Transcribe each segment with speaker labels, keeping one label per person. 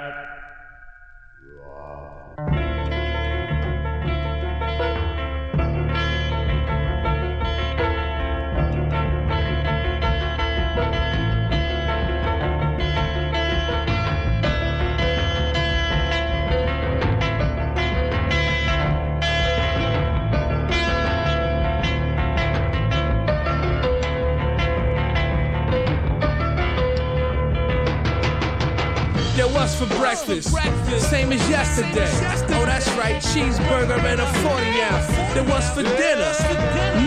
Speaker 1: Black.
Speaker 2: Yo, what's for breakfast? Same as yesterday. Oh, that's right, cheeseburger and a 40 ounce. Then what's for dinner?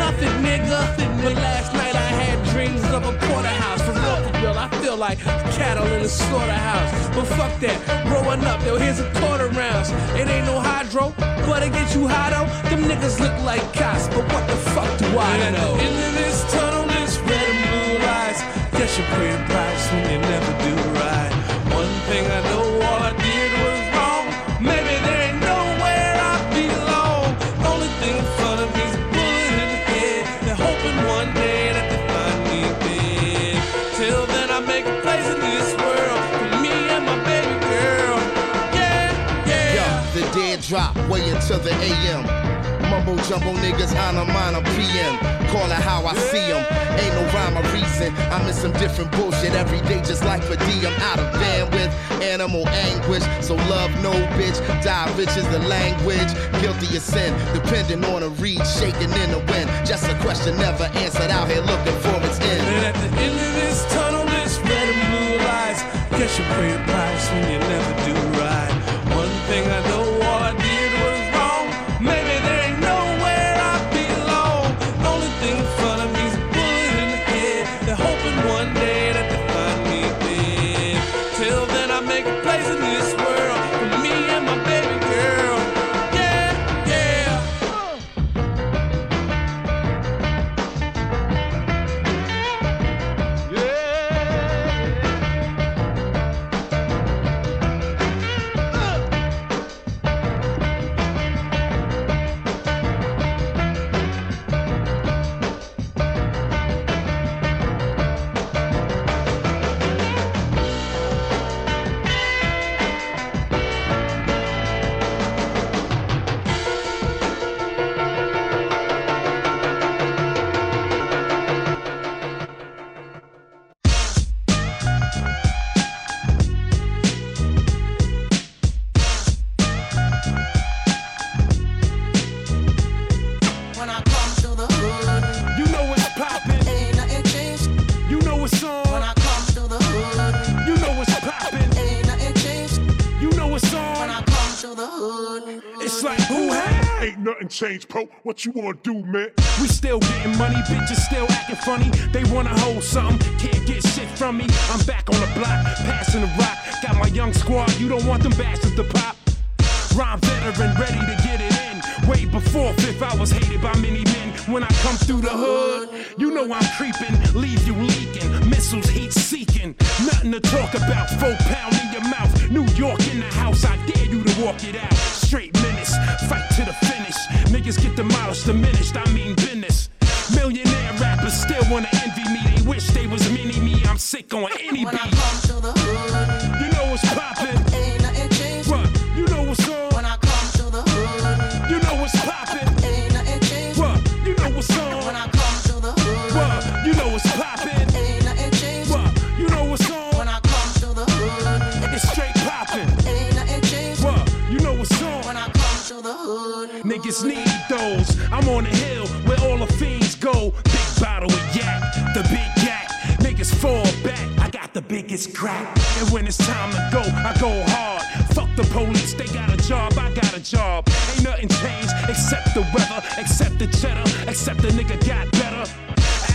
Speaker 2: Nothing, nigga. But last night I had dreams of a porterhouse from Northville. I feel like cattle in a slaughterhouse. But fuck that, growing up, yo, here's a quarter rounds. It ain't no hydro, but it get you hot on. Them niggas look like cops, but what the fuck do I know? Into this tunnel, this red and blue lights. Guess you're paying price when you never do right. One thing I know, all I did was wrong. Maybe there ain't nowhere I belong. Only thing in front of me's a bullet in the head. They're hoping one day that they find me dead. Till then, I make a place in this world for me and my baby girl. Yeah, yeah.
Speaker 3: Yo, the dead drop, way until the AM. Mumbo jumbo niggas on a minor PM. Call it how I see 'em. Ain't no rhyme or reason. I'm in some different bullshit every day, just like for D. I'm out of bandwidth. Animal anguish. So love no bitch. Die bitch is the language. Guilty of sin. Depending on a reed, shaking in the wind. Just a question never answered out here looking for its end.
Speaker 2: And at the end of this tunnel, there's red and blue lights. Guess you pay a price when you never do right. One thing I know, all I did was wrong. Maybe there ain't nowhere I belong. Only thing in front of me's a bullet in the head. They're hoping one day that they find me dead. Till then, I make a place in this world for me and my baby girl. Yeah, yeah.
Speaker 4: When I come through the hood,
Speaker 5: You know what's poppin',
Speaker 4: ain't nothing changed.
Speaker 5: you know what's
Speaker 4: When
Speaker 5: on,
Speaker 4: I come through the hood,
Speaker 5: you know what's poppin',
Speaker 4: ain't nothing changed.
Speaker 5: you know what's
Speaker 4: When
Speaker 5: on.
Speaker 4: I come through the hood,
Speaker 5: It's like, who had?
Speaker 1: Ain't nothing changed, bro. What you wanna do, man?
Speaker 5: We still getting money, bitches still acting funny. They wanna hold something, can't get shit from me. I'm back on the block, passing the rock. Got my young squad, you don't want them bastards to pop. Rhyme veteran, ready to get it in. Way before fifth, I was hated by many men. When I come through the hood, you know I'm creeping, leave you leaking. Missiles heat seeking, nothing to talk about. Four pound in your mouth, New York in the house. I dare you to walk it out. Straight menace, fight to the finish. Niggas get demolished, diminished. I mean business. Millionaire rappers still wanna envy me. They wish they was mini me. I'm sick on any
Speaker 4: when I
Speaker 5: beat.
Speaker 4: come through the hood,
Speaker 5: You know what's poppin',
Speaker 4: ain't nothing changed.
Speaker 5: what? You know what's
Speaker 4: When
Speaker 5: on.
Speaker 4: I come through the hood,
Speaker 5: You know what's poppin'.
Speaker 4: ain't nothing changed.
Speaker 5: What? You know what's
Speaker 4: When
Speaker 5: on.
Speaker 4: I come through the hood,
Speaker 5: What? You know what's poppin'.
Speaker 4: ain't nothing changed.
Speaker 5: What? You know what's on.
Speaker 4: When I come through the hood,
Speaker 5: It's straight poppin'.
Speaker 4: ain't nothing changed.
Speaker 5: What? You know what's on.
Speaker 4: When I come through the hood,
Speaker 5: Niggas need those. I'm on the hill where all the fiends go. Big bottle of yak, the big yak. Niggas fall back. I got the biggest crack. And when it's time to go, I go hard. Fuck the police, they got a job, I got a job. Ain't nothing changed except the weather, except the cheddar, except the nigga got better.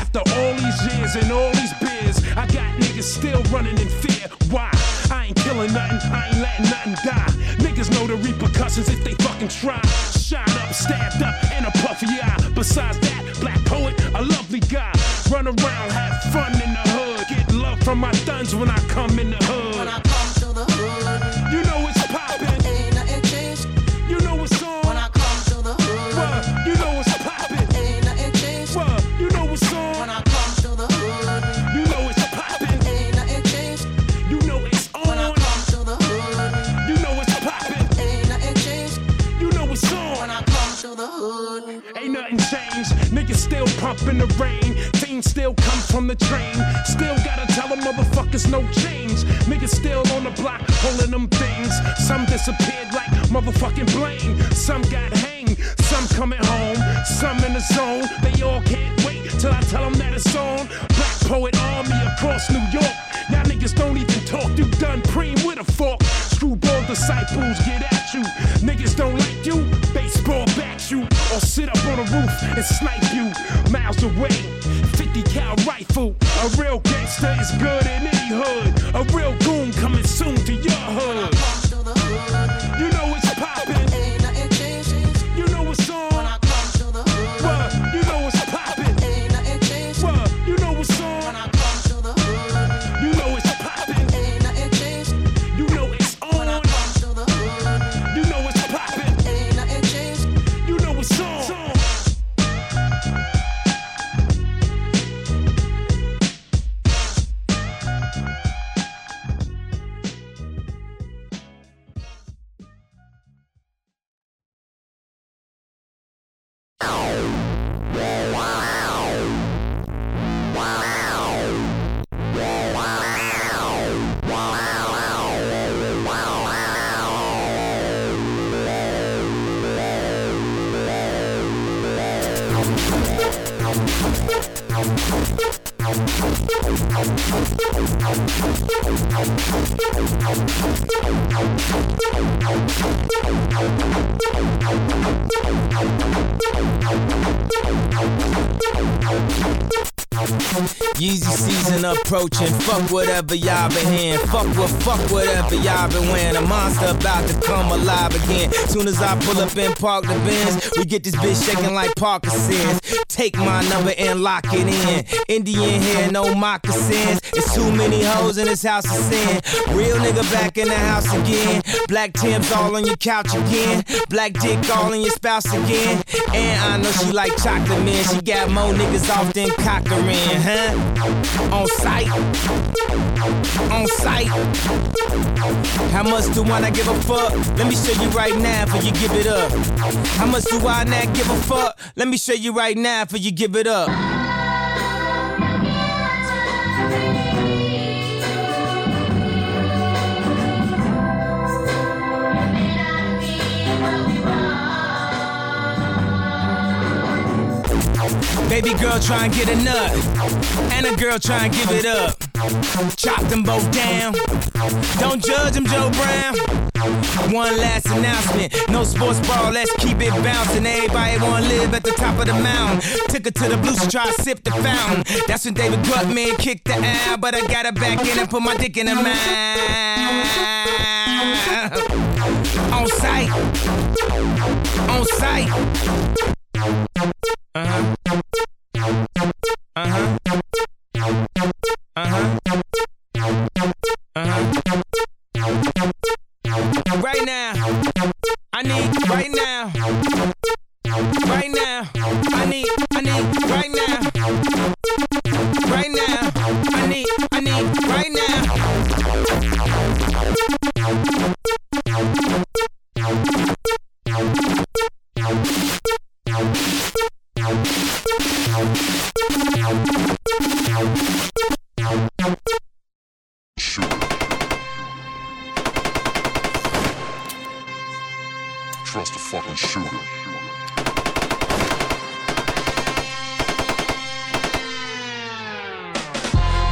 Speaker 5: After all these years and all these beers, I got niggas still running in fear. Why? I ain't killing nothing, I ain't letting nothing die. Niggas know the repercussions if they fucking try. Shot up, stabbed up, and a puffy eye. Besides that, black poet, a lovely guy. Run around, have fun in the hood. Get love from my thuns when I come in the hood.
Speaker 4: when I come through the hood,
Speaker 5: You know it's poppin',
Speaker 4: ain't nothing changed.
Speaker 5: you know it's on.
Speaker 4: When I come through the hood,
Speaker 5: What? You know it's poppin',
Speaker 4: ain't nothing changed.
Speaker 5: what? You know it's on.
Speaker 4: When I come through the hood,
Speaker 5: You know it's poppin',
Speaker 4: ain't nothing changed.
Speaker 5: you know it's
Speaker 4: When I
Speaker 5: on.
Speaker 4: come through the hood.
Speaker 5: still pumping the rain. Teams still come from the train. Still gotta tell them motherfuckers no change. Niggas still on the block holding them things. Some disappeared like motherfucking Blaine. Some got hanged. Some coming home. Some in the zone. They all can't wait till I tell them that it's on. Black poet army across New York. Y'all niggas don't even talk. You done preen with a fork. Screwball disciples get at you. Niggas don't like you. Baseball bat you. Or sit up on a roof and snipe you. Miles away. 50 cal rifle. A real gangster is good in any hood. A real goon coming soon to your hood.
Speaker 4: Come through the hood.
Speaker 5: You know it's poppin'.
Speaker 4: Ain't nothing changed
Speaker 5: You know it's
Speaker 4: when
Speaker 5: on.
Speaker 4: I come through the hood.
Speaker 5: Word. You know it's poppin'.
Speaker 4: Ain't nothing changed
Speaker 5: Word. You know it's on.
Speaker 4: when I come through the hood.
Speaker 5: You know it's poppin'.
Speaker 4: Ain't nothing changed
Speaker 5: You know it's
Speaker 4: when I
Speaker 5: on.
Speaker 4: come through the hood.
Speaker 5: You know it's poppin'.
Speaker 4: Ain't nothing changed.
Speaker 5: You know it's on.
Speaker 6: Yeezy season approaching. Fuck whatever y'all been hearing. Fuck what, fuck whatever y'all been wearing. A monster about to come alive again. Soon as I pull up and park the Benz, we get this bitch shaking like Parkinson's. Take my number and lock it in. Indian hair, no moccasins. It's too many hoes in this house of sin. Real nigga back in the house again. Black Tim's all on your couch again. Black dick all in your spouse again. And I know she like chocolate man. She got more niggas off than Cochran, huh? On sight. On sight. How much do I not give a fuck? Let me show you right now for you give it up. How much do I not give a fuck? Let me show you right now for you give it up. Baby girl try and get a nut, and a girl try and give it up. Chop them both down. Don't judge them, Joe Brown. One last announcement. No sports ball, let's keep it bouncing. Everybody wanna live at the top of the mountain. Took her to the blue, she tried to sip the fountain. That's when David Gutman kicked the out, but I got her back in and put my dick in her mouth. On sight. On sight. right now. I need right now. Right now. I need, I need right now. Right now. I need, I need right now.
Speaker 2: Trust the fucking shooter.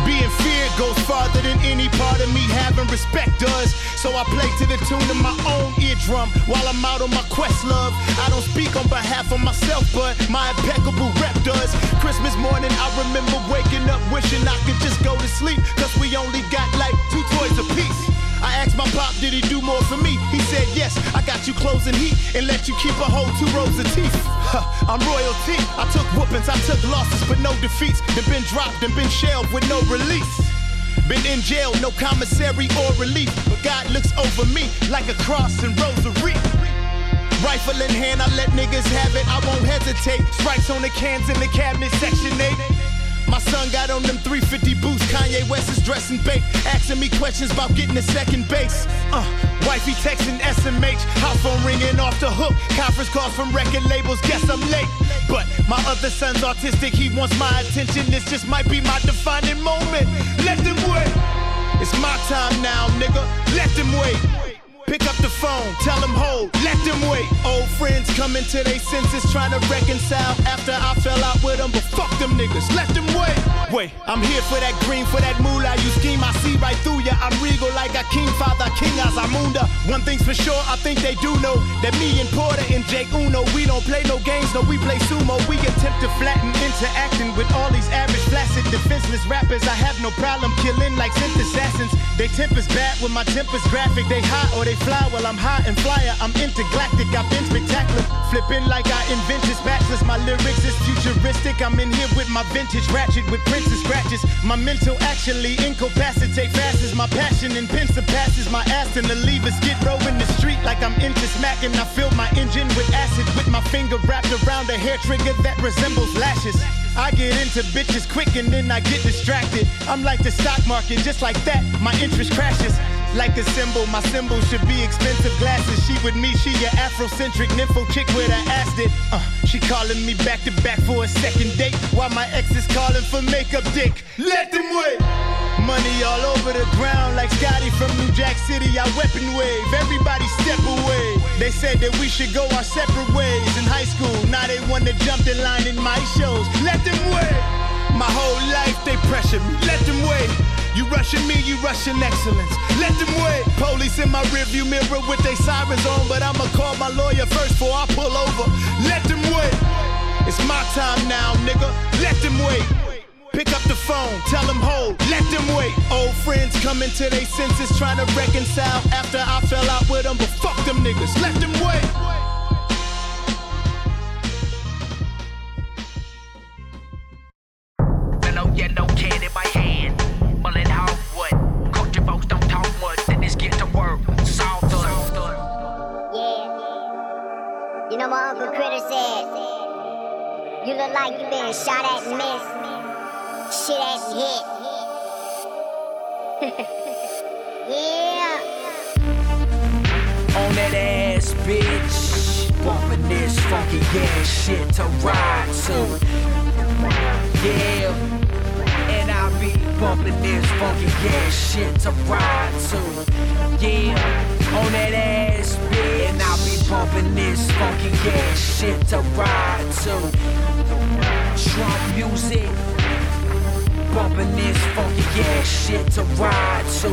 Speaker 7: Being feared goes farther than any part of me having respect does. So I play to the tune of my own eardrum while I'm out on my quest, love. I don't speak on behalf of myself, but my impeccable rep does. Christmas morning, I remember waking up wishing I could just go to sleep, cause we only got like two toys apiece. I asked my pop, did he do more for me? He said, yes, I got you clothes and heat and let you keep a whole two rows of teeth. Huh, I'm royalty. I took whoopings, I took losses, but no defeats. Then been dropped and been shelved with no release. Been in jail, no commissary or relief. But God looks over me like a cross and rosary. Rifle in hand, I let niggas have it. I won't hesitate. Stripes on the cans in the cabinet, section 8. My son got on them 350 boots. Kanye West is dressing bait. Asking me questions about getting to second base. Uh, wife Wifey texting SMH, house phone ringing off the hook. Conference calls from record labels, guess I'm late. But my other son's autistic, he wants my attention. This just might be my defining moment. Let them wait. It's my time now, nigga. Let them wait. Pick up the phone, tell them hold, let them wait. Old friends coming to their senses, trying to reconcile after I fell out with them. But fuck them niggas, let them wait. Wait, I'm here for that green, for that moolah. You scheme, I see right through ya. I'm regal like a king, father, king Azamunda. One thing's for sure, I think they do know that me and Porter and Jake Uno, we don't play no games, no, we play sumo. We attempt to flatten interacting with all these average, flaccid, defenseless rappers. I have no problem killing like synth assassins. They tempers bad when my temper's graphic. They hot or they fly while I'm hot and flyer. I'm intergalactic, I've been spectacular. Flipping like I invented matchless. My lyrics is futuristic. I'm in here with my vintage ratchet with princess scratches. My mental actually incapacitate passes. My passion and pen surpasses my ass and the levers get rolling the street like I'm into smack and I fill my engine with acid with my finger wrapped around a hair trigger that resembles lashes. I get into bitches quick and then I get distracted. I'm like the stock market, just like that, my interest crashes. Like a symbol, my symbol should be expensive glasses. She with me, she a Afrocentric nympho chick with her ass did. Uh, she calling me back to back for a second date while my ex is calling for makeup dick. Let them wait. Money all over the ground like Scotty from New Jack City. I weapon wave, everybody step away. They said that we should go our separate ways in high school. Now they wanna jump the line in my shows. Let them wait. My whole life they pressure me. Let them wait. You rushing me, you rushing excellence. Let them wait. Police in my rearview mirror with they sirens on, but I'ma call my lawyer first before I pull over. Let them wait. It's my time now, nigga. Let them wait. Pick up the phone, tell them hold, let them wait. Old friends coming to their senses, trying to reconcile after I fell out with them, but fuck them niggas, let them wait.
Speaker 8: Yellow, yellow can in my hand. Mullen Hogwood. Culture folks don't talk much. Then it's get to work. Solve the.
Speaker 9: Yeah. You know my Uncle Critter said, you look like you been shot at and missed. Shit at hit. yeah.
Speaker 8: on that ass, bitch. Bumping this funky ass shit to ride to. Yeah. And I be bumping this funky ass shit to ride to. Yeah. On that ass, bitch. And I be bumping this funky ass shit to ride to. Trump music. Bumping this funky ass shit to ride to.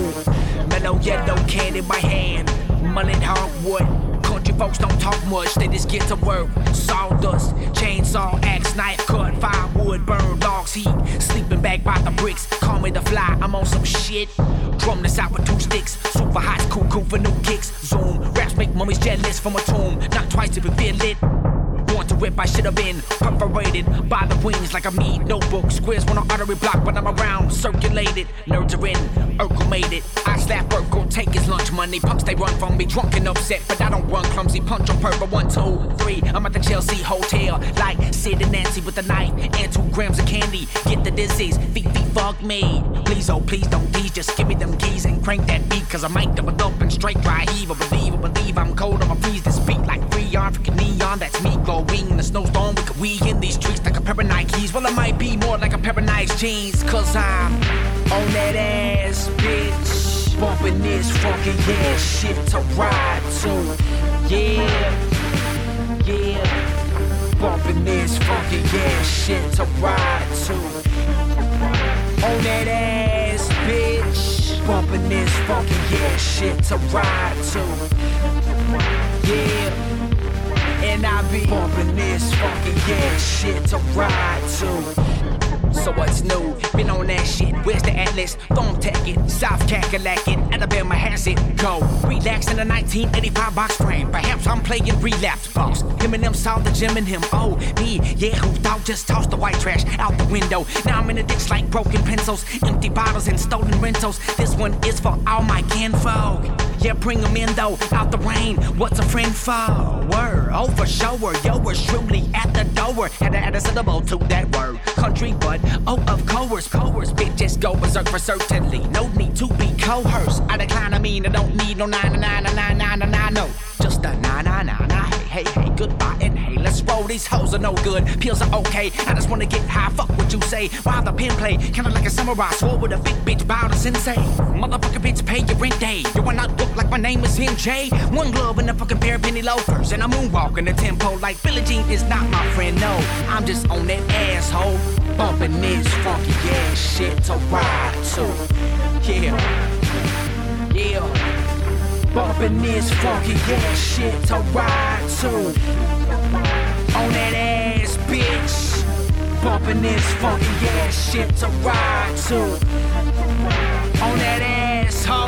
Speaker 8: Mellow yellow can in my hand. Mullet hardwood. Country folks don't talk much, they just get to work. Sawdust, chainsaw, axe, knife cut, firewood, burn, logs, heat. Sleeping back by the bricks, call me the fly, I'm on some shit. Drum this out with two sticks, super hot, cool, cool for new kicks. Zoom, raps make mummies jealous from a tomb. Not twice to reveal it. Born to rip, I should have been perforated by the wings like a meat notebook. Squares on an artery block, but I'm around, circulated, nurturing, it. I slap work, go take his lunch money. Punks, they run from me, drunk and upset, but I don't run clumsy. Punch on purple, one, two, three. I'm at the Chelsea Hotel, like Sid and Nancy with a knife and two grams of candy. Get the disease, feet, feet, fuck me. Please, oh, please don't tease, just give me them keys and crank that beat, cause I might double up and straight dry heave. I believe, I believe I'm cold, I'ma freeze this beat like free African neon, that's me glowing in the snowstorm. We could we in these streets like a pair of Nikes. Well, I might be more like a pair of nice jeans, cause I'm on that ass, bitch. Bumping this fucking ass shit to ride to. Yeah, yeah. Bumping this fucking ass shit to ride to. On that ass, bitch. Bumping this fucking ass shit to ride to. Yeah. And I be bumping this fucking yeah shit to ride to. So what's new? Been on that shit. Where's the atlas? Thumbtack it, South Cackalack it, Alabama has it. Go relax in the 1985 box frame. Perhaps I'm playing relapse box. Him and them saw the gym in him. Oh me, yeah, who thought just tossed the white trash out the window? Now I'm in the ditch like broken pencils, empty bottles and stolen rentals. This one is for all my kinfolk. Yeah, bring 'em in though, out the rain. What's a friend for? Word, oh for sure. Yo, we're truly at the door. Had to add a syllable to that word. Country, but oh, of course, coerce. Bitches go berserk for certainly. No need to be coerced. I decline, I mean, I don't need no 9 to 9 to 9 9 nine and I know. Just a nine nine nine. I hey hey hey goodbye and hey let's roll. These hoes are no good. Pills are okay. I just wanna get high. Fuck what you say. While the pen play, kinda like a samurai sword with a big bitch bow to sensei. Motherfucker bitch, pay your rent day. You are not look like my name is MJ. One glove and a fucking pair of penny loafers and a moonwalk in the tempo like Billie Jean is not my friend. No, I'm just on that asshole bumping this funky ass shit to ride to. Yeah, yeah. Bumpin' this funky ass shit to ride to. On that ass, bitch. Bumpin' this funky ass shit to ride to. On that ass, hoe.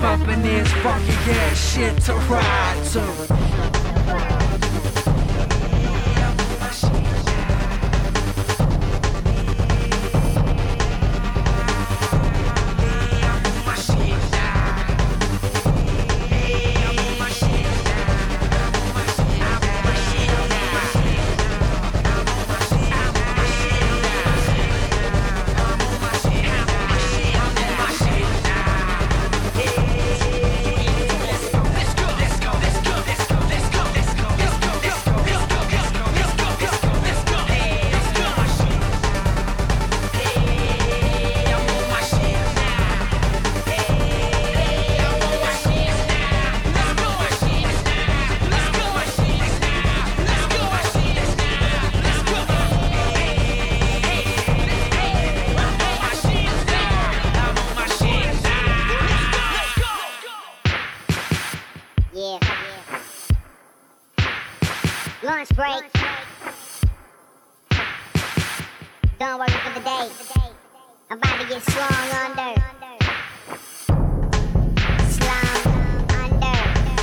Speaker 8: Bumpin' this funky ass shit to ride to.
Speaker 9: Yeah. Lunch break. Done working for the day. I'm about to get slung under. Slung under.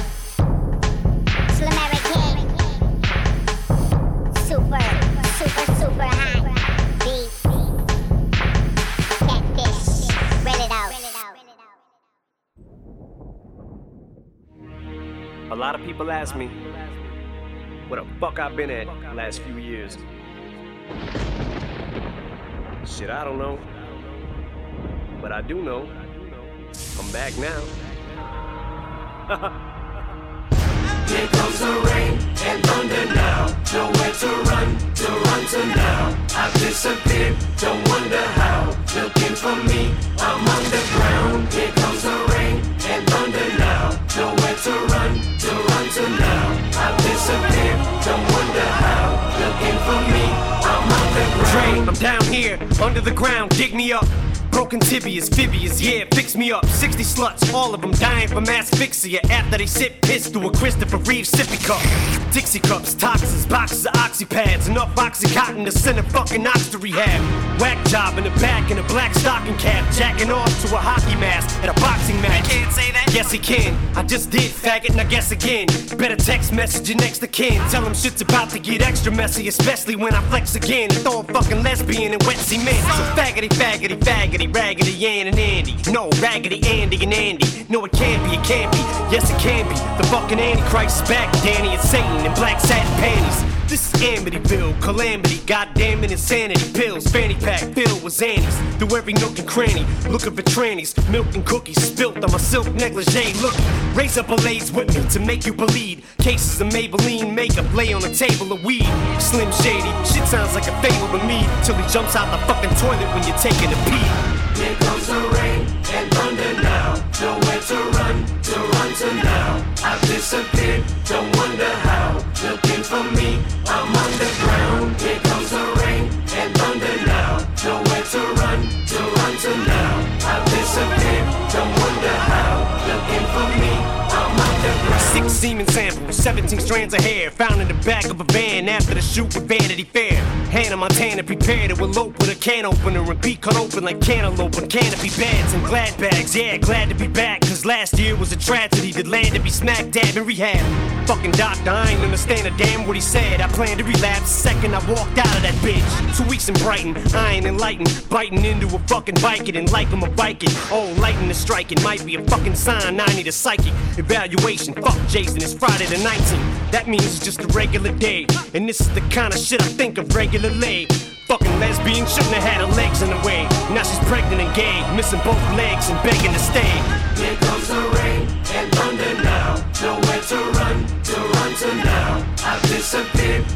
Speaker 9: Slamerican. Super, super, super hot. Beat. Catfish. Rent it out.
Speaker 10: A lot of people ask me what the fuck I've been at the last few years. Shit, I don't know. But I do know. I'm back now.
Speaker 11: Here comes the rain and thunder now. Nowhere to run, to run to now. I've disappeared, don't wonder how. Looking for me, I'm on the ground. Here comes the rain and thunder now. Nowhere to run, to run to now. I've disappeared, don't wonder how. Looking for me, I'm on the ground.
Speaker 10: I'm down here, under the ground, dig me up. Broken tibias, fibias, yeah, fix me up. 60 sluts, all of them dying from asphyxia after they sip piss through a Christopher Reeve sippy cup. Dixie cups, toxins, boxes of oxy pads, enough oxycontin to send a fucking ox to rehab. Whack job in the back in a black stocking cap, jacking off to a hockey mask at a boxing match. can't say that. Yes, he can. I just did, faggot, and I guess again. Better text message your next to kin. Tell him shit's about to get extra messy, especially when I flex again. Throw a fucking lesbian and wet cement. So faggoty, faggoty, faggoty, raggedy, Ann and Andy. No, raggedy, Andy and Andy. No, it can't be, it can't be. Yes, it can be. The fucking Antichrist is back, Danny and Satan in black satin panties. This is Amityville, calamity, goddamn it, insanity pills, fanny pack filled with Xannies. Through every nook and cranny, looking for trannies, milk and cookies spilt on my silk negligee. Look, raise up a lace with me to make you believe. Cases of Maybelline makeup lay on a table of weed. Slim Shady, shit sounds like a fable to me. Till he jumps out the fucking toilet when you're taking a pee.
Speaker 11: Here comes the rain and thunder now. Nowhere to run, to run to now. I've disappeared, don't wonder how. Looking for me, I'm on the ground. Here comes the rain and thunder now. Nowhere to run, to run to now. I've disappeared, don't wonder how. Looking for me, I'm on the ground.
Speaker 10: Six semen samples, 17 strands of hair found in the back of a van after the shoot with Vanity Fair. Hannah Montana prepared to elope with a can opener and be cut open like cantaloupe and canopy beds and glad bags. Yeah, glad to be back, cause last year was a tragedy that landed me smack dab in rehab. Fucking doctor, I ain't understand a damn what he said. I planned to relapse second I walked out of that bitch. Two weeks in Brighton, I ain't enlightened. Biting into a fucking Viking and like I'm a Viking. Oh, lightning is striking, might be a fucking sign. I need a psychic evaluation. Fuck Jason, it's Friday the 19th. That means it's just a regular day. And this is the kind of shit I think of regularly. Fucking lesbian shouldn't have had her legs in the way. Now she's pregnant and gay, missing both legs and begging to stay.
Speaker 11: Here comes the rain and thunder now.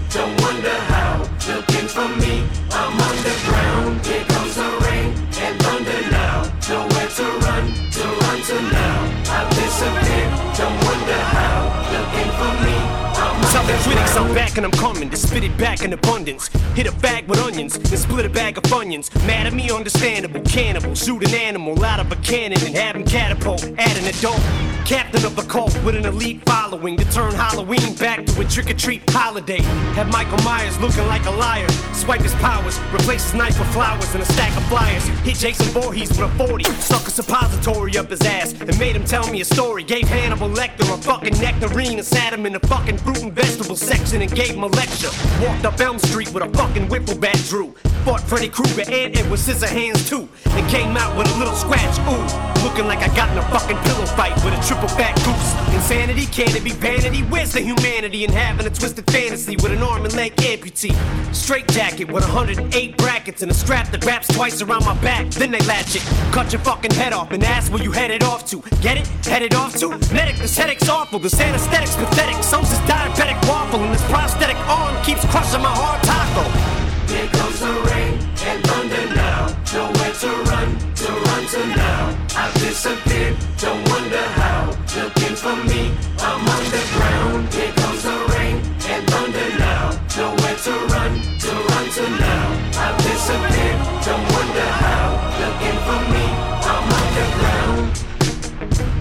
Speaker 12: Don't wonder how. Looking for me, I'm on the ground. Here comes the rain and thunder now. Nowhere to run, to run to now. I've disappeared. Don't wonder how. Looking for me, I'm on
Speaker 10: Tell
Speaker 12: the
Speaker 10: the critics
Speaker 12: ground.
Speaker 10: I'm back and I'm coming to spit it back in abundance. Hit a bag with onions and split a bag of funyuns. Mad at me, understandable. Cannibal, shoot an animal out of a cannon and have him catapult. Add an adult, captain of a cult with an elite following to turn Halloween back to a trick or treat holiday. Have Michael Myers looking like a liar. Swipe his powers, replace his knife with flowers and a stack of flyers. Hit Jason Voorhees with a 40, stuck a suppository up his ass and made him tell me a story. Gave Hannibal Lecter a fucking nectarine and sat him in the fucking fruit and vegetable section and gave him a lecture. Walked up Elm Street with a fucking whipple bat drew. Fought Freddy Krueger and Edward Scissorhands too. And came out with a little scratch, ooh. Looking like I got in a fucking pillow fight with a triple fat goose. Insanity, can it be vanity? Where's the humanity in having a twisted fantasy with an arm and leg amputee? Straight jacket with 108 brackets and a strap that wraps twice around my back. Then they latch it. Cut your fucking head off and ask where you headed off to. Get it? Headed off to? Medic, this headache's awful. This anesthetic's pathetic. Some's this diabetic waffle and this prosthetic arm keeps crushing my hard taco.
Speaker 12: Here comes the rain and thunder now. Nowhere to run, to run to now. I've disappeared, don't wonder how. Looking for me, I'm on the ground. Here comes the rain and thunder now. Nowhere to run, to run to now. I've disappeared, don't wonder how. Looking for me, I'm on the ground.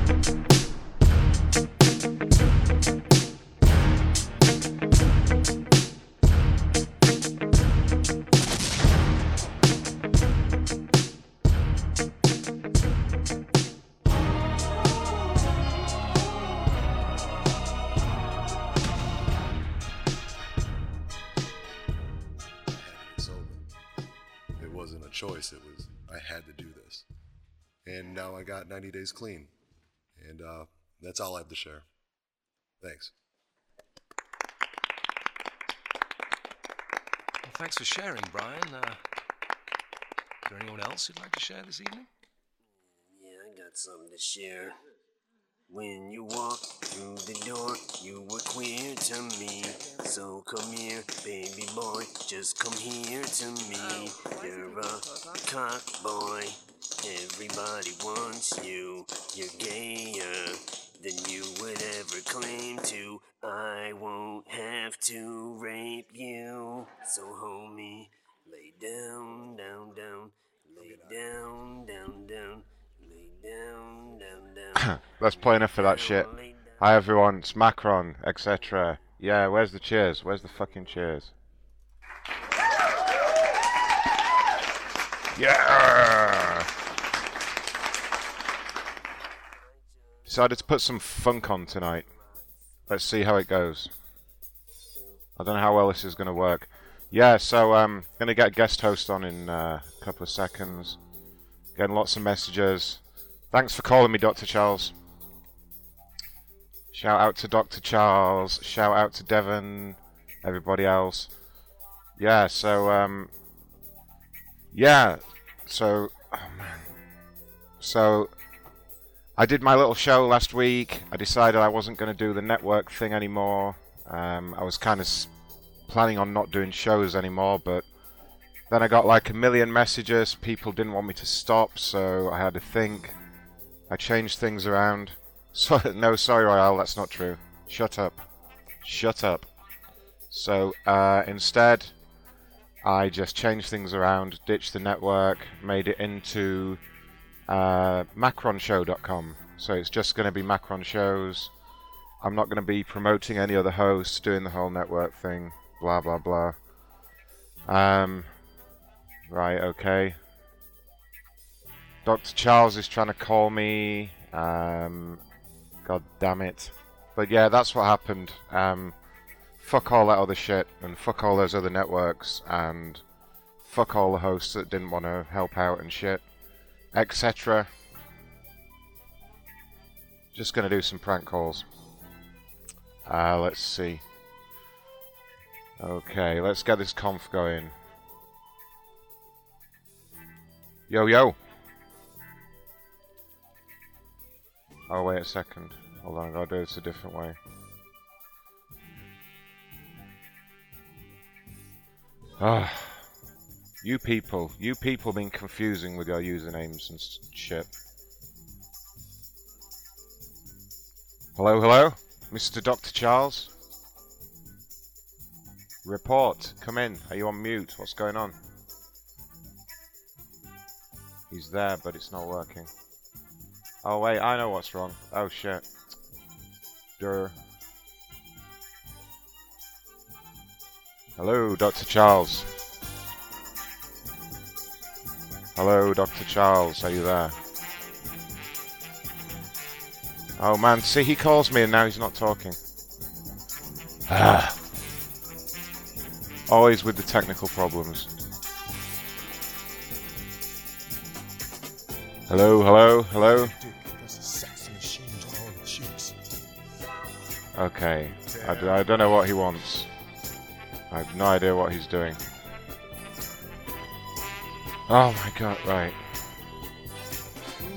Speaker 13: It's over. It wasn't a choice. It was I had to do this, and now I got 90 days clean, and uh, that's all I have to share. Thanks.
Speaker 6: Well, thanks for sharing, Brian. Uh, is there anyone else who'd like to share this evening?
Speaker 12: Yeah, I got something to share. When you walk through the door, you were queer to me. So come here, baby boy, just come here to
Speaker 11: Oh,
Speaker 12: me. You're a cock boy. Everybody wants you. You're gayer than you would ever claim to. I won't have to rape you. So homie, lay down, down, down. Lay down, down, down. Lay down, down, down.
Speaker 14: Let's play enough of that shit. Hi everyone, it's Macron, etc. Yeah, where's the cheers? Where's the fucking cheers? Yeah. Decided to put some funk on tonight. Let's see how it goes. I don't know how well this is going to work. Yeah, so um, going to get a guest host on in uh, a couple of seconds. Getting lots of messages. Thanks for calling me, Dr. Charles. Shout out to Dr. Charles. Shout out to Devon. Everybody else. Yeah, so, um, yeah, so, oh man. So, I did my little show last week. I decided I wasn't going to do the network thing anymore. Um, I was kind of s- planning on not doing shows anymore, but then I got like a million messages. People didn't want me to stop, so I had to think. I changed things around. So, no, sorry, Royale, that's not true. Shut up. Shut up. So uh, instead, I just changed things around, ditched the network, made it into uh, macronshow.com. So it's just going to be Macron shows. I'm not going to be promoting any other hosts, doing the whole network thing, blah blah blah. Um, right, okay. Dr. Charles is trying to call me. Um, God damn it. But yeah, that's what happened. Um, fuck all that other shit, and fuck all those other networks, and fuck all the hosts that didn't want to help out and shit, etc. Just gonna do some prank calls. Uh, let's see. Okay, let's get this conf going. Yo, yo! Oh, wait a second. Hold on, I gotta do this a different way. Ah, you people, you people been confusing with your usernames and s- shit. Hello, hello, Mr. Dr. Charles. Report, come in. Are you on mute? What's going on? He's there, but it's not working. Oh wait, I know what's wrong. Oh shit. Durr. Hello, Dr. Charles. Hello, Dr. Charles. Are you there? Oh man, see, he calls me and now he's not talking. Ah. Always with the technical problems. Hello, hello, hello. Okay. I d- I don't know what he wants. I have no idea what he's doing. Oh my god, right.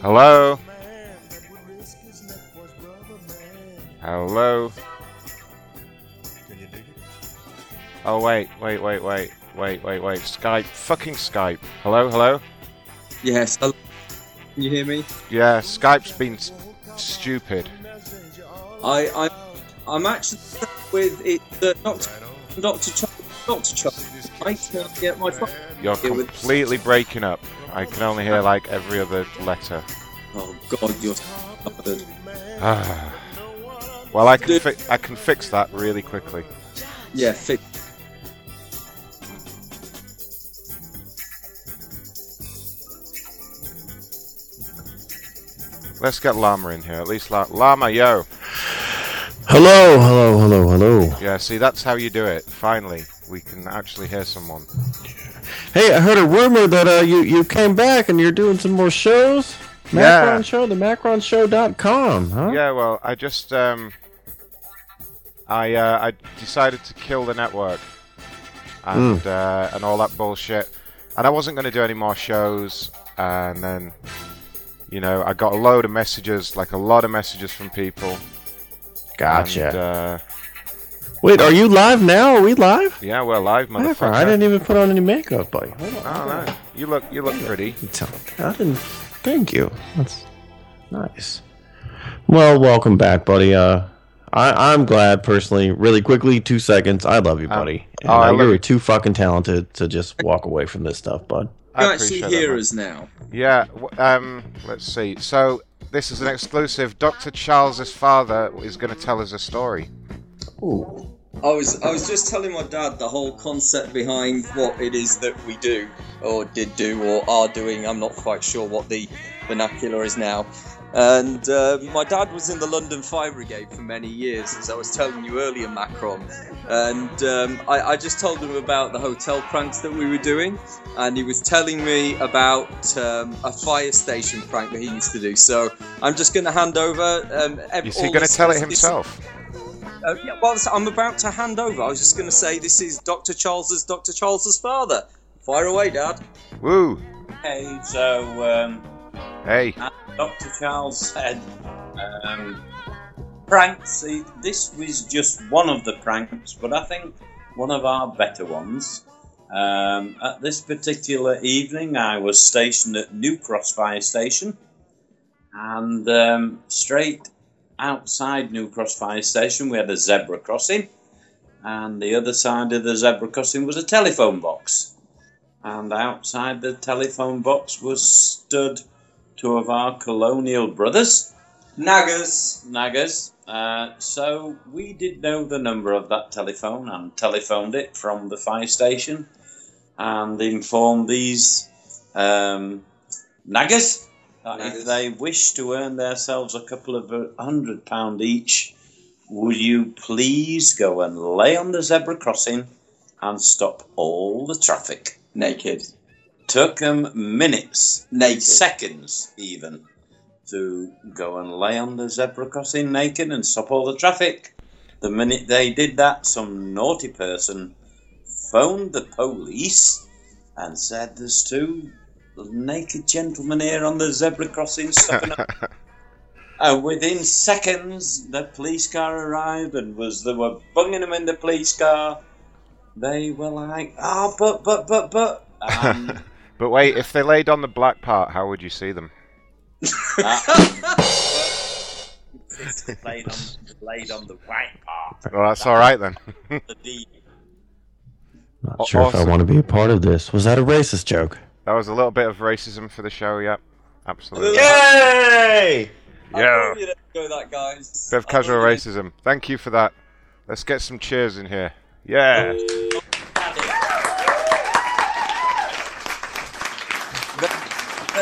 Speaker 14: Hello? Hello? Oh wait, wait, wait, wait, wait, wait, wait. Skype. Fucking Skype. Hello, hello? Yes. Hello. Can you hear me? Yeah, Skype's been s- stupid.
Speaker 15: I, I, I'm actually stuck with it. The doctor, Doctor, Ch- Doctor, Ch- I can't get my phone.
Speaker 14: You're
Speaker 15: It was-
Speaker 14: completely breaking up. I can only hear like every other letter.
Speaker 15: Oh God, you're stubborn.
Speaker 14: Ah, well, I can fi- I can fix that really quickly.
Speaker 15: Yeah, fix.
Speaker 14: Let's get Llama in here. At least La- Llama, yo.
Speaker 16: Hello, hello, hello, hello.
Speaker 14: Yeah, see, that's how you do it. Finally, we can actually hear someone.
Speaker 16: Hey, I heard a rumor that uh, you you came back and you're doing some more shows.
Speaker 14: Yeah.
Speaker 16: Macron Show, the MacronShow.com, huh?
Speaker 14: Yeah, well, I just um, I uh, I decided to kill the network
Speaker 16: Hmm.
Speaker 14: and uh, and all that bullshit, and I wasn't going to do any more shows. And then, you know, I got a load of messages, like a lot of messages from people.
Speaker 16: Gotcha.
Speaker 14: And, uh,
Speaker 16: Wait, are you live now? Are we live?
Speaker 14: yeah, we're live, motherfucker.
Speaker 16: Macron, I didn't even put on any makeup, buddy. Hold on.
Speaker 14: Oh no, you look you look pretty.
Speaker 16: I didn't. Thank you. That's nice. Well, welcome back, buddy. Uh, I, I'm glad personally. Really quickly, two seconds. I love you, buddy. And,
Speaker 14: oh, I
Speaker 16: uh,
Speaker 14: love
Speaker 16: you're too fucking talented to just walk away from this stuff, bud.
Speaker 14: I appreciate that, mate.
Speaker 15: now.
Speaker 14: Yeah. w- Um. Let's see. So this is an exclusive. Dr. Charles's father is going to tell us a story.
Speaker 15: I was I was just telling my dad the whole concept behind what it is that we do or did do or are doing. I'm not quite sure what the vernacular is now. And uh, my dad was in the London Fire Brigade for many years, as I was telling you earlier, Macron. And um, I, I just told him about the hotel pranks that we were doing, and he was telling me about um, a fire station prank that he used to do. So I'm just going to hand over. Um, ev-
Speaker 14: Is
Speaker 15: all
Speaker 14: he going to
Speaker 15: this-
Speaker 14: tell it
Speaker 15: this- this-
Speaker 14: himself?
Speaker 15: uh, yeah, well, so I'm about to hand over. I was just going to say this is Dr. Charles's Dr. Charles's father. Fire away, Dad.
Speaker 14: Woo!
Speaker 17: Hey, so um,
Speaker 14: Hey.
Speaker 17: as Dr. Charles said, um, pranks. eh, This was just one of the pranks, but I think one of our better ones. Um, at this particular evening, I was stationed at New Cross Fire Station, and um, straight outside New Cross Fire Station, we had a zebra crossing, and the other side of the zebra crossing was a telephone box and outside the telephone box was stood two of our colonial brothers. Naggers. Naggers. Uh, so we did know the number of that telephone and telephoned it from the fire station and informed these um, naggers that if they wish to earn themselves a couple of uh, hundred pound each, would you please go and lay on the zebra crossing and stop all the traffic naked. Took 'em minutes, naked. seconds even, to go and lay on the zebra crossing naked and stop all the traffic. The minute they did that, some naughty person phoned the police and said, "There's two naked gentlemen here on the zebra crossing stopping up." And within seconds, the police car arrived and was they were bunging them in the police car.
Speaker 18: they were like, "Ah, but, but, but, but." Um,
Speaker 14: but wait, if they laid on the black part, how would you see them?
Speaker 18: it's laid on, laid on the white part.
Speaker 14: Well, that's all right then.
Speaker 18: The D.
Speaker 14: Aw-
Speaker 16: Not sure if I want to be a part of this. Was that a racist joke?
Speaker 14: That was a little bit of racism for the show. Yep, absolutely.
Speaker 16: Yay!
Speaker 14: Yeah.
Speaker 15: You know that, guys.
Speaker 14: Bit of casual racism. Thank you for that. Let's get some cheers in here. Yeah.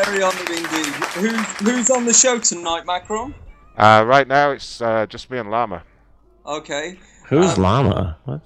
Speaker 15: Very honoured indeed. Who's who's on the show tonight, Macron?
Speaker 14: Uh, right now it's uh, just me and Llama. Um,
Speaker 15: Okay.
Speaker 16: Who's llama? What?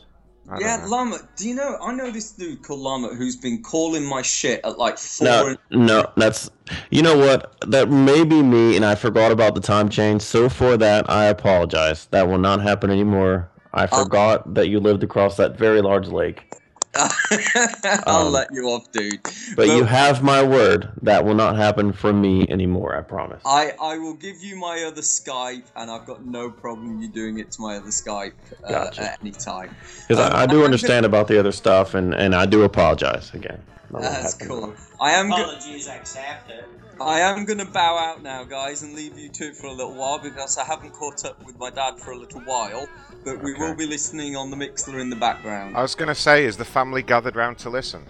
Speaker 14: I don't
Speaker 15: Yeah,
Speaker 14: know.
Speaker 15: Lama. Do you know? I know this dude called Lama who's been calling my shit at like four.
Speaker 16: No,
Speaker 15: and-
Speaker 16: no, that's. You know what? That may be me, and I forgot about the time change. So for that, I apologize. That will not happen anymore. I
Speaker 15: Uh,
Speaker 16: forgot that you lived across that very large lake.
Speaker 15: I'll
Speaker 16: Um,
Speaker 15: let you off, dude.
Speaker 16: But you have my word. That will not happen from me anymore. I promise.
Speaker 15: I, I will give you my other Skype, and I've got no problem you doing it to my other Skype uh,
Speaker 16: Gotcha.
Speaker 15: at any time. Um,
Speaker 16: Because I, I do understand about the other stuff, and, and I do apologize again.
Speaker 15: That's cool. I am. Go-
Speaker 18: Apologies accepted.
Speaker 15: I am going to bow out now, guys, and leave you two for a little while because I haven't caught up with my dad for a little while. But we will be listening on the Mixler in the background.
Speaker 14: I was gonna say, is the family gathered round to listen?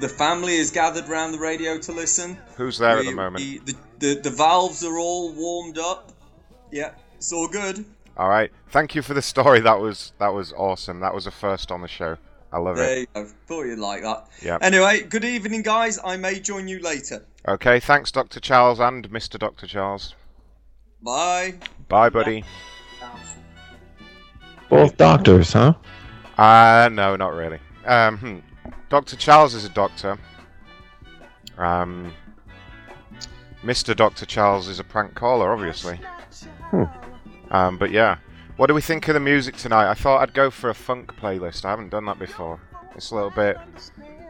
Speaker 15: The family is gathered round the radio to listen.
Speaker 14: Who's there at the
Speaker 15: We-
Speaker 14: moment?
Speaker 15: we- The, the, the valves are all warmed up. Yeah, it's all good.
Speaker 14: All right. Thank you for the story. That was that was awesome. That was a first on the show. I love
Speaker 15: there
Speaker 14: it.
Speaker 15: you go. Thought you'd like that.
Speaker 14: Yeah.
Speaker 15: Anyway, good evening, guys. I may join you later.
Speaker 14: Okay. Thanks, Dr. Charles and Mr. Dr. Charles.
Speaker 15: Bye.
Speaker 14: Bye, buddy.
Speaker 16: Both doctors, huh?
Speaker 14: Uh, no, not really. Um, hmm. Dr. Charles is a doctor. Um, Mr. Dr. Charles is a prank caller, obviously.
Speaker 16: Hmm.
Speaker 14: Um, but yeah. What do we think of the music tonight? I thought I'd go for a funk playlist. I haven't done that before. It's a little bit.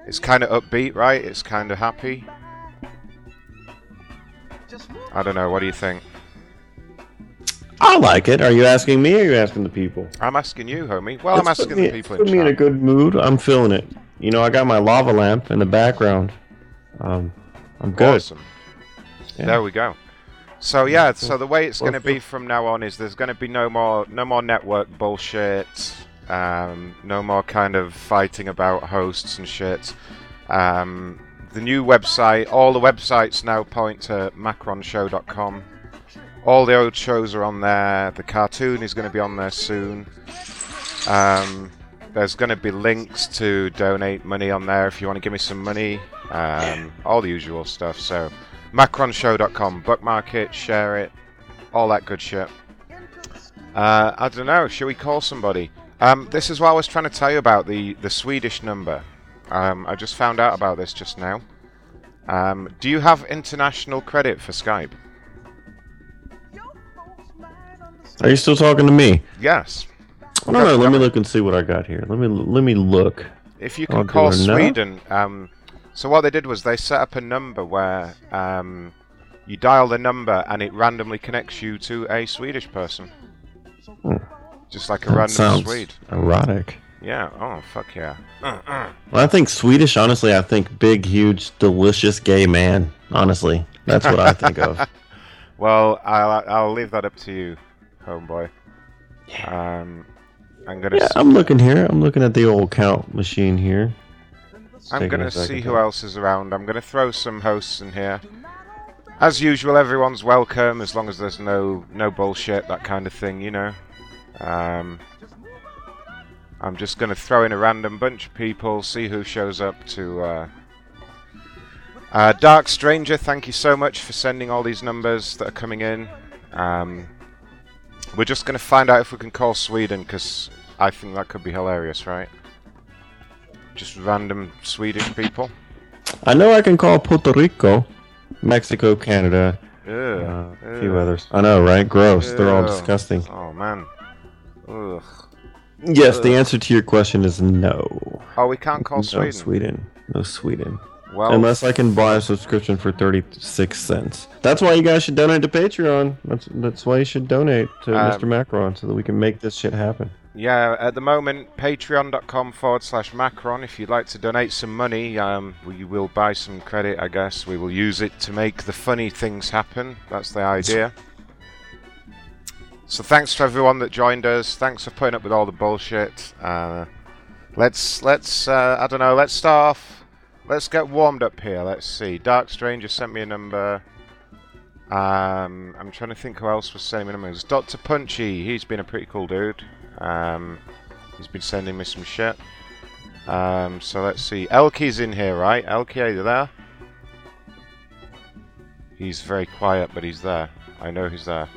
Speaker 14: It's kind of upbeat, right? It's kind of happy. I don't know. What do you think?
Speaker 16: I like it. Are you asking me or are you asking the people?
Speaker 14: I'm asking you, homie. Well, I'm
Speaker 16: It's
Speaker 14: asking
Speaker 16: put me,
Speaker 14: the people
Speaker 16: it's
Speaker 14: in
Speaker 16: put me in a
Speaker 14: chat.
Speaker 16: good mood. I'm feeling it. You know, I got my lava lamp in the background. Um, I'm good.
Speaker 14: Awesome. There we go. So yeah, so the way it's
Speaker 16: Well,
Speaker 14: going to be from now on is there's going to be no more no more network bullshit, um, no more kind of fighting about hosts and shit. Um, the new website, all the websites now point to macronshow.com. All the old shows are on there. The cartoon is going to be on there soon. Um, there's going to be links to donate money on there if you want to give me some money. Um, all the usual stuff. So, macronshow.com, bookmark it, share it, all that good shit. Uh, I don't know. Should we call somebody? Um, this is what I was trying to tell you about the the Swedish number. Um, I just found out about this just now. Um, do you have international credit for Skype?
Speaker 16: Are you still talking to me?
Speaker 14: Yes.
Speaker 16: I don't know. Let me look and see what I got here. Let me let me look.
Speaker 14: If you
Speaker 16: I'll
Speaker 14: can
Speaker 16: do
Speaker 14: call
Speaker 16: a no.
Speaker 14: Sweden, um, so what they did was they set up a number where um, you dial the number and it randomly connects you to a Swedish person,
Speaker 16: Hmm.
Speaker 14: just like a
Speaker 16: That
Speaker 14: random
Speaker 16: sounds
Speaker 14: Swede.
Speaker 16: erotic.
Speaker 14: Yeah. Oh fuck yeah. Uh-uh.
Speaker 16: Well, I think Swedish. Honestly, I think big, huge, delicious gay man. Honestly, that's what I think of.
Speaker 14: Well, I'll I'll leave that up to you, homeboy. Um, I'm gonna.
Speaker 16: Yeah,
Speaker 14: s-
Speaker 16: I'm looking here. I'm looking at the old count machine here. It's
Speaker 14: I'm
Speaker 16: taking
Speaker 14: going
Speaker 16: a
Speaker 14: to
Speaker 16: second
Speaker 14: see who else is around. I'm going to throw some hosts in here. As usual, everyone's welcome as long as there's no no bullshit, that kind of thing, you know. Um, I'm just going to throw in a random bunch of people, see who shows up to. Uh, uh, Dark Stranger, thank you so much for sending all these numbers that are coming in. Um, we're just going to find out if we can call Sweden because I think that could be hilarious, right? Just random Swedish people.
Speaker 16: I know I can call Puerto Rico, Mexico, Canada,
Speaker 14: Ew.
Speaker 16: uh, a few
Speaker 14: Ew.
Speaker 16: others. I know, right? Gross. They're all
Speaker 14: Ew.
Speaker 16: disgusting.
Speaker 14: Oh man. Ugh.
Speaker 16: Yes, the
Speaker 14: Ugh.
Speaker 16: answer to your question is no.
Speaker 14: Oh, we can't call
Speaker 16: no
Speaker 14: Sweden.
Speaker 16: Sweden. No Sweden.
Speaker 14: Well-
Speaker 16: Unless I can buy a subscription for thirty-six cents. That's why you guys should donate to Patreon. That's that's why you should donate to
Speaker 14: Um,
Speaker 16: Mr. Macron so that we can make this shit happen.
Speaker 14: Yeah, at the moment, patreon.com forward slash Macron. If you'd like to donate some money, um, we will buy some credit, I guess. We will use it to make the funny things happen. That's the idea. So thanks to everyone that joined us. Thanks for putting up with all the bullshit. Uh, let's, let's, uh, I don't know, let's start off. Let's get warmed up here. Let's see. Dark Stranger sent me a number. Um, I'm trying to think who else was sending me numbers. Dr. Punchy, he's been a pretty cool dude. Um, he's been sending me some shit. Um, so let's see. Elky's in here, right? Elky, are you there? He's very quiet, but he's there. I know he's there.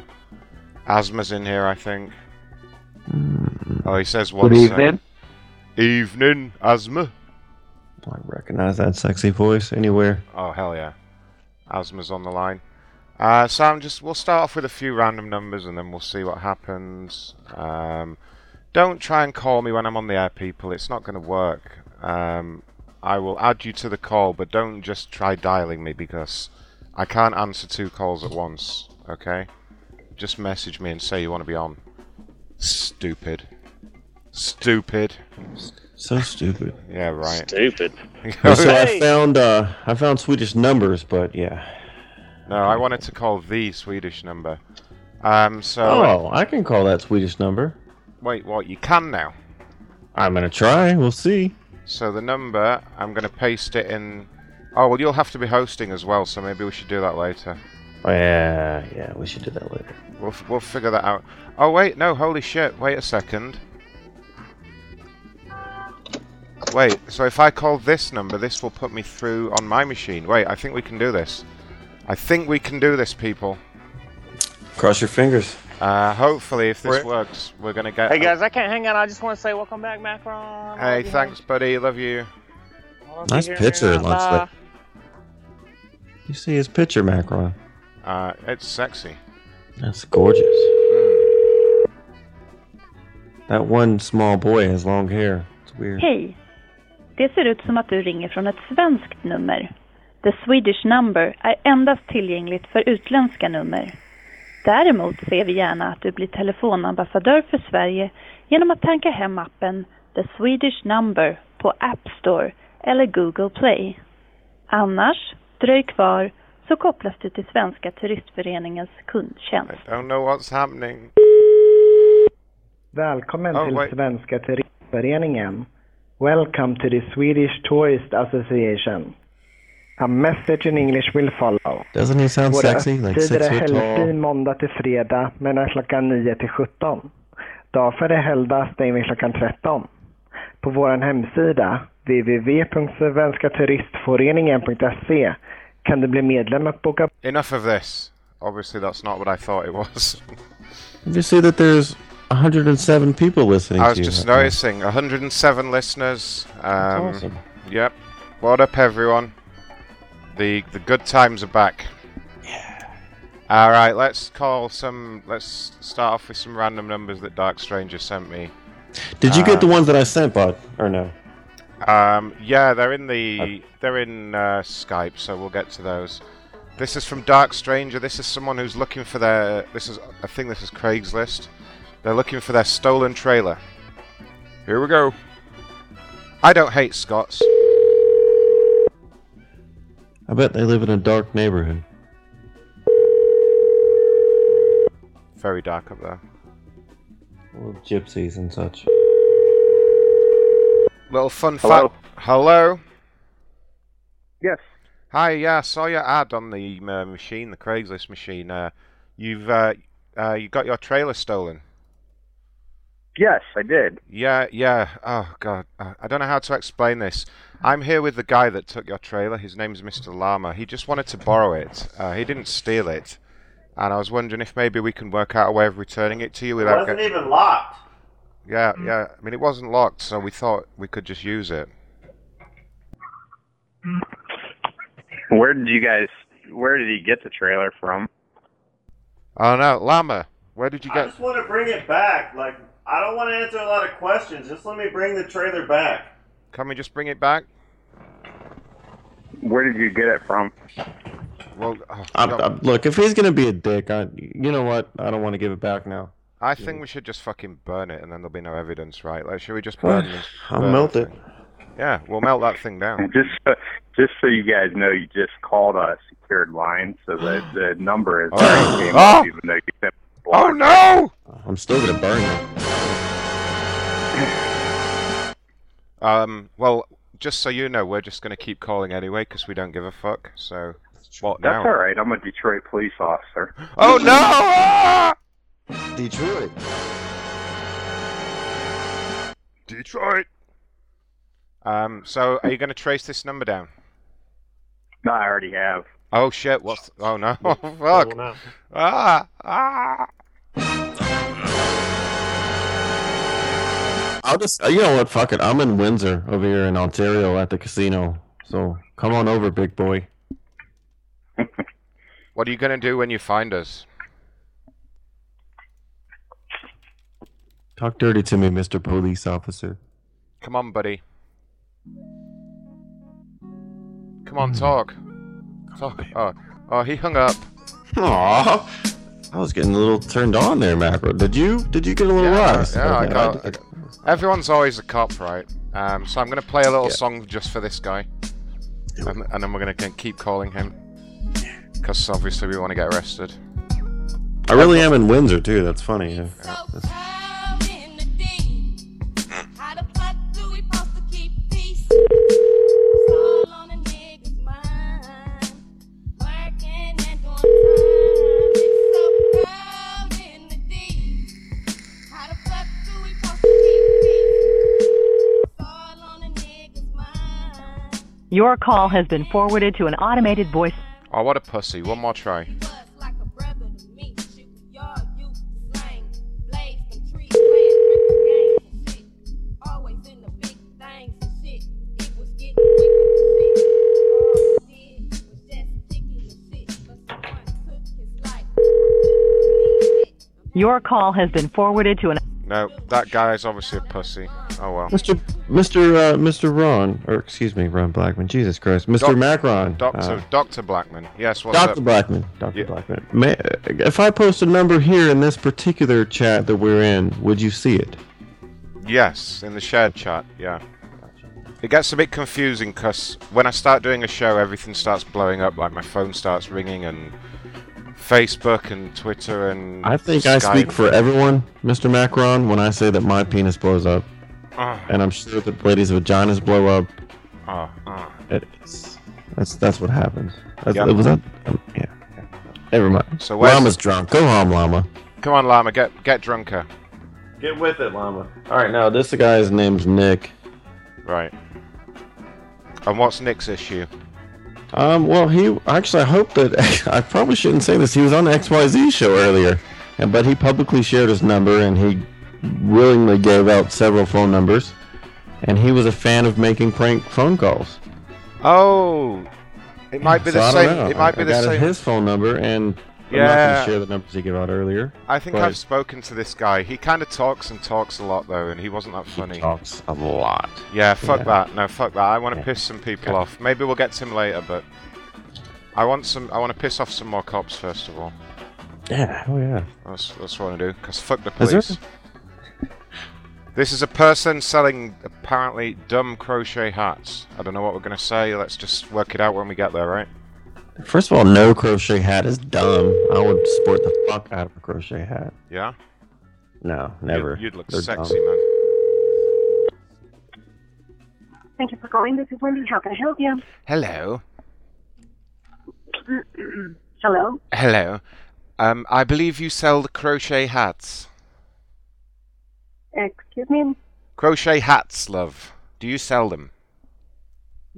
Speaker 14: Asthma's in here, I think. Oh, he says one.
Speaker 16: evening.
Speaker 14: Evening, Asthma.
Speaker 16: I recognize that sexy voice anywhere.
Speaker 14: Oh hell yeah, Asthma's on the line. Uh, Sam, just we'll start off with a few random numbers and then we'll see what happens. Um, don't try and call me when I'm on the air, people. It's not going to work. Um, I will add you to the call, but don't just try dialing me because I can't answer two calls at once. Okay? Just message me and say you want to be on. Stupid. Stupid.
Speaker 16: So stupid.
Speaker 14: Yeah, right.
Speaker 19: Stupid.
Speaker 16: so I found uh, I found Swedish numbers, but yeah.
Speaker 14: No, I wanted to call the Swedish number. Um, so
Speaker 16: Oh, I can call that Swedish number.
Speaker 14: wait, what? You can now.
Speaker 16: I'm gonna try. We'll see.
Speaker 14: So the number, I'm going to paste it in. Oh well, you'll have to be hosting as well, so maybe we should do that later.
Speaker 16: Yeah, yeah, we should do that later.
Speaker 14: We'll f- we'll figure that out. Oh wait, no, holy shit! Wait a second. Wait, so if I call this number, this will put me through on my machine. Wait, I think we can do this. I think we can do this, people.
Speaker 16: Cross your fingers.
Speaker 14: Uh, hopefully, if
Speaker 19: We're-
Speaker 14: this works, we're gonna get.
Speaker 19: Hey guys, I can't hang out. I just want to say welcome back, Macron.
Speaker 14: Hey, thanks, buddy. Love you.
Speaker 16: Nice picture,
Speaker 19: Uh,
Speaker 16: Lunchlet. You see his picture, Macron.
Speaker 14: Uh, it's sexy.
Speaker 16: That's gorgeous. That one small boy has long hair. It's weird.
Speaker 20: Hej. Det ser ut som att du ringer från ett svenskt nummer. The Swedish number är endast tillgängligt för utländska nummer. Däremot ser vi gärna att du blir telefonambassadör för Sverige genom att tanka hem appen The Swedish number på App Store eller Google Play. Annars, dröj kvar så kopplas du till Svenska Turistföreningens kundtjänst.
Speaker 14: I don't know what's happening.
Speaker 1: Välkommen
Speaker 14: Oh,
Speaker 1: till
Speaker 14: wait.
Speaker 1: Svenska Turistföreningen. Welcome to the Swedish Tourist Association. A message in English will follow.
Speaker 16: Doesn't he sound
Speaker 1: Våra
Speaker 16: sexy? Like
Speaker 1: öppettider
Speaker 16: six foot
Speaker 1: är helgfri
Speaker 16: tall.
Speaker 1: måndag till fredag mellan klockan 9 till 17. Dag före helgdag stänger vi klockan 13. På vår hemsida www.svenskaturistföreningen.se kan du bli medlem och boka
Speaker 14: Enough of this. Obviously, that's not what I thought it was.
Speaker 16: Did you see that there's 107 people listening
Speaker 14: I was
Speaker 16: to you? Uh,
Speaker 14: just noticing 107 listeners. Um,
Speaker 16: awesome.
Speaker 14: Yep. What up, everyone? The the good times are back. All right, let's call some. Let's start off with some random numbers that Dark Stranger sent me.
Speaker 16: Did you get the
Speaker 14: Um,
Speaker 16: ones that I sent, bud? Or no?
Speaker 14: Um, yeah, they're in the they're in uh, Skype, so we'll get to those. This is from Dark Stranger. This is someone who's looking for their. This is I think this is Craigslist. They're looking for their stolen trailer. Here we go. I don't hate Scots.
Speaker 16: I bet they live in a dark neighborhood.
Speaker 14: Very dark up there.
Speaker 16: Little gypsies and such.
Speaker 14: Little fun
Speaker 16: Hello?
Speaker 14: fact. Hello.
Speaker 21: Yes.
Speaker 14: Hi. Yeah, I saw your ad on the uh, machine, the Craigslist machine. Uh, you've uh, uh, you got your trailer stolen.
Speaker 21: Yes, I did.
Speaker 14: Yeah, yeah. Oh god, Uh, I don't know how to explain this. I'm here with the guy that took your trailer. His name's Mr. Llama. He just wanted to borrow it. Uh, he didn't steal it, and I was wondering if maybe we can work out a way of returning it to you
Speaker 22: It
Speaker 14: without.
Speaker 22: wasn't
Speaker 14: get-
Speaker 22: even locked.
Speaker 14: Yeah, yeah. I mean, it wasn't locked, so we thought we could just use it.
Speaker 22: Where did you guys? Where did he get the trailer from?
Speaker 14: Oh no, Llama, where did you
Speaker 22: I
Speaker 14: get?
Speaker 22: just want to bring it back. Like I don't want to answer a lot of questions. Just let me bring the trailer back.
Speaker 14: Can we just bring it back?
Speaker 22: Where did you get it from?
Speaker 14: Well, oh,
Speaker 16: I'm,
Speaker 14: no.
Speaker 16: I'm- look, if he's gonna be a dick, I, you know what? I don't want to give it back now.
Speaker 14: I think we should just fucking burn it, and then there'll be no evidence, right? Like, should we just burn this?
Speaker 16: I'll
Speaker 14: burn
Speaker 16: melt
Speaker 14: it. Yeah, we'll melt that thing down.
Speaker 21: Just so, just so you guys know, you just called a secured line, so the the number is came up, even though you said
Speaker 14: Oh no!
Speaker 16: Ah! I'm still gonna burn it.
Speaker 14: Um, well, just so you know, we're just going to keep calling anyway because we don't give a fuck. So what now?
Speaker 21: That's all right. I'm a Detroit police officer.
Speaker 14: Oh no!
Speaker 23: Detroit.
Speaker 14: Detroit. Um, so are you going to trace this number down?
Speaker 21: No, I already have.
Speaker 14: Oh shit! What's? Oh no! Oh, fuck! Ah! Ah!
Speaker 16: I'll just. uh, You know what? Fuck it. I'm in Windsor over here in Ontario at the casino. So come on over, big boy.
Speaker 14: What are you going to do when you find us?
Speaker 16: Talk dirty to me, Mr. Police Officer.
Speaker 14: Come on, buddy. Come on, talk. Talk. Oh, oh, he hung up.
Speaker 16: Aw. I was getting a little turned on there, Macro. Did you? Did you get a little
Speaker 14: Yeah,
Speaker 16: rise?
Speaker 14: yeah, I
Speaker 16: Okay,
Speaker 14: got-
Speaker 16: did.
Speaker 14: Everyone's always a cop, right? Um, so I'm going to play a little song just for this guy. And, and then we're going to keep calling him. Because obviously we want to get arrested.
Speaker 16: I really am in Windsor too. That's funny. Yeah.
Speaker 24: Your call has been forwarded to an automated voice.
Speaker 14: Oh, what a pussy. One more try.
Speaker 24: Your call has been forwarded to an.
Speaker 14: No, that guy's obviously a pussy. Oh well.
Speaker 16: Mr. Mr. Uh, Mr. Ron, or excuse me, Ron Blackman. Jesus Christ, Mr.
Speaker 14: Doc-
Speaker 16: Macron.
Speaker 14: Doctor,
Speaker 16: Uh,
Speaker 14: Doctor Blackman. Yes, what's
Speaker 16: Dr.
Speaker 14: up?
Speaker 16: Blackman. Dr. Blackman. May, if I post a number here in this particular chat that we're in, would you see it?
Speaker 14: Yes, in the shared chat. Yeah. It gets a bit confusing because when I start doing a show, everything starts blowing up. Like my phone starts ringing and Facebook and Twitter and.
Speaker 16: I think I
Speaker 14: Skype.
Speaker 16: speak for everyone, Mr. Macron, when I say that my penis blows up.
Speaker 14: Ah.
Speaker 16: And I'm sure that ladies' vaginas blow up.
Speaker 14: Ah, ah.
Speaker 16: It's, that's that's what happens. That's,
Speaker 14: Yeah.
Speaker 16: Was that? um, yeah. Never mind.
Speaker 14: So where's-
Speaker 16: Llama's drunk. Go home, Llama.
Speaker 14: Come on, Llama, get get drunker.
Speaker 16: Get with it, Llama. All right, now this guy's name's Nick.
Speaker 14: Right. And what's Nick's issue?
Speaker 16: Um, well, he actually, I hope that I probably shouldn't say this. He was on the XYZ show earlier, and but he publicly shared his number and he willingly gave out several phone numbers, and he was a fan of making prank phone calls.
Speaker 14: Oh, it might be
Speaker 16: So
Speaker 14: the
Speaker 16: I
Speaker 14: same.
Speaker 16: don't know.
Speaker 14: It might
Speaker 16: I
Speaker 14: be the
Speaker 16: got
Speaker 14: same.
Speaker 16: his phone number, and I'm not
Speaker 14: Yeah.
Speaker 16: gonna share the numbers he gave out earlier.
Speaker 14: I think
Speaker 16: but
Speaker 14: I've spoken to this guy. He kind of talks and talks a lot though, and he wasn't that funny.
Speaker 16: talks a lot.
Speaker 14: Yeah, fuck
Speaker 16: Yeah.
Speaker 14: that. No, fuck that. I want to piss some people off. Maybe we'll get to him later, but I want some. I want to piss off some more cops first of all.
Speaker 16: Yeah. Oh yeah.
Speaker 14: That's that's what I do. Cause fuck the
Speaker 16: Is there-
Speaker 14: police. This is a person selling apparently dumb crochet hats. I don't know what we're gonna say. Let's just work it out when we get there, right?
Speaker 16: First of all, no crochet hat is dumb. I would sport the fuck out of a crochet hat.
Speaker 14: Yeah.
Speaker 16: No, never.
Speaker 14: You'd look
Speaker 16: They're
Speaker 14: sexy,
Speaker 16: dumb.
Speaker 14: man.
Speaker 25: Thank you for calling. This is Wendy. How can I help you?
Speaker 14: Hello.
Speaker 25: Hello?
Speaker 14: Hello. Um, I believe you sell the crochet hats.
Speaker 25: Excuse me?
Speaker 14: Crochet hats, love. Do you sell them?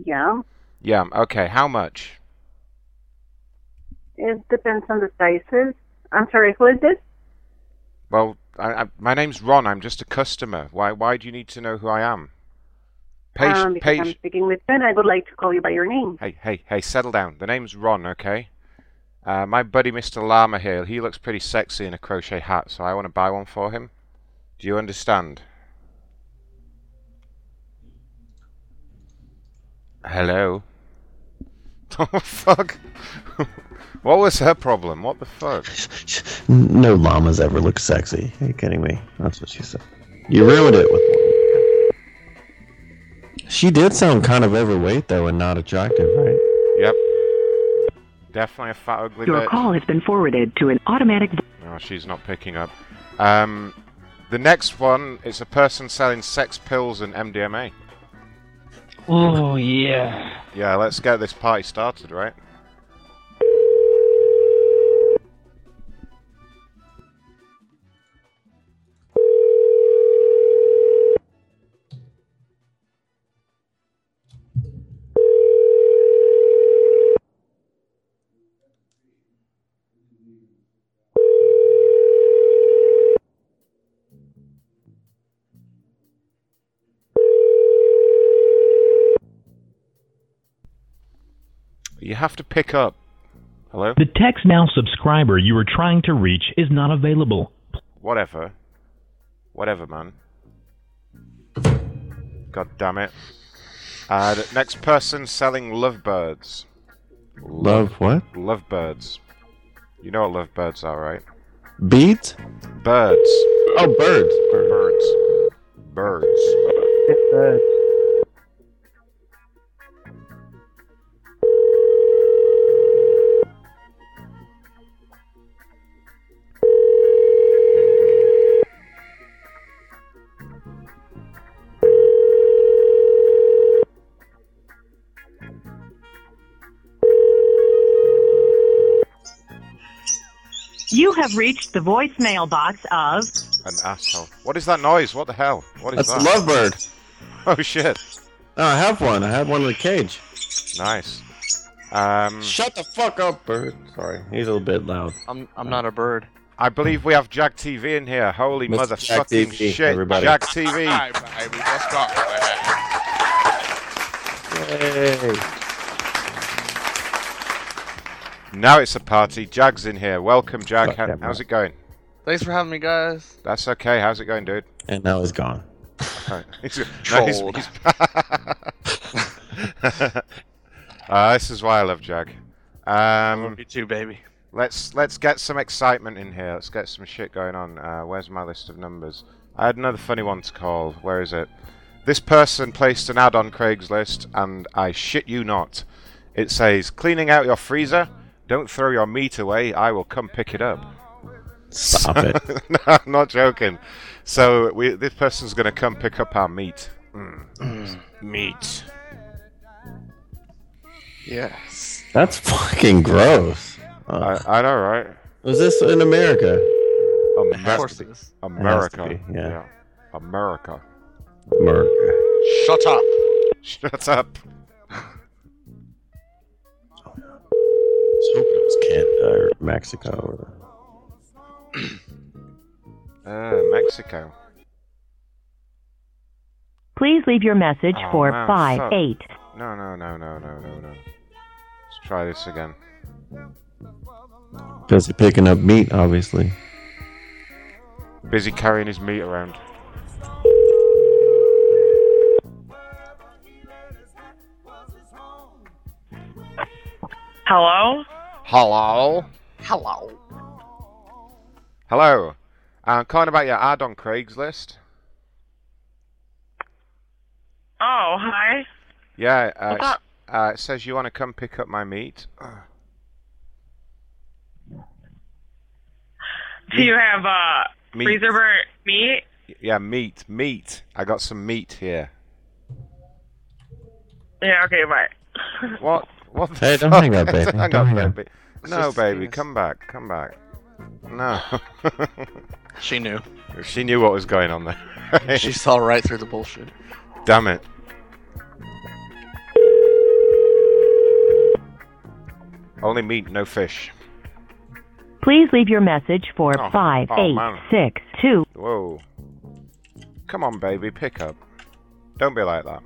Speaker 25: Yeah.
Speaker 14: Yeah. Okay. How much?
Speaker 25: It depends on the sizes. I'm sorry, who is this?
Speaker 14: Well, I, I, my name's Ron. I'm just a customer. Why? Why do you need to know who I am? Patient.
Speaker 25: um, because I'm
Speaker 14: patient.
Speaker 25: speaking with Ben. I would like to call you by your name.
Speaker 14: Hey, hey, hey! Settle down. The name's Ron. Okay. Uh, my buddy Mr. Llama here. He looks pretty sexy in a crochet hat, so I want to buy one for him. Do you understand? Hello. oh, fuck. what was her problem? What the fuck?
Speaker 16: No llamas ever look sexy. Are you kidding me? That's what she said. You ruined it with. She did sound kind of overweight though, and not attractive, right?
Speaker 14: Yep. Definitely a fat, ugly
Speaker 24: Your
Speaker 14: bitch.
Speaker 24: call has been forwarded to an automatic.
Speaker 14: No, she's not picking up. Um, the next one is a person selling sex pills and MDMA.
Speaker 23: Oh yeah.
Speaker 14: Yeah, let's get this party started, right? You have to pick up. Hello?
Speaker 5: The text now subscriber you are trying to reach is not available.
Speaker 14: Whatever. Whatever, man. God damn it. Uh, the next person selling lovebirds.
Speaker 16: Love what?
Speaker 14: Lovebirds. You know what lovebirds are, right?
Speaker 16: Beads?
Speaker 14: Birds.
Speaker 16: Oh, birds.
Speaker 14: Birds. Birds.
Speaker 26: Uh,
Speaker 1: Birds.
Speaker 24: You have reached the voicemail box of.
Speaker 14: An asshole. What is that noise? What the hell? What is
Speaker 16: That's
Speaker 14: that?
Speaker 16: the lovebird.
Speaker 14: Oh shit.
Speaker 16: Oh, I have one. I had one in the cage.
Speaker 14: Nice. Um,
Speaker 16: Shut the fuck up, bird. Sorry, he's a little bit loud.
Speaker 23: I'm I'm not a bird.
Speaker 14: I believe we have Jack TV in here. Holy
Speaker 16: Mr. Jack
Speaker 14: motherfucking
Speaker 16: TV,
Speaker 14: shit.
Speaker 16: everybody.
Speaker 14: Jack TV.
Speaker 2: Hi, baby. What's up?
Speaker 14: Now it's a party. Jag's in here. Welcome, Jag. How, how's it going?
Speaker 23: Thanks for having me, guys.
Speaker 14: That's okay. How's it going, dude?
Speaker 16: And now he's gone.
Speaker 14: He's- no, he's-
Speaker 23: Trolled.
Speaker 14: he's- Uh, this is why I love Jag. Um,
Speaker 23: you too, baby.
Speaker 14: Let's let's get some excitement in here. Let's get some shit going on. Uh, where's my list of numbers? I had another funny one to call. Where is it? This person placed an ad on Craigslist, and I shit you not, it says cleaning out your freezer. Don't throw your meat away. I will come pick it up.
Speaker 16: Stop it.
Speaker 14: no, I'm not joking. So we, this person's gonna come pick up our meat. Mm.
Speaker 23: Meat. Yes.
Speaker 16: That's fucking gross. Uh,
Speaker 14: I know, right?
Speaker 16: Was this in America?
Speaker 14: Amer-
Speaker 16: It
Speaker 14: America.
Speaker 16: has to be, yeah.
Speaker 14: America.
Speaker 16: America.
Speaker 14: Shut up. Shut up.
Speaker 16: was hoping it was Canada or uh, Mexico. Or...
Speaker 14: Uh, Mexico.
Speaker 24: Please leave your message
Speaker 14: Oh,
Speaker 24: for
Speaker 14: man,
Speaker 24: five
Speaker 14: fuck.
Speaker 24: eight.
Speaker 14: No, no, no, no, no, no, no. Let's try this again.
Speaker 16: Because they're picking up meat, obviously.
Speaker 14: Busy carrying his meat around.
Speaker 27: Hello?
Speaker 14: Hello.
Speaker 27: Hello.
Speaker 14: Hello. Uh, I'm calling about your ad on Craigslist.
Speaker 27: Oh, hi.
Speaker 14: Yeah. Uh,
Speaker 27: What's
Speaker 14: it's-
Speaker 27: up?
Speaker 14: uh, it says you want to come pick up my meat.
Speaker 27: Do you have uh
Speaker 14: Meat.
Speaker 27: freezer burnt meat?
Speaker 14: Yeah, meat, meat. I got some meat here.
Speaker 27: Yeah, okay, bye.
Speaker 14: What? What? the
Speaker 16: Hey, don't
Speaker 14: fuck?
Speaker 16: hang up, baby.
Speaker 14: Hang
Speaker 16: Don't
Speaker 14: up,
Speaker 16: hang up.
Speaker 14: baby.
Speaker 23: It's
Speaker 14: No,
Speaker 23: just
Speaker 14: baby,
Speaker 23: penis.
Speaker 14: come back, come back. No.
Speaker 23: She knew.
Speaker 14: she knew what was going on there.
Speaker 23: She saw right through the bullshit.
Speaker 14: Damn it. Only meat, no fish.
Speaker 24: Please leave your message for
Speaker 14: Oh,
Speaker 24: five
Speaker 14: oh,
Speaker 24: eight
Speaker 14: man.
Speaker 24: six two.
Speaker 14: Whoa. Come on, baby, pick up. Don't be like that.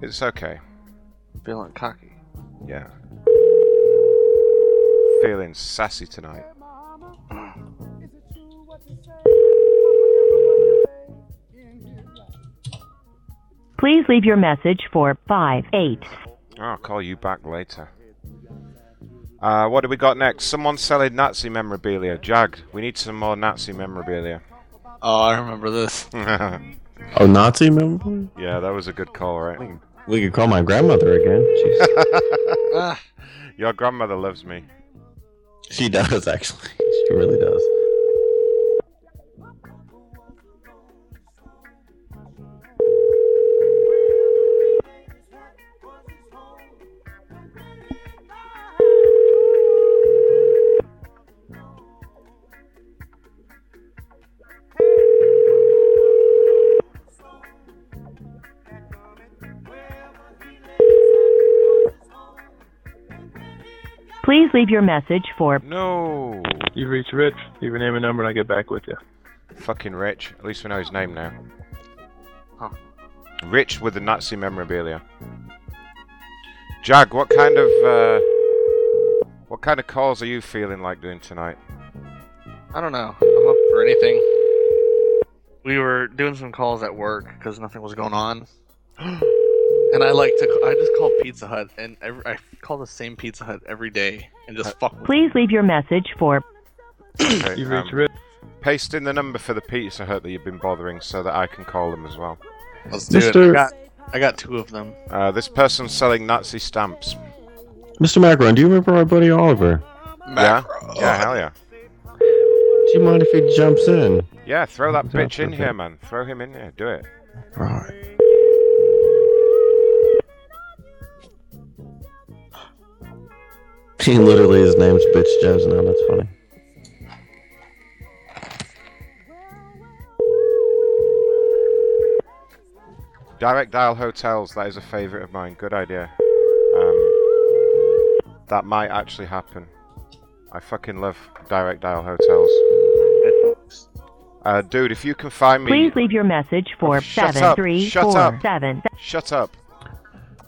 Speaker 14: It's okay.
Speaker 23: Feeling cocky.
Speaker 14: Yeah. Feeling sassy tonight.
Speaker 24: Please leave your message for five eight.
Speaker 14: I'll call you back later. Uh, what do we got next? Someone selling Nazi memorabilia. Jag, we need some more Nazi memorabilia.
Speaker 23: Oh, I remember this.
Speaker 16: Oh, Nazi memorabilia?
Speaker 14: Yeah, that was a good call, right?
Speaker 16: We could call my grandmother again. Jeez.
Speaker 23: Ah.
Speaker 14: Your grandmother loves me.
Speaker 16: she does, actually. She really does.
Speaker 28: Please leave your message for.
Speaker 14: No.
Speaker 7: You reach Rich. Leave your name and number, and I get back with you.
Speaker 14: Fucking Rich. At least we know his name now.
Speaker 23: Huh.
Speaker 14: Rich with the Nazi memorabilia. Jag, what kind of uh, what kind of calls are you feeling like doing tonight?
Speaker 23: I don't know. I'm up for anything. We were doing some calls at work because nothing was going on, and I like to. I just called Pizza Hut, and every, I call the same Pizza Hut every day, and just fuck.
Speaker 28: Please leave your message for.
Speaker 14: Okay,
Speaker 7: You
Speaker 14: um,
Speaker 7: reach Rich.
Speaker 14: paste in the number for the Pizza Hut that you've been bothering, so that I can call them as well.
Speaker 23: Let's do it. I got, I got two of them.
Speaker 14: Uh, this person's selling Nazi stamps.
Speaker 16: Mr. Macaron, do you remember my buddy Oliver?
Speaker 14: Yeah. Yeah. Hell yeah.
Speaker 16: Do you mind if he jumps in?
Speaker 14: Yeah. Throw that
Speaker 16: Is that
Speaker 14: bitch in
Speaker 16: okay?
Speaker 14: here, man. Throw him in here. Do it.
Speaker 16: Right. He literally, his name's Bitch Jones now. That's funny.
Speaker 14: Direct dial hotels. That is a favourite of mine. Good idea. Um, that might actually happen. I fucking love direct dial hotels. Uh, dude, if you can find me.
Speaker 28: Please leave your message for
Speaker 14: Shut
Speaker 28: seven
Speaker 14: up.
Speaker 28: three
Speaker 14: Shut
Speaker 28: four
Speaker 14: up.
Speaker 28: seven.
Speaker 14: Shut up.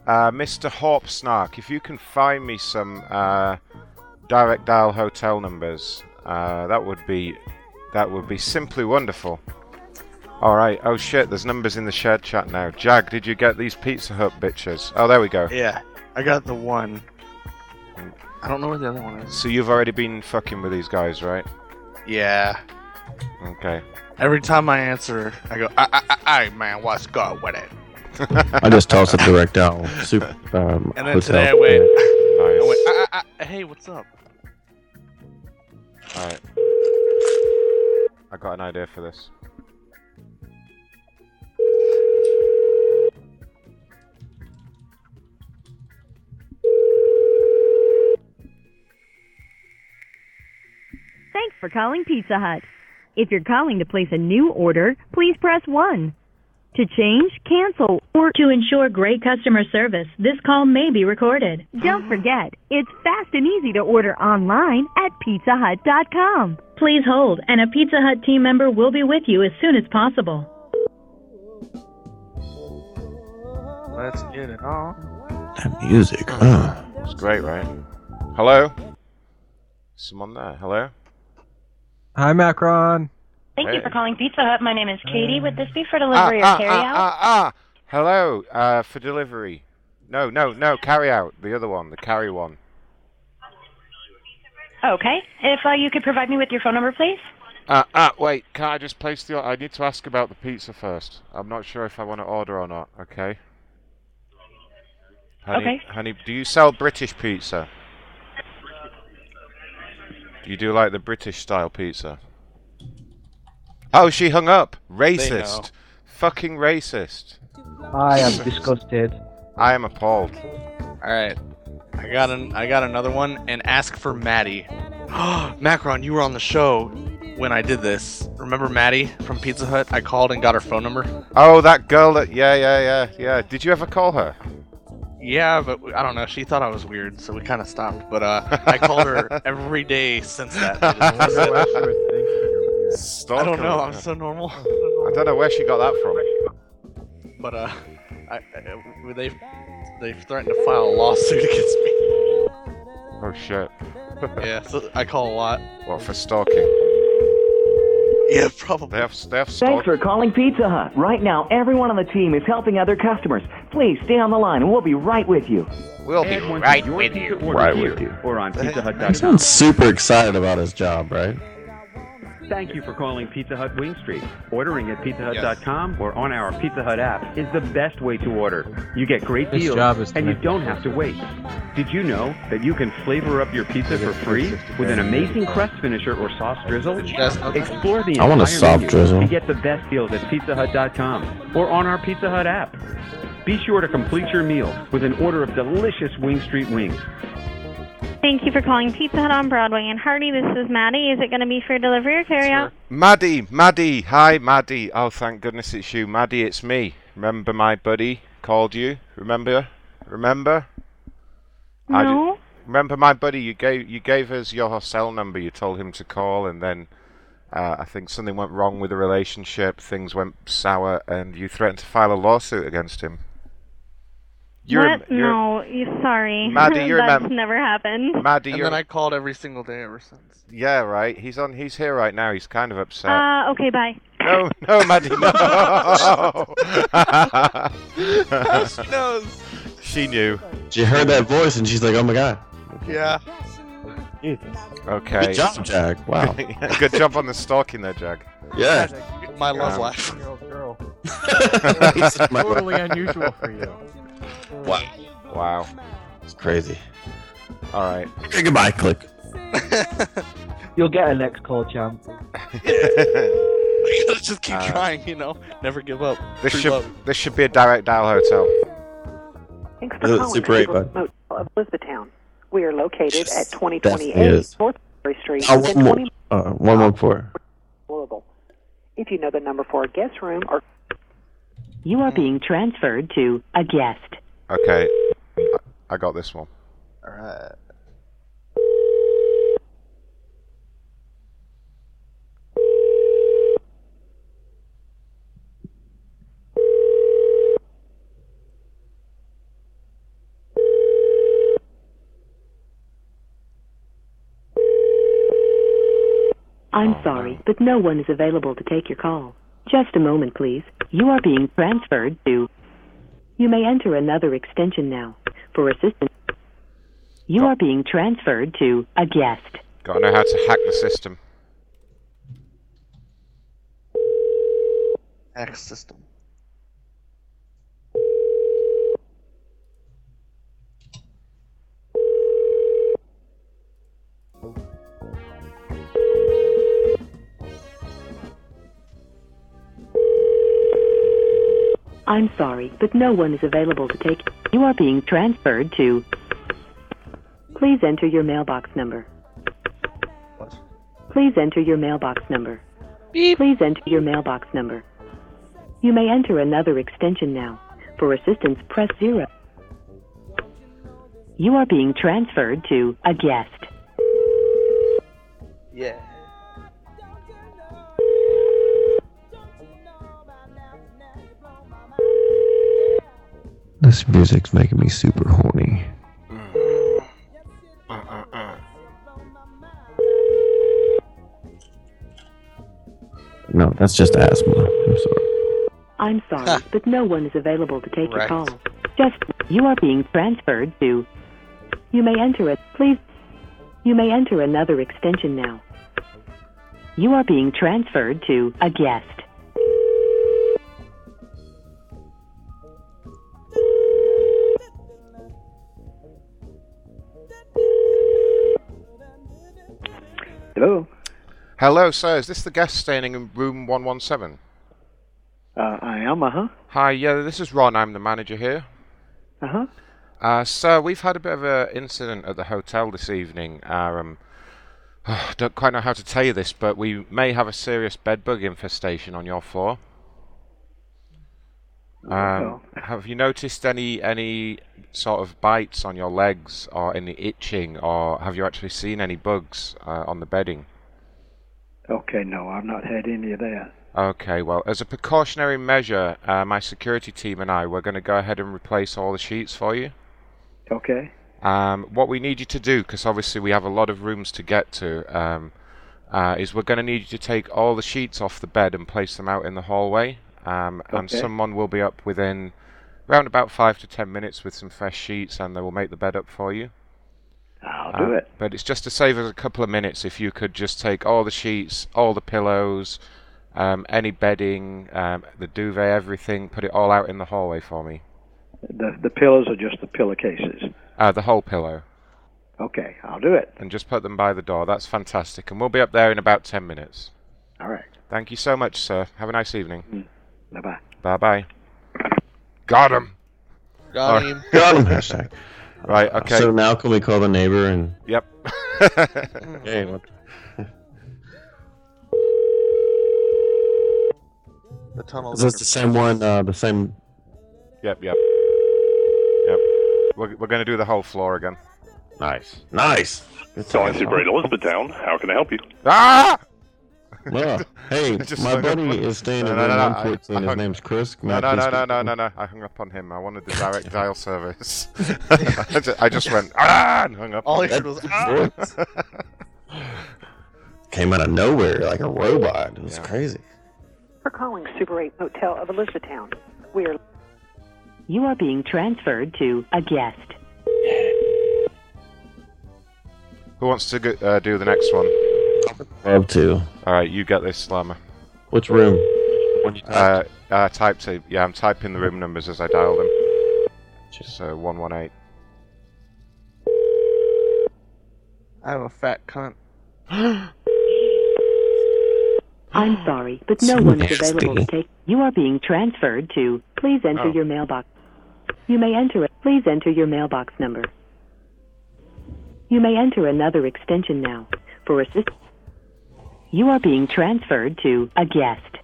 Speaker 14: Uh, Mr. Hawp Snark, if you can find me some uh, direct dial hotel numbers, uh, that would be that would be simply wonderful. All right. Oh shit, there's numbers in the shared chat now. Jag, did you get these Pizza Hut bitches? Oh, there we go.
Speaker 23: Yeah, I got the one. I don't know where the other one is.
Speaker 14: So you've already been fucking with these guys, right?
Speaker 23: Yeah.
Speaker 14: Okay.
Speaker 23: Every time I answer, I go, "I, I, I, I man, what's good with it?"
Speaker 16: I just toss a direct out. Super. Um,
Speaker 23: And then
Speaker 16: hotel.
Speaker 23: today I went, I went,
Speaker 14: Nice.
Speaker 23: "Ah, ah, ah, "Hey, what's up?"
Speaker 14: All right. I got an idea for this.
Speaker 8: Thanks for calling Pizza Hut. If you're calling to place a new order, please press 1. To change, cancel, or to ensure great customer service, this call may be recorded.
Speaker 21: Uh-huh.
Speaker 8: Don't forget, it's fast and easy to order online at pizzahut.com. Please hold, and a Pizza Hut team member will be with you as soon as possible.
Speaker 23: Let's get it on.
Speaker 16: That music. Huh?
Speaker 14: It's great, right? Hello? Someone there? Hello?
Speaker 9: Hi, Macron.
Speaker 26: Thank you
Speaker 14: Hey.
Speaker 26: for calling Pizza Hut. My name is Katie. Would this be for delivery
Speaker 14: ah,
Speaker 26: or carry out?
Speaker 14: ah, ah, ah. Hello, uh, for delivery. No, no, no, carry out. The other one, the carry one. ah.
Speaker 26: Okay. If uh, you could provide me with your phone number, please.
Speaker 14: Uh, uh, wait, can I just place the. I need to ask about the pizza first. I'm not sure if I want to order or not, okay? Honey,
Speaker 26: Okay.
Speaker 14: honey, do you sell British pizza? Do you do like the British style pizza? Oh, she hung up.
Speaker 9: know.
Speaker 14: Racist. Fucking racist.
Speaker 9: I am disgusted.
Speaker 14: I am appalled.
Speaker 23: All right, I got an, I got another one, and ask for Maddie. Macron, you were on the show when I did this. Remember Maddie from Pizza Hut? I called and got her phone number.
Speaker 14: Oh, that girl that. Yeah, yeah, yeah, yeah. Did you ever call her?
Speaker 23: Yeah, but we- I don't know. She thought I was weird, so we kind of stopped. But uh, I called her every day since that. I just wasn't- I don't know. I'm so normal.
Speaker 14: I don't know where she got that from.
Speaker 23: But uh, I, I, they they've threatened to file a lawsuit against me.
Speaker 14: Oh shit.
Speaker 23: yeah, so I call a lot.
Speaker 14: What for stalking?
Speaker 23: Yeah, probably.
Speaker 14: They have, they have
Speaker 29: Thanks
Speaker 14: stock.
Speaker 29: for calling Pizza Hut. Right now, everyone on the team is helping other customers. Please stay on the line, and we'll be right with you.
Speaker 14: We'll
Speaker 29: be
Speaker 14: right with you.
Speaker 29: Right with you.
Speaker 30: Or on
Speaker 16: He
Speaker 30: PizzaHut.com.
Speaker 16: sounds super excited about his job, right?
Speaker 30: Thank you for calling Pizza Hut Wing Street. Ordering at PizzaHut.com or on our Pizza Hut app is the best way to order. You get great
Speaker 19: This
Speaker 30: deals,
Speaker 19: job is to
Speaker 30: and you
Speaker 19: make
Speaker 30: don't have to wait. Did you know that you can flavor up your pizza for free with an amazing crust finisher or sauce drizzle? Explore the
Speaker 16: I want a
Speaker 30: entire
Speaker 16: soft
Speaker 30: menu
Speaker 16: drizzle.
Speaker 30: and get the best deals at PizzaHut.com or on our Pizza Hut app. Be sure to complete your meal with an order of delicious Wing Street wings.
Speaker 1: Thank you for calling Pizza Hut on Broadway and Hardy. This is Maddie. Is it going to be for delivery or carry out?
Speaker 14: Maddie, Maddie, hi, Maddie. Oh, thank goodness it's you, Maddie. It's me. Remember my buddy called you. Remember, remember. I
Speaker 1: No.
Speaker 14: did- remember my buddy. You gave you gave us your cell number. You told him to call, and then uh, I think something went wrong with the relationship. Things went sour, and you threatened to file a lawsuit against him. You rem-
Speaker 1: what?
Speaker 14: you rem-
Speaker 1: no, you sorry.
Speaker 14: Maddie, you
Speaker 1: That's
Speaker 14: remem-
Speaker 1: never happened.
Speaker 14: Maddie,
Speaker 23: And
Speaker 14: you're
Speaker 23: then I called every single day ever since.
Speaker 14: yeah, right. He's on. He's here right now. He's kind of upset.
Speaker 1: Uh, okay, bye.
Speaker 14: No, no, Maddie, no.
Speaker 23: she knows.
Speaker 14: She knew.
Speaker 16: She heard that voice and she's like, "Oh my god."
Speaker 23: Yeah.
Speaker 14: Okay.
Speaker 16: Good job, Jack. Wow.
Speaker 14: Good job on the stalking there, Jack.
Speaker 16: Yeah.
Speaker 23: My love
Speaker 14: Um,
Speaker 23: life.
Speaker 2: Girl.
Speaker 14: It's
Speaker 2: totally unusual for you.
Speaker 16: Wow.
Speaker 14: Wow.
Speaker 16: It's crazy.
Speaker 14: All right.
Speaker 16: Okay, goodbye, click. Uh,
Speaker 19: You'll get a next call, champ.
Speaker 23: Just keep
Speaker 14: Uh,
Speaker 23: trying, you know. Never give up.
Speaker 14: This
Speaker 23: True
Speaker 14: should
Speaker 23: love.
Speaker 14: this should be a direct dial hotel.
Speaker 31: Thanks
Speaker 14: This
Speaker 31: for
Speaker 14: is
Speaker 31: calling
Speaker 14: super eight,
Speaker 31: People's
Speaker 14: bud.
Speaker 31: Motel of Elizabethtown. We are located at
Speaker 16: definitely
Speaker 31: 2028
Speaker 16: is.
Speaker 31: North Murray Street,
Speaker 16: Oh,
Speaker 31: within
Speaker 16: one more.
Speaker 31: 20
Speaker 16: Uh, one more for.
Speaker 31: Louisville. If you know the number for a guest room or
Speaker 24: You are being transferred to a guest.
Speaker 14: Okay. I- I got this one. All right.
Speaker 24: I'm sorry, but no one is available to take your call. Just a moment, please. You are being transferred to. You may enter another extension now. For assistance, you are being transferred to a guest.
Speaker 14: Got to know how to hack the system.
Speaker 23: X system.
Speaker 24: I'm sorry, but no one is available to take. You are being transferred to. Please enter your mailbox number. Please enter your mailbox number. Please enter your mailbox number. You may enter another extension now. For assistance, press zero. You are being transferred to a guest.
Speaker 23: Yeah.
Speaker 16: This music's making me super horny.
Speaker 14: Mm. Uh,
Speaker 16: No, that's just asthma. I'm sorry.
Speaker 24: I'm sorry, but no one is available to take
Speaker 16: Right.
Speaker 24: your call. Just you are being transferred to. You may enter it, please. You may enter another extension now. You are being transferred to a guest.
Speaker 14: Hello. Hello, sir. Is this the guest staying in room one one seven?
Speaker 32: Uh, I am, uh huh.
Speaker 14: Hi. Yeah, this is Ron. I'm the manager here.
Speaker 32: Uh huh.
Speaker 14: Uh, sir, we've had a bit of an incident at the hotel this evening. Uh, um, don't quite know how to tell you this, but we may have a serious bedbug infestation on your floor. Um, have you noticed any any sort of bites on your legs or any itching, or have you actually seen any bugs uh, on the bedding?
Speaker 32: Okay, no, I've not had any of that.
Speaker 14: Okay, well, as a precautionary measure, uh, my security team and I we're going to go ahead and replace all the sheets for you.
Speaker 32: Okay.
Speaker 14: Um, what we need you to do, because obviously we have a lot of rooms to get to, um, uh, is we're going to need you to take all the sheets off the bed and place them out in the hallway. Um, And
Speaker 15: Okay.
Speaker 14: someone will be up within around about five to ten minutes with some fresh sheets, and they will make the bed up for you.
Speaker 15: I'll
Speaker 14: Uh, But it's just to save us a couple of minutes if you could just take all the sheets, all the pillows, um, any bedding, um, the duvet, everything, put it all out in the hallway for me.
Speaker 30: The, the pillows are just the pillowcases.
Speaker 14: Uh, the whole pillow.
Speaker 30: Okay, I'll do it.
Speaker 14: And just put them by the door. That's fantastic. And we'll be up there in about 10 minutes.
Speaker 30: All right. Mm.
Speaker 14: Thank you so much, sir. Have a nice evening.
Speaker 30: Bye bye.
Speaker 14: Bye bye. Got him.
Speaker 23: Got
Speaker 14: Or-
Speaker 23: him.
Speaker 16: Hashtag.
Speaker 14: Right, okay.
Speaker 16: So now can we call the neighbor and.
Speaker 14: Yep.
Speaker 16: Hey, what?
Speaker 23: The tunnel.
Speaker 16: Is this the same one? Uh, the same.
Speaker 14: Yep, yep. Yep. We're, we're going to do the whole floor again.
Speaker 16: Nice. Nice.
Speaker 18: Calling Super 8 Elizabethtown. How can I help you?
Speaker 14: Ah!
Speaker 16: Well, hey,
Speaker 14: Just
Speaker 16: my
Speaker 14: hung up
Speaker 16: buddy
Speaker 14: on-
Speaker 16: is staying
Speaker 14: No,
Speaker 16: in
Speaker 14: no, no, no,
Speaker 16: room
Speaker 14: I-
Speaker 16: 114.
Speaker 14: I
Speaker 16: His
Speaker 14: hung-
Speaker 16: name's Chris. Can
Speaker 14: No,
Speaker 16: I
Speaker 14: no, no,
Speaker 16: please
Speaker 14: no,
Speaker 16: speak
Speaker 14: no,
Speaker 16: to
Speaker 14: no, no. I hung up on him. I wanted the direct dial service. I, ju- I just went, ah, and hung up
Speaker 23: All
Speaker 14: on
Speaker 23: he
Speaker 14: him.
Speaker 23: heard was ah.
Speaker 16: Came out of nowhere like a robot. It was crazy.
Speaker 6: For calling Super 8 Motel of Elizabethtown. We are
Speaker 24: You are being transferred to a guest.
Speaker 14: Who wants to go, uh, do the next one?
Speaker 16: Love to.
Speaker 14: All right, you get this, Slammer.
Speaker 16: Which room?
Speaker 14: Uh, I typed it. Yeah, I'm typing the room numbers as I dial them. So one one eight.
Speaker 23: I am a fat cunt.
Speaker 24: I'm sorry, but no
Speaker 23: So
Speaker 24: one is
Speaker 23: nasty.
Speaker 24: available to take. You are being transferred to. Please enter
Speaker 23: Oh.
Speaker 24: your mailbox. You may enter it. Please enter your mailbox number. You may enter another extension now. For assist. You are being transferred to a guest.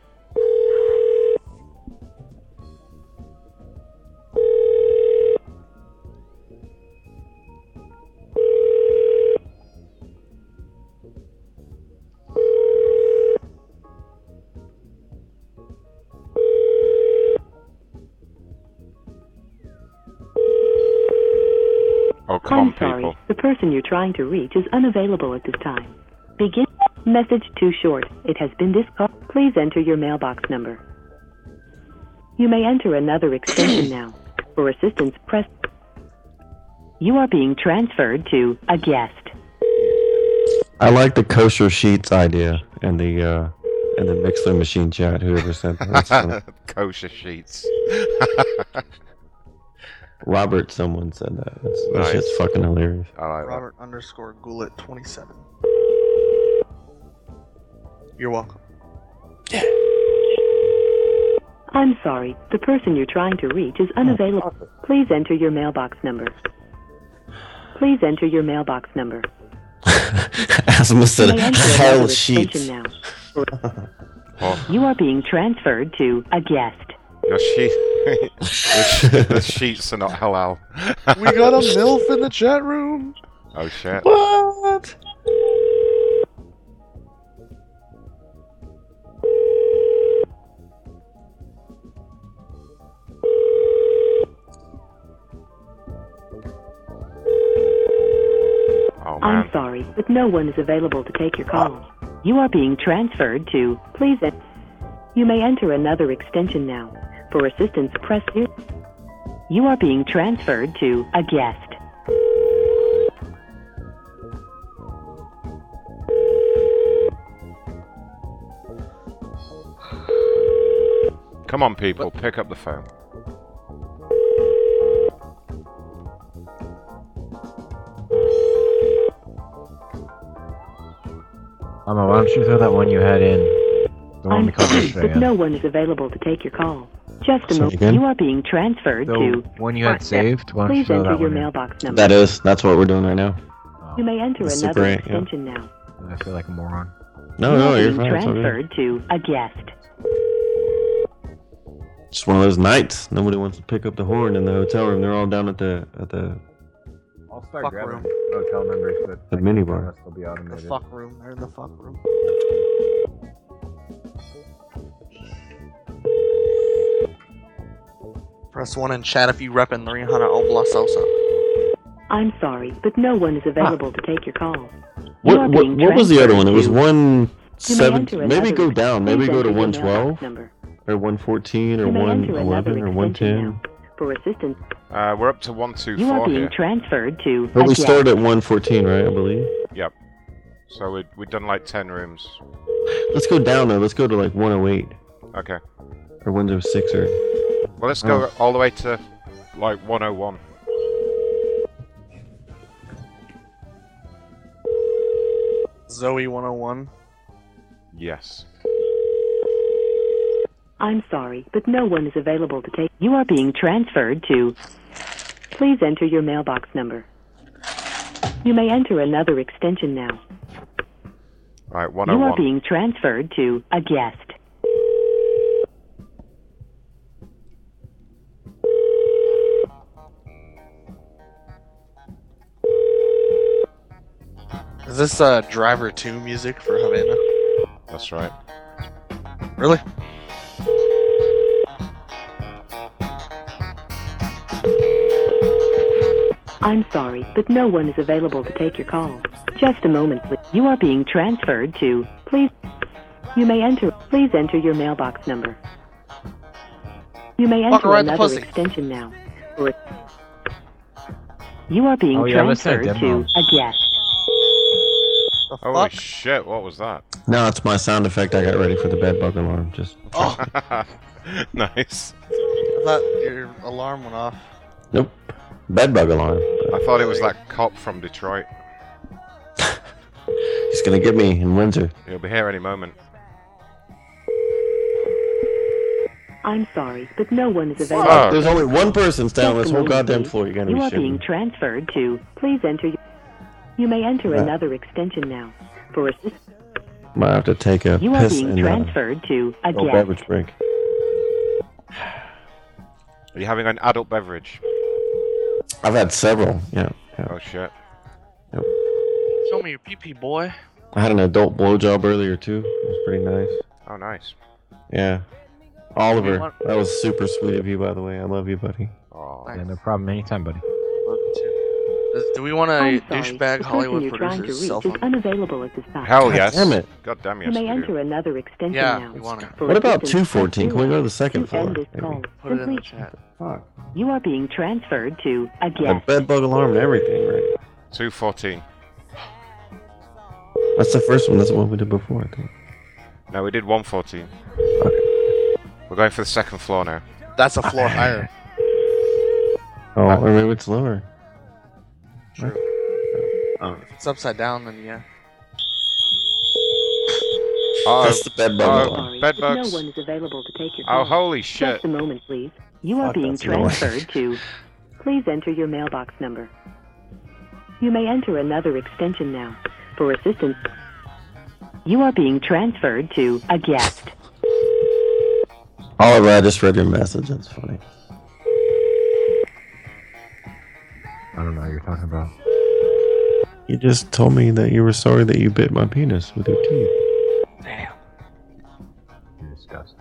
Speaker 14: Oh, come
Speaker 24: I'm sorry,
Speaker 14: on, people.
Speaker 24: the person you're trying to reach is unavailable at this time. Begin message too short. It has been this call. Please enter your mailbox number. You may enter another extension now. For assistance, press. You are being transferred to a guest.
Speaker 16: I like the kosher sheets idea and the uh, and the Mixler machine chat. Whoever sent that. That's funny.
Speaker 14: Kosher sheets.
Speaker 16: Robert, someone said that. That's, that
Speaker 14: Nice.
Speaker 16: shit's fucking hilarious.
Speaker 14: I like that.
Speaker 23: Robert underscore Gulet twenty seven. You're welcome.
Speaker 24: I'm sorry, the person you're trying to reach is unavailable. Please enter your mailbox number. Please enter your mailbox number.
Speaker 16: Asma
Speaker 24: You
Speaker 16: said
Speaker 24: may enter
Speaker 16: hell
Speaker 24: another
Speaker 16: sheets.
Speaker 24: extension now.
Speaker 14: Oh,
Speaker 24: You are being transferred to a guest.
Speaker 14: your sheet. the, sh- the sheets are not halal.
Speaker 23: We got a MILF in the chat room.
Speaker 14: Oh shit.
Speaker 23: What?
Speaker 14: Oh
Speaker 24: I'm
Speaker 14: man.
Speaker 24: sorry, but no one is available to take your call. You are being transferred to. Please. En- you may enter another extension now. For assistance, press zero. You are being transferred to a guest.
Speaker 14: Come on, people, pick up the phone.
Speaker 19: Emma, why don't you throw that one you had in? The one we called yesterday.
Speaker 24: But no one is available to take your call. Just a
Speaker 19: Say
Speaker 24: moment.
Speaker 19: again?
Speaker 24: You are being transferred
Speaker 19: The
Speaker 24: to.
Speaker 19: one you had saved? Why don't you
Speaker 24: Please
Speaker 19: throw
Speaker 24: enter
Speaker 19: that
Speaker 24: your
Speaker 19: one in?
Speaker 24: mailbox number.
Speaker 16: That is. That's what we're doing right now.
Speaker 24: You may enter
Speaker 16: That's
Speaker 24: another
Speaker 16: super eight, yeah.
Speaker 24: extension now.
Speaker 19: I feel like a moron.
Speaker 16: No,
Speaker 24: you
Speaker 16: no,
Speaker 24: are
Speaker 16: you're
Speaker 24: being
Speaker 16: fine. It's all good.
Speaker 24: transferred to a guest.
Speaker 16: Just one of those nights. Nobody wants to pick up the horn in the hotel room. They're all down at the at the,
Speaker 19: I'll start grabbing hotel numbers, but
Speaker 16: the mini bar.
Speaker 19: will be
Speaker 23: The
Speaker 19: automated.
Speaker 23: fuck room. They're in the fuck room. Press one in chat if you reppin' Rihanna Oblasosa.
Speaker 24: I'm sorry, but no one is available to take your call. You are
Speaker 16: What, what,
Speaker 24: being
Speaker 16: what was the other
Speaker 24: transferred
Speaker 16: one? It was
Speaker 24: to-
Speaker 16: one seven.
Speaker 24: enter
Speaker 16: Maybe
Speaker 24: another
Speaker 16: go down. Maybe
Speaker 24: extension
Speaker 16: go to
Speaker 24: email
Speaker 16: one twelve
Speaker 24: number.
Speaker 16: or one fourteen or
Speaker 24: You may enter
Speaker 16: one
Speaker 24: another
Speaker 16: eleven or one ten.
Speaker 24: For assistance,
Speaker 14: Uh, we're up to one two
Speaker 24: you are
Speaker 14: four
Speaker 24: being
Speaker 14: here.
Speaker 24: transferred to.
Speaker 16: But we
Speaker 24: again.
Speaker 16: started at one fourteen, right? I believe.
Speaker 14: Yep. So we we've done like ten rooms.
Speaker 16: Let's go down though. Let's go to like one oh eight
Speaker 14: Okay.
Speaker 16: or one oh six or.
Speaker 14: Well, let's go
Speaker 16: Oh.
Speaker 14: all the way to like 101.
Speaker 23: Zoe 101.
Speaker 14: Yes.
Speaker 24: I'm sorry, but no one is available to take. You are being transferred to. Please enter your mailbox number. You may enter another extension now.
Speaker 14: Right,
Speaker 24: You are
Speaker 14: 101.
Speaker 24: being transferred to a guest.
Speaker 23: Is this uh, Driver 2 music for Havana?
Speaker 14: That's right.
Speaker 23: Really?
Speaker 24: I'm sorry, but no one is available to take your call. Just a moment, please. You are being transferred to. Please. You may enter. Please enter your mailbox number. You may
Speaker 23: Fuck
Speaker 24: enter
Speaker 23: around the
Speaker 24: another
Speaker 23: pussy.
Speaker 24: extension now. Or- You are being
Speaker 14: Oh, yeah, let's say
Speaker 24: transferred to
Speaker 14: demos.
Speaker 24: a guest.
Speaker 14: Holy shit, what was that?
Speaker 16: No, it's my sound effect. I got ready for the bed bug alarm. Just
Speaker 23: Oh,
Speaker 14: nice.
Speaker 23: I thought your alarm went off.
Speaker 16: nope. Bed bug alarm.
Speaker 14: I thought it was that cop from Detroit.
Speaker 16: He's gonna get me in Windsor.
Speaker 14: He'll be here any moment.
Speaker 24: I'm sorry, but no one is available.
Speaker 16: Fuck, There's only one person standing on this
Speaker 24: Just a
Speaker 16: whole
Speaker 24: moment,
Speaker 16: goddamn
Speaker 24: please.
Speaker 16: floor. You're gonna
Speaker 24: You
Speaker 16: be
Speaker 24: are being
Speaker 16: shitting.
Speaker 24: transferred to. Please enter. your- You may enter
Speaker 16: Yeah.
Speaker 24: another extension now. For assistance.
Speaker 16: Might have to take a
Speaker 24: You are
Speaker 16: piss
Speaker 24: being
Speaker 16: and uh,
Speaker 24: transferred to
Speaker 14: Oh,
Speaker 24: a
Speaker 16: little
Speaker 24: guest.
Speaker 16: beverage break.
Speaker 14: Are you having an adult beverage?
Speaker 16: I've had several. Yeah.
Speaker 14: Oh shit.
Speaker 23: Show me your pee pee, boy.
Speaker 16: I had an adult blowjob earlier too. It was pretty nice.
Speaker 14: Oh nice.
Speaker 16: Yeah. Oliver, that was super sweet of you, by the way. I love you, buddy.
Speaker 14: Oh,
Speaker 19: Yeah, no problem. Anytime, buddy.
Speaker 23: Does- Do we want
Speaker 24: I'm
Speaker 23: a
Speaker 24: sorry.
Speaker 23: douchebag
Speaker 24: the
Speaker 23: Hollywood
Speaker 24: person you're trying to
Speaker 23: producer's
Speaker 24: reach
Speaker 23: cell
Speaker 24: is
Speaker 23: phone?
Speaker 24: unavailable at this time.
Speaker 14: Hell yes.
Speaker 16: damn it.
Speaker 14: God damn
Speaker 24: You
Speaker 14: yes.
Speaker 24: may
Speaker 14: we do.
Speaker 24: enter another extension
Speaker 23: Yeah,
Speaker 24: now.
Speaker 23: we want it.
Speaker 24: For
Speaker 16: What about
Speaker 24: assistance,
Speaker 16: 214? Can we go to the second
Speaker 24: press
Speaker 16: floor?
Speaker 24: zero to end this call.
Speaker 23: Put it in the
Speaker 24: Simply-
Speaker 23: chat.
Speaker 24: You are being transferred to a
Speaker 16: The
Speaker 24: guest.
Speaker 16: bed bug alarm and everything, right?
Speaker 14: 214.
Speaker 16: That's the first one. That's the one we did before, I think.
Speaker 14: No, we did 114. We're going for the second floor now.
Speaker 23: That's a floor higher.
Speaker 16: Oh, or maybe it's lower.
Speaker 23: If it's upside down, then yeah.
Speaker 14: Oh,
Speaker 16: That's the bed bug
Speaker 14: oh,
Speaker 16: alarm.
Speaker 14: bed
Speaker 24: But
Speaker 14: bugs.
Speaker 24: No one is available to take your call.
Speaker 14: Oh, holy
Speaker 24: Just
Speaker 14: shit.
Speaker 24: a moment, please. You are
Speaker 16: Fuck,
Speaker 24: being
Speaker 16: that's annoying.
Speaker 24: transferred to. Please enter your mailbox number. You may enter another extension now. For assistance, you are being transferred to a guest.
Speaker 16: Oliver, I just read your message. That's funny.
Speaker 19: I don't know what you're talking about.
Speaker 16: You just told me that you were sorry that you bit my penis with your teeth.
Speaker 19: You're disgusting.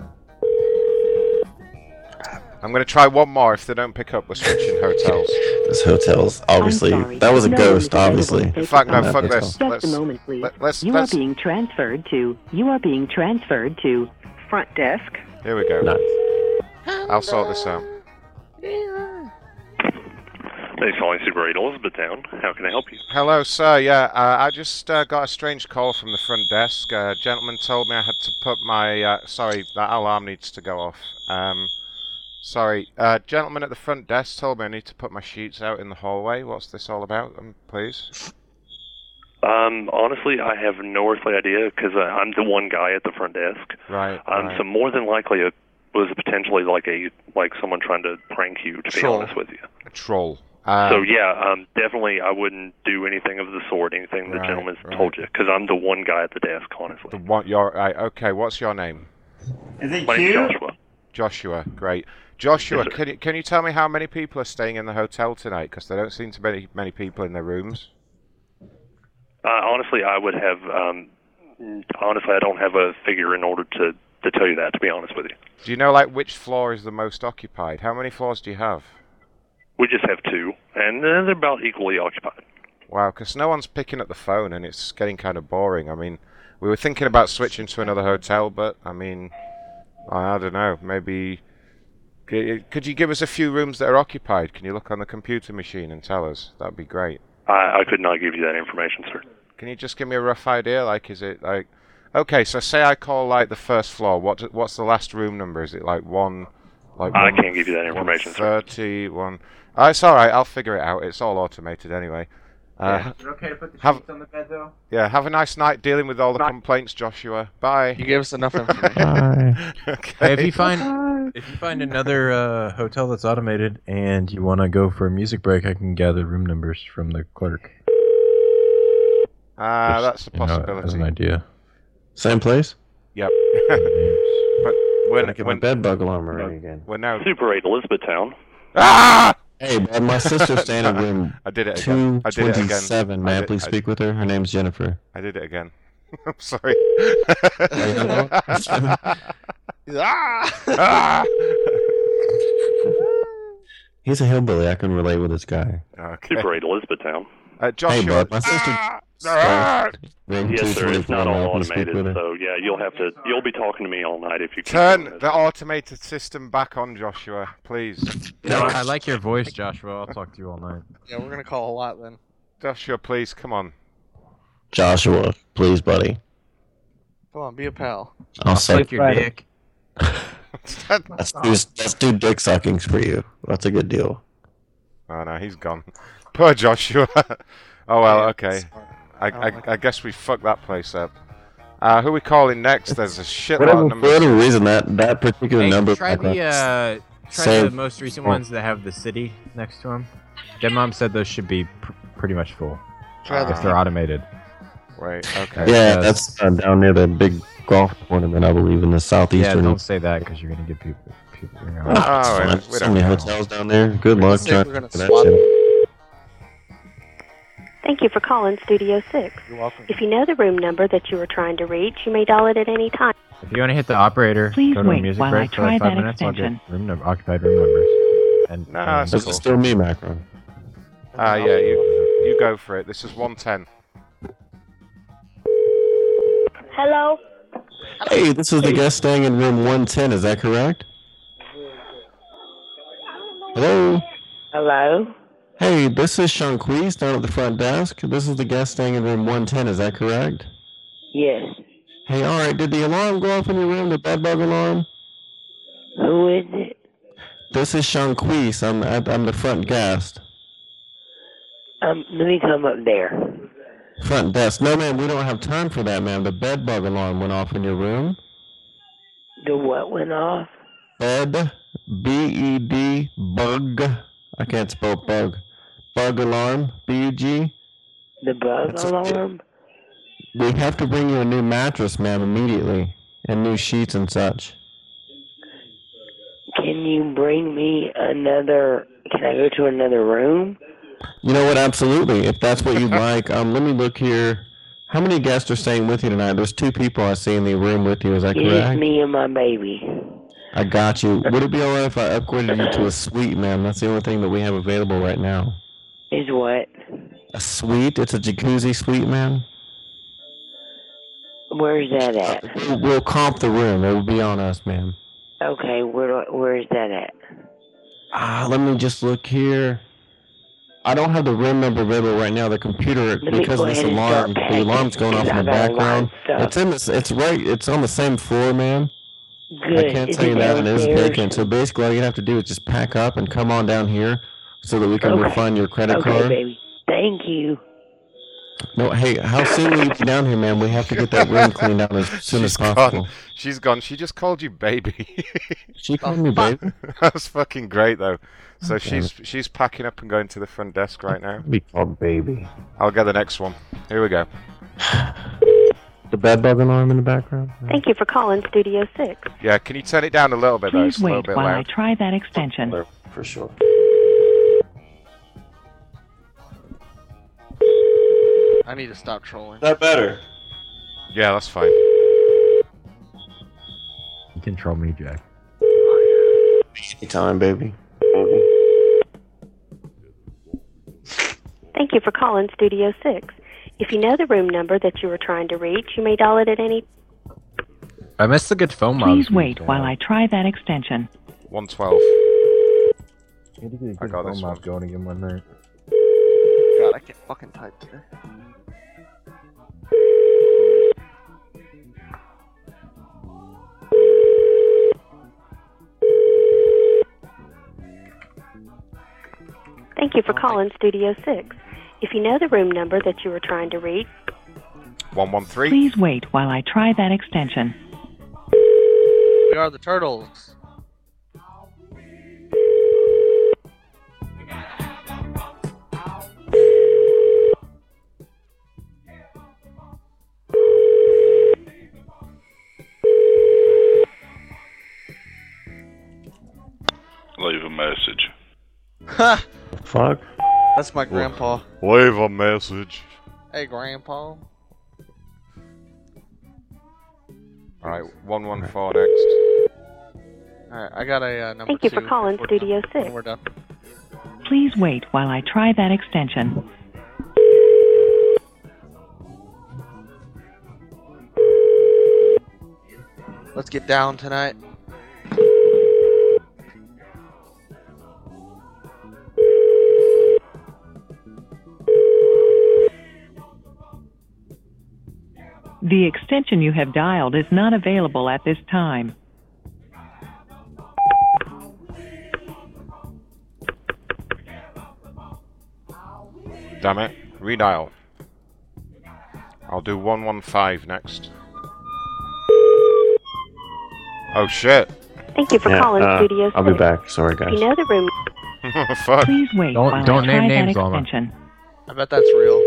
Speaker 14: I'm going to try one more. If they don't pick up, we're switching hotels.
Speaker 16: This hotel's obviously
Speaker 24: I'm sorry.
Speaker 16: that was a
Speaker 24: No
Speaker 16: ghost,
Speaker 24: one is available
Speaker 16: obviously.
Speaker 24: to take
Speaker 14: Fuck
Speaker 24: your
Speaker 14: no,
Speaker 24: call.
Speaker 14: Oh, fuck
Speaker 16: That's
Speaker 14: this.
Speaker 24: Just
Speaker 14: Let's,
Speaker 24: a moment, please.
Speaker 14: let- let's,
Speaker 24: you
Speaker 14: let's,
Speaker 24: are being transferred to. You are being transferred to front desk.
Speaker 14: here we go.
Speaker 16: Nice.
Speaker 14: I'll sort this out.
Speaker 18: Hey, calling Super 8 Elizabethtown. How can I help you?
Speaker 14: Hello, sir. Yeah, uh, I just uh, got a strange call from the front desk. A gentleman told me I had to put my. Uh, sorry, that alarm needs to go off. Um, sorry. Uh, gentleman at the front desk told me I need to put my sheets out in the hallway. What's this all about, um, please?
Speaker 18: Um, honestly, I have no earthly idea because uh, I'm the one guy at the front desk.
Speaker 14: Right.
Speaker 18: Um,
Speaker 14: right.
Speaker 18: so more than likely, it was potentially like a like someone trying to prank you. To be
Speaker 14: Sure.
Speaker 18: honest with you.
Speaker 14: A troll. Um,
Speaker 18: so yeah, um, definitely, I wouldn't do anything of the sort. Anything the
Speaker 14: Right,
Speaker 18: gentleman's
Speaker 14: right.
Speaker 18: told you because I'm the one guy at the desk. Honestly.
Speaker 14: The one, your, right, okay, what's your name?
Speaker 30: Is it
Speaker 18: My name's
Speaker 30: cute?
Speaker 18: Joshua.
Speaker 14: Joshua. Great. Joshua,
Speaker 18: Yes, sir.
Speaker 14: can you, can you tell me how many people are staying in the hotel tonight? Because there don't seem to be many, many people in their rooms.
Speaker 18: Uh, honestly, I would have. Um, honestly, I don't have a figure in order to to tell you that. To be honest with you,
Speaker 14: Do you know like which floor is the most occupied? How many floors do you have?
Speaker 18: we just have two, and uh, they're about equally occupied.
Speaker 14: Wow, because no one's picking up the phone and it's getting kind of boring. I mean, we were thinking about switching to another hotel, but I mean, I, I don't know. Maybe. c- Could you give us a few rooms that are occupied? Can you look on the computer machine and tell us? That'd be great.
Speaker 18: I, I could not give you that information, sir.
Speaker 14: Can you just give me a rough idea? Like, is it like. Okay, so say I call like the first floor. What do- what's the last room number? Is it like one? Like
Speaker 18: I
Speaker 14: one-
Speaker 18: can't give you that information, sir.
Speaker 14: 31. Uh, it's all right. I'll figure it out. It's all automated anyway. Uh,
Speaker 5: Is it okay to put the
Speaker 14: have-
Speaker 5: sheets on the bed, though?
Speaker 14: yeah, have a nice night dealing with all the complaints, Joshua. Bye. You
Speaker 23: gave us enough
Speaker 14: information.
Speaker 19: Hey,
Speaker 14: okay.
Speaker 19: if you find if you find another uh, hotel that's automated and you want to go for a music break, I can gather room numbers from the clerk.
Speaker 14: Ah, that's a
Speaker 19: You know, as
Speaker 14: possibility.
Speaker 19: an idea.
Speaker 16: Same place?
Speaker 14: Yep. but when,
Speaker 16: Gotta get my
Speaker 14: when,
Speaker 16: bed bug alarm ready again.
Speaker 14: when now.
Speaker 18: Super 8 Elizabethtown.
Speaker 16: Hey, man, my sister's staying in room
Speaker 14: I did it again. I did it again.
Speaker 16: 227. May
Speaker 14: I
Speaker 16: I
Speaker 14: did-
Speaker 16: please
Speaker 14: I-
Speaker 16: speak with her? Her name's Jennifer.
Speaker 14: I did it again. I'm sorry. Ah!
Speaker 16: He's a hillbilly. I can relate with this guy.
Speaker 18: Super 8 Elizabethtown.
Speaker 14: Uh,
Speaker 16: Hey,
Speaker 14: Joshua.
Speaker 16: bud, my sister. Ring
Speaker 18: Yes, sir. It's
Speaker 16: 224,
Speaker 18: not all
Speaker 16: may I please speak
Speaker 18: automated,
Speaker 16: with her?
Speaker 18: so yeah, you'll have to. You'll be talking to me all night if you keep doing
Speaker 14: Turn
Speaker 18: this.
Speaker 14: the automated system back on, Joshua, please.
Speaker 19: No, I like your voice, Joshua. I'll talk to you all night.
Speaker 23: Yeah, we're gonna call a lot then.
Speaker 14: Joshua, please, come on.
Speaker 16: Joshua, please, buddy.
Speaker 23: Come on, be a pal.
Speaker 16: I'll, suck
Speaker 19: dick.
Speaker 16: Let's do, let's do dick suckings for you. That's a good deal.
Speaker 14: Oh no, he's gone. Poor Joshua. oh well, okay. I,
Speaker 23: don't
Speaker 14: I,
Speaker 23: like
Speaker 14: I guess we fucked that place up. Uh, who we calling next? There's a shitload
Speaker 16: Whatever,
Speaker 14: of
Speaker 16: for
Speaker 14: numbers.
Speaker 16: whatever reason, that, that particular
Speaker 19: Hey,
Speaker 16: number.
Speaker 19: try the uh, try the
Speaker 16: Save-
Speaker 19: most recent
Speaker 16: Oh.
Speaker 19: ones that have the city next to them. Dead mom said those should be pr- pretty much full
Speaker 23: Try the-
Speaker 19: if they're automated.
Speaker 14: Right. Okay.
Speaker 16: yeah,
Speaker 19: Uh,
Speaker 16: that's uh, down near the big golf tournament, I believe, in the
Speaker 19: yeah.
Speaker 16: southeastern.
Speaker 19: Don't say that because you're gonna get people. people you know.
Speaker 16: Oh, it's
Speaker 14: wait,
Speaker 16: fine.
Speaker 14: we
Speaker 16: so
Speaker 14: don't
Speaker 16: many
Speaker 14: know.
Speaker 16: hotels down there. Good luck
Speaker 23: think we're
Speaker 16: trying
Speaker 23: gonna
Speaker 16: to that
Speaker 23: swap.
Speaker 16: shit.
Speaker 15: Thank you for calling Studio 6.
Speaker 23: You're welcome.
Speaker 15: If you know the room number that you were trying to reach, you may dial it at any time.
Speaker 19: If you want to hit the operator,
Speaker 15: Please
Speaker 19: go to
Speaker 15: wait
Speaker 19: a music
Speaker 15: while I
Speaker 19: break for like
Speaker 15: try
Speaker 19: five
Speaker 15: that
Speaker 19: minutes. I'll get
Speaker 15: extension.
Speaker 19: room num- occupied room numbers. And
Speaker 14: No,
Speaker 19: and-
Speaker 14: it's
Speaker 16: This
Speaker 14: cool.
Speaker 16: is still me, Macron.
Speaker 14: Ah, yeah, you you go for it. This is 110.
Speaker 15: Hello?
Speaker 16: Hey, this is the guest staying in room 110. Is that correct? Hello.
Speaker 20: Hello.
Speaker 16: Hey, this is Shanquise down at the front desk. This is the guest staying in room 110. Is that correct?
Speaker 20: Yes.
Speaker 16: Hey, all right. Did the alarm go off in your room? The bed bug alarm?
Speaker 20: Who is it?
Speaker 16: This is Shanquise. I'm I, I'm the front guest.
Speaker 20: Um, let me come up there.
Speaker 16: Front desk. No, ma'am. We don't have time for that, ma'am. The bed bug alarm went off in your room.
Speaker 20: The what went off?
Speaker 16: Bed, B E D, bug. I can't spell bug. Bug alarm, B U G.
Speaker 20: The bug
Speaker 16: That's-
Speaker 20: alarm?
Speaker 16: We have to bring you a new mattress, ma'am, immediately, and new sheets and such.
Speaker 20: Can you bring me another? Can I go to another room?
Speaker 16: You know what? Absolutely. If that's what you'd like, um, let me look here. How many guests are staying with you tonight? There's two people I see in the room with you. Is that
Speaker 20: It is
Speaker 16: correct?
Speaker 20: me and my baby.
Speaker 16: I got you. Would it be all right if I upgraded you to a suite, ma'am? That's the only thing that we have available right now.
Speaker 20: Is what?
Speaker 16: A suite? It's a jacuzzi suite, ma'am.
Speaker 20: Where's that at?
Speaker 16: We'll, we'll comp the room. It will be on us, ma'am.
Speaker 20: Okay, where do- where is that at?
Speaker 16: Ah, let me just look here. I don't have the room number available right now. The computer,
Speaker 20: Let me
Speaker 16: because
Speaker 20: go
Speaker 16: of this
Speaker 20: ahead and start
Speaker 16: alarm, the alarm's going off in the
Speaker 20: packing, 'cause I got a lot
Speaker 16: background.
Speaker 20: of stuff.
Speaker 16: It's in this. It's right. It's on the same floor, ma'am.
Speaker 20: Good.
Speaker 16: I can't
Speaker 20: Is
Speaker 16: tell you
Speaker 20: it
Speaker 16: that it is
Speaker 20: downstairs?
Speaker 16: vacant. So basically, all you have to do is just pack up and come on down here, so that we can
Speaker 20: Okay.
Speaker 16: refund your credit
Speaker 20: okay,
Speaker 16: card.
Speaker 20: baby. Thank you.
Speaker 16: No, hey, how soon will you be down here, ma'am? We have to get that room cleaned out as soon as possible.
Speaker 14: Gone. She's gone. She just called you baby.
Speaker 16: She
Speaker 33: Oh,
Speaker 16: called me baby.
Speaker 14: That's fucking great though. So
Speaker 16: Okay.
Speaker 14: she's she's packing up and going to the front desk right now.
Speaker 16: Be called baby.
Speaker 14: I'll get the next one. Here we go.
Speaker 16: The bed bug alarm in the background.
Speaker 23: Mm-hmm.
Speaker 15: Thank you for calling Studio 6.
Speaker 14: Yeah, can you turn it down a little bit though?
Speaker 15: Please
Speaker 14: It's a little
Speaker 15: wait
Speaker 14: bit
Speaker 15: while I
Speaker 14: loud.
Speaker 15: try that extension.
Speaker 16: For sure.
Speaker 23: I need to stop trolling.
Speaker 16: that better?
Speaker 14: Yeah, that's fine.
Speaker 19: You control me, Jack.
Speaker 16: Anytime, baby.
Speaker 15: Thank
Speaker 33: Thank you for calling Studio 6. If you know the room number that you were trying to reach, you may dial it at any
Speaker 19: I missed the good phone mom.
Speaker 29: Please wait while I try that extension.
Speaker 14: 112.
Speaker 19: I got this one. going again one night.
Speaker 23: God, I can't fucking type today.
Speaker 33: Thank you for calling Studio 6. If you know the room number that you were trying to reach,
Speaker 14: 113.
Speaker 29: Please wait while I try that extension.
Speaker 23: We are the turtles.
Speaker 2: Leave a message.
Speaker 23: Ha!
Speaker 19: Fuck.
Speaker 23: That's my grandpa.
Speaker 2: Leave a message.
Speaker 23: Hey, grandpa.
Speaker 14: Alright, 114 next.
Speaker 23: Alright, I got a uh, number
Speaker 33: thank you for
Speaker 23: two
Speaker 33: calling
Speaker 23: before-
Speaker 33: Studio
Speaker 23: when
Speaker 33: 6.
Speaker 23: We're done.
Speaker 29: Please wait while I try that extension.
Speaker 23: Let's get down tonight.
Speaker 29: The extension you have dialed is not available at this time.
Speaker 14: Damn it. Redial. I'll do 115 next. Oh shit.
Speaker 33: Thank you for
Speaker 14: Yeah,
Speaker 33: calling
Speaker 14: uh,
Speaker 33: Studio 6.
Speaker 16: I'll be back. Sorry,
Speaker 33: If
Speaker 16: guys.
Speaker 33: you know the room
Speaker 14: Fuck.
Speaker 29: Please wait
Speaker 16: Don't-
Speaker 29: while
Speaker 16: don't
Speaker 29: I
Speaker 16: name
Speaker 29: try
Speaker 16: names,
Speaker 29: that
Speaker 16: Alma.
Speaker 29: extension.
Speaker 23: I bet that's real.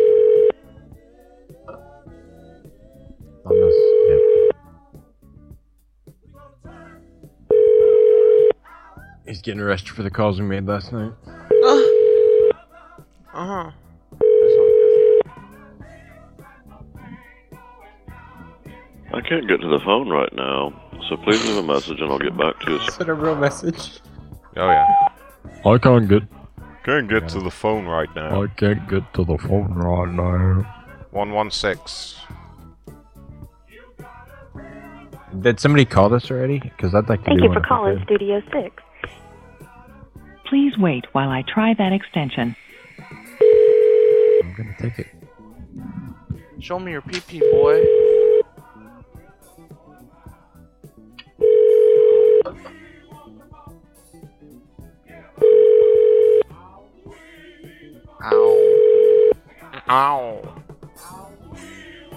Speaker 19: He's getting arrested for the calls we made last night.
Speaker 23: Uh huh.
Speaker 2: I can't get to the phone right now, so please leave a message and I'll get back to you.
Speaker 19: Is that a real message?
Speaker 14: Oh yeah.
Speaker 19: I can't get.
Speaker 14: Can't get to the phone right now.
Speaker 19: I can't get to the phone right now.
Speaker 14: 116.
Speaker 19: Did somebody call us already? Because I'd like to.
Speaker 33: Thank
Speaker 19: do
Speaker 33: you
Speaker 19: one
Speaker 33: for
Speaker 19: if I
Speaker 33: calling
Speaker 19: could.
Speaker 33: Studio 6.
Speaker 29: Please wait while I try that extension.
Speaker 19: I'm gonna take it.
Speaker 23: Show me your pee pee, boy. Ow. Ow.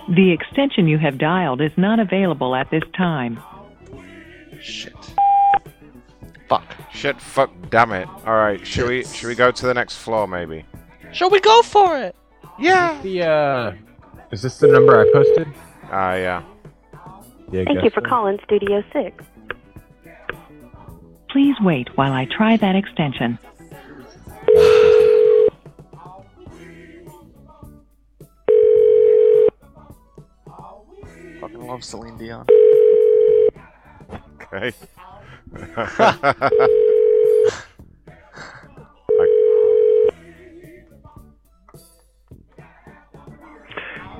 Speaker 29: The extension you have dialed is not available at this time.
Speaker 23: Shit.
Speaker 14: Fuck. Shit, fuck, damn it. Alright, should we should we go to the next floor maybe?
Speaker 23: Shall we go for it? Yeah.
Speaker 19: The uh. Is this the number I posted?
Speaker 14: Ah, yeah.
Speaker 19: Yeah.
Speaker 33: Thank you for calling Studio 6.
Speaker 29: Please wait while I try that extension.
Speaker 23: Fucking love Celine Dion.
Speaker 14: Okay. I-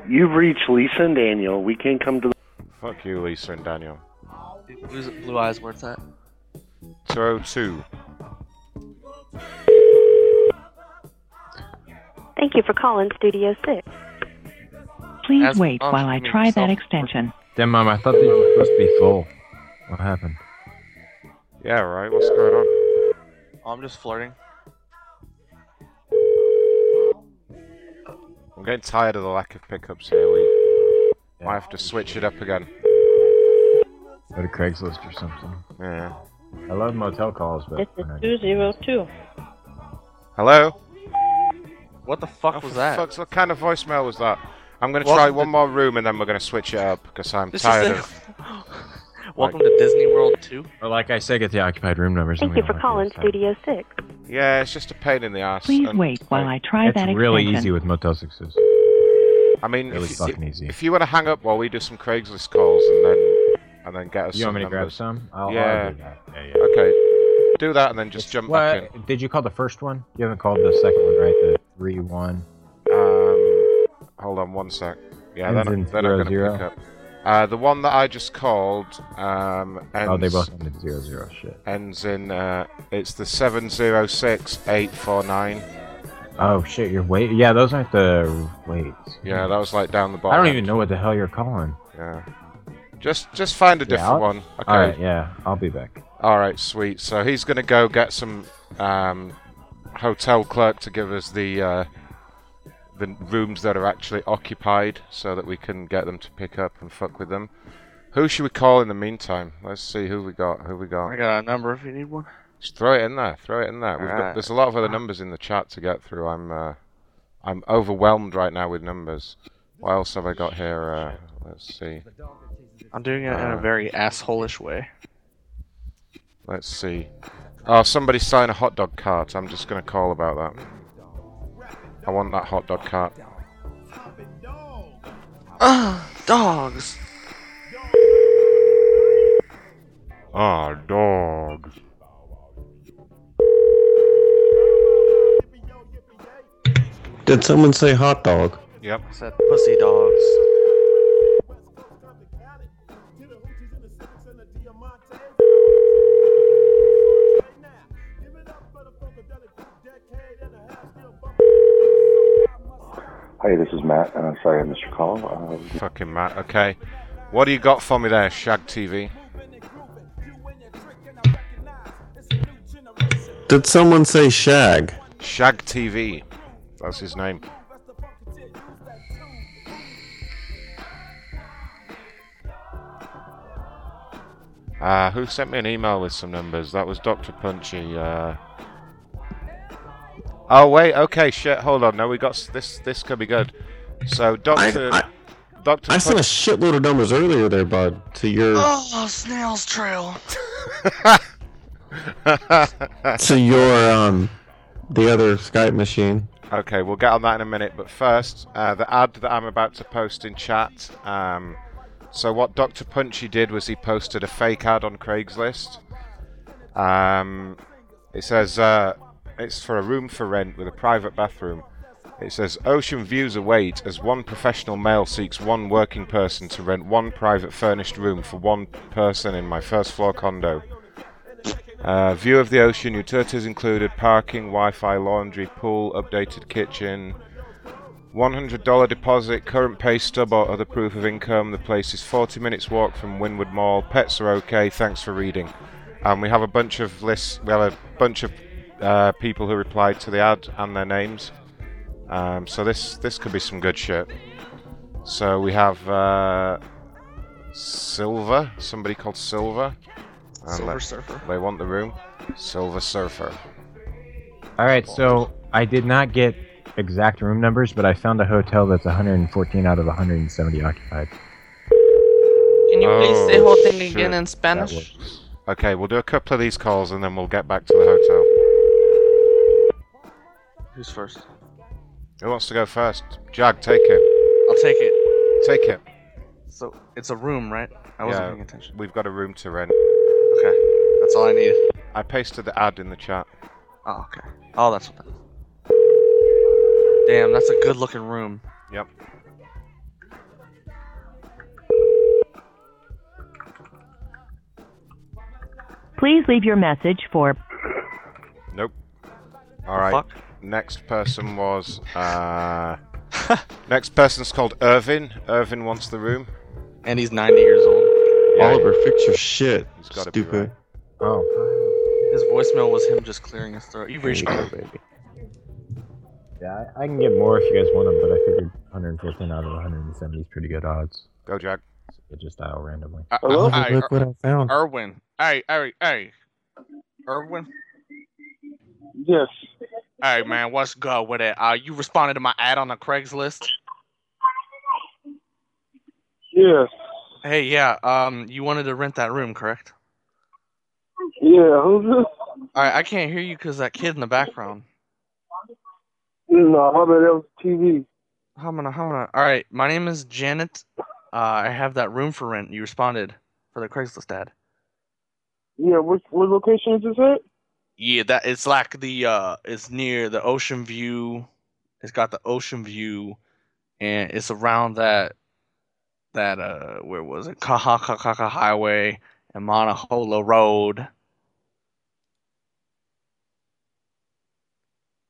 Speaker 13: You've reached Lisa and Daniel. We can come to the.
Speaker 14: fuck you, Lisa and Daniel.
Speaker 23: Who's Blue Eyes? Where's that?
Speaker 14: 202.
Speaker 33: Thank you for calling Studio 6.
Speaker 29: Please
Speaker 19: Ask-
Speaker 29: wait
Speaker 19: oh,
Speaker 29: while I
Speaker 19: I mean,
Speaker 29: try that
Speaker 19: self-
Speaker 29: extension.
Speaker 19: Damn, mom, I thought these were supposed to be full. What happened?
Speaker 14: Yeah, right, what's going on?
Speaker 23: Oh, I'm just flirting.
Speaker 14: I'm getting tired of the lack of pickups here, Lee. Might have to switch it up again.
Speaker 19: Go to Craigslist or something.
Speaker 14: Yeah.
Speaker 19: I love motel calls, but.
Speaker 34: This is 202.
Speaker 14: Hello?
Speaker 23: What the fuck was that?
Speaker 14: Fucks, what kind of voicemail was that? I'm gonna
Speaker 23: Welcome
Speaker 14: try
Speaker 23: to-
Speaker 14: one more room and then we're gonna switch it up because I'm
Speaker 23: This is
Speaker 14: tired
Speaker 23: the-
Speaker 14: of.
Speaker 23: Welcome to Disney World 2.
Speaker 19: Or like I say, get the occupied room numbers. and
Speaker 33: Thank
Speaker 19: we
Speaker 33: you for
Speaker 19: don't
Speaker 33: calling Studio 6.
Speaker 14: Yeah, it's just a pain in the ass.
Speaker 29: Please
Speaker 14: and-
Speaker 29: wait while I try
Speaker 19: It's
Speaker 29: that extension.
Speaker 19: really easy with Motel Sixes.
Speaker 14: I mean,
Speaker 19: Really
Speaker 14: if,
Speaker 19: fucking
Speaker 14: if-
Speaker 19: easy.
Speaker 14: if you want to hang up while we do some Craigslist calls and then and then get us.
Speaker 19: You
Speaker 14: some
Speaker 19: want me to grab
Speaker 14: numbers.
Speaker 19: some? I'll- I'll
Speaker 14: yeah.
Speaker 19: do that.
Speaker 14: Okay. Do that and then just jump back in.
Speaker 19: What? Did you call the first one? You haven't called the second one, right? The three one.
Speaker 14: Uh, Hold on one sec. Yeah,
Speaker 19: Ends
Speaker 14: they're
Speaker 19: in
Speaker 14: not, they're not going to
Speaker 19: zero,
Speaker 14: pick
Speaker 19: zero.
Speaker 14: up. Uh, the one that I just called um, ends,
Speaker 19: Oh, they both ended zero zero. Shit.
Speaker 14: ends in. Uh, it's the 706849.
Speaker 19: Oh shit, you're wait. Yeah, those aren't the weights.
Speaker 14: Yeah, that was like down the bottom.
Speaker 19: I don't even know what the hell you're calling.
Speaker 14: Yeah. Just just find a
Speaker 19: Yeah,
Speaker 14: different
Speaker 19: I'll-
Speaker 14: one. Okay.
Speaker 19: All right, yeah, I'll be back.
Speaker 14: All right, sweet. So he's going to go get some um, hotel clerk to give us the uh, the rooms that are actually occupied, so that we can get them to pick up and fuck with them. Who should we call in the meantime? Let's see who we got. Who we got?
Speaker 23: I got a number if you need one.
Speaker 14: Just throw it in there. Throw it in there. We've got,
Speaker 23: Alright.
Speaker 14: there's a lot of other numbers in the chat to get through. I'm uh, I'm overwhelmed right now with numbers. What else have I got here? Uh, let's see.
Speaker 23: I'm doing it in a
Speaker 14: Uh,
Speaker 23: very assholish way.
Speaker 14: Let's see. Oh, somebody's selling a hot dog cart. I'm just going to call about that. I want that hot dog cart.
Speaker 23: Ah, dogs.
Speaker 14: Ah, dogs.
Speaker 16: Did someone say hot dog?
Speaker 14: Yep.
Speaker 23: I said pussy dogs.
Speaker 7: Hey, this is Matt. Uh, sorry I missed your call. Um,
Speaker 14: Fucking Matt. Okay. What do you got for me there, Shag TV?
Speaker 16: Did someone say shag?
Speaker 14: Shag TV. That's his name. Uh, who sent me an email with some numbers? That was Dr. Punchy. Uh... Oh wait, okay, shit. Hold on, no, we got s- this. This could be good. So, Doctor, Doctor,
Speaker 16: I sent a shitload of numbers earlier there, bud, to your
Speaker 23: Oh, snail's trail.
Speaker 16: to your um the other Skype machine.
Speaker 14: Okay, we'll get on that in a minute, but first, uh, the ad that I'm about to post in chat. Um, so, what Dr. Punchy did was he posted a fake ad on Craigslist. Um, it says uh, it's for a room for rent with a private bathroom. It says ocean views await as one professional male seeks one working person to rent one private furnished room for one person in my first floor condo. Uh, view of the ocean, utilities included, parking, Wi-Fi, laundry, pool, updated kitchen. $100 deposit, current pay stub or other proof of income. The place is 40 minutes walk from Windward Mall. Pets are okay. Thanks for reading. And we have a bunch of lists. We have a bunch of uh, people who replied to the ad and their names. Um, so this this could be some good shit. So we have uh, Silver, somebody called Silver. And
Speaker 23: Silver
Speaker 14: they-
Speaker 23: Surfer.
Speaker 14: They want the room. Silver Surfer.
Speaker 19: All right, so I did not get exact room numbers, but I found a hotel that's 114 out of 170 occupied.
Speaker 1: Can you please
Speaker 14: Oh,
Speaker 1: say whole thing
Speaker 14: shit.
Speaker 1: again in Spanish?
Speaker 14: Okay, we'll do a couple of these calls and then we'll get back to the hotel.
Speaker 23: Who's first?
Speaker 14: Who wants to go first? Jag, take it.
Speaker 23: I'll take it.
Speaker 14: Take it.
Speaker 23: So it's a room, right? I wasn't
Speaker 14: Yeah,
Speaker 23: paying attention.
Speaker 14: We've got a room to rent.
Speaker 23: Okay, that's all I need.
Speaker 14: I pasted the ad in the chat.
Speaker 23: Oh, okay. Oh, that's what that is. Damn, that's a good-looking room.
Speaker 14: Yep.
Speaker 28: Please leave your message for
Speaker 14: Nope. All right. Next person was uh Next person's called Irvin. Irvin wants the room.
Speaker 23: And he's 90 years old.
Speaker 16: Oliver, fix your shit.
Speaker 14: He's gotta be
Speaker 16: Stupid.
Speaker 19: Oh,
Speaker 23: His voicemail was him just clearing his throat. You've reached me.
Speaker 19: yeah, I I can get more if you guys want them, but I figured 114 out of 170 is pretty good odds.
Speaker 14: Go, Jack.
Speaker 19: So just dial randomly.
Speaker 23: Uh,
Speaker 16: Hello?
Speaker 23: uh,
Speaker 16: Look what I found.
Speaker 23: Irwin. Hey, hey, hey. Irwin?
Speaker 21: Yes.
Speaker 23: Hey, man, what's good with it? Uh, you responded to my ad on the Craigslist?
Speaker 21: Yes.
Speaker 23: Hey, yeah, um, you wanted to rent that room, correct?
Speaker 21: Yeah. Who's this?
Speaker 23: Alright, I can't hear you because that kid in the background.
Speaker 21: No, my bad. That was TV.
Speaker 23: How am I? How am I? Alright, my name is Janet. Uh, I have that room for rent. You responded for the Craigslist ad.
Speaker 21: Yeah. What what location is this at?
Speaker 23: Yeah, that it's like the uh it's near the ocean view. It's got the ocean view and it's around that that uh where was it Kahakakaka Highway and Monaholo Road.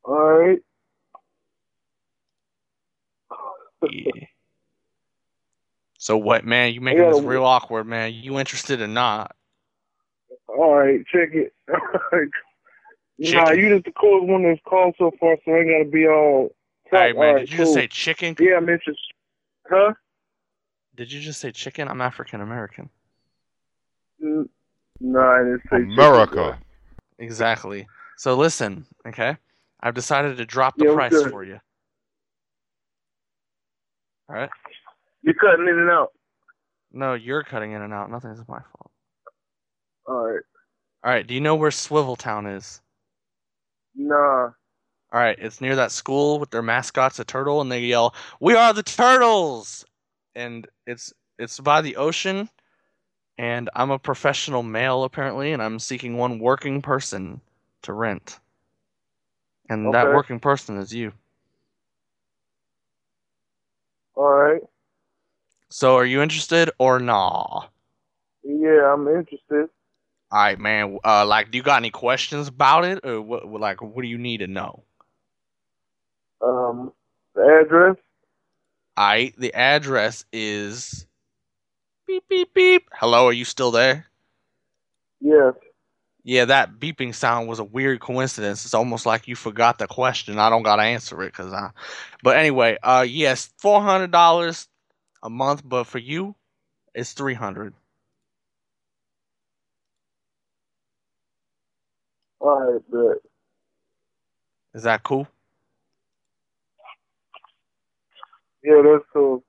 Speaker 21: All right.
Speaker 23: So what, man? You making this real awkward, man? You interested or not?
Speaker 21: All right. Check it. All right. Nah,
Speaker 23: Chicken.
Speaker 21: you just the coolest one that's called so far, so I ain't gotta be all.
Speaker 23: All right, man.
Speaker 21: All right,
Speaker 23: did you just
Speaker 21: cool.
Speaker 23: say chicken?
Speaker 21: Yeah, I mentioned. Huh?
Speaker 23: Did you just say chicken? I'm African American.
Speaker 21: Mm, Nah, I didn't say chicken,
Speaker 14: America.
Speaker 23: Exactly. So listen, okay? I've decided to drop the
Speaker 21: Yeah, I'm
Speaker 23: price
Speaker 21: good.
Speaker 23: for you. All right.
Speaker 21: You're cutting in and out.
Speaker 23: No, you're cutting in and out. Nothing's my fault.
Speaker 21: All right.
Speaker 23: All right. Do you know where Swiveltown is?
Speaker 21: Nah.
Speaker 23: All right. It's near that school with their mascot's a turtle, and they yell, "We are the turtles!" And it's it's by the ocean. And I'm a professional male apparently, and I'm seeking one working person to rent. And that
Speaker 21: Okay.
Speaker 23: working person is you.
Speaker 21: All right.
Speaker 23: So are you interested or nah?
Speaker 21: Yeah, I'm interested.
Speaker 23: All right, man. Uh, like, do you got any questions about it, or what? what- Like, what do you need to know?
Speaker 21: Um, the address.
Speaker 23: All right, the address is. Beep beep beep. Hello, are you still there?
Speaker 21: Yes.
Speaker 23: Yeah, that beeping sound was a weird coincidence. It's almost like you forgot the question. I don't gotta answer it, cause I. But anyway, uh, yes, four hundred dollars a month, but for you, it's three hundred.
Speaker 21: All right, but
Speaker 23: Is that cool?
Speaker 21: yeah, that's cool.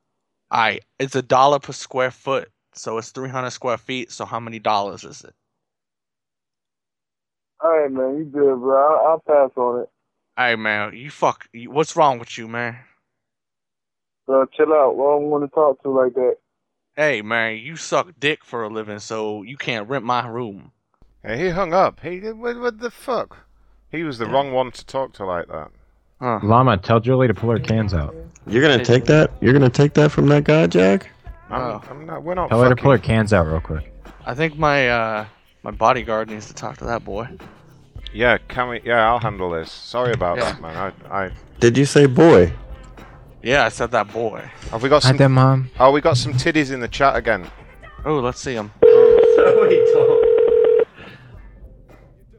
Speaker 23: All right, it's a dollar per square foot, so it's three hundred square feet. So how many dollars is it?
Speaker 21: All right, man, you good, bro? I'll, I'll pass on it.
Speaker 23: Hey man, you fuck. you- What's wrong with you, man?
Speaker 21: So chill out. Well, I don't want to talk to you like that.
Speaker 23: Hey man, you suck dick for a living, so you can't rent my room.
Speaker 14: Hey, he hung up. He what, what the fuck? He was the wrong one to talk to like that.
Speaker 19: Llama, tell Julie to pull her cans out.
Speaker 16: You're gonna take that? You're gonna take that from that guy, Jack?
Speaker 14: I'm, I'm not. We're not.
Speaker 19: Tell her to
Speaker 14: Fucking,
Speaker 19: pull her cans out real quick.
Speaker 23: Oh. I think my uh my bodyguard needs to talk to that boy.
Speaker 14: yeah, can we? Yeah, I'll handle this. Sorry about that, man. I, I
Speaker 16: Did you say boy?
Speaker 23: Yeah, I said that boy.
Speaker 14: have we got
Speaker 16: Hi
Speaker 14: some.
Speaker 16: there, Mom.
Speaker 14: Oh, we got some titties in the chat again.
Speaker 23: Oh, let's see him.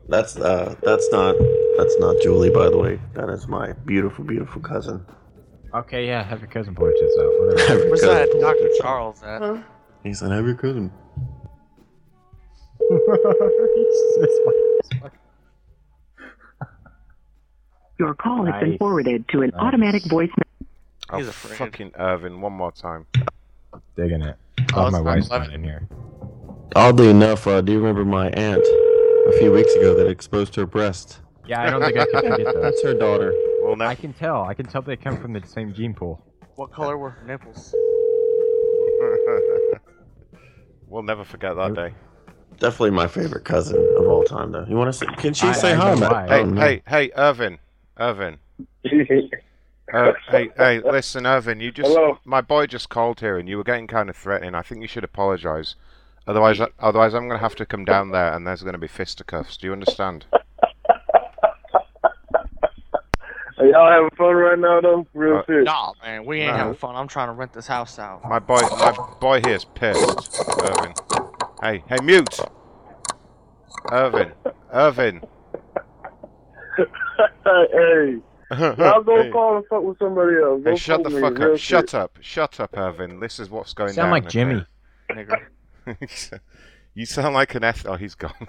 Speaker 16: That's uh that's not that's not Julie by the way. That is my beautiful, beautiful cousin.
Speaker 19: Okay, yeah, have your cousin pull her tits out. Whatever.
Speaker 23: Where's that Dr. Charles at?
Speaker 16: He said, Have your cousin.
Speaker 24: Your call has been
Speaker 14: Nice.
Speaker 24: forwarded to an automatic voice.
Speaker 14: Oh, fucking Irvin, one more time.
Speaker 19: Digging it.
Speaker 14: Oh,
Speaker 19: Oh,
Speaker 14: it's
Speaker 19: my
Speaker 14: not
Speaker 19: wife's not in here.
Speaker 16: Oddly enough, uh, do you remember my aunt a few weeks ago that exposed her breast?
Speaker 19: Yeah, I don't think I can forget those.
Speaker 16: That's her daughter.
Speaker 14: Well,
Speaker 19: I can tell. I can tell they come from the same gene pool.
Speaker 23: What color were her nipples?
Speaker 14: we'll never forget that day.
Speaker 16: Definitely my favorite cousin of all time, though. You want to say? Can she
Speaker 14: I-
Speaker 16: say
Speaker 14: I
Speaker 16: hi?
Speaker 14: know
Speaker 16: Matt?
Speaker 14: why.
Speaker 16: Oh, no.
Speaker 14: Hey, hey, hey, Irvin, Irvin. Uh, hey, hey, listen, Irvin. You just
Speaker 16: Hello.
Speaker 14: my boy just called here, and you were getting kind of threatening. I think you should apologise. Otherwise, otherwise, I'm going to have to come down there, and there's going to be fisticuffs. Do you understand?
Speaker 21: Are y'all having fun right now, though? Real
Speaker 14: Uh,
Speaker 21: shit.
Speaker 23: Nah, man, we ain't
Speaker 14: Nah.
Speaker 23: having fun. I'm trying to rent this house out.
Speaker 14: My boy, my boy here's pissed. Irvin. Hey, hey, mute. Irvin, Irvin.
Speaker 21: hey, I'll go
Speaker 14: Hey.
Speaker 21: call and fuck with somebody else.
Speaker 14: Hey,
Speaker 21: Go
Speaker 14: shut the
Speaker 21: fool me,
Speaker 14: fuck
Speaker 21: real
Speaker 14: up. Shut
Speaker 21: shit.
Speaker 14: up. Shut up, Irvin. This is what's going
Speaker 19: Sound
Speaker 14: down.
Speaker 19: like Jimmy.
Speaker 14: Jimmy. you sound like an F. Oh, he's gone.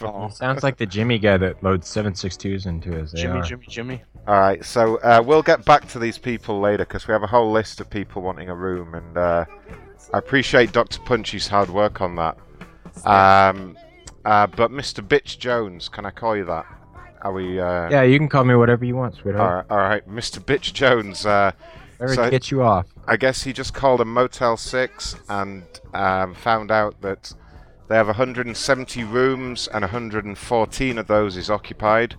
Speaker 23: Oh.
Speaker 19: He sounds like the Jimmy guy that loads 762s into his
Speaker 23: Jimmy,
Speaker 19: AR.
Speaker 23: Jimmy, Jimmy.
Speaker 14: All right, so uh, we'll get back to these people later because we have a whole list of people wanting a room, and uh, I appreciate Dr. Punchy's hard work on that. Um, uh, but Mr. Bitch Jones, can I call you that? Are we? Uh,
Speaker 19: Yeah, you can call me whatever you want,
Speaker 14: All
Speaker 19: sweetheart.
Speaker 14: right, all right, Mr. Bitch Jones. Uh,
Speaker 19: Whatever gets you off.
Speaker 14: I guess he just called a Motel 6 and um, found out that they have 170 rooms and 114 of those is occupied.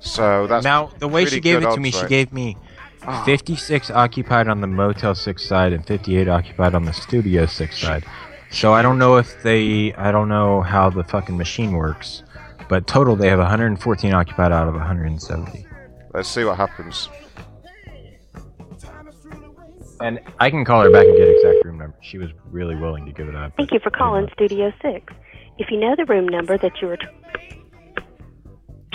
Speaker 14: So that's
Speaker 19: Now, the way
Speaker 14: pretty
Speaker 19: she gave
Speaker 14: good
Speaker 19: it to
Speaker 14: odds,
Speaker 19: me, she
Speaker 14: right?
Speaker 19: gave me
Speaker 23: Ah.
Speaker 19: 56 occupied on the Motel 6 side and 58 occupied on the Studio 6 side. So I don't know if they, I don't know how the fucking machine works, but total they have 114 occupied out of 170.
Speaker 14: Let's see what happens.
Speaker 19: And I can call her back and get exact room number. She was really willing to give it up.
Speaker 15: Thank you for calling Studio 6. If you know the room number that you were. T-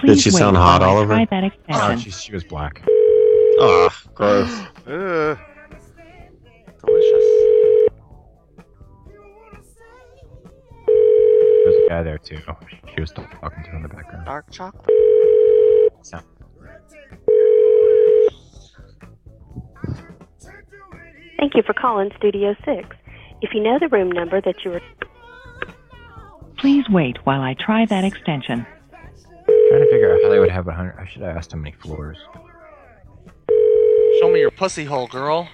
Speaker 16: Did she sound hot all over?
Speaker 15: that
Speaker 19: Oh, she, she was black.
Speaker 16: Ugh, Ah, gross.
Speaker 23: Delicious.
Speaker 19: There's a guy there too. Oh, She was still talking to him in the background.
Speaker 1: Dark chocolate.
Speaker 19: So-
Speaker 15: Thank you for calling Studio 6. If you know the room number that you were.
Speaker 5: Please wait while I try that extension.
Speaker 19: Trying to figure out how they would have 100. I should have asked how many floors.
Speaker 23: Show me your pussy hole, girl.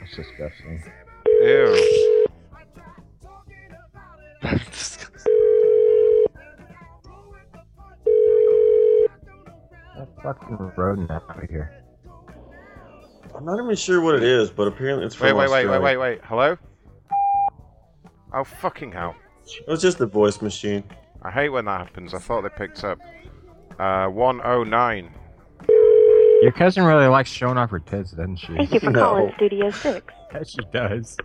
Speaker 19: That's disgusting.
Speaker 14: Ew.
Speaker 19: That fucking rodent out here.
Speaker 16: I'm not even sure what it is, but apparently it's from
Speaker 14: Wait, wait, wait, wait,
Speaker 16: Australia.
Speaker 14: wait, wait. Hello? Oh, fucking hell.
Speaker 16: It was just a voice machine.
Speaker 14: I hate when that happens. I thought they picked up. Uh, 109.
Speaker 19: Your cousin really likes showing off her tits, doesn't she?
Speaker 15: Thank you for calling Studio 6.
Speaker 19: Yes, she does.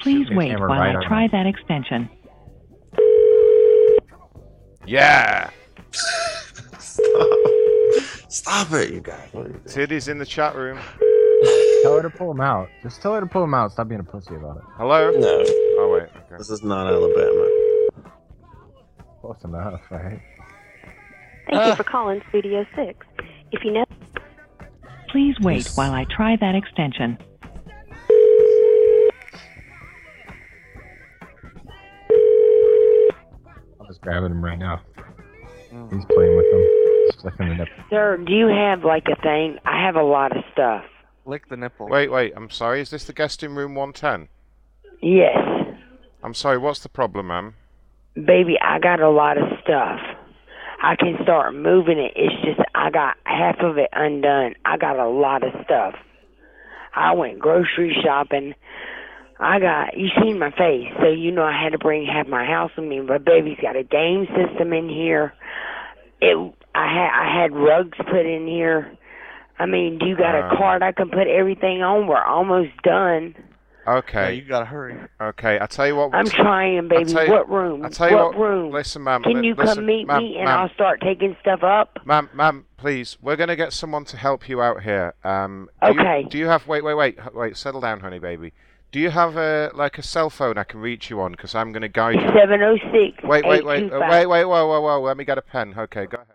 Speaker 5: Please
Speaker 19: Shoot the
Speaker 5: wait
Speaker 19: camera
Speaker 5: while
Speaker 19: right on
Speaker 5: I try that extension.
Speaker 14: Yeah!
Speaker 16: Stop it, you guys. What are you
Speaker 14: Tiddy's in the chat room.
Speaker 19: Tell her to pull him out. Just tell her to pull him out. Stop being a pussy about it.
Speaker 14: Hello?
Speaker 16: No.
Speaker 14: Oh, wait. Okay.
Speaker 16: This is not Alabama.
Speaker 19: Close enough, right?
Speaker 15: Thank you for calling Studio 6. If you know.
Speaker 5: Please wait while I try that extension.
Speaker 19: I'm just grabbing him right now. He's playing with him. Sticking it up.
Speaker 20: Sir, do you have like a thing? I have a lot of stuff.
Speaker 23: Lick the nipple.
Speaker 14: Wait, wait. I'm sorry. Is this the guest in room 110?
Speaker 20: Yes.
Speaker 14: I'm sorry. What's the problem, ma'am?
Speaker 20: Baby, I got a lot of stuff. I can start moving it. It's just I got half of it undone. I got a lot of stuff. I went grocery shopping. I got you seen my face, so you know I had to bring half my house with me. My baby's got a game system in here. It I had I had rugs put in here. I mean, do you got
Speaker 14: Wow.
Speaker 20: a cart I can put everything on? We're almost done.
Speaker 14: Okay.
Speaker 23: you gotta hurry.
Speaker 14: Okay, I tell you what.
Speaker 20: I'm trying, baby.
Speaker 14: I tell you-
Speaker 20: What room?
Speaker 14: I tell you
Speaker 20: What
Speaker 14: what room? Listen, ma'am.
Speaker 20: Can
Speaker 14: li-
Speaker 20: you
Speaker 14: listen,
Speaker 20: come meet
Speaker 14: ma'am,
Speaker 20: me and
Speaker 14: ma'am,
Speaker 20: I'll start taking stuff up?
Speaker 14: Ma'am, ma'am, please. We're gonna get someone to help you out here. Um, do you-
Speaker 20: Okay.
Speaker 14: do you have? Wait, wait, wait, h- wait. Settle down, honey, baby. Do you have a like a cell phone I can reach you on? Because I'm gonna guide you.
Speaker 20: Seven oh six.
Speaker 14: Wait, wait, wait, uh, wait, wait, whoa, whoa, whoa. Let me get a pen. Okay, go ahead.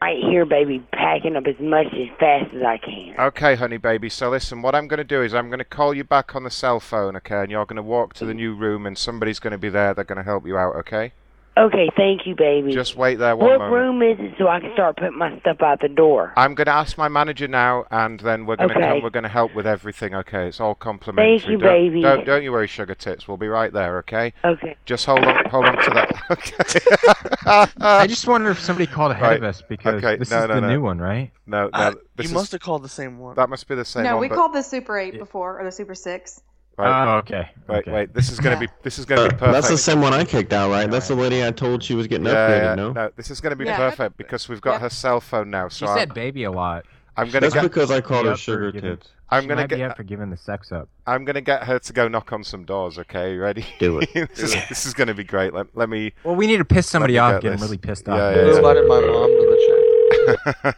Speaker 20: Right here, baby, packing up as much as fast as I can.
Speaker 14: Okay, honey, baby. So listen, what I'm gonna do is I'm gonna call you back on the cell phone, okay? And you're gonna walk to the new room, and somebody's gonna be there. They're gonna help you out, okay?
Speaker 20: Okay, thank you, baby.
Speaker 14: Just wait there one
Speaker 20: what
Speaker 14: moment.
Speaker 20: room is it so I can start putting my stuff out the door?
Speaker 14: I'm going to ask my manager now, and then we're going to
Speaker 20: Okay.
Speaker 14: come. We're going to help with everything. Okay, it's all complimentary.
Speaker 20: you,
Speaker 14: don't,
Speaker 20: baby.
Speaker 14: Don't, don't you worry, sugar tits. We'll be right there. Okay.
Speaker 20: Okay.
Speaker 14: Just hold on. Hold on to that. Okay.
Speaker 19: Uh, I just wonder if somebody called ahead
Speaker 14: Right.
Speaker 19: of us because
Speaker 14: Okay,
Speaker 19: this
Speaker 14: no,
Speaker 19: is
Speaker 14: no,
Speaker 19: the
Speaker 14: no.
Speaker 19: new one, right?
Speaker 14: No, no.
Speaker 19: Uh,
Speaker 23: you
Speaker 14: this is-
Speaker 23: must have called the same one.
Speaker 14: That must be the same
Speaker 11: no,
Speaker 14: one.
Speaker 11: we
Speaker 14: but-
Speaker 11: called the Super 8 before, or the Super 6.
Speaker 14: Right.
Speaker 19: Oh, okay.
Speaker 14: Wait,
Speaker 19: okay.
Speaker 14: wait. This is going to be. This is going to be perfect.
Speaker 16: Uh, That's the same one I kicked out, right? That's the lady I told she was getting
Speaker 14: Yeah,
Speaker 16: upgraded,
Speaker 14: yeah,
Speaker 16: no?
Speaker 14: Uh, no. This is going to be
Speaker 16: Yeah.
Speaker 14: perfect because we've got her cell phone now. So
Speaker 19: She
Speaker 14: I-
Speaker 19: said baby a lot.
Speaker 14: I'm going to
Speaker 16: That's
Speaker 14: get.
Speaker 16: because I called
Speaker 19: Be
Speaker 16: her
Speaker 19: up for
Speaker 16: sugar
Speaker 19: giving-
Speaker 16: tits.
Speaker 14: I'm
Speaker 19: she
Speaker 14: gonna
Speaker 19: might be
Speaker 14: get-
Speaker 19: up for giving the sex up.
Speaker 14: I'm gonna get her to go knock on some doors. Okay, you ready?
Speaker 16: Do it.
Speaker 14: this, is, this is gonna be great. Let, let me.
Speaker 19: Well, we need to piss somebody
Speaker 14: let me
Speaker 19: off,
Speaker 14: get
Speaker 19: get 'em
Speaker 14: this.
Speaker 19: really pissed
Speaker 14: yeah,
Speaker 19: off.
Speaker 14: Yeah,
Speaker 19: Who
Speaker 14: yeah.
Speaker 19: invited
Speaker 23: my mom
Speaker 14: to the chat?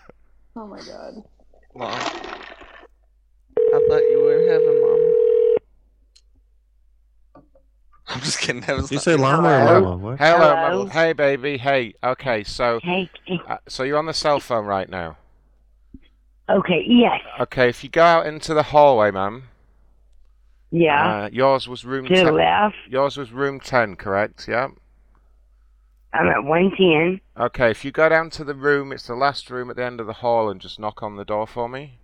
Speaker 11: Oh my god.
Speaker 23: Mom. I thought you were heaven, Mom. I'm just kidding. Heaven's
Speaker 16: You
Speaker 23: not-
Speaker 16: say llama or
Speaker 14: Hello?
Speaker 16: llama? What?
Speaker 14: Hello, my
Speaker 23: Hello?
Speaker 14: love. hey baby, hey. Okay, so
Speaker 24: Hey.
Speaker 14: uh, so you're on the cell phone right now.
Speaker 24: Okay, yes.
Speaker 14: Okay, if you go out into the hallway, ma'am.
Speaker 24: Yeah.
Speaker 14: Uh, yours was room
Speaker 24: To the
Speaker 14: ten.
Speaker 24: left.
Speaker 14: Yours was room ten, correct? Yeah.
Speaker 20: I'm at one ten.
Speaker 14: Okay, if you go down to the room, it's the last room at the end of the hall, and just knock on the door for me.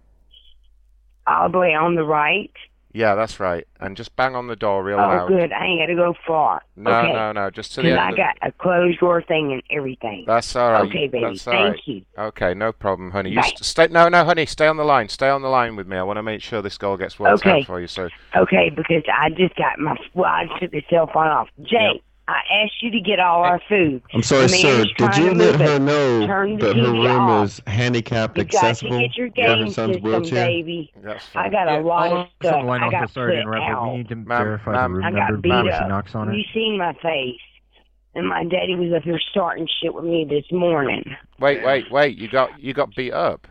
Speaker 20: All the way on the right.
Speaker 14: Yeah, that's right. And just bang on the door real
Speaker 20: Oh,
Speaker 14: loud.
Speaker 20: good. I ain't gotta go far.
Speaker 14: No,
Speaker 20: okay.
Speaker 14: no, no. Just to the
Speaker 20: 'Cause
Speaker 14: end.
Speaker 20: I
Speaker 14: of-
Speaker 20: got a closed door thing and everything.
Speaker 14: That's all right.
Speaker 20: Okay, baby.
Speaker 14: That's all
Speaker 20: Thank
Speaker 14: right.
Speaker 20: you.
Speaker 14: Okay, no problem, honey. You
Speaker 20: Bye.
Speaker 14: st- stay. No, no, honey. Stay on the line. Stay on the line with me. I want to make sure this goal gets worked
Speaker 20: Okay.
Speaker 14: out for you. So.
Speaker 20: Okay, because I just got my. Well, I took the cell phone off. Jay, I asked you to get all our food.
Speaker 16: I'm sorry,
Speaker 20: The man
Speaker 16: sir.
Speaker 20: is
Speaker 16: Did
Speaker 20: trying
Speaker 16: you
Speaker 20: to
Speaker 16: let
Speaker 20: move
Speaker 16: her
Speaker 20: it.
Speaker 16: know
Speaker 20: Turn the
Speaker 16: that her
Speaker 20: TV
Speaker 16: room
Speaker 20: off.
Speaker 16: is handicapped
Speaker 20: You got to
Speaker 16: accessible
Speaker 20: get your
Speaker 16: for
Speaker 20: game
Speaker 16: her son's
Speaker 20: system,
Speaker 16: wheelchair?
Speaker 20: baby. I
Speaker 16: fine.
Speaker 20: got a
Speaker 16: Yeah,
Speaker 20: lot
Speaker 16: hold
Speaker 20: of
Speaker 16: on,
Speaker 20: stuff.
Speaker 16: line
Speaker 20: I
Speaker 16: on,
Speaker 20: got
Speaker 16: sorry to
Speaker 20: put
Speaker 16: interrupt, but
Speaker 20: out.
Speaker 16: we
Speaker 19: need to verify the room
Speaker 20: I got
Speaker 19: number
Speaker 20: beat
Speaker 19: before she
Speaker 20: up.
Speaker 19: knocks on it.
Speaker 20: You seen my face, and my daddy was up here starting shit with me this morning.
Speaker 14: Wait, wait, wait. You got you got beat up.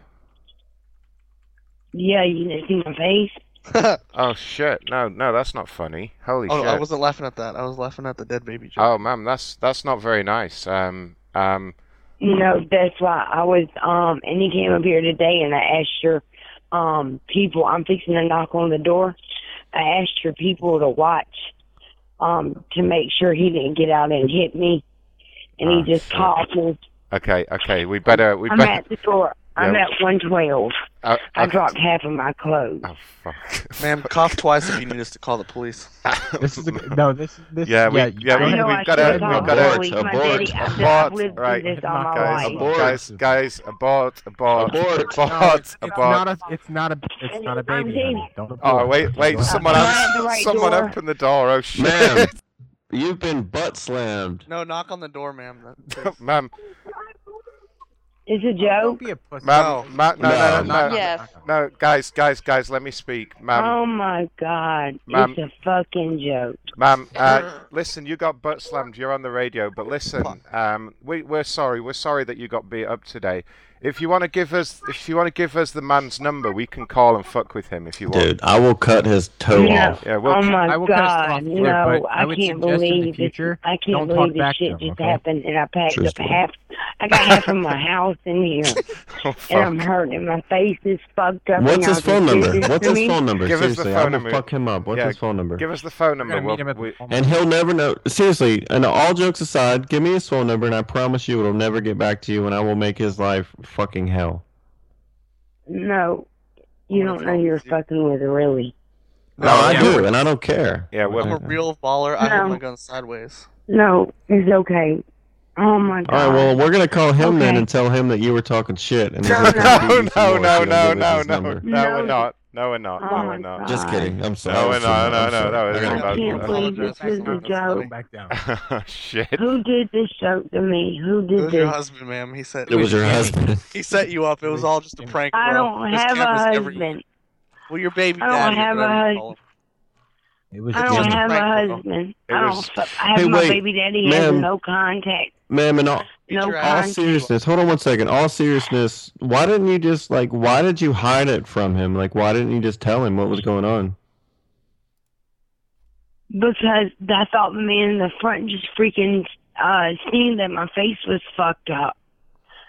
Speaker 20: Yeah, you didn't see my face.
Speaker 14: oh shit! No, no, that's not funny. Holy
Speaker 23: Oh,
Speaker 14: shit!
Speaker 23: I wasn't laughing at that. I was laughing at the dead baby joke.
Speaker 14: Oh, ma'am, that's that's not very nice. Um, um,
Speaker 20: You know, that's why I was um and he came up here today and I asked your um people I'm fixing to knock on the door. I asked your people to watch um to make sure he didn't get out and hit me. And
Speaker 14: Ah,
Speaker 20: he just
Speaker 14: shit.
Speaker 20: called me.
Speaker 14: okay, okay. We better, we
Speaker 20: I'm
Speaker 14: better.
Speaker 20: at the door. I'm
Speaker 14: Yeah.
Speaker 20: at one twelve.
Speaker 14: Uh,
Speaker 20: I dropped half of my clothes.
Speaker 23: Ma'am, cough twice if you need us to call the police.
Speaker 19: This is a, no. This this.
Speaker 14: Yeah, we- yeah, we- I know we've I got to- should've we've got to-
Speaker 20: Please, my daddy, I've, I've
Speaker 14: Abort,
Speaker 20: lived
Speaker 14: right.
Speaker 20: through this all my
Speaker 14: guys,
Speaker 20: life.
Speaker 14: guys, guys, abort, abort, abort,
Speaker 19: No,
Speaker 14: abort.
Speaker 19: it's, it's not a. It's not a. It's not a baby. Honey. Don't
Speaker 14: Oh, wait, wait, someone,
Speaker 19: opened
Speaker 14: open, someone opened the door. Oh, shit.
Speaker 16: Ma'am, you've been butt slammed.
Speaker 23: No, knock on the door, ma'am.
Speaker 14: ma'am,
Speaker 20: Is it Joe?
Speaker 14: ma'am, ma'am, no, no,
Speaker 16: No,
Speaker 14: no,
Speaker 16: not-
Speaker 14: no,
Speaker 20: Yes.
Speaker 14: no, guys, guys, guys, let me speak, ma'am.
Speaker 20: oh my God!
Speaker 14: Um, Ma'am.
Speaker 20: It's a fucking joke.
Speaker 14: Ma'am, uh, listen, you got butt slammed. You're on the radio, but listen, um, we, we're sorry. We're sorry that you got beat up today. If you want to give us, if you want to give us the man's number, we can call and fuck with him if you want.
Speaker 16: Dude, I will cut his toe
Speaker 14: Yeah.
Speaker 16: off.
Speaker 14: Yeah, we'll-
Speaker 20: oh my
Speaker 14: I will cut us off
Speaker 20: God!
Speaker 14: here,
Speaker 20: No,
Speaker 14: but
Speaker 20: I,
Speaker 14: I would
Speaker 20: can't
Speaker 14: suggest in the
Speaker 20: believe this-
Speaker 19: future,
Speaker 20: I can't
Speaker 19: don't talk
Speaker 20: believe this
Speaker 19: back to
Speaker 20: shit
Speaker 19: them,
Speaker 20: just
Speaker 19: okay?
Speaker 20: happened, and I packed
Speaker 19: True
Speaker 20: up
Speaker 19: story.
Speaker 20: half. I got half of my house in here,
Speaker 14: Oh,
Speaker 20: and I'm hurting. My face is fucked up. and
Speaker 16: What's
Speaker 20: y'all
Speaker 16: his phone
Speaker 20: just did
Speaker 16: number?
Speaker 20: this
Speaker 16: What's
Speaker 20: to
Speaker 16: his
Speaker 20: me?
Speaker 16: phone number?
Speaker 14: Give us the
Speaker 16: Seriously,
Speaker 14: phone
Speaker 16: I will
Speaker 14: number.
Speaker 16: fuck him up. What's
Speaker 14: Yeah,
Speaker 16: his phone number?
Speaker 14: Give us the phone number. We'll, we,
Speaker 16: and he'll never know. Seriously, and all jokes aside, give me his phone number, and I promise you it'll never get back to you, and I will make his life fucking hell.
Speaker 20: No, you don't know you're fucking with really.
Speaker 16: No, I do, and I don't care.
Speaker 14: Yeah, well,
Speaker 23: I'm a real baller. I hold
Speaker 20: No.
Speaker 23: my gun sideways.
Speaker 20: No, it's okay. Oh my God!
Speaker 16: All right, well, we're gonna call him then
Speaker 20: Okay.
Speaker 16: and tell him that you were talking shit. And he's
Speaker 14: No,
Speaker 16: just gonna beat
Speaker 14: no,
Speaker 16: you some
Speaker 14: no,
Speaker 16: more
Speaker 14: no,
Speaker 16: if you
Speaker 14: no,
Speaker 16: don't give
Speaker 14: no,
Speaker 16: us his
Speaker 14: no,
Speaker 16: number.
Speaker 14: no, we're
Speaker 20: No.
Speaker 14: not. No, we're not.
Speaker 20: Oh
Speaker 14: No, we're
Speaker 20: my
Speaker 14: not.
Speaker 16: Just kidding. I'm sorry.
Speaker 14: No, we're
Speaker 16: I'm sorry.
Speaker 14: not. No, no,
Speaker 16: I'm
Speaker 14: no.
Speaker 16: sorry.
Speaker 14: It's
Speaker 20: I
Speaker 14: about-
Speaker 20: can't believe this was a joke.
Speaker 19: back down.
Speaker 14: Oh, Shit.
Speaker 20: Who did this joke to me? Who
Speaker 23: It
Speaker 20: did
Speaker 23: was your
Speaker 20: this?
Speaker 23: husband, ma'am. He said
Speaker 16: It was your husband.
Speaker 23: He set you up. It was all just a prank.
Speaker 20: I
Speaker 23: bro.
Speaker 20: don't
Speaker 23: There's
Speaker 20: have a
Speaker 23: cameras
Speaker 20: husband.
Speaker 23: everywhere. Well, your baby
Speaker 20: I don't
Speaker 23: daddy.
Speaker 20: have
Speaker 23: whatever
Speaker 20: a
Speaker 23: you call him.
Speaker 19: It was
Speaker 20: I don't have a husband.
Speaker 16: It
Speaker 20: I don't.
Speaker 16: was-
Speaker 20: fuck- I have
Speaker 16: Hey,
Speaker 20: my
Speaker 16: wait,
Speaker 20: baby daddy. He has
Speaker 16: ma'am.
Speaker 20: no contact.
Speaker 16: Ma'am, in all,
Speaker 20: No
Speaker 16: all
Speaker 20: contact.
Speaker 16: seriousness, hold on one second. All seriousness, why didn't you just like? Why did you hide it from him? Like, why didn't you just tell him what was going on?
Speaker 20: Because I thought the man in the front just freaking uh, seen that my face was fucked up.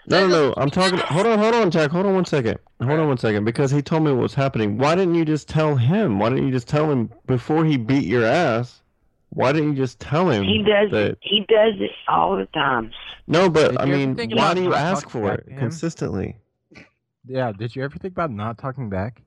Speaker 16: No, no, no. I'm talking. Hold on, hold on, Jack. Hold on one second. Hold on one second. Because he told me what was happening. Why didn't you just tell him? Why didn't you just tell him before he beat your ass? Why didn't you just tell him?
Speaker 20: He does
Speaker 16: that-
Speaker 20: it. He does it all the time.
Speaker 16: No, but I
Speaker 19: you ever
Speaker 16: mean,
Speaker 19: think
Speaker 16: why
Speaker 19: about
Speaker 16: do you
Speaker 19: not
Speaker 16: ask
Speaker 19: talking
Speaker 16: for
Speaker 19: back
Speaker 16: it
Speaker 19: to him?
Speaker 16: consistently?
Speaker 19: Yeah. Did you ever think about not talking back?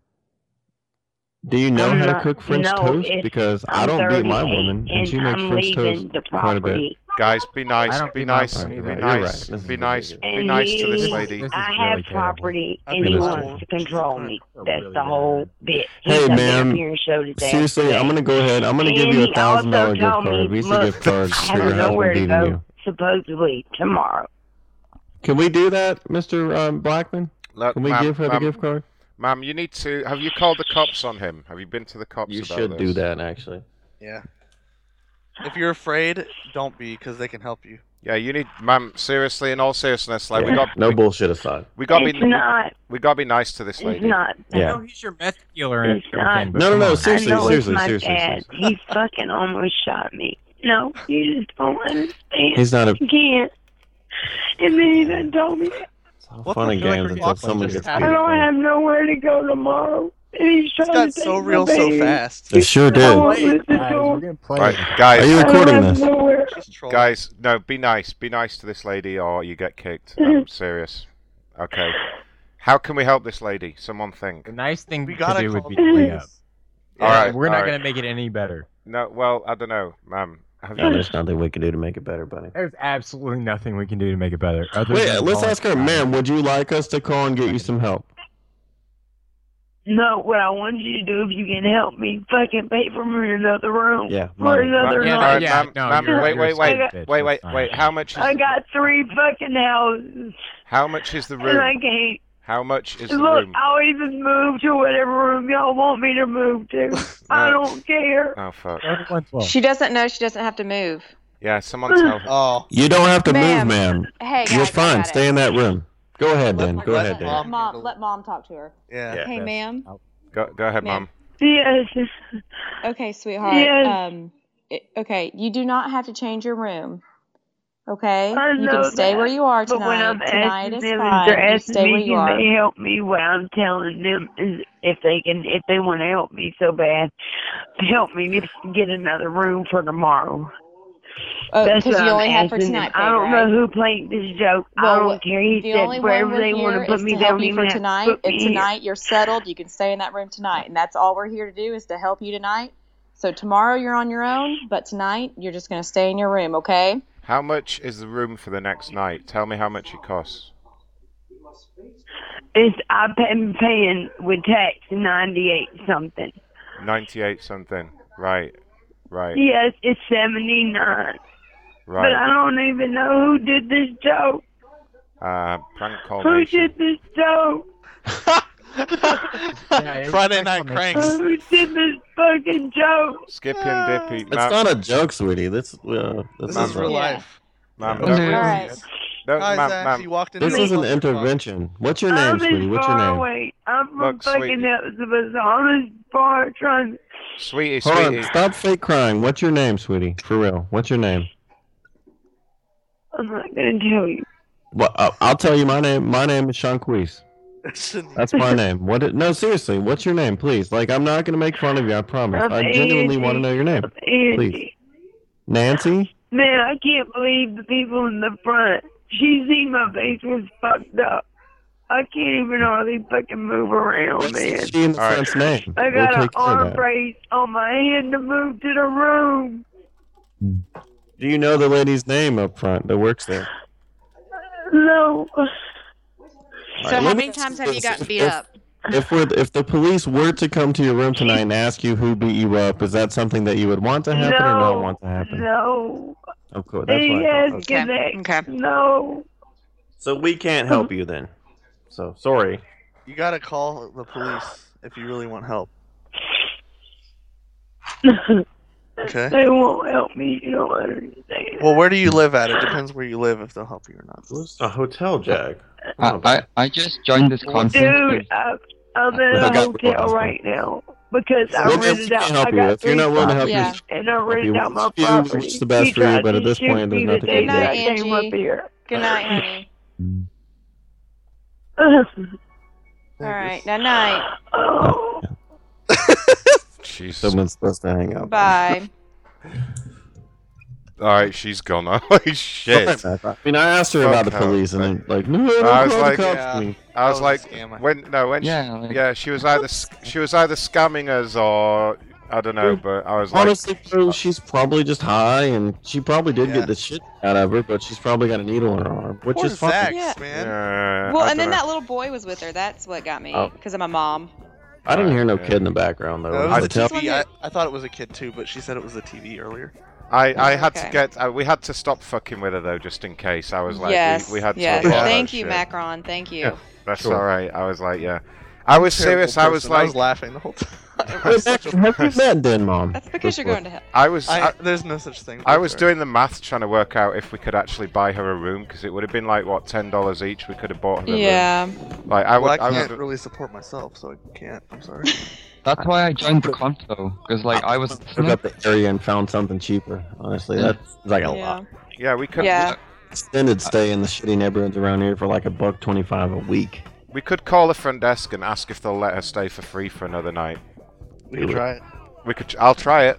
Speaker 16: Do you know
Speaker 19: I'm
Speaker 16: how to
Speaker 19: not-
Speaker 16: cook French
Speaker 19: no,
Speaker 16: toast?
Speaker 19: it's-
Speaker 16: Because I
Speaker 19: I'm
Speaker 16: don't beat my
Speaker 19: 38
Speaker 16: woman, and,
Speaker 19: and
Speaker 16: she makes
Speaker 19: I'm
Speaker 16: French
Speaker 19: leaving
Speaker 16: toast
Speaker 19: the
Speaker 16: quite a bit.
Speaker 19: property.
Speaker 14: Guys, be
Speaker 19: I
Speaker 14: nice.
Speaker 19: don't
Speaker 14: Be
Speaker 19: beat my
Speaker 14: nice.
Speaker 19: property,
Speaker 14: Be
Speaker 19: though. You're
Speaker 14: nice.
Speaker 19: right. This
Speaker 14: Be nice. Be nice to this lady.
Speaker 20: I have property, and
Speaker 16: Be
Speaker 20: he
Speaker 16: nice.
Speaker 20: wants to control me. That's the whole bit. He
Speaker 16: Hey,
Speaker 20: doesn't
Speaker 16: ma'am.
Speaker 20: appear and show his ass
Speaker 16: Seriously, I'm gonna go ahead. I'm gonna give
Speaker 20: And
Speaker 16: you
Speaker 20: he
Speaker 16: a thousand dollar
Speaker 20: also
Speaker 16: gift
Speaker 20: told
Speaker 16: card.
Speaker 20: me,
Speaker 16: Visa
Speaker 20: "Look,
Speaker 16: gift card
Speaker 20: I
Speaker 16: for
Speaker 20: have
Speaker 16: your
Speaker 20: nowhere
Speaker 16: husband
Speaker 20: to
Speaker 16: beating
Speaker 20: go.
Speaker 16: you.
Speaker 20: supposedly tomorrow.
Speaker 16: Can we do that, Mr. Um, Blackman?
Speaker 14: Look,
Speaker 16: Can we
Speaker 14: ma'am,
Speaker 16: give her the
Speaker 14: ma'am.
Speaker 16: gift card?
Speaker 14: Ma'am, you need to. Have you called the cops on him? Have you been to the cops?
Speaker 16: You
Speaker 14: about
Speaker 16: should
Speaker 14: this?
Speaker 16: do that, actually.
Speaker 23: Yeah. If you're afraid, don't be, because they can help you.
Speaker 14: Yeah, you need, ma'am. Seriously, in all seriousness, like we
Speaker 16: Yeah.
Speaker 14: got,
Speaker 16: no bullshit aside.
Speaker 14: we got to
Speaker 20: It's
Speaker 14: be,
Speaker 20: not.
Speaker 14: we got to be nice to this lady.
Speaker 20: not.
Speaker 16: Yeah.
Speaker 19: he's your meth dealer and
Speaker 20: Not-
Speaker 19: everything. but
Speaker 16: No, no,
Speaker 19: come
Speaker 16: no,
Speaker 19: on.
Speaker 16: seriously,
Speaker 20: I know
Speaker 16: seriously,
Speaker 20: it's my
Speaker 16: seriously,
Speaker 20: dad. He fucking almost shot me. No, you just don't understand.
Speaker 16: He's not a-
Speaker 20: You can't. And then he done told me
Speaker 16: Fun and games until someone gets
Speaker 20: I
Speaker 16: beat.
Speaker 20: don't have nowhere to go tomorrow. And he's trying
Speaker 23: got
Speaker 20: to take
Speaker 23: so
Speaker 20: my
Speaker 23: real so
Speaker 20: baby.
Speaker 23: fast.
Speaker 16: It sure
Speaker 20: I
Speaker 16: did.
Speaker 20: won't listen to him.
Speaker 14: Right, guys.
Speaker 16: Are you recording
Speaker 20: I
Speaker 16: this?
Speaker 20: don't have
Speaker 14: Guys, no, be nice. Be nice to this lady or you get kicked. I'm serious. Okay. How can we help this lady? Someone think.
Speaker 19: The nice thing
Speaker 23: We
Speaker 19: to
Speaker 23: gotta
Speaker 19: do would
Speaker 23: call
Speaker 19: be
Speaker 23: the
Speaker 19: to
Speaker 23: police.
Speaker 19: lay up.
Speaker 14: All right,
Speaker 19: We're
Speaker 14: all
Speaker 19: not
Speaker 14: right.
Speaker 19: going to make it any better.
Speaker 14: No, well, I don't know, ma'am. Have
Speaker 16: No, there's nothing we can do to make it better, buddy.
Speaker 19: There's absolutely nothing we can do to make it better. Other
Speaker 16: Wait,
Speaker 19: than
Speaker 16: let's
Speaker 19: call
Speaker 16: ask her,
Speaker 19: it-
Speaker 16: ma'am, would you like us to call and get you some help?
Speaker 1: No, what I want you to do, if you can help me, fucking pay for me another room.
Speaker 16: Yeah,
Speaker 1: For
Speaker 16: money.
Speaker 1: another
Speaker 14: Ma'am,
Speaker 1: night.
Speaker 14: all right, ma'am, ma'am, wait, wait, wait,
Speaker 1: I
Speaker 14: wait, wait, wait. How much
Speaker 1: got, I
Speaker 14: is
Speaker 1: got three fucking houses,
Speaker 14: how much is the
Speaker 1: and I
Speaker 14: room?
Speaker 1: can't.
Speaker 14: How much is the
Speaker 1: Look,
Speaker 14: room?
Speaker 1: I'll even move to whatever room y'all want me to move to. I don't care.
Speaker 14: Oh fuck.
Speaker 11: She doesn't know she doesn't have to move.
Speaker 14: Yeah, someone tell her.
Speaker 23: Oh.
Speaker 16: You don't have to
Speaker 11: Ma'am.
Speaker 16: move, ma'am.
Speaker 11: Hey, guys, I
Speaker 16: You're fine.
Speaker 11: got it.
Speaker 16: Stay in that room. Go ahead, Dan. Go
Speaker 11: Let-
Speaker 16: ahead,
Speaker 11: let
Speaker 16: Dan.
Speaker 11: mom, let mom talk to her.
Speaker 14: Yeah.
Speaker 16: Yeah.
Speaker 11: Hey,
Speaker 16: Yes.
Speaker 11: ma'am.
Speaker 14: Go, go ahead, mom.
Speaker 1: Yes.
Speaker 11: Okay, sweetheart.
Speaker 1: Yes.
Speaker 11: Um, i okay, you do not have to change your room. Okay,
Speaker 1: I
Speaker 11: you
Speaker 1: know
Speaker 11: can stay
Speaker 1: that,
Speaker 11: where you are
Speaker 1: But
Speaker 11: tonight.
Speaker 1: when I'm
Speaker 11: tonight
Speaker 1: asking
Speaker 11: is
Speaker 1: them,
Speaker 11: fine.
Speaker 1: they're
Speaker 11: You
Speaker 1: asking
Speaker 11: stay
Speaker 1: me
Speaker 11: where you
Speaker 1: can
Speaker 11: are.
Speaker 1: they help me. What I'm telling them is if they can, if they want to help me so bad, help me get, get another room for tomorrow.
Speaker 11: Oh,
Speaker 1: That's
Speaker 11: 'cause
Speaker 1: what
Speaker 11: you
Speaker 1: I'm
Speaker 11: only have for
Speaker 1: asking them.
Speaker 11: tonight,
Speaker 1: I don't
Speaker 11: babe, right?
Speaker 1: know who played this joke. I
Speaker 11: Well,
Speaker 1: don't care. He
Speaker 11: the
Speaker 1: said
Speaker 11: only
Speaker 1: wherever
Speaker 11: one
Speaker 1: they
Speaker 11: we're
Speaker 1: want
Speaker 11: here
Speaker 1: to put
Speaker 11: is
Speaker 1: me,
Speaker 11: to
Speaker 1: they
Speaker 11: help
Speaker 1: don't
Speaker 11: you
Speaker 1: even
Speaker 11: for
Speaker 1: have to
Speaker 11: tonight.
Speaker 1: put
Speaker 11: if
Speaker 1: me in.
Speaker 11: tonight you're settled, you can stay in that room tonight, and that's all we're here to do is to help you tonight. So tomorrow you're on your own, but tonight you're just gonna stay in your room, okay?
Speaker 14: How much is the room for the next night? Tell me how much it costs.
Speaker 1: It's I've been paying with tax ninety eight something.
Speaker 14: Ninety-eight something. Right. Right.
Speaker 1: Yes, it's seventy nine. But I
Speaker 14: Right.
Speaker 1: don't even know who did this joke.
Speaker 14: Uh, prank call
Speaker 1: Who
Speaker 14: nation.
Speaker 1: did this joke?
Speaker 23: Friday night cranks.
Speaker 1: Who did this fucking joke?
Speaker 14: Skip and Dippy.
Speaker 16: It's not a joke, sweetie. This, uh,
Speaker 14: This
Speaker 16: not
Speaker 14: is
Speaker 16: a-
Speaker 14: real
Speaker 23: Yeah. life.
Speaker 14: Ma'am,
Speaker 16: Yeah.
Speaker 14: don't,
Speaker 16: Okay.
Speaker 1: Alright.
Speaker 14: don't,
Speaker 1: Hi,
Speaker 14: ma'am,
Speaker 1: Zach,
Speaker 14: ma'am.
Speaker 1: you walked
Speaker 16: This is an intervention. What's your name,
Speaker 1: I'm
Speaker 16: sweetie?
Speaker 1: as
Speaker 16: What's your
Speaker 1: far
Speaker 16: name?
Speaker 1: away. I'm from
Speaker 16: Look,
Speaker 1: fucking
Speaker 16: sweetie.
Speaker 1: Elizabeth. I'm as far trying.
Speaker 14: Sweetie,
Speaker 16: Hold
Speaker 14: sweetie.
Speaker 16: on. Stop fake crying. What's your name, sweetie? For real. What's your name?
Speaker 1: I'm not gonna tell you.
Speaker 16: Well, I- uh, I'll tell you my name. My name is Shanquise. That's my name. What? It, no, seriously. What's your name, please? Like, I'm not gonna make fun of you. I promise.
Speaker 1: I'm
Speaker 16: I genuinely
Speaker 1: Angie.
Speaker 16: want to know your name, please.
Speaker 1: Angie.
Speaker 16: Nancy.
Speaker 1: Man, I can't believe the people in the front. She seen my face was fucked up. I can't even hardly fucking move around, man.
Speaker 16: She in the
Speaker 14: All right.
Speaker 16: front's name.
Speaker 1: I
Speaker 16: We'll
Speaker 1: got an
Speaker 16: take care of
Speaker 1: arm
Speaker 16: that.
Speaker 1: brace on my hand to move to the room.
Speaker 16: Do you know the lady's name up front that works there?
Speaker 1: No.
Speaker 16: So how many
Speaker 35: times have you gotten
Speaker 16: beat up? If we're if the police were to come to your room tonight and ask you who beat you up, is that something that you would want to happen or
Speaker 1: No.
Speaker 16: not want to happen?
Speaker 1: No.
Speaker 16: Of course, that's
Speaker 1: They
Speaker 16: why. I thought-
Speaker 1: asking that. No.
Speaker 16: So we can't help you then. So sorry.
Speaker 23: You gotta call the police if you really want help. Okay.
Speaker 1: They won't help me. You don't understand.
Speaker 23: Well, where do you live at? It depends where you live if they'll help you or not.
Speaker 16: It's a hotel, Jack.
Speaker 2: I, Uh, I, I just joined this conference.
Speaker 1: Dude, I, I'm in
Speaker 2: I
Speaker 1: a
Speaker 2: got-
Speaker 1: hotel right now because I
Speaker 16: Well, if
Speaker 1: rented
Speaker 16: we
Speaker 1: out.
Speaker 16: can help
Speaker 1: I
Speaker 16: you,
Speaker 1: got
Speaker 16: if you're not willing to help
Speaker 1: three
Speaker 16: you,
Speaker 1: properties, and I
Speaker 16: help you.
Speaker 1: rented out my
Speaker 16: If you- it's
Speaker 1: property.
Speaker 16: the best
Speaker 1: He
Speaker 16: for you,
Speaker 1: tried
Speaker 16: but at
Speaker 1: to
Speaker 16: this
Speaker 1: shoot
Speaker 16: point, there's
Speaker 1: me the
Speaker 16: nothing
Speaker 1: day
Speaker 16: you can
Speaker 1: that I
Speaker 16: do.
Speaker 1: came up here.
Speaker 11: Good night, honey. All right, night night.
Speaker 14: Jeez.
Speaker 16: Someone's supposed to hang up.
Speaker 11: Bye.
Speaker 14: All right, she's gone. Holy shit.
Speaker 16: Sorry, Matt. I mean, I asked her
Speaker 14: Fuck
Speaker 16: about the
Speaker 14: her.
Speaker 16: police, and then, like, no, don't
Speaker 14: I was
Speaker 16: call
Speaker 14: like,
Speaker 16: the cops.
Speaker 14: I
Speaker 11: Oh,
Speaker 14: was like, when no, when yeah, she, yeah, she was either sc- she was either scamming us or I don't know, but I was like,
Speaker 16: Honestly, bro, she's probably just high, and she probably did get the shit out of her, but she's probably got a needle in her arm, which
Speaker 11: Poor
Speaker 16: is fine.
Speaker 11: Zax, Yeah. man.
Speaker 14: Yeah,
Speaker 11: well, and then that little boy was with her. That's what got me
Speaker 16: Oh.
Speaker 11: because of my mom.
Speaker 16: I didn't hear no kid in the background though.
Speaker 23: No, it
Speaker 16: I
Speaker 23: was a
Speaker 16: tell-
Speaker 23: TV. I, I thought it was a kid too, but she said it was a TV earlier.
Speaker 14: I I had
Speaker 11: Okay.
Speaker 14: to get uh, we had to stop fucking with her though, just in case. I was like,
Speaker 11: yes.
Speaker 14: we, we had to.
Speaker 11: yes.
Speaker 14: avoid
Speaker 11: Thank
Speaker 14: that
Speaker 11: you,
Speaker 14: shit.
Speaker 11: Macron. Thank you.
Speaker 14: Yeah, that's
Speaker 16: Sure.
Speaker 14: all right. I was like, yeah. I was
Speaker 23: Terrible
Speaker 14: serious. I was
Speaker 23: person. I
Speaker 14: like,
Speaker 23: was laughing the whole time.
Speaker 16: Wait, Mac, have you met then, mom?
Speaker 11: That's because you're going to hell.
Speaker 14: I was. I,
Speaker 23: there's no such thing.
Speaker 14: I was
Speaker 23: Sorry.
Speaker 14: doing the math trying to work out if we could actually buy her a room because it would have been like what ten dollars each. We could have bought her. A
Speaker 11: Yeah.
Speaker 14: Room. Like I
Speaker 23: Well,
Speaker 14: would.
Speaker 23: I
Speaker 14: I
Speaker 23: can't
Speaker 14: would.
Speaker 23: really support myself, so I can't. I'm sorry.
Speaker 2: That's why I joined the conf though, because like I was.
Speaker 16: Look up the area and found something cheaper. Honestly, that's like a lot.
Speaker 14: Yeah, we could.
Speaker 2: Yeah.
Speaker 16: Extended stay in the shitty neighborhoods around here for like a buck twenty-five a week.
Speaker 14: We could call the front desk and ask if they'll let her stay for free for another night.
Speaker 23: We could try it.
Speaker 14: We could. I'll try it.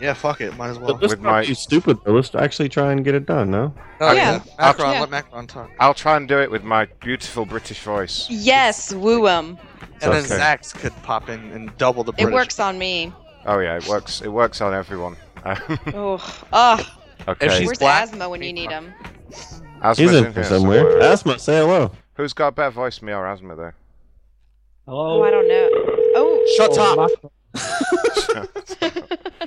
Speaker 23: Yeah, fuck it. Might as well.
Speaker 16: But this might be stupid, though. Let's actually try and get it done, no?
Speaker 23: Oh, yeah. Macron, let Macron talk.
Speaker 14: I'll try and do it with my beautiful British voice.
Speaker 11: Yes, woo 'em.
Speaker 23: And then
Speaker 14: Okay.
Speaker 23: Zax could pop in and double the
Speaker 11: It
Speaker 23: British.
Speaker 11: works on me.
Speaker 14: Oh yeah, it works. It works on everyone.
Speaker 11: Oh, ugh.
Speaker 14: Okay. If she's
Speaker 11: Where's
Speaker 14: black,
Speaker 11: Asthma when you need him?
Speaker 14: Asma's
Speaker 16: He's in
Speaker 14: here
Speaker 16: here somewhere. Asma, say hello.
Speaker 14: Who's got a better voice, me or Asma though?
Speaker 11: Oh, I don't know. Oh.
Speaker 14: Shut up.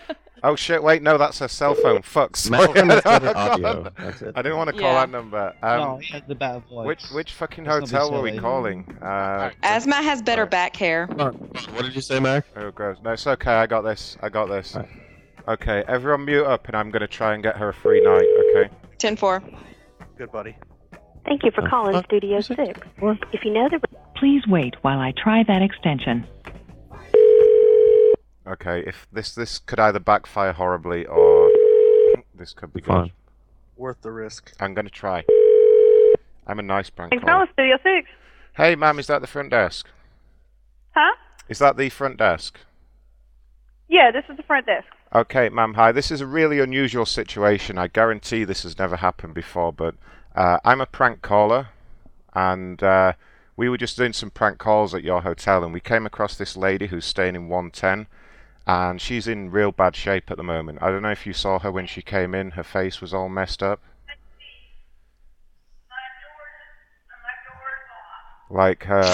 Speaker 14: Oh shit! Wait, no, that's her cell phone. Fuck. Sorry.
Speaker 16: Malcolm has better
Speaker 14: I can't-
Speaker 16: audio. That's it.
Speaker 14: I didn't want to call
Speaker 11: Yeah.
Speaker 14: that number. Um,
Speaker 11: No,
Speaker 2: he has the better voice.
Speaker 14: Which which fucking
Speaker 2: Let's not be
Speaker 14: hotel were we
Speaker 2: silly.
Speaker 14: calling? Uh,
Speaker 11: Asthma has better back hair.
Speaker 16: What did you say, Mac?
Speaker 14: Oh, gross. No, it's okay. I got this. I got this. Okay, everyone mute up, and I'm gonna try and get her a free night. Okay.
Speaker 11: 10 4.
Speaker 23: Good buddy.
Speaker 33: Thank you for calling Studio 6. If you know the
Speaker 29: Please wait while I try that extension.
Speaker 14: Okay. If this this could either backfire horribly or this could be fun.
Speaker 23: Worth the risk.
Speaker 14: I'm gonna try. I'm a nice prank
Speaker 22: Thanks,
Speaker 14: caller.
Speaker 22: Alice, Studio 6.
Speaker 14: Hey, ma'am, is that the front desk?
Speaker 22: Huh?
Speaker 14: Is that the front desk?
Speaker 22: Yeah, this is the front desk.
Speaker 14: Okay, ma'am, hi. This is a really unusual situation. I guarantee this has never happened before, but uh, I'm a prank caller, and uh, we were just doing some prank calls at your hotel, and we came across this lady who's staying in 110, and she's in real bad shape at the moment. I don't know if you saw her when she came in, her face was all messed up. Like her.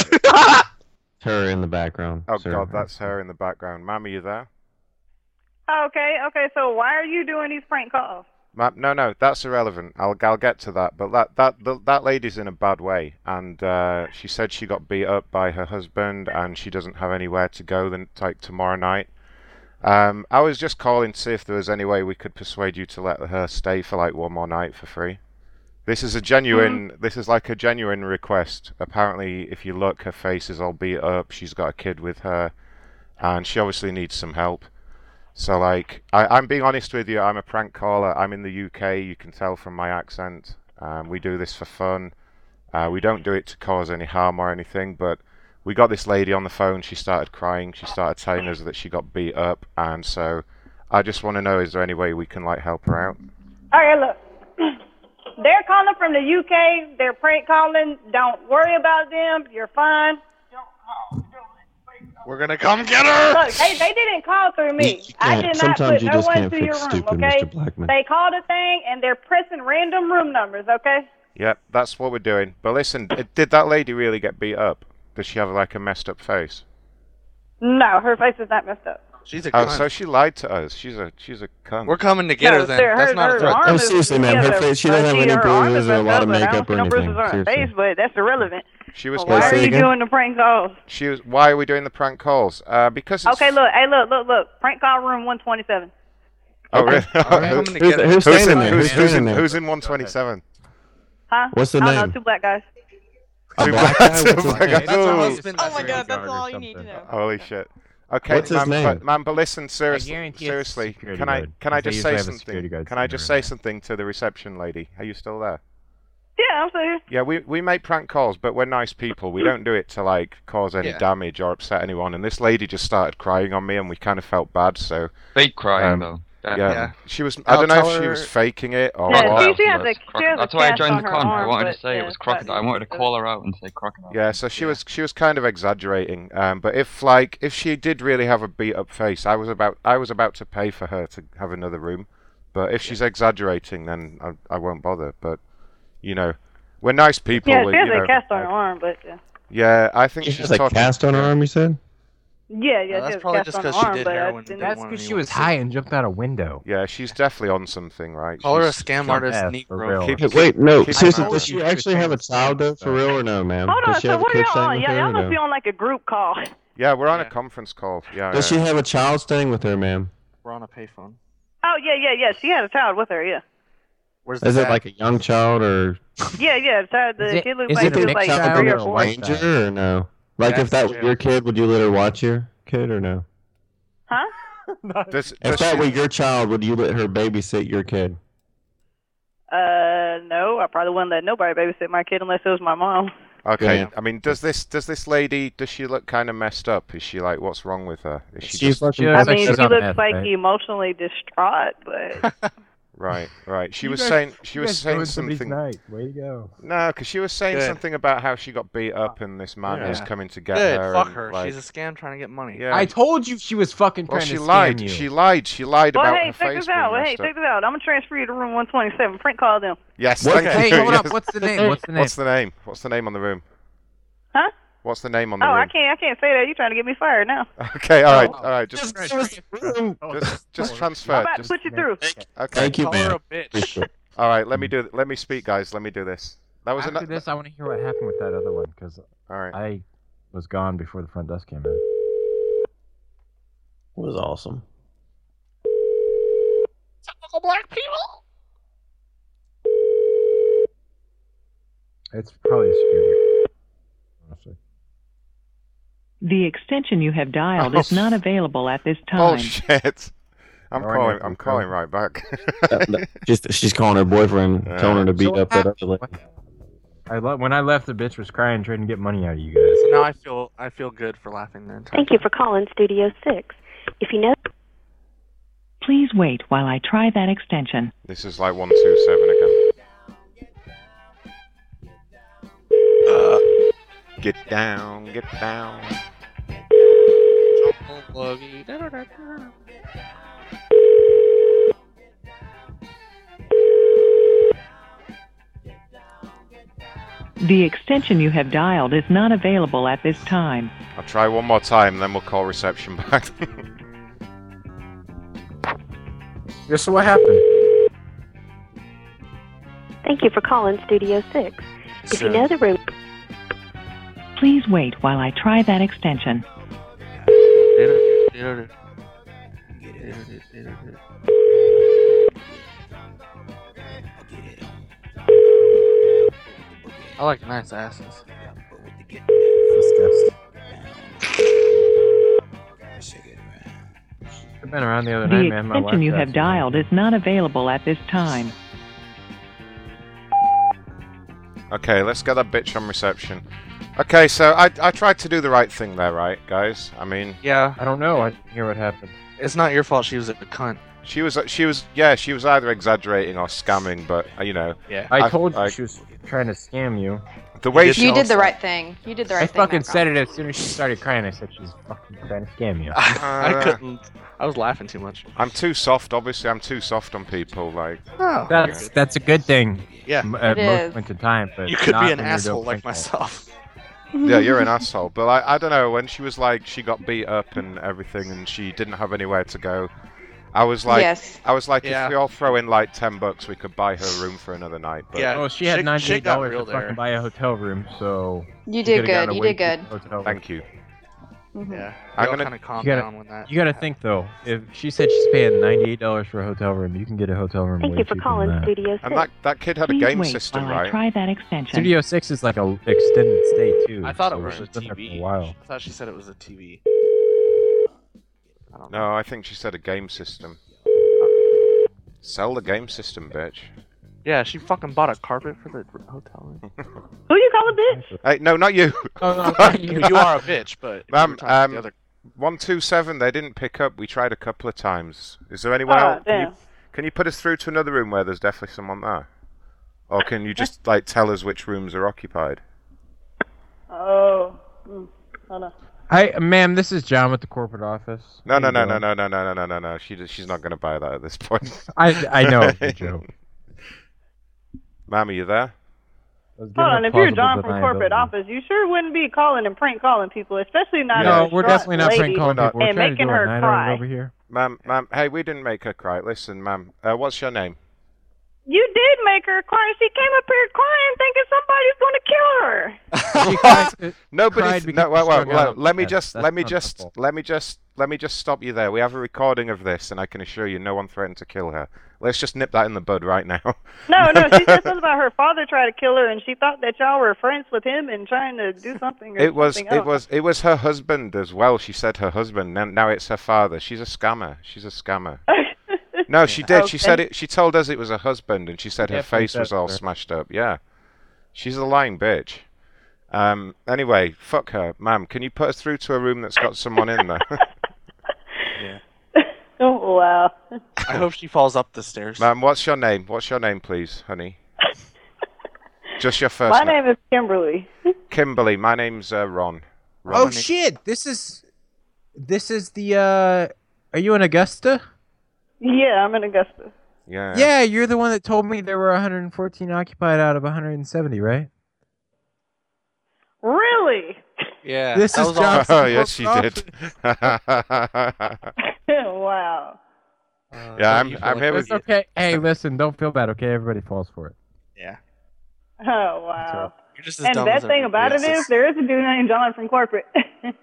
Speaker 16: Her in the background.
Speaker 14: Oh,
Speaker 16: sir.
Speaker 14: God, that's her in the background. Ma'am, are you there?
Speaker 22: Okay, okay, so why are you doing these prank calls?
Speaker 14: Ma- no, no, that's irrelevant. I'll, I'll get to that. But that that th that lady's in a bad way, and uh, she said she got beat up by her husband, and she doesn't have anywhere to go then like tomorrow night. Um, I was just calling to see if there was any way we could persuade you to let her stay for like one more night for free. This is a genuine. This is like a genuine request. Apparently, if you look, her face is all beat up. She's got a kid with her, and she obviously needs some help. So, like, I, I'm being honest with you. I'm a prank caller. I'm in the UK. You can tell from my accent. Um, we do this for fun. Uh, we don't do it to cause any harm or anything. But we got this lady on the phone. She started crying. She started telling us that she got beat up, and so I just want to know: is there any way we can like help her out?
Speaker 22: All right, look. They're calling from the UK. They're prank calling. Don't worry about them. You're fine.
Speaker 23: We're gonna come get her.
Speaker 22: Look, they, they didn't call through me. I
Speaker 16: can't-
Speaker 22: did not
Speaker 16: sometimes
Speaker 22: put
Speaker 16: you
Speaker 22: no
Speaker 16: just
Speaker 22: one
Speaker 16: can't
Speaker 22: through your
Speaker 16: fix
Speaker 22: room,
Speaker 16: stupid, Mr.
Speaker 22: okay?
Speaker 16: Blackman.
Speaker 22: They called a thing and they're pressing random room numbers, okay?
Speaker 14: Yep, that's what we're doing. But listen, uh, did that lady really get beat up? Does she have like a messed up face?
Speaker 22: No, her face is not messed up.
Speaker 23: She's
Speaker 14: Oh, so she lied to us. She's a she's a cunt.
Speaker 23: We're coming to get her then.
Speaker 22: Her-
Speaker 23: That's not
Speaker 22: her
Speaker 23: a threat.
Speaker 22: arm
Speaker 16: Oh,
Speaker 22: is-
Speaker 16: seriously, man,
Speaker 22: yeah,
Speaker 16: her
Speaker 22: the-
Speaker 16: face- she doesn't have
Speaker 22: see,
Speaker 16: any
Speaker 22: her arm
Speaker 16: bruises
Speaker 22: is
Speaker 16: or a
Speaker 22: messed
Speaker 16: lot
Speaker 22: up,
Speaker 16: of
Speaker 22: but I don't
Speaker 16: makeup
Speaker 22: see
Speaker 16: or
Speaker 22: no bruises
Speaker 16: anything,
Speaker 22: on her
Speaker 16: seriously.
Speaker 22: face, but that's irrelevant.
Speaker 14: She was.
Speaker 22: Oh, Why are you
Speaker 16: again?
Speaker 22: doing the prank calls?
Speaker 14: She was. Why are we doing the prank calls? Uh, because it's.
Speaker 22: Okay, look, hey, look, look, look. Prank call room 127.
Speaker 14: Oh, really?
Speaker 16: Who's- who's
Speaker 14: who's
Speaker 16: standing
Speaker 14: in,
Speaker 16: there? Who's
Speaker 14: Who's, who's in,
Speaker 16: standing there?
Speaker 14: who's in 127?
Speaker 22: Huh?
Speaker 16: What's the
Speaker 22: I don't
Speaker 16: name?
Speaker 22: know, two black guys.
Speaker 16: A
Speaker 14: Two
Speaker 16: black
Speaker 14: blacks,
Speaker 16: guy
Speaker 14: two
Speaker 16: with a-
Speaker 14: black guys.
Speaker 16: That's her
Speaker 14: Ooh.
Speaker 16: husband,
Speaker 11: Oh my god, that's all you need to know.
Speaker 14: Holy shit. Okay,
Speaker 16: What's his
Speaker 14: ma'am,
Speaker 16: name?
Speaker 14: But, ma'am, but listen, seriously,
Speaker 16: guarantee it's
Speaker 14: seriously,
Speaker 16: security
Speaker 14: can I
Speaker 16: guard,
Speaker 14: can I
Speaker 16: 'cause they
Speaker 14: just
Speaker 16: usually
Speaker 14: say
Speaker 16: have a security
Speaker 14: something?
Speaker 16: guard
Speaker 14: Can I
Speaker 16: sitting
Speaker 14: just say something to the reception lady? Are you still there?
Speaker 22: Yeah, I'm serious.
Speaker 14: Yeah, we, we make prank calls, but we're nice people. We don't do it to like cause any
Speaker 22: Yeah.
Speaker 14: damage or upset anyone. And this lady just started crying on me, and we kind of felt bad. So
Speaker 30: Fake crying,
Speaker 14: um,
Speaker 30: though.
Speaker 14: Yeah.
Speaker 30: That-
Speaker 14: she was. I
Speaker 30: I'll
Speaker 14: don't know if
Speaker 30: tell
Speaker 14: she
Speaker 30: her-
Speaker 14: was faking it or
Speaker 22: Yeah,
Speaker 14: what.
Speaker 22: she- she has a- she has a
Speaker 30: That's why I
Speaker 22: cast
Speaker 30: joined
Speaker 22: on
Speaker 30: the
Speaker 22: her
Speaker 30: con. I
Speaker 22: arm,
Speaker 30: wanted
Speaker 22: but,
Speaker 30: to say
Speaker 22: uh,
Speaker 30: it was crocodile. I wanted to call her out and say crocodile.
Speaker 14: Yeah, so she was she was kind of exaggerating. Um, but if like if she did really have a beat up face, I was about I was about to pay for her to have another room. But if she's exaggerating, then I, I won't bother. But you know, we're nice people.
Speaker 22: Yeah,
Speaker 14: we-
Speaker 22: she has
Speaker 14: you know,
Speaker 22: a cast on her arm, but uh,
Speaker 14: Yeah, I think
Speaker 16: She
Speaker 14: she's
Speaker 16: has a
Speaker 14: talking.
Speaker 16: cast on her arm, you said?
Speaker 22: yeah, yeah,
Speaker 23: that's
Speaker 22: she has
Speaker 23: probably
Speaker 22: a cast
Speaker 23: just
Speaker 22: on her
Speaker 23: 'cause she
Speaker 22: arm,
Speaker 23: did
Speaker 22: but
Speaker 23: heroin and
Speaker 22: I
Speaker 23: didn't
Speaker 22: didn't
Speaker 23: want
Speaker 30: Because she was high and jumped out a window.
Speaker 14: Yeah, she's definitely on something, right?
Speaker 23: Call her a
Speaker 14: She's-
Speaker 23: scam
Speaker 14: she's
Speaker 23: artist,
Speaker 14: on
Speaker 23: Neat
Speaker 14: for
Speaker 23: Bro.
Speaker 14: real.
Speaker 23: Keep-
Speaker 14: Keep-
Speaker 16: Wait, no.
Speaker 14: keep
Speaker 16: Seriously,
Speaker 14: an eye
Speaker 16: does
Speaker 14: on
Speaker 16: she
Speaker 14: her.
Speaker 16: actually have a child, though, for real or no, ma'am?
Speaker 22: Hold
Speaker 16: does
Speaker 22: on,
Speaker 16: she
Speaker 22: so
Speaker 16: have a
Speaker 22: what are
Speaker 16: kid
Speaker 22: y'all
Speaker 16: staying
Speaker 22: on?
Speaker 16: with
Speaker 22: Y'all,
Speaker 16: her
Speaker 22: y'all
Speaker 16: or
Speaker 22: must be
Speaker 16: no?
Speaker 22: on like a group call.
Speaker 14: Yeah, we're on a conference call. Yeah.
Speaker 16: Does she have a child staying with her, ma'am?
Speaker 23: We're on a payphone.
Speaker 22: Oh, yeah, yeah, yeah. She had a child with her, yeah.
Speaker 23: Where's
Speaker 16: Is
Speaker 23: the
Speaker 16: it like a young child or
Speaker 22: Yeah, yeah. So the
Speaker 30: Is it-
Speaker 22: kid looked
Speaker 30: is
Speaker 22: like
Speaker 30: it a
Speaker 22: he was
Speaker 30: mixed
Speaker 22: like
Speaker 30: child
Speaker 22: three
Speaker 30: or
Speaker 22: or
Speaker 30: a
Speaker 36: four.
Speaker 30: white child?
Speaker 16: stranger or no? Like, if that were your kid, would you let her watch your kid or no?
Speaker 22: Huh?
Speaker 14: Does,
Speaker 16: If that were your child, would you let her babysit your kid?
Speaker 22: Uh, no, I probably wouldn't let nobody babysit my kid unless it was my mom.
Speaker 14: Okay.
Speaker 16: Yeah.
Speaker 14: I mean, does this does this lady does she look kind of messed up? Is she like, what's wrong with her? Is she
Speaker 16: She's
Speaker 14: just...
Speaker 16: looking
Speaker 22: I mean, he looks like emotionally distraught, but
Speaker 14: Right, right. She
Speaker 19: You
Speaker 14: was
Speaker 19: guys-
Speaker 14: saying she
Speaker 19: you
Speaker 14: was
Speaker 19: guys
Speaker 14: saying
Speaker 19: ruined somebody's
Speaker 14: something.
Speaker 19: night. Way to go.
Speaker 14: No, because she was saying
Speaker 23: Good.
Speaker 14: something about how she got beat up and this man is
Speaker 23: Yeah.
Speaker 14: coming to get
Speaker 23: Good,
Speaker 14: her.
Speaker 23: fuck
Speaker 14: and,
Speaker 23: her.
Speaker 14: like-
Speaker 23: She's a scam trying to get money.
Speaker 14: Yeah. I
Speaker 37: told you she was fucking
Speaker 14: well, she lied. She lied. She lied
Speaker 22: well,
Speaker 14: about
Speaker 22: hey,
Speaker 14: her
Speaker 22: check
Speaker 14: face
Speaker 22: this out.
Speaker 14: being
Speaker 22: Well, hey,
Speaker 14: messed
Speaker 22: check this out. I'm gonna transfer you to room 127. Print call them.
Speaker 14: up. Yes.
Speaker 22: What-
Speaker 14: thank
Speaker 22: Hey,
Speaker 14: you.
Speaker 22: hold up,
Speaker 14: yes.
Speaker 22: what's the name? What's the name?
Speaker 14: What's the name? What's the name on the room?
Speaker 22: Huh?
Speaker 14: What's the name on
Speaker 22: Oh,
Speaker 14: the
Speaker 22: I
Speaker 14: room?
Speaker 22: can't. I can't say that. You're trying to get me fired now.
Speaker 14: Okay. All right. All right. Just
Speaker 22: Just-
Speaker 14: just, just, transfer.
Speaker 22: I'm about
Speaker 14: just-
Speaker 22: to put you through.
Speaker 14: Okay.
Speaker 16: Thank you, man.
Speaker 14: All right. Let me do. Let me speak, guys. Let me do this. That was
Speaker 19: After
Speaker 14: another.
Speaker 19: this, I want to hear what happened with that other one because I was gone before the front desk came in.
Speaker 16: was awesome.
Speaker 23: black people.
Speaker 19: It's probably a security. Honestly.
Speaker 29: The extension you have
Speaker 16: Oh.
Speaker 29: dialed is not available at this time.
Speaker 14: Oh shit! I'm
Speaker 29: Alright,
Speaker 14: calling.
Speaker 29: no,
Speaker 14: I'm calling right back.
Speaker 16: Just she's calling her boyfriend, telling her to beat
Speaker 19: So
Speaker 16: up
Speaker 23: uh,
Speaker 16: that other lady.
Speaker 19: I lo- when I left, the bitch was crying, trying to get money out of you guys.
Speaker 23: So now I feel I feel good for laughing the entire.
Speaker 33: Thank you for calling Studio 6. If you know...
Speaker 29: Please wait while I try that extension.
Speaker 14: This is like one two seven again. Uh, get down, get down.
Speaker 29: The extension you have dialed is not available at this time.
Speaker 14: I'll try one more time, then we'll call reception back.
Speaker 19: Yeah, so what happened?
Speaker 33: Thank you for calling Studio 6. If you
Speaker 29: So-
Speaker 33: know the room...
Speaker 29: Please wait while I try that extension.
Speaker 23: I like nice asses.
Speaker 19: I've been around the other night,
Speaker 29: The
Speaker 19: man. My wife
Speaker 29: extension you
Speaker 19: asked
Speaker 29: have
Speaker 19: me.
Speaker 29: dialed is not available at this time.
Speaker 14: okay, let's get that bitch on reception. Okay, so I, I tried to do the right thing there, right, guys? I mean,
Speaker 23: Yeah.
Speaker 19: I don't know. I didn't hear what happened.
Speaker 23: It's not your fault. She was a cunt.
Speaker 14: she was uh, she was yeah, she was either exaggerating or scamming, but uh, you know.
Speaker 23: Yeah.
Speaker 19: I told you
Speaker 14: I-
Speaker 19: she was trying to scam you.
Speaker 14: The way she
Speaker 11: You did the right thing. You did the right
Speaker 19: I
Speaker 11: thing.
Speaker 19: fucking
Speaker 11: Malcolm.
Speaker 19: said it as soon as she started crying. I said she's fucking trying to scam you.
Speaker 23: I couldn't. I was laughing too much.
Speaker 14: I'm too soft, obviously. I'm too soft on people. Like,
Speaker 23: Oh.
Speaker 19: That's that's a good thing.
Speaker 23: Yeah,
Speaker 19: m- at
Speaker 23: it
Speaker 19: most
Speaker 23: is.
Speaker 19: points in time, but
Speaker 23: You could
Speaker 19: not
Speaker 23: be an
Speaker 19: when you're
Speaker 23: asshole
Speaker 19: doing
Speaker 23: like
Speaker 19: things
Speaker 23: myself.
Speaker 14: yeah, you're an asshole. But like, I don't know. When she was like, she got beat up and everything, and she didn't have anywhere to go. I was like,
Speaker 11: Yes.
Speaker 14: I was like,
Speaker 23: Yeah.
Speaker 14: if we all throw in like ten bucks, we could buy her room for another night. But
Speaker 23: Yeah,
Speaker 19: Oh, she had
Speaker 23: shit-
Speaker 19: ninety-eight
Speaker 23: shit got
Speaker 19: dollars
Speaker 23: real
Speaker 19: to
Speaker 23: there.
Speaker 19: fucking buy a hotel room, so
Speaker 11: You
Speaker 19: she
Speaker 11: did
Speaker 19: coulda gotten
Speaker 11: good,
Speaker 19: a
Speaker 11: you
Speaker 19: way
Speaker 11: did good.
Speaker 19: cheap hotel room.
Speaker 14: Thank you.
Speaker 23: Yeah.
Speaker 19: I'm
Speaker 23: We all
Speaker 19: gonna-
Speaker 23: kind of calmed
Speaker 19: You gotta,
Speaker 23: down with that.
Speaker 19: you gotta think though. If she said she's paying ninety-eight dollars for a hotel room, you can get a hotel room. way cheaper than that.
Speaker 14: And that that kid had a
Speaker 29: Please
Speaker 14: game
Speaker 29: wait
Speaker 14: system,
Speaker 29: while I
Speaker 14: right?
Speaker 29: try that extension.
Speaker 19: Studio Six is like a extended stay too.
Speaker 23: I thought it
Speaker 19: so
Speaker 23: was a
Speaker 19: she's been there for
Speaker 23: TV.
Speaker 19: A while.
Speaker 23: I thought she said it was a TV.
Speaker 14: No, I think she said a game system. Sell the game system, bitch.
Speaker 23: Yeah, she fucking bought a carpet for the hotel room.
Speaker 22: Who you call a bitch?
Speaker 14: Hey, Uh, no, not you.
Speaker 19: Oh, no, not you.
Speaker 23: you are a bitch, but if
Speaker 14: Ma'am,
Speaker 23: you were talking to
Speaker 14: um,
Speaker 23: the other-
Speaker 14: one two seven. They didn't pick up. We tried a couple of times. Is there anyone
Speaker 22: Oh,
Speaker 14: else? Can you,
Speaker 22: damn.
Speaker 14: can you put us through to another room where there's definitely someone there, or can you just like tell us which rooms are occupied?
Speaker 22: Oh, mm, hold on.
Speaker 19: Hi, ma'am. This is John with the corporate office.
Speaker 14: No, no, no,
Speaker 19: How you
Speaker 14: no,
Speaker 19: doing?
Speaker 14: no, no, no, no, no, no, no. She d- she's not going to buy that at this point.
Speaker 19: I I know. It's a joke.
Speaker 14: Ma'am, are you there?
Speaker 19: I was giving
Speaker 22: Hold
Speaker 19: her
Speaker 22: on, if you're
Speaker 19: plausible
Speaker 22: John from corporate
Speaker 19: deniability.
Speaker 22: office, you sure wouldn't be calling and prank calling people, especially not
Speaker 19: No,
Speaker 22: a
Speaker 19: we're
Speaker 22: distraught
Speaker 19: definitely not
Speaker 22: lady
Speaker 19: prank calling people. We're
Speaker 22: and
Speaker 19: trying to
Speaker 22: making
Speaker 19: do
Speaker 22: her
Speaker 19: a night
Speaker 22: cry.
Speaker 19: out over here.
Speaker 14: Ma'am, ma'am. Hey, we didn't make her cry. Listen, ma'am. Uh, what's your name?
Speaker 22: You did make her cry. She came up here crying, thinking somebody's going to kill her.
Speaker 19: because
Speaker 14: Nobody. No,
Speaker 19: she
Speaker 14: wait, wait,
Speaker 19: strung
Speaker 14: wait,
Speaker 19: out.
Speaker 14: Let me
Speaker 19: Yeah,
Speaker 14: just.
Speaker 19: that's
Speaker 14: Let me
Speaker 19: not her
Speaker 14: just. Let me just. Let me just stop you there. We have a recording of this, and I can assure you, no one threatened to kill her. Let's just nip that in the bud right now.
Speaker 22: No, no, she said something about her father tried to kill her, and she thought that y'all were friends with him and trying to do something. Or
Speaker 14: It was
Speaker 22: something
Speaker 14: it
Speaker 22: else.
Speaker 14: was it was her husband as well. She said her husband. Now, now it's her father. She's a scammer. She's a scammer. no, she did. She said
Speaker 22: Okay.
Speaker 14: it. She told us it was her husband, and she said her
Speaker 19: Definitely
Speaker 14: face was
Speaker 19: said
Speaker 14: all
Speaker 19: her.
Speaker 14: smashed up. Yeah, she's a lying bitch. Um, anyway, fuck her, ma'am. Can you put us through to a room that's got someone in there?
Speaker 10: Oh, wow.
Speaker 23: I hope she falls up the stairs.
Speaker 14: ma'am, what's your name? What's your name, please, honey? Just your first
Speaker 10: My
Speaker 14: name.
Speaker 10: name is Kimberly.
Speaker 14: Kimberly. My name's uh, Ron.
Speaker 19: Oh shit! This is this is the. uh Are you in Augusta?
Speaker 10: Yeah, I'm in Augusta.
Speaker 14: Yeah.
Speaker 19: Yeah, you're the one that told me there were 114 occupied out of 170, right?
Speaker 10: Really?
Speaker 23: Yeah.
Speaker 19: This
Speaker 23: that
Speaker 19: is
Speaker 23: was all-
Speaker 19: Johnson.
Speaker 14: Oh yes, she did.
Speaker 10: wow.
Speaker 14: yeah, I'm. I'm here with
Speaker 19: It's okay. Hey, listen, don't feel bad. Okay, everybody falls for it.
Speaker 10: Oh, wow.
Speaker 23: You're just
Speaker 10: And that thing about it is, there is a dude named John from corporate.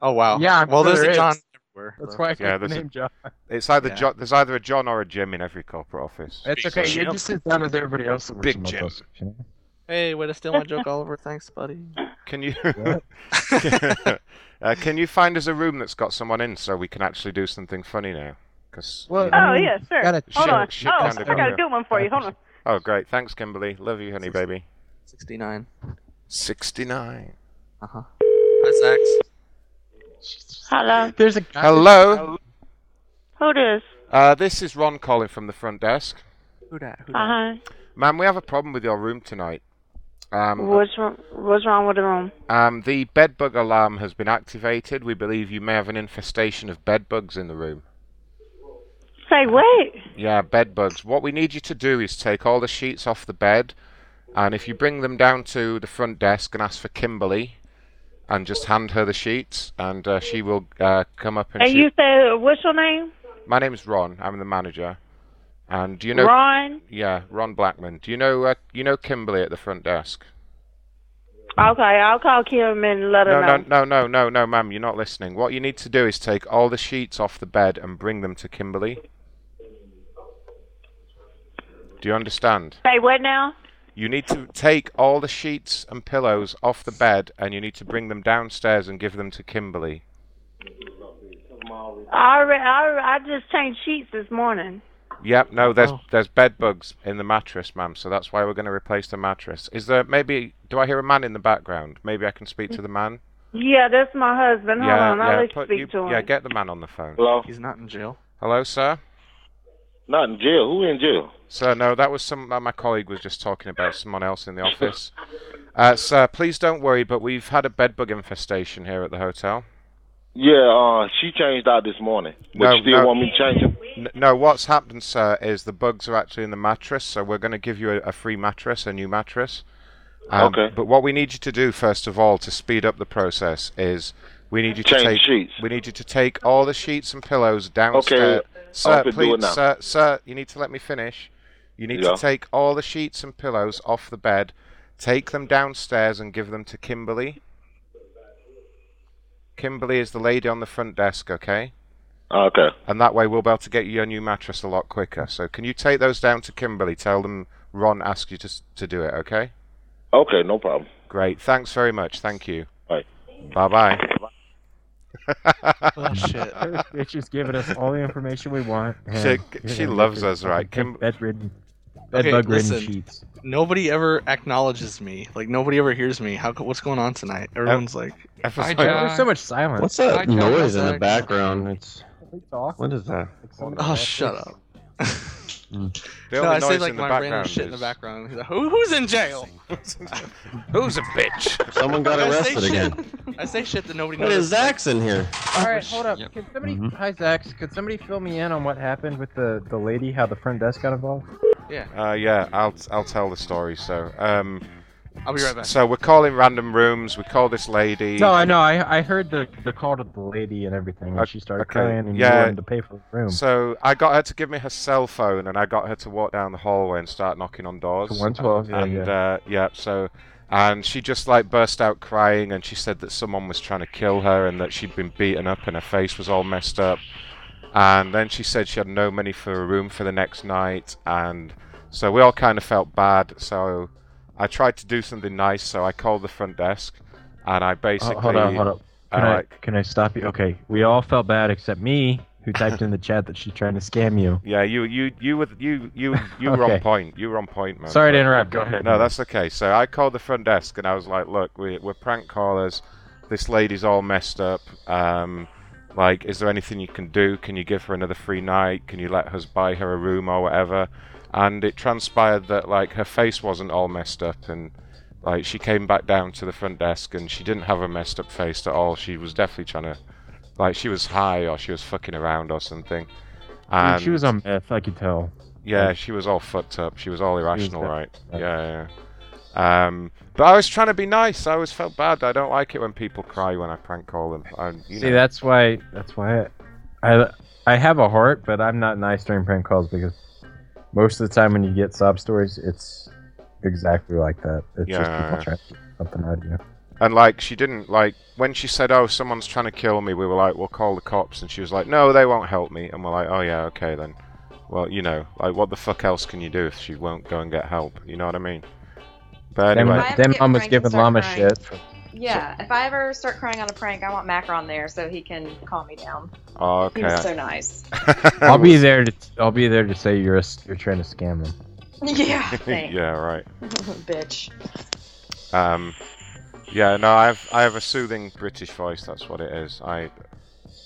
Speaker 23: Oh wow.
Speaker 19: Yeah. I'm
Speaker 23: Well,
Speaker 19: sure
Speaker 23: there's
Speaker 19: there
Speaker 23: a
Speaker 19: is.
Speaker 23: John everywhere.
Speaker 19: That's
Speaker 23: so-
Speaker 19: why I yeah, the
Speaker 14: there's a-
Speaker 19: name John.
Speaker 14: It's either
Speaker 23: Yeah.
Speaker 14: Jo- there's either a John or a Jim in every corporate office.
Speaker 19: That's okay, you just sit
Speaker 14: down with everybody else.
Speaker 19: that works in
Speaker 14: Big
Speaker 19: my
Speaker 14: Jim.
Speaker 23: Hey, way to steal my joke, Oliver. Thanks, buddy.
Speaker 14: Can you? uh, can you find us a room that's got someone in so we can actually do something funny now? Because
Speaker 19: Well,
Speaker 10: oh, yeah, sure.
Speaker 19: gotta
Speaker 10: Hold
Speaker 14: Hmm. shit-
Speaker 10: on.
Speaker 14: shit
Speaker 10: Oh, I
Speaker 14: kinda
Speaker 10: got
Speaker 14: got
Speaker 10: a good one for you. Hold on.
Speaker 14: Oh, great. Thanks, Kimberly. Love you, honey, baby.
Speaker 23: 69.
Speaker 14: 69.
Speaker 23: Uh huh. Hi, Zach.
Speaker 12: Hello.
Speaker 19: There's a
Speaker 14: Hello.
Speaker 12: Who this?
Speaker 14: Uh, this is Ron calling from the front desk.
Speaker 23: Who that? Who
Speaker 10: Uh-huh.
Speaker 12: Uh huh.
Speaker 14: Ma'am, we have a problem with your room tonight. Um,
Speaker 12: What's wrong? What's wrong with the room?
Speaker 14: um, the bedbug alarm has been activated. We believe you may have an infestation of bedbugs in the room.
Speaker 12: Say what?
Speaker 14: Yeah, bed bugs. What we need you to do is take all the sheets off the bed, and if you bring them down to the front desk and ask for Kimberly, and just hand her the sheets, and uh, she will uh, come up and.
Speaker 12: And
Speaker 14: she-
Speaker 12: you said what's your name?
Speaker 14: My name's Ron. I'm the manager. And do you know?
Speaker 12: Ron.
Speaker 14: Yeah, Ron Blackman. Do you know? Uh, you know Kimberly at the front desk?
Speaker 12: Okay, I'll call Kim and let her
Speaker 14: no,
Speaker 12: know.
Speaker 14: no, no, no, no, ma'am. You're not listening. What you need to do is take all the sheets off the bed and bring them to Kimberly. Do you understand?
Speaker 12: Say what now?
Speaker 14: You need to take all the sheets and pillows off the bed and you need to bring them downstairs and give them to Kimberly.
Speaker 12: I already, I, alre- I just changed sheets this morning.
Speaker 14: Yep, no, there's
Speaker 23: Oh.
Speaker 14: there's bed bugs in the mattress, ma'am, so that's why we're going to replace the mattress. Is there maybe do I hear a man in the background? Maybe I can speak to the man?
Speaker 12: Yeah, that's my husband. Hold
Speaker 14: yeah,
Speaker 12: on, I'll
Speaker 14: yeah,
Speaker 12: let you
Speaker 14: put-
Speaker 12: speak to him.
Speaker 14: yeah, get the man on the phone.
Speaker 13: Hello.
Speaker 23: He's not in jail.
Speaker 14: Hello, sir.
Speaker 13: Not in jail. Who in jail?
Speaker 14: Sir, no, that was some. uh, My colleague was just talking about someone else in the office. Uh, sir, please don't worry, but we've had a bedbug infestation here at the hotel.
Speaker 13: Yeah, uh, she changed out this morning. But
Speaker 14: No,
Speaker 13: you still
Speaker 14: no.
Speaker 13: want me to change it?
Speaker 14: N- No, what's happened, sir, is the bugs are actually in the mattress, so we're going to give you a, a free mattress, a new mattress. Um,
Speaker 13: Okay.
Speaker 14: But what we need you to do, first of all, to speed up the process, is we need you
Speaker 13: Change
Speaker 14: to take
Speaker 13: sheets.
Speaker 14: we need you to take all the sheets and pillows downstairs.
Speaker 13: I
Speaker 14: Sir,
Speaker 13: could do
Speaker 14: please,
Speaker 13: it now.
Speaker 14: sir, sir, you need to let me finish. You need
Speaker 13: Yeah.
Speaker 14: to take all the sheets and pillows off the bed, take them downstairs, and give them to Kimberly. Kimberly is the lady on the front desk, okay?
Speaker 13: Ah, Okay.
Speaker 14: And that way we'll be able to get you your new mattress a lot quicker. So can you take those down to Kimberly? Tell them Ron asked you to s- to do it, okay?
Speaker 13: Okay, no problem.
Speaker 14: Great. Thanks very much. Thank you.
Speaker 13: Bye.
Speaker 14: Bye bye.
Speaker 23: oh shit.
Speaker 19: It's just giving us all the information we want.
Speaker 14: She- she loves us, right? Kim-
Speaker 19: bedridden,
Speaker 23: Okay,
Speaker 19: bedbug ridden
Speaker 23: listen.
Speaker 19: sheets.
Speaker 23: Nobody ever acknowledges me. Like nobody ever hears me. How? co- What's going on tonight? Everyone's like.
Speaker 19: Hi, Jack. There's so much silence.
Speaker 16: What's that
Speaker 23: Hi, Jack.
Speaker 16: noise in the
Speaker 23: Zach.
Speaker 16: background? It's what is that?
Speaker 23: Oh, shut up.
Speaker 16: Mm.
Speaker 14: The
Speaker 23: no,
Speaker 14: only
Speaker 23: I say
Speaker 14: noise
Speaker 23: like
Speaker 14: in the
Speaker 23: my random
Speaker 14: background
Speaker 23: shit in the
Speaker 14: is-
Speaker 23: background. He's like, Who, who's in jail?
Speaker 14: Who's a bitch?
Speaker 16: Someone got
Speaker 23: I say
Speaker 16: arrested
Speaker 23: shit-
Speaker 16: again.
Speaker 23: I say shit that nobody
Speaker 16: What
Speaker 23: knows. Oh,
Speaker 16: is Zach's in here?
Speaker 19: All right, hold up. Can somebody,
Speaker 16: Mhm.
Speaker 19: hi Zach, could somebody fill me in on what happened with the the lady? How the front desk got involved?
Speaker 23: Yeah.
Speaker 14: Uh, yeah, I'll I'll tell the story. So, um,
Speaker 23: I'll be right back.
Speaker 14: So we're calling random rooms. We call this lady.
Speaker 19: No, I know. I I heard the the call to the lady and everything,
Speaker 14: Uh,
Speaker 19: and she started crying, and you wanted to pay for the room.
Speaker 14: So I got her to give me her cell phone, and I got her to walk down the hallway and start knocking on doors.
Speaker 19: To 112, yeah,
Speaker 14: And
Speaker 19: yeah.
Speaker 14: Uh, yeah, so and she just like burst out crying, and she said that someone was trying to kill her, and that she'd been beaten up, and her face was all messed up. And then she said she had no money for a room for the next night, and so we all kind of felt bad. So I tried to do something nice, so I called the front desk, and I
Speaker 19: Oh,
Speaker 14: basically
Speaker 19: hold on, hold up. Can
Speaker 14: uh,
Speaker 19: I can I stop you? Okay, we all felt bad except me, who typed in the chat that she's trying to scam you.
Speaker 14: Yeah, you you you were you you you were on
Speaker 19: Okay.
Speaker 14: point. You were on point, man.
Speaker 19: Sorry to interrupt. Go ahead.
Speaker 14: No, that's okay. So I called the front desk and I was like, "Look, we, we're prank callers. This lady's all messed up. Um, like, is there anything you can do? Can you give her another free night? Can you let us buy her a room or whatever?" And it transpired that like her face wasn't all messed up, and like she came back down to the front desk and she didn't have a messed up face at all. She was definitely trying to, like, she was high or she was fucking around or something.
Speaker 19: Dude,
Speaker 14: And
Speaker 19: she was on meth. I could tell.
Speaker 14: yeah,
Speaker 19: Like-
Speaker 14: she was all fucked up. She was all irrational,
Speaker 19: fucked
Speaker 14: right? Yeah, yeah. Um, but I was trying to be nice. I always felt bad. I don't like it when people cry when I prank call them. I, you
Speaker 19: See,
Speaker 14: know.
Speaker 19: that's why. That's why I, I I have a heart, but I'm not nice during prank calls because most of the time when you get sob stories, it's exactly like that. It's
Speaker 14: Yeah.
Speaker 19: just people trying to get something out of you.
Speaker 14: And like, she didn't like when she said, "Oh, someone's trying to kill me." We were like, "We'll call the cops," and she was like, "No, they won't help me." And we're like, "Oh yeah, okay then." Well, you know, like, what the fuck else can you do if she won't go and get help? You know what I mean? But
Speaker 19: Them-
Speaker 14: anyway,
Speaker 19: them llamas giving llama shit.
Speaker 11: Yeah, if I ever start crying on a prank, I want Macker on there so he can calm me down.
Speaker 14: Oh,
Speaker 11: He
Speaker 14: okay.
Speaker 11: was so nice.
Speaker 19: I'll be there to I'll be there to say you're a, you're trying to scam them.
Speaker 11: Yeah, thanks.
Speaker 14: yeah, right.
Speaker 11: Bitch.
Speaker 14: Um, yeah, no, I have I have a soothing British voice. That's what it is. I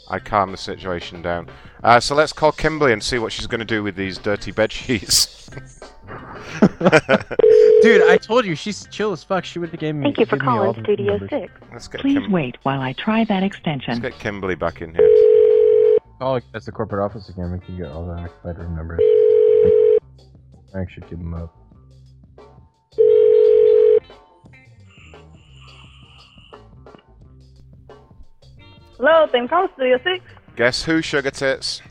Speaker 14: I calm the situation down. Uh, so let's call Kimberly and see what she's going to do with these dirty bed sheets.
Speaker 19: Dude, I told you she's chill as fuck. She would have gave me.
Speaker 15: Thank you for
Speaker 19: given me all
Speaker 15: calling
Speaker 19: the
Speaker 15: Studio
Speaker 19: numbers.
Speaker 15: 6.
Speaker 14: Let's get
Speaker 5: Please
Speaker 14: Kim-
Speaker 5: wait while I try that
Speaker 14: let's
Speaker 5: extension.
Speaker 14: get Kimberly back in here.
Speaker 19: Oh, that's the corporate office again. We can get all the occupied room numbers. Frank should give them up.
Speaker 10: Hello, thing call Studio Six.
Speaker 14: Guess who, sugar tits?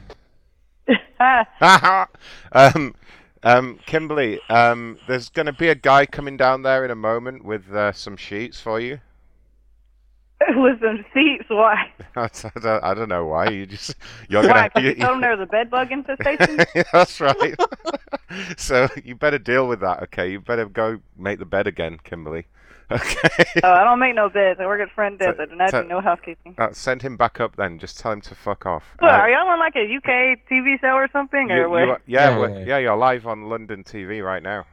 Speaker 10: Hi. Ah.
Speaker 14: um, um, Kimberly, um, there's going to be a guy coming down there in a moment with uh, some sheets for you.
Speaker 10: With some seats, why?
Speaker 14: I don't, I don't know why. You just you're
Speaker 10: Why?
Speaker 14: gonna.
Speaker 10: Because
Speaker 14: you-
Speaker 10: you told them there was a bed bug infestation?
Speaker 14: That's right. so you better deal with that, okay? You better go make the bed again, Kimberly. Okay.
Speaker 10: oh, I don't make no beds. I work at Friend Desert, and I
Speaker 14: so-
Speaker 10: do no housekeeping.
Speaker 14: Uh, send him back up then. Just tell him to fuck off.
Speaker 10: What,
Speaker 14: Uh,
Speaker 10: are y'all on like a UK TV show or something?
Speaker 14: you-
Speaker 10: or what?
Speaker 14: you are- yeah,
Speaker 9: Yeah,
Speaker 14: we're-
Speaker 9: yeah, yeah.
Speaker 14: yeah, you're live on London TV right now.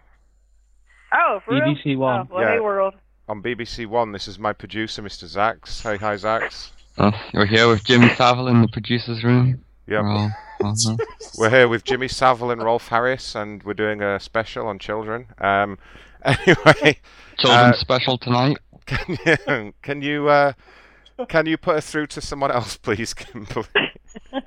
Speaker 10: oh, for real?
Speaker 14: BBC One.
Speaker 10: Oh, well,
Speaker 14: Yeah.
Speaker 10: hey, world.
Speaker 14: On BBC One, this is my producer, Mr. Zax. Hey, hi, Zax.
Speaker 22: Oh, we're here with Jimmy Savile in the producer's room.
Speaker 14: Yep.
Speaker 22: We're all- all here.
Speaker 14: We're here with Jimmy Savile and Rolf Harris, and we're doing a special on children. Um, anyway,
Speaker 22: Children's
Speaker 14: uh,
Speaker 22: special tonight.
Speaker 14: Can you can you, uh, can you put us through to someone else, please, Kimberly? yeah,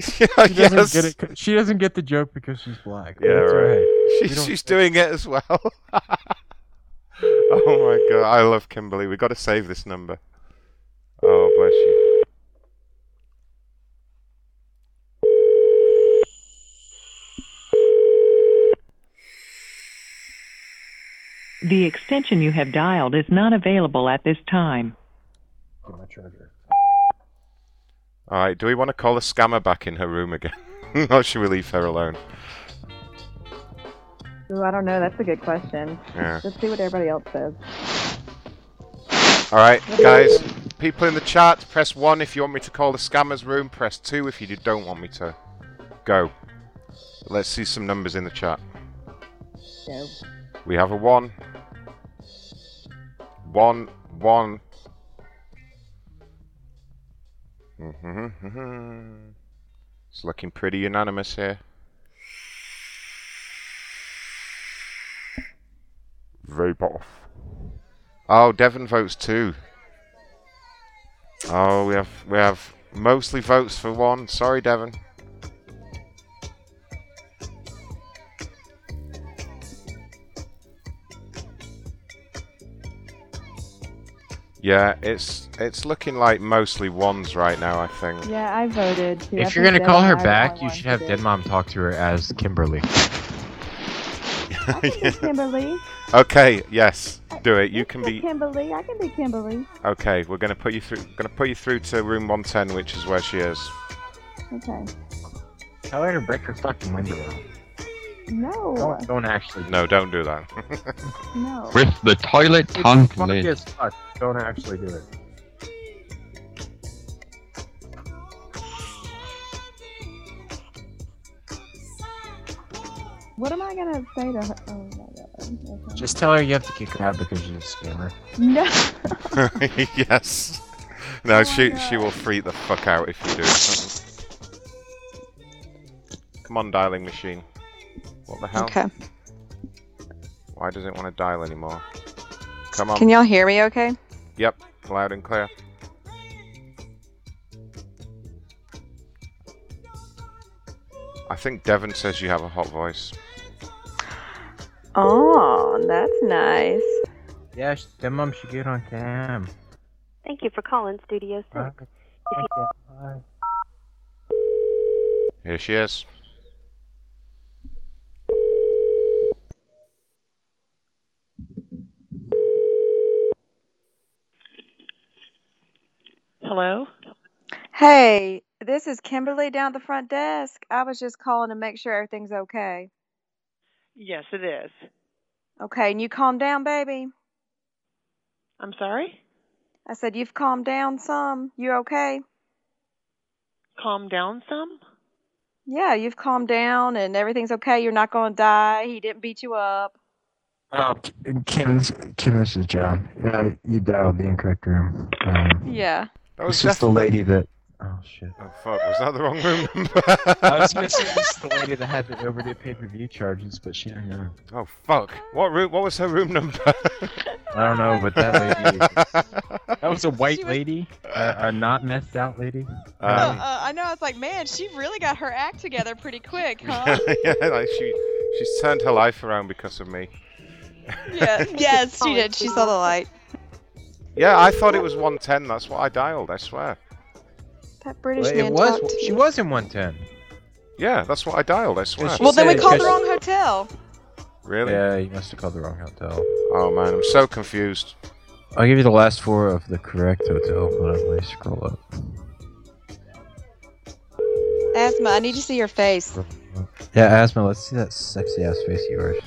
Speaker 19: She doesn't
Speaker 14: yes.
Speaker 19: get it. 'cause- She doesn't get the joke because she's black. but
Speaker 14: Yeah,
Speaker 19: that's all
Speaker 14: right.
Speaker 19: We
Speaker 14: She,
Speaker 19: don't-
Speaker 14: she's doing it as well. oh my god, I love Kimberly. We got to save this number. Oh bless you.
Speaker 5: The extension you have dialed is not available at this time.
Speaker 19: Get my charger.
Speaker 14: All right, do we want to call the scammer back in her room again, or should we leave her alone?
Speaker 11: Ooh, I don't know. That's a good question.
Speaker 14: Yeah.
Speaker 11: Let's see what everybody else says.
Speaker 14: All right, guys. People in the chat, press one if you want me to call the scammers room. Press two if you don't want me to. Go. Let's see some numbers in the chat.
Speaker 11: Go.
Speaker 14: We have a one. One, one. Mhm. It's looking pretty unanimous here. Vape off. Oh, Devon votes two. Oh, we have we have mostly votes for one. Sorry, Devon. Yeah, it's it's looking like mostly ones right now. I think.
Speaker 11: Yeah, I voted. Too.
Speaker 19: If you're gonna call her back, you should have Dead Mom talk to her as Kimberly.
Speaker 11: Kimberly.
Speaker 14: Okay. Yes. Do it. You can be.
Speaker 11: Kimberly. I can be Kimberly.
Speaker 14: Okay. We're gonna put you through. Gonna put you through to room 110, which is where she is.
Speaker 11: Okay.
Speaker 19: Tell her to break her fucking window.
Speaker 11: No.
Speaker 19: Don't, don't actually.
Speaker 14: No, don't do that.
Speaker 11: No.
Speaker 22: With the toilet
Speaker 19: It's
Speaker 22: tank
Speaker 19: funny
Speaker 22: lid.
Speaker 19: as fuck. Don't actually do it.
Speaker 2: What am I gonna say to her? Oh my god. Okay.
Speaker 19: Just tell her you have to kick her out because you're a scammer.
Speaker 2: No.
Speaker 14: yes.
Speaker 11: Oh
Speaker 14: No, she she will freak the fuck out if you do. Come on, dialing machine. What the hell?
Speaker 11: Okay.
Speaker 14: Why does it want to dial anymore? Come on.
Speaker 11: Can y'all hear me okay?
Speaker 14: Yep, loud and clear. I think Devon says you have a hot voice.
Speaker 11: Oh, that's nice.
Speaker 19: Yeah, sh- them mom should get on cam.
Speaker 15: Thank you for calling Studio 6.
Speaker 19: Right.
Speaker 15: If you-
Speaker 14: Here she is.
Speaker 6: Hello?
Speaker 11: Hey, this is Kimberly down at the front desk. I was just calling to make sure everything's okay.
Speaker 6: Yes, it is.
Speaker 11: Okay, and you calm down, baby.
Speaker 6: I'm sorry?
Speaker 11: I said you've calmed down some. You okay?
Speaker 6: Calm down some?
Speaker 11: Yeah, you've calmed down and everything's okay. You're not going to die. He didn't beat you up.
Speaker 25: Oh, Kim, this, Kim, this is John. Yeah, you dialed the incorrect room. Um,
Speaker 11: Yeah.
Speaker 14: That
Speaker 25: it's just the lady that.
Speaker 19: Oh shit.
Speaker 14: Oh fuck, was that the wrong room
Speaker 25: I was
Speaker 19: gonna say this is the lady that had the overdue pay-per-view charges, but she didn't know.
Speaker 14: Oh fuck. What room what was her room number?
Speaker 19: I don't know, but that lady. that was a white lady, a, a not messed out lady.
Speaker 14: Uh,
Speaker 19: Uh, Um,
Speaker 11: Uh, I know. I was like, man, she really got her act together pretty quick, huh?
Speaker 14: yeah, like she she's turned her life around because of me.
Speaker 11: yeah. Yes, she did. She saw the light.
Speaker 14: Yeah, I thought it was 110. That's what I dialed. I swear.
Speaker 11: That British
Speaker 19: Well, it
Speaker 11: man
Speaker 19: was.
Speaker 11: talked.
Speaker 19: She was in 110.
Speaker 14: Yeah, that's what I dialed. I swear.
Speaker 11: Well, then we called the wrong hotel.
Speaker 14: Really?
Speaker 19: Yeah, you must have called the wrong hotel.
Speaker 14: Oh man, I'm so confused.
Speaker 19: I'll give you the last four of the correct hotel, but let me scroll up.
Speaker 11: Asthma, I need to see your face.
Speaker 19: Yeah, Asma, let's see that sexy ass face of yours.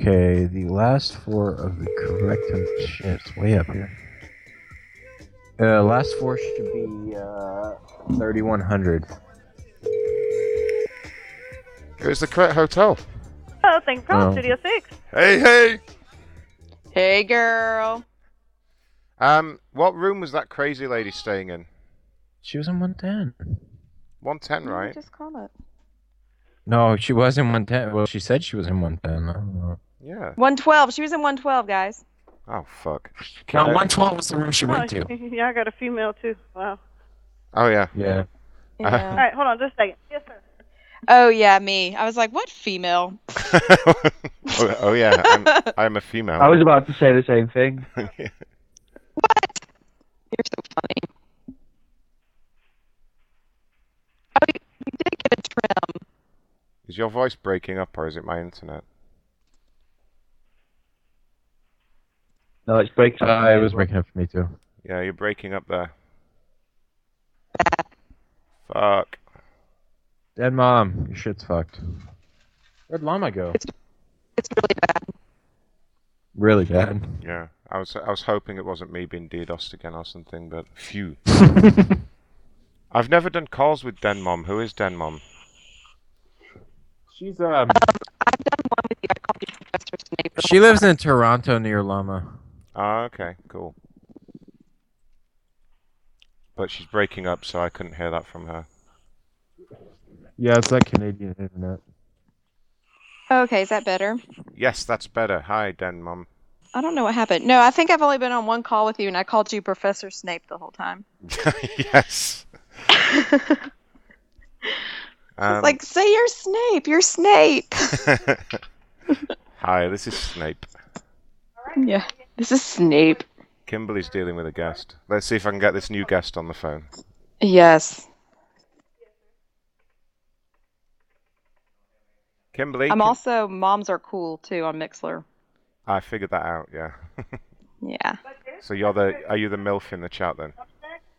Speaker 19: Okay, the last four of the correct ho- shit. It's way up here. Uh, last four should be uh, 3100.
Speaker 14: It was the correct hotel.
Speaker 10: Oh, thank you for calling
Speaker 19: Oh.
Speaker 10: Studio 6.
Speaker 14: Hey, hey.
Speaker 11: Hey, girl.
Speaker 14: Um, what room was that crazy lady staying in?
Speaker 19: She was in 110.
Speaker 14: 110, right?
Speaker 11: Just call it.
Speaker 19: No, she was in 110. Well, she said she was in 110. I don't know.
Speaker 14: Yeah.
Speaker 11: 112. She was in 112, guys.
Speaker 14: Oh fuck.
Speaker 25: No,
Speaker 14: Uh,
Speaker 25: 112 was the room she went to.
Speaker 10: Y'all got a female too. Wow.
Speaker 14: Oh yeah.
Speaker 19: Yeah.
Speaker 10: All right, hold on just a second. Yes, sir.
Speaker 11: Oh, yeah, me. I was like, what female?
Speaker 14: oh, oh, yeah, I'm, I'm a female.
Speaker 9: I was about to say the same thing.
Speaker 11: You're so funny.
Speaker 14: Is your voice breaking up or is it my internet?
Speaker 9: No, it's breaking. up.
Speaker 19: Uh, it was breaking up for me too.
Speaker 14: Yeah, you're breaking up there. Fuck.
Speaker 19: Dead mom, your shit's fucked. Where'd Llama go? It's, really bad. Really bad.
Speaker 14: Yeah, I was I was hoping it wasn't me being DDoSed again or something, but phew. I've never done calls with Denmom. Who is Denmom?
Speaker 19: She's um. She lives in Toronto near Llama.
Speaker 14: Ah, okay, cool. But she's breaking up, so I couldn't hear that from her.
Speaker 19: Yeah, it's like Canadian internet.
Speaker 11: Okay, is that better?
Speaker 14: Yes, that's better. Hi, Denmom.
Speaker 11: I don't know what happened. No, I think I've only been on one call with you, and I called you Professor Snape the whole time.
Speaker 14: yes.
Speaker 11: I
Speaker 14: Um,
Speaker 11: was like, say you're Snape. You're Snape.
Speaker 14: Hi, this is Snape.
Speaker 11: yeah. This is Snape.
Speaker 14: Kimberly's dealing with a guest. Let's see if I can get this new guest on the phone.
Speaker 11: Yes.
Speaker 14: Kimberly,
Speaker 11: I'm
Speaker 14: can-
Speaker 11: also Moms Are Cool, too, on Mixler.
Speaker 14: I figured that out. Yeah.
Speaker 11: Yeah.
Speaker 14: so you're the are you the milf in the chat then?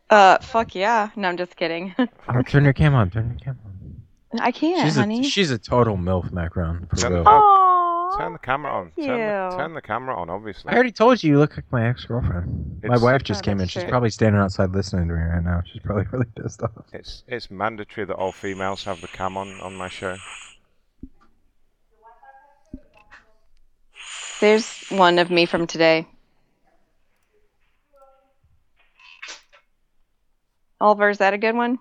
Speaker 11: Uh, fuck yeah. No, I'm just kidding.
Speaker 19: Oh, turn your cam on. Turn your cam on.
Speaker 11: I can't,
Speaker 19: she's
Speaker 11: honey.
Speaker 19: a she's a total milf macaron. for
Speaker 14: Turn,
Speaker 19: real.
Speaker 14: oh, turn the camera on.
Speaker 11: thank
Speaker 14: Turn the,
Speaker 11: you.
Speaker 14: turn the camera on, obviously.
Speaker 19: I already told you you look like my ex girlfriend. My
Speaker 14: It's-
Speaker 19: wife just
Speaker 14: Oh,
Speaker 19: came in.
Speaker 14: that's
Speaker 19: She's
Speaker 14: true.
Speaker 19: probably standing outside listening to me right now. She's probably really pissed off.
Speaker 14: It's it's mandatory that all females have the cam on on my show.
Speaker 11: There's one of me from today. Oliver, is that a good one?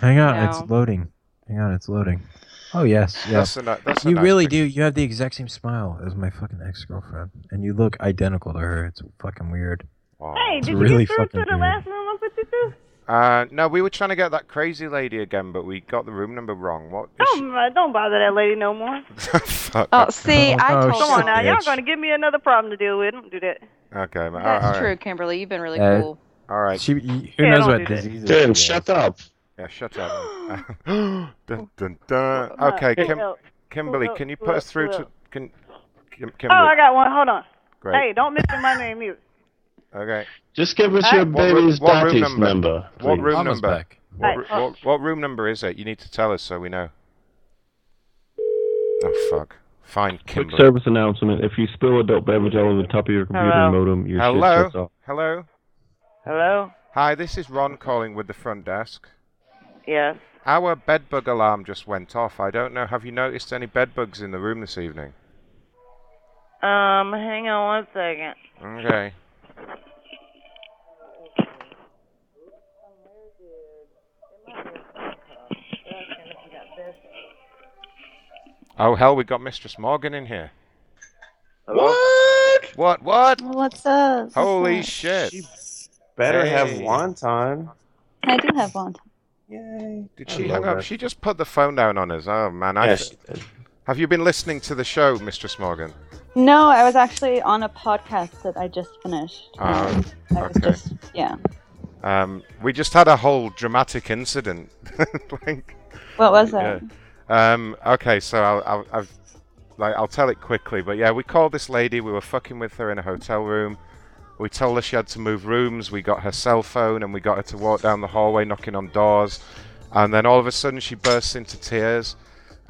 Speaker 19: Hang on,
Speaker 11: No.
Speaker 19: it's loading. Hang on, it's loading. Oh yes, yes.
Speaker 14: That's a ni- that's a
Speaker 19: you
Speaker 14: nice
Speaker 19: really do. You have the exact same smile as my fucking ex-girlfriend, and you look identical to her. It's fucking weird.
Speaker 10: Hey,
Speaker 19: it's
Speaker 10: did
Speaker 19: really
Speaker 10: you get through
Speaker 19: fucking
Speaker 10: to the
Speaker 19: weird.
Speaker 10: last room I put you through?
Speaker 14: Uh, no, we were trying to get that crazy lady again, but we got the room number wrong. What?
Speaker 10: Don't, uh, don't bother that lady no more.
Speaker 19: Uh,
Speaker 14: Fuck.
Speaker 11: Oh,
Speaker 19: oh,
Speaker 11: see, I told
Speaker 10: Come on now, y'all
Speaker 14: bitch.
Speaker 10: gonna give me another problem to deal with. Don't do that.
Speaker 14: Okay, man.
Speaker 11: That's
Speaker 14: all right.
Speaker 11: true, Kimberly. You've been really
Speaker 19: Uh,
Speaker 11: cool.
Speaker 14: All right.
Speaker 19: She, y- who
Speaker 11: Yeah,
Speaker 19: knows
Speaker 11: don't
Speaker 19: what
Speaker 11: do that.
Speaker 19: disease?
Speaker 14: Dude,
Speaker 19: shut
Speaker 16: up.
Speaker 14: Yeah, shut up. dun, dun, dun.
Speaker 10: Hold
Speaker 14: Okay,
Speaker 10: up,
Speaker 14: Kim-
Speaker 10: hold up,
Speaker 14: Kimberly,
Speaker 10: hold up,
Speaker 14: can you
Speaker 10: hold
Speaker 14: put us
Speaker 10: up,
Speaker 14: through
Speaker 10: hold
Speaker 14: to
Speaker 10: up.
Speaker 14: Kim, Kim,
Speaker 10: Oh,
Speaker 14: Kimberly?
Speaker 10: I got one. Hold on.
Speaker 14: Great.
Speaker 10: Hey, don't mention my name either.
Speaker 14: Okay.
Speaker 16: Just give us
Speaker 10: Hey.
Speaker 16: your
Speaker 14: What room,
Speaker 16: baby's
Speaker 14: what room
Speaker 16: daddy's
Speaker 14: number?
Speaker 16: number,
Speaker 14: what
Speaker 16: please.
Speaker 14: room
Speaker 16: Mama's
Speaker 14: number?
Speaker 16: back.
Speaker 14: What,
Speaker 10: Hey.
Speaker 14: ru- what, what room number is it? You need to tell us so we know. Oh fuck! Fine,
Speaker 16: Quick
Speaker 14: Kimberly.
Speaker 16: service announcement. If you spill adult beverage all over the top of your computer
Speaker 14: Hello?
Speaker 16: modem, your shit shuts
Speaker 14: Hello.
Speaker 16: off.
Speaker 14: Hello.
Speaker 10: Hello.
Speaker 14: Hi, this is Ron calling with the front desk.
Speaker 10: Yes.
Speaker 14: Our bedbug alarm just went off. I don't know. Have you noticed any bedbugs in the room this evening?
Speaker 10: Um, hang on one second.
Speaker 14: Okay. Oh hell, we got Mistress Morgan in here. What? What? What?
Speaker 28: What's up?
Speaker 14: Holy
Speaker 28: What's up?
Speaker 14: shit!
Speaker 28: better have
Speaker 16: wonton.
Speaker 28: I do have one.
Speaker 16: Yay.
Speaker 28: Oh,
Speaker 14: Did she hang up? She just put the phone down on us. Oh man, I.
Speaker 16: Yes,
Speaker 14: Have you been listening to the show, Mistress Morgan?
Speaker 28: No, I was actually on a podcast that I just finished. Um,
Speaker 14: Ah,
Speaker 28: I was
Speaker 14: okay.
Speaker 28: just yeah.
Speaker 14: Um, we just had a whole dramatic incident. like,
Speaker 28: What was
Speaker 14: yeah.
Speaker 28: that?
Speaker 14: Um, okay, so I'll, I'll, I've, like, I'll tell it quickly. But yeah, we called this lady. We were fucking with her in a hotel room. We told her she had to move rooms. We got her cell phone and we got her to walk down the hallway knocking on doors. And then all of a sudden she bursts into tears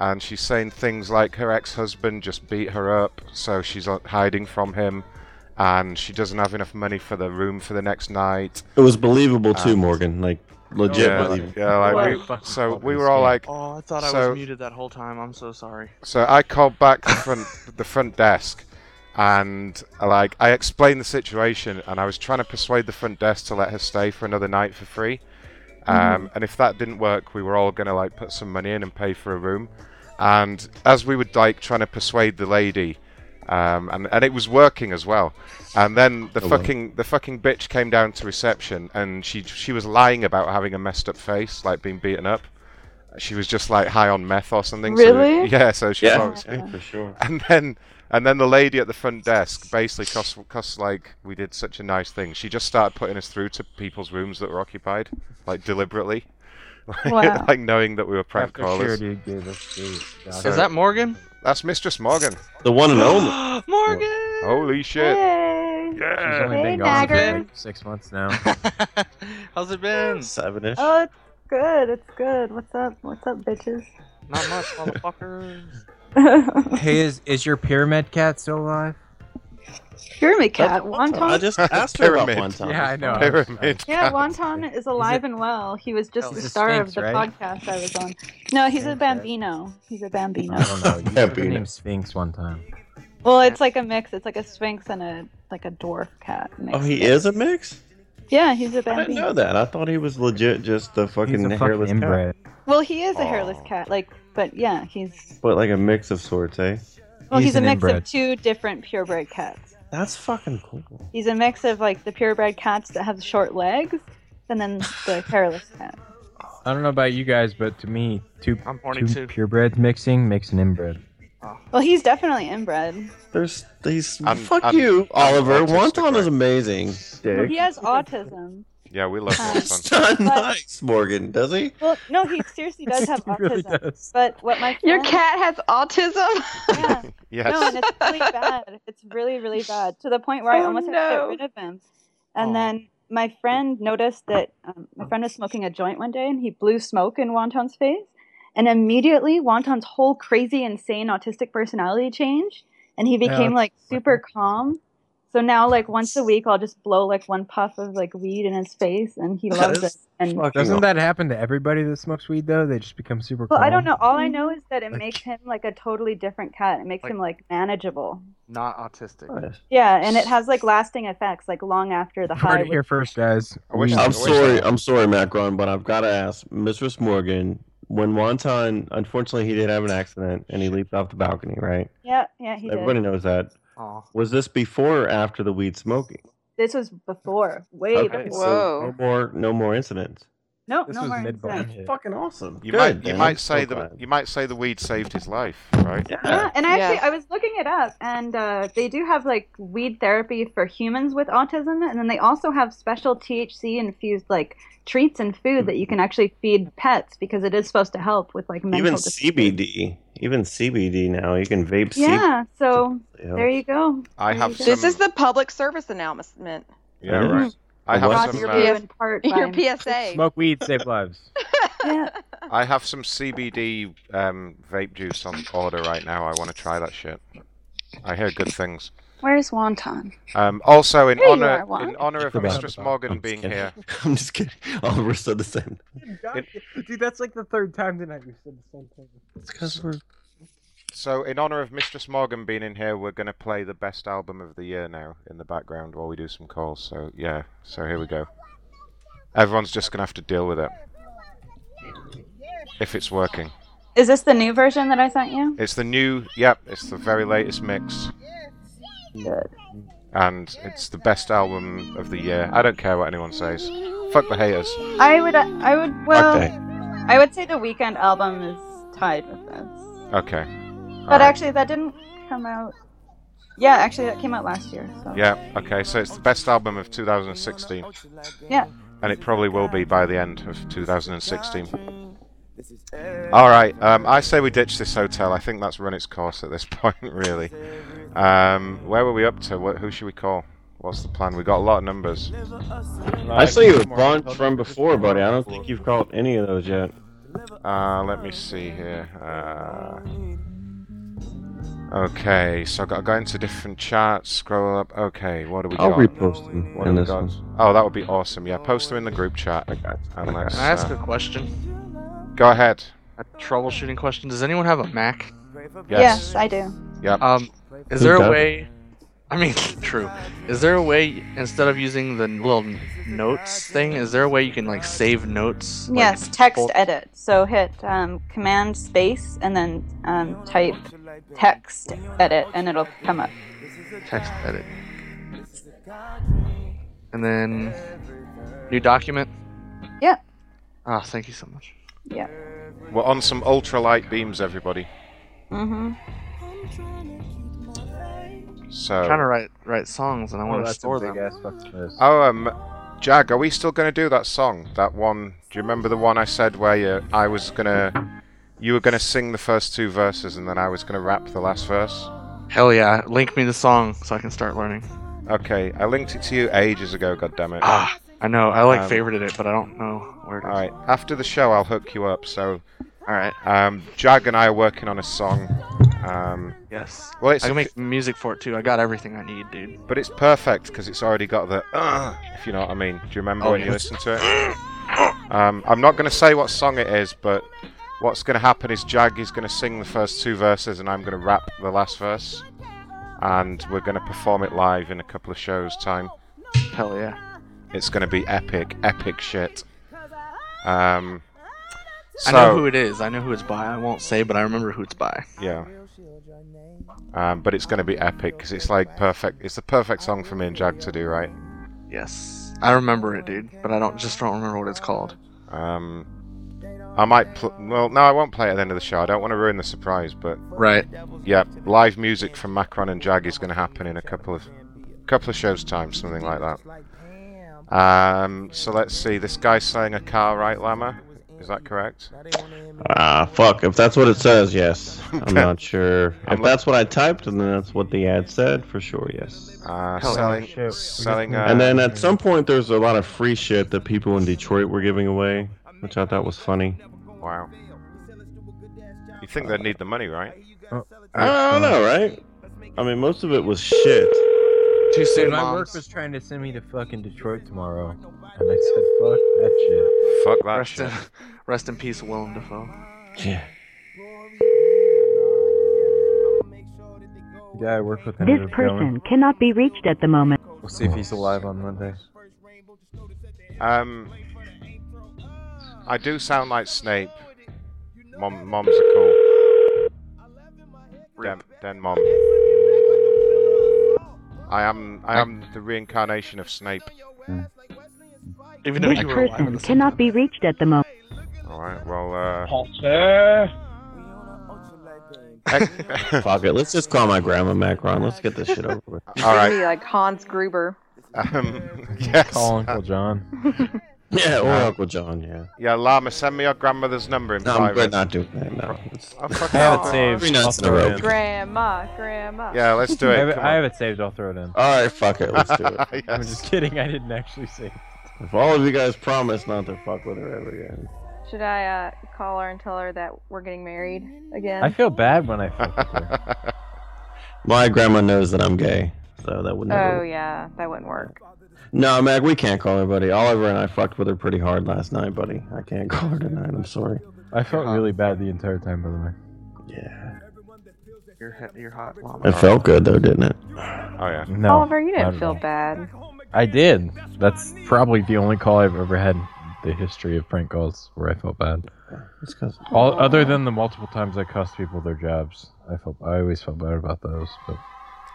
Speaker 14: and she's saying things like her ex husband just beat her up, so she's uh, hiding from him. And she doesn't have enough money for the room for the next night.
Speaker 16: It was believable too,
Speaker 14: Um,
Speaker 16: Morgan. Like legit
Speaker 14: yeah,
Speaker 16: believable.
Speaker 14: yeah, like we,
Speaker 23: Fucking
Speaker 14: so
Speaker 23: fucking
Speaker 14: we were all
Speaker 23: scam.
Speaker 14: like,
Speaker 23: "Oh, I thought I
Speaker 14: so-
Speaker 23: was muted that whole time. I'm so sorry."
Speaker 14: so I called back the front the front desk, and like I explained the situation, and I was trying to persuade the front desk to let her stay for another night for free. Um, And if that didn't work, we were all gonna like put some money in and pay for a room. And as we were like trying to persuade the lady, um, and and it was working as well. And then the
Speaker 16: Oh, wow.
Speaker 14: fucking the fucking bitch came down to reception, and she she was lying about having a messed up face, like being beaten up. She was just like high on meth or something. so-
Speaker 16: Really?
Speaker 14: yeah. So she was
Speaker 16: Yeah,
Speaker 14: obviously-
Speaker 16: yeah, for sure.
Speaker 14: And then and then the lady at the front desk basically cost cost like we did such a nice thing. She just started putting us through to people's rooms that were occupied, like deliberately, like,
Speaker 23: Wow.
Speaker 14: like knowing that we were prank
Speaker 19: After
Speaker 14: callers.
Speaker 19: Shirley gave us the-
Speaker 14: So-
Speaker 23: Is that Morgan?
Speaker 14: That's Mistress Morgan.
Speaker 16: The one and only.
Speaker 23: Morgan.
Speaker 14: Holy shit.
Speaker 19: She's
Speaker 14: Yeah.
Speaker 19: only been gone for like six months now.
Speaker 23: How's it been?
Speaker 16: Seven ish.
Speaker 28: Oh, it's good. It's good. What's up? What's up, bitches?
Speaker 23: Not much, motherfucker.
Speaker 19: hey, is is your pyramid cat still alive?
Speaker 28: Pyramid cat. Wonton.
Speaker 19: I just asked her about Pyramid. wonton. Yeah, I know. Pyramid
Speaker 28: Yeah, Wonton is alive and well. He was just the
Speaker 19: He's a
Speaker 28: star of
Speaker 19: sphinx,
Speaker 28: the
Speaker 19: right?
Speaker 28: podcast I was on. No, he's a bambino. He's a bambino.
Speaker 19: I don't know. You said her name Sphinx one time.
Speaker 28: Well, it's like a mix. It's like a sphinx and a like a dwarf cat. Mix.
Speaker 16: Oh, he is a mix.
Speaker 28: Yeah, he's a
Speaker 16: I didn't
Speaker 28: bambino.
Speaker 16: know that. I thought he was legit, just the fucking
Speaker 19: fucking
Speaker 16: hairless cat.
Speaker 19: inbred.
Speaker 28: Well, he is a hairless cat. Like, but yeah, he's
Speaker 16: But like a mix of sorts, eh?
Speaker 28: well, he's,
Speaker 16: He's
Speaker 28: a
Speaker 16: an
Speaker 28: mix of
Speaker 16: inbred.
Speaker 28: two different purebred cats.
Speaker 16: That's fucking cool.
Speaker 28: He's a mix of like the purebred cats that have short legs, and then the hairless cat.
Speaker 19: I don't know about you guys, but to me, two,
Speaker 23: I'm horny too.
Speaker 19: two purebreds mixing makes an inbred.
Speaker 28: Well, he's definitely inbred.
Speaker 16: There's these.
Speaker 14: I'm-
Speaker 16: fuck
Speaker 14: I'm-
Speaker 16: you,
Speaker 14: I'm
Speaker 16: Oliver.
Speaker 14: autistic,
Speaker 16: Wonton is amazing.
Speaker 28: He has autism.
Speaker 14: Yeah, we love
Speaker 28: Um,
Speaker 14: Wonton.
Speaker 16: nice, Morgan. Does he?
Speaker 28: Well, no, he seriously does have
Speaker 16: He
Speaker 28: autism.
Speaker 16: really
Speaker 28: But what my
Speaker 11: Your
Speaker 28: friend-
Speaker 11: cat has autism.
Speaker 14: Yes.
Speaker 28: No, and it's really bad. It's really, really bad to the point where I
Speaker 11: Oh,
Speaker 28: almost had to
Speaker 11: no.
Speaker 28: get rid of him. And then my friend noticed that um, my friend was smoking a joint one day, and he blew smoke in Wonton's face, and immediately Wonton's whole crazy, insane, autistic personality changed, and he
Speaker 19: Yeah,
Speaker 28: became
Speaker 19: that's
Speaker 28: like super calm. So now, like once a week, I'll just blow like one puff of like weed in his face, and he loves it. And
Speaker 7: doesn't that happen to everybody that smokes weed though? They just become super.
Speaker 28: Well, I
Speaker 7: calm?
Speaker 28: don't know. All I know is that it makes him like a totally different cat. It makes him like manageable.
Speaker 23: Not autistic.
Speaker 16: Oh,
Speaker 28: Yeah, and it has like lasting effects, like long after the high.
Speaker 7: Heard it here first, guys.
Speaker 16: I'm sorry, I'm sorry, Macron, but I've got to ask, Mrs. Morgan. When Wonton, unfortunately, he did have an accident and he leaped off the balcony, right?
Speaker 28: Yeah, yeah, he
Speaker 16: Everybody
Speaker 28: did.
Speaker 16: knows that.
Speaker 23: Aw.
Speaker 16: Was this before or after the weed smoking?
Speaker 28: This was before, way
Speaker 16: Okay, so
Speaker 28: before.
Speaker 16: no more, no more incidents.
Speaker 28: no,
Speaker 16: this
Speaker 28: no
Speaker 16: was
Speaker 28: more
Speaker 16: mid-bone
Speaker 28: incidents.
Speaker 16: hit. Fucking awesome.
Speaker 14: You
Speaker 16: Good,
Speaker 14: might you
Speaker 16: man.
Speaker 14: might say
Speaker 16: So
Speaker 14: the
Speaker 16: glad.
Speaker 14: you might say the weed saved his life, right?
Speaker 28: Yeah, and actually,
Speaker 11: Yeah.
Speaker 28: I was looking it up, and uh, they do have like weed therapy for humans with autism, and then they also have special THC infused like treats and food that you can actually feed pets because it is supposed to help with like mental.
Speaker 16: Even
Speaker 28: dis-
Speaker 16: CBD, even CBD now you can vape.
Speaker 28: yeah, so
Speaker 16: Yeah.
Speaker 28: there you go.
Speaker 16: I
Speaker 28: There
Speaker 16: have
Speaker 28: you go.
Speaker 11: This is the public service announcement.
Speaker 16: Yeah, right.
Speaker 14: Mhm. I have
Speaker 16: Brought
Speaker 14: some.
Speaker 16: to your
Speaker 14: uh,
Speaker 16: beer.
Speaker 28: In part by-
Speaker 11: Your PSA.
Speaker 14: Smoke weed, save lives.
Speaker 28: Yeah.
Speaker 14: I have some CBD um, vape juice on order right now. I want to try that shit. I hear good things.
Speaker 28: Where's wonton?
Speaker 14: Um, also, in
Speaker 28: There you
Speaker 14: honor
Speaker 28: are, Juan.
Speaker 14: in honor of
Speaker 16: Come on.
Speaker 14: Mistress Morgan being here,
Speaker 16: I'm just kidding. All of us are the same.
Speaker 7: Dude, that's like the third time tonight we've said the same thing. It's because we're.
Speaker 14: so in honor of Mistress Morgan being in here, we're gonna play the best album of the year now in the background while we do some calls. So yeah, so here we go. Everyone's just gonna have to deal with it if it's working.
Speaker 28: Is this the new version that I sent you?
Speaker 14: It's the new, yep, it's the very latest mix. And it's the best album of the year. I don't care what anyone says. Fuck the haters.
Speaker 28: I would, I would, well,
Speaker 14: Okay.
Speaker 28: I would say the weekend album is tied with this,
Speaker 14: Okay.
Speaker 28: but actually that didn't come out. Yeah, actually that came out last year. So.
Speaker 14: Yeah, okay, so it's the best album of 2016.
Speaker 28: Yeah.
Speaker 14: And it probably will be by the end of 2016. Alright, um, I say we ditch this hotel. I think that's run its course at this point, really. Um, where were we up to? What, who should we call? What's the plan? We got a lot of numbers.
Speaker 16: I saw you a bunch from before, buddy. I don't think you've caught any of those yet.
Speaker 14: Uh, let me see here. Uh, okay, so I've got to go into different charts, scroll up. Okay, what do we
Speaker 16: I'll
Speaker 14: got?
Speaker 16: repost them
Speaker 14: What
Speaker 16: in
Speaker 14: do we
Speaker 16: this
Speaker 14: got?
Speaker 16: one.
Speaker 14: Oh, that would be awesome. Yeah, post them in the group chat. And let's,
Speaker 23: Can I ask
Speaker 14: uh,
Speaker 23: a question?
Speaker 14: go ahead.
Speaker 23: A troubleshooting question. Does anyone have a Mac?
Speaker 28: Yes, I do.
Speaker 14: Yep.
Speaker 23: Um, is
Speaker 14: Who
Speaker 23: there a
Speaker 14: doesn't?
Speaker 23: way? I mean, true. Is there a way instead of using the little notes thing? Is there a way you can like save notes? like,
Speaker 28: Yes, text
Speaker 23: full-
Speaker 28: edit. So hit um, command space and then um, type text edit and it'll come up.
Speaker 23: Text edit. And then new document.
Speaker 28: Yeah.
Speaker 23: Ah, thank you so much.
Speaker 28: Yeah.
Speaker 14: We're on some ultralight beams, everybody.
Speaker 28: Mm-hmm.
Speaker 14: So.
Speaker 23: I'm trying to write write songs and I
Speaker 14: Oh,
Speaker 23: want to
Speaker 14: that's a
Speaker 23: store
Speaker 14: big
Speaker 23: them.
Speaker 14: Oh, um, Jag, are we still gonna do that song? That one? Do you remember the one I said where you, I was gonna, you were gonna sing the first two verses and then I was gonna rap the last verse?
Speaker 23: Hell yeah! Link me the song so I can start learning.
Speaker 14: Okay, I linked it to you ages ago. God damn it.
Speaker 23: Ah, I know. I like
Speaker 14: Um,
Speaker 23: favorited it, but I don't know where. It is.
Speaker 14: All right. After the show, I'll hook you up. So.
Speaker 23: All right.
Speaker 14: Um, Jag and I are working on a song. Um,
Speaker 23: Yes.
Speaker 14: Well, it's
Speaker 23: I
Speaker 14: a
Speaker 23: can make music for it too. I got everything I need, dude.
Speaker 14: But it's perfect because it's already got the uh, if you know what I mean. Do you remember
Speaker 23: Oh,
Speaker 14: when
Speaker 23: yeah.
Speaker 14: you listened to it? Um, I'm not going to say what song it is, but what's going to happen is Jag is going to sing the first two verses and I'm going to rap the last verse. And we're going to perform it live in a couple of shows' time.
Speaker 23: Hell yeah.
Speaker 14: It's going to be epic, epic shit. Um,
Speaker 23: I
Speaker 14: so-
Speaker 23: know who it is. I know who it's by. I won't say, but I remember who it's by.
Speaker 14: Yeah. Um, but it's going to be epic because it's like perfect. It's the perfect song for me and Jag to do, right?
Speaker 23: Yes. I remember it, dude, but I don't just don't remember what it's called.
Speaker 14: Um, I might. Pl- well, no, I won't play it at the end of the show. I don't want to ruin the surprise, but
Speaker 23: right.
Speaker 14: Yeah, live music from Macron and Jag is going to happen in a couple of couple of shows time, something like that. Um, so let's see. This guy's saying a car, right, Lama? Is that correct?
Speaker 16: Ah, fuck. If that's what it says, yes. I'm not sure.
Speaker 14: I'm
Speaker 16: If
Speaker 14: li-
Speaker 16: that's what I typed, then that's what the ad said for sure. Yes.
Speaker 14: Uh,
Speaker 16: Hell,
Speaker 14: selling,
Speaker 16: shit. We got
Speaker 14: selling. Uh,
Speaker 16: And then at some point, there's a lot of free shit that people in Detroit were giving away, which I thought was funny.
Speaker 14: wow. You think they need the money, right?
Speaker 16: Ah, I don't know, right? I mean, most of it was shit.
Speaker 19: Too soon, My
Speaker 14: Moms.
Speaker 19: work was trying to send me to fucking Detroit tomorrow, and I said, "Fuck that shit."
Speaker 14: Fuck that
Speaker 23: Rest in, rest in peace, Willem Dafoe.
Speaker 19: Yeah. Yeah, I work with him.
Speaker 24: This
Speaker 19: We're going.
Speaker 24: person cannot be reached at the moment.
Speaker 19: We'll see if he's alive on Monday.
Speaker 14: Um, I do sound like Snape. Mom, mom's a cool. Den, den mom. I am, I am the reincarnation of Snape. Even
Speaker 24: This person cannot be reached at the moment.
Speaker 14: All right, well, uh.
Speaker 16: Fuck it. Let's just call my grandma Macron. Let's get this shit over with.
Speaker 11: All right. Be like Hans Gruber.
Speaker 14: Um, yes.
Speaker 19: Call Uncle John.
Speaker 16: Yeah, or
Speaker 14: Um,
Speaker 16: Uncle John. Yeah.
Speaker 14: Yeah, Llama, send me your grandmother's number in
Speaker 16: No, I'm
Speaker 14: private.
Speaker 16: good not doing that. No. It's-
Speaker 14: I'm
Speaker 16: I
Speaker 14: fucking
Speaker 16: have it
Speaker 14: off.
Speaker 16: saved. Three nights in a row.
Speaker 11: Grandma, grandma.
Speaker 14: Yeah, let's do it.
Speaker 19: I have, it,
Speaker 14: Come
Speaker 19: I
Speaker 14: on.
Speaker 19: have it saved. I'll throw it in.
Speaker 16: All right, fuck it. Let's do it.
Speaker 19: I'm just kidding. I didn't actually save.
Speaker 16: If all of you guys promise not to fuck with her ever again.
Speaker 11: Should I uh, call her and tell her that we're getting married again?
Speaker 19: I feel bad when I fuck with her.
Speaker 16: My grandma knows that I'm gay, so that would never.
Speaker 11: Oh yeah, that wouldn't work.
Speaker 16: No, Mac, we can't call her, buddy. Oliver and I fucked with her pretty hard last night, buddy. I can't call her tonight. I'm sorry.
Speaker 19: I felt really bad the entire time, by the way.
Speaker 23: You're, hot- you're hot, Llama.
Speaker 16: It felt good though, didn't it?
Speaker 14: Oh yeah.
Speaker 19: No.
Speaker 11: Oliver, you
Speaker 19: not
Speaker 11: didn't
Speaker 19: at
Speaker 11: feel
Speaker 19: all.
Speaker 11: bad.
Speaker 19: I did. That's probably the only call I've ever had in the history of prank calls where I felt bad.
Speaker 16: It's 'cause-
Speaker 19: All other than the multiple times I cost people their jobs, I felt I always felt bad about those. But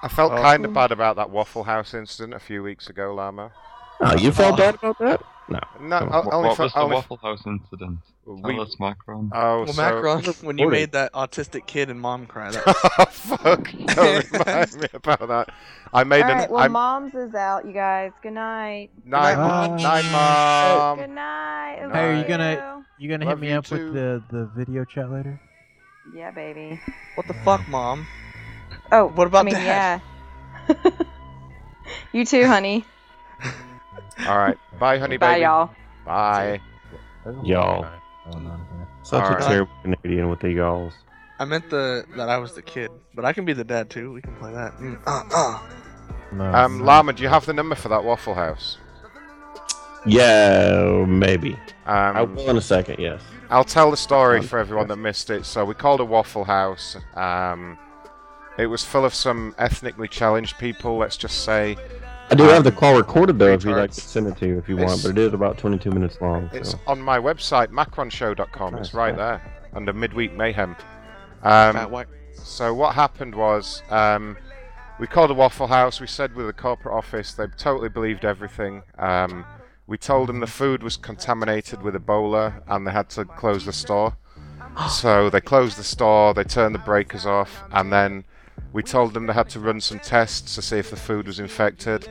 Speaker 14: I felt
Speaker 19: Oh.
Speaker 14: kind of bad about that Waffle House incident a few weeks ago, Llama.
Speaker 16: Oh, you felt bad about that? No.
Speaker 14: No,
Speaker 16: Come on.
Speaker 14: I- I
Speaker 22: What,
Speaker 14: only
Speaker 22: what
Speaker 14: for-
Speaker 22: was the
Speaker 14: only f-
Speaker 22: Waffle House incident? Tell
Speaker 14: We-
Speaker 22: us, Macron.
Speaker 14: Oh,
Speaker 23: Well,
Speaker 14: so-
Speaker 23: Macron, when you
Speaker 14: Recorded.
Speaker 23: made that autistic kid and mom cry, that
Speaker 14: oh, fuck! Don't remind me about that. I made
Speaker 11: All
Speaker 14: an.
Speaker 11: right, well,
Speaker 14: I,
Speaker 11: mom's is out, you guys. Good night.
Speaker 14: night, mom. Night, mom.
Speaker 11: Good night.
Speaker 14: Hey, are you
Speaker 11: Love
Speaker 19: gonna- you gonna
Speaker 14: Love
Speaker 19: hit me
Speaker 14: you
Speaker 19: up
Speaker 14: too.
Speaker 19: with the the video chat later?
Speaker 11: you. Yeah, baby.
Speaker 23: What the fuck, mom?
Speaker 11: Oh,
Speaker 23: What about
Speaker 11: I mean,
Speaker 23: Dad?
Speaker 11: yeah. you too, honey.
Speaker 14: All right. Bye, honey
Speaker 11: Bye,
Speaker 14: baby.
Speaker 11: y'all.
Speaker 14: Bye.
Speaker 16: Y'all. Such
Speaker 14: All
Speaker 16: a
Speaker 14: right.
Speaker 16: terrible Canadian with the y'alls.
Speaker 23: I meant the that I was the kid, but I can be the dad too. We can play that. Mm, uh, uh.
Speaker 14: Um, Llama, do you have the number for that Waffle House?
Speaker 16: Yeah, maybe.
Speaker 14: um,
Speaker 16: I will in a second. Yes.
Speaker 14: I'll tell the story for everyone that missed it. So we called a Waffle House. Um, it was full of some ethnically challenged people. Let's just say
Speaker 16: I do have the call recorded though, if you'd like to
Speaker 14: um, Retards.
Speaker 16: send it to you if you
Speaker 14: It's-
Speaker 16: want, but it is about 22 minutes long.
Speaker 14: it's
Speaker 16: so.
Speaker 14: on my website, macronshow.com. It's
Speaker 16: Nice,
Speaker 14: right
Speaker 16: nice.
Speaker 14: there under Midweek Mayhem.
Speaker 23: Fat
Speaker 14: Um,
Speaker 23: white.
Speaker 14: so what happened was um, we called a Waffle House. We said with the corporate office, they totally believed everything. Um, we told them the food was contaminated with Ebola and they had to close the store. So they closed the store, they turned the breakers off, and then we told them they had to run some tests to see if the food was infected.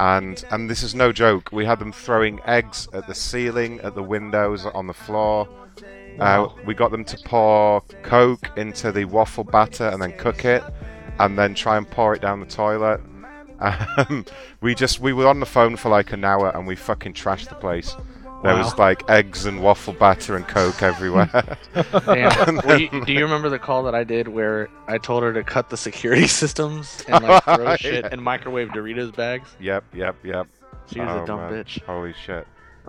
Speaker 14: And and this is no joke. We had them throwing eggs at the ceiling, at the windows, on the floor. Uh, we got them to pour Coke into the waffle batter and then cook it, and then try and pour it down the toilet. Um, we just we were on the phone for like an hour and we fucking trashed the place. There was
Speaker 23: Wow.
Speaker 14: like eggs and waffle batter and coke everywhere.
Speaker 23: Damn.
Speaker 14: And
Speaker 23: Well,
Speaker 14: then-
Speaker 23: you- do you remember the call that I did where I told her to cut the security systems and like throw shit
Speaker 14: Yeah.
Speaker 23: and microwave Doritos bags?
Speaker 14: Yep, yep, yep. Oh,
Speaker 23: She was a dumb bitch.
Speaker 14: Holy shit.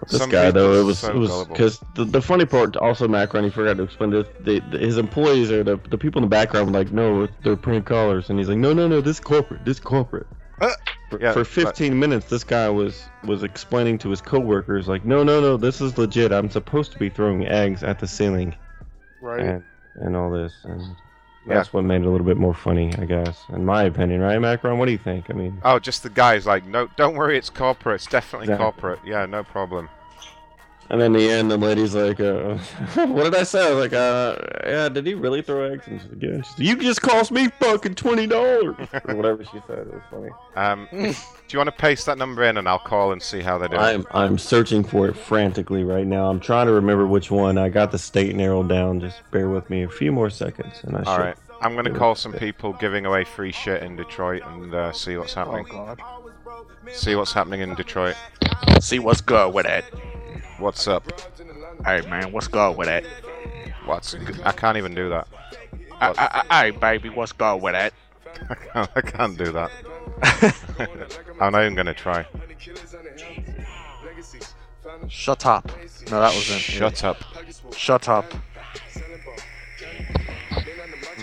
Speaker 16: This
Speaker 14: Some
Speaker 16: guy
Speaker 14: people
Speaker 16: though,
Speaker 14: are
Speaker 16: it was
Speaker 14: so
Speaker 16: it was
Speaker 14: gullible.
Speaker 16: because the, the funny part also Macron, he forgot to explain this. The, the, his employees or the, the people in the background were like, no, they're prank callers, and he's like, no, no, no, this corporate, this corporate. For,
Speaker 14: Yeah,
Speaker 16: for
Speaker 14: but-
Speaker 16: 15 minutes, this guy was was explaining to his coworkers like, no, no, no, this is legit. I'm supposed to be throwing eggs at the ceiling.
Speaker 23: Right.
Speaker 16: And, and all this, and that's what made it a little bit more funny, I guess, in my opinion, right, Macron? What do you think? I mean,
Speaker 14: Oh, just the guy's like, no, don't worry, it's corporate. It's definitely
Speaker 16: Exactly.
Speaker 14: corporate. Yeah, no problem.
Speaker 16: And in the end, the lady's like, uh, "What did I say?" I was like, "Uh, yeah, did he really throw eggs?" And she's like, "Yeah." She's like, "You just cost me fucking twenty dollars or whatever she said." It was funny.
Speaker 14: Um, do you want to paste that number in and I'll call and see how they do?
Speaker 16: I'm I'm searching for it frantically right now. I'm trying to remember which one. I got the state narrowed down. Just bear with me a few more seconds, and I
Speaker 14: All
Speaker 16: should.
Speaker 14: right. I'm going to call some people giving away free shit in Detroit and uh, see what's happening.
Speaker 23: God.
Speaker 14: See what's happening in Detroit.
Speaker 23: See what's good with it.
Speaker 14: What's up?
Speaker 23: Hey man, what's good with it?
Speaker 14: What's? I can't even do that.
Speaker 23: Hey baby, what's good with it?
Speaker 14: I can't, I can't do that. I'm not even gonna try.
Speaker 23: Shut up. No, that was in.
Speaker 14: Shut up.
Speaker 23: Shut up.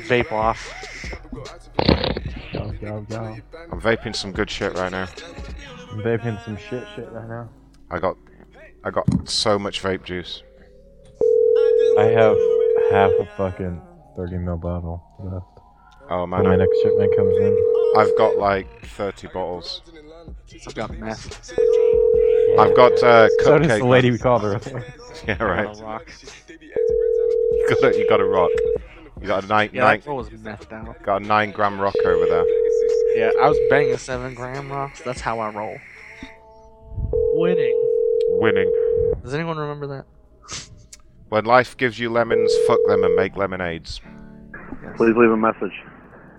Speaker 23: Vape off.
Speaker 7: Yo, yo, yo.
Speaker 14: I'm vaping some good shit right now.
Speaker 7: I'm vaping some shit shit right now.
Speaker 14: I got, I got so much vape juice.
Speaker 19: I have half a fucking 30 mil bottle left.
Speaker 14: Oh man,
Speaker 19: When my
Speaker 14: I-
Speaker 19: next shipment comes in.
Speaker 14: I've got like 30 bottles.
Speaker 23: I've got meth.
Speaker 14: I've got uh, cupcake.
Speaker 19: So does the lady we called earlier.
Speaker 14: yeah, right.
Speaker 23: On a rock.
Speaker 14: You got a, you got a rock. You got a nine
Speaker 23: Yeah,
Speaker 14: nine.
Speaker 23: that was methed out.
Speaker 14: Got a nine gram rock over there.
Speaker 23: Yeah, I was banging seven gram rocks. That's how I roll. Winning.
Speaker 14: Winning.
Speaker 23: Does anyone remember that?
Speaker 14: When life gives you lemons, fuck them and make lemonades.
Speaker 20: Please leave a message.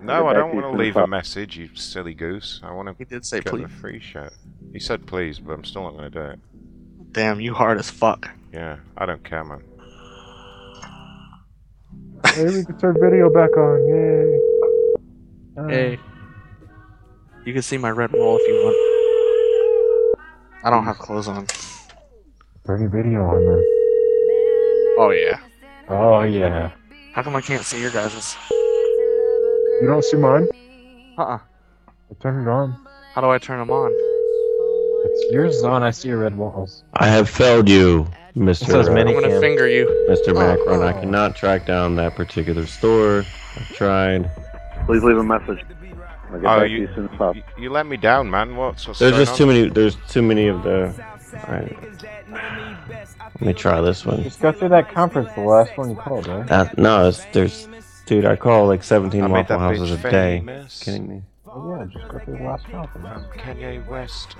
Speaker 14: No,
Speaker 20: Get
Speaker 14: I
Speaker 20: back
Speaker 14: don't
Speaker 20: to you
Speaker 14: want
Speaker 20: soon,
Speaker 14: to leave a
Speaker 20: pal.
Speaker 14: message, you silly goose. I want to. He
Speaker 23: did say
Speaker 14: get
Speaker 23: please.
Speaker 14: The free shit. He said please, but I'm still not going to do it.
Speaker 23: Damn, you hard as fuck.
Speaker 14: Yeah, I don't care, man.
Speaker 7: Hey, we can turn video back on. Yay. Uh,
Speaker 23: Hey. You can see my red wall if you want. I don't have clothes on.
Speaker 25: Bring video on then.
Speaker 23: Oh yeah.
Speaker 25: Oh yeah.
Speaker 23: How come I can't see your guys'?
Speaker 25: You don't see mine?
Speaker 23: Uh-uh.
Speaker 25: I turned it on.
Speaker 23: How do I turn them on?
Speaker 25: It's yours is on. I see your red walls.
Speaker 16: I have failed you, Mr.
Speaker 19: says
Speaker 16: uh,
Speaker 19: many
Speaker 23: I'm gonna finger you.
Speaker 16: Mr. Macron. I cannot track down that particular store. I've tried.
Speaker 20: Please leave a message. I'll get
Speaker 14: Oh,
Speaker 20: back
Speaker 14: you-
Speaker 20: to you soon as possible.
Speaker 14: You let me down, man. What's, what's
Speaker 16: There's
Speaker 14: going
Speaker 16: just
Speaker 14: on?
Speaker 16: too many. There's too many of the. All right. Let me try this one.
Speaker 7: Just go through that conference, the last one you called, right?
Speaker 16: Uh, no, it's, there's, dude. I call like 17
Speaker 14: I made
Speaker 16: Waffle
Speaker 14: that
Speaker 16: Houses a
Speaker 14: bitch
Speaker 16: day.
Speaker 14: famous.
Speaker 16: Kidding me?
Speaker 7: Oh, yeah, just go through the last conference.
Speaker 14: Kanye West.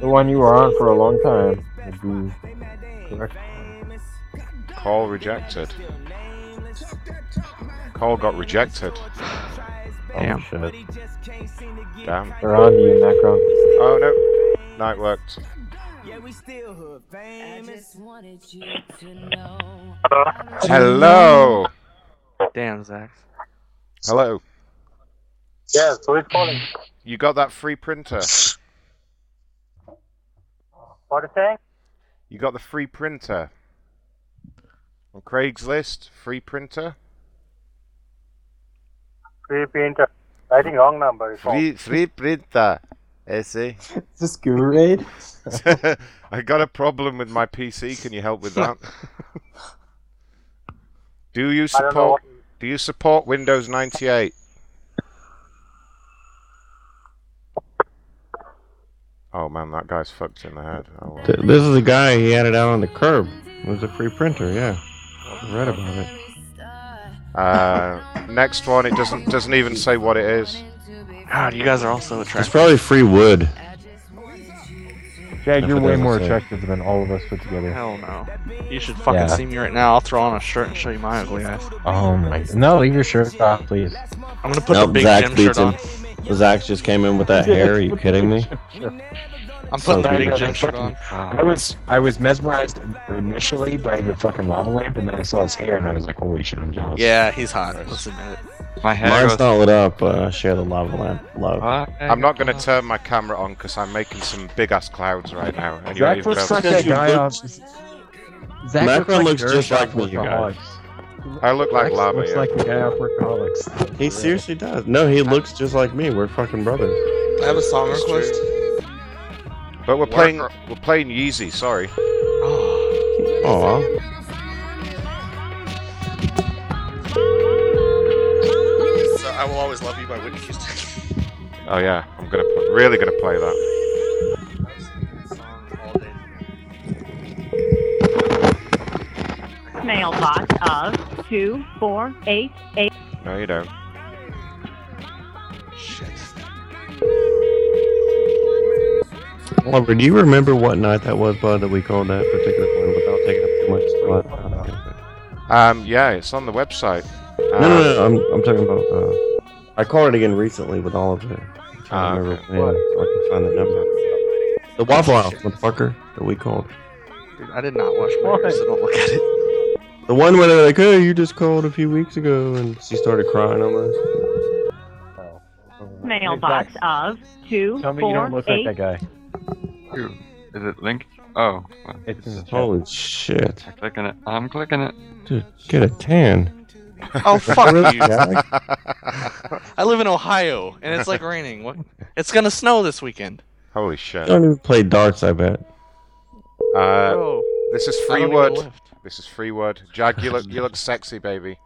Speaker 7: The one you were on for a long time. Would be correct.
Speaker 14: Call rejected. Call got rejected.
Speaker 16: Oh, Damn.
Speaker 14: Damn.
Speaker 7: They're on to you, Necron.
Speaker 14: Oh no. Night worked.
Speaker 2: Uh,
Speaker 14: Hello.
Speaker 23: Damn, Zach.
Speaker 14: Hello.
Speaker 1: Yeah, so we're calling.
Speaker 14: You got that free printer.
Speaker 1: What a thing?
Speaker 14: You got the free printer. On Craigslist, free printer.
Speaker 1: Free printer. I think wrong number. is
Speaker 14: Free
Speaker 1: called.
Speaker 14: free printer. Eh, see?
Speaker 25: Is this Gatorade?
Speaker 14: I got a problem with my PC. Can you help with that? do you
Speaker 1: I don't know
Speaker 14: support Do you support Windows 98? Oh man, that guy's fucked in the head. Oh, well.
Speaker 16: Th- This is a guy. He had it out on the curb. It was a free printer. Yeah. I read about it.
Speaker 14: Uh, next one, it doesn't doesn't even say what it is.
Speaker 23: God, you guys are also
Speaker 16: It's
Speaker 23: attractive.
Speaker 16: probably free wood.
Speaker 7: Jad,
Speaker 16: That's
Speaker 7: you're
Speaker 16: what
Speaker 7: way
Speaker 16: they
Speaker 7: more
Speaker 16: say.
Speaker 7: attractive than all of us put together.
Speaker 23: Hell no. You should fucking
Speaker 7: Yeah.
Speaker 23: see me right now. I'll throw on a shirt and show you my ugly eyes.
Speaker 7: Oh my. No, leave your shirt off, please.
Speaker 23: I'm gonna put the big
Speaker 16: Zach
Speaker 23: gym shirt
Speaker 16: beats him.
Speaker 23: on.
Speaker 16: Zach just came in with that hair. Are you kidding me?
Speaker 23: I'm putting the
Speaker 16: So
Speaker 23: big
Speaker 16: good.
Speaker 23: gym shirt on.
Speaker 25: I was I was mesmerized initially by the fucking lava lamp, and then I saw his hair, and I was like, "Holy shit, I'm jealous."
Speaker 23: Yeah, he's hot. Let's admit it.
Speaker 25: My
Speaker 16: Mine's not lit up, but I share the lava lamp. Love.
Speaker 14: I'm not going to turn my camera on because I'm making some big ass clouds right now. And you're
Speaker 25: Zach
Speaker 14: even
Speaker 25: looks like that guy on. Zach
Speaker 16: Macron looks just like me, you guys.
Speaker 14: I look like lava.
Speaker 25: Looks
Speaker 14: Yeah.
Speaker 25: like the guy off Workaholics.
Speaker 16: He seriously does. No, he looks just like me. We're fucking brothers.
Speaker 23: I have a song request.
Speaker 14: But we're playing we're playing Yeezy. Sorry.
Speaker 16: Aw.
Speaker 23: So I will always love you by Whitney Houston.
Speaker 14: Oh yeah, I'm gonna pl- really gonna play that.
Speaker 21: Mailbox of 2488.
Speaker 14: No, you don't.
Speaker 16: Oliver, do you remember what night that was, bud, that we called that particular one without taking up too much spot?
Speaker 14: Um, yeah, it's on the website.
Speaker 16: No,
Speaker 14: Um,
Speaker 16: no, no. I'm, I'm talking about. Uh, I called it again recently with all of it. I'm trying to
Speaker 14: Ah,
Speaker 16: remember when, so I can find the number. The Waffle House, motherfucker, that we called.
Speaker 23: Dude, I did not wash my hair, so don't look at it.
Speaker 16: The one where they're like, "Hey, you just called a few weeks ago," and she started crying almost.
Speaker 1: mailbox of two
Speaker 38: Tell me you
Speaker 1: four
Speaker 38: don't look like
Speaker 1: eight.
Speaker 38: that guy.
Speaker 2: Who? Is it Link? Oh. It's
Speaker 16: Holy shit.
Speaker 2: I'm clicking it. I'm clicking it.
Speaker 16: Dude, get a tan.
Speaker 23: Oh fuck
Speaker 16: Really,
Speaker 23: you!
Speaker 16: Jack?
Speaker 23: I live in Ohio and it's like raining. What? It's gonna snow this weekend.
Speaker 14: Holy shit.
Speaker 16: Don't even play darts, I bet.
Speaker 14: Uh, this is
Speaker 23: I
Speaker 14: free
Speaker 23: don't even
Speaker 14: wood.
Speaker 23: lift.
Speaker 14: This is free wood. Jag, you look, you look sexy, baby.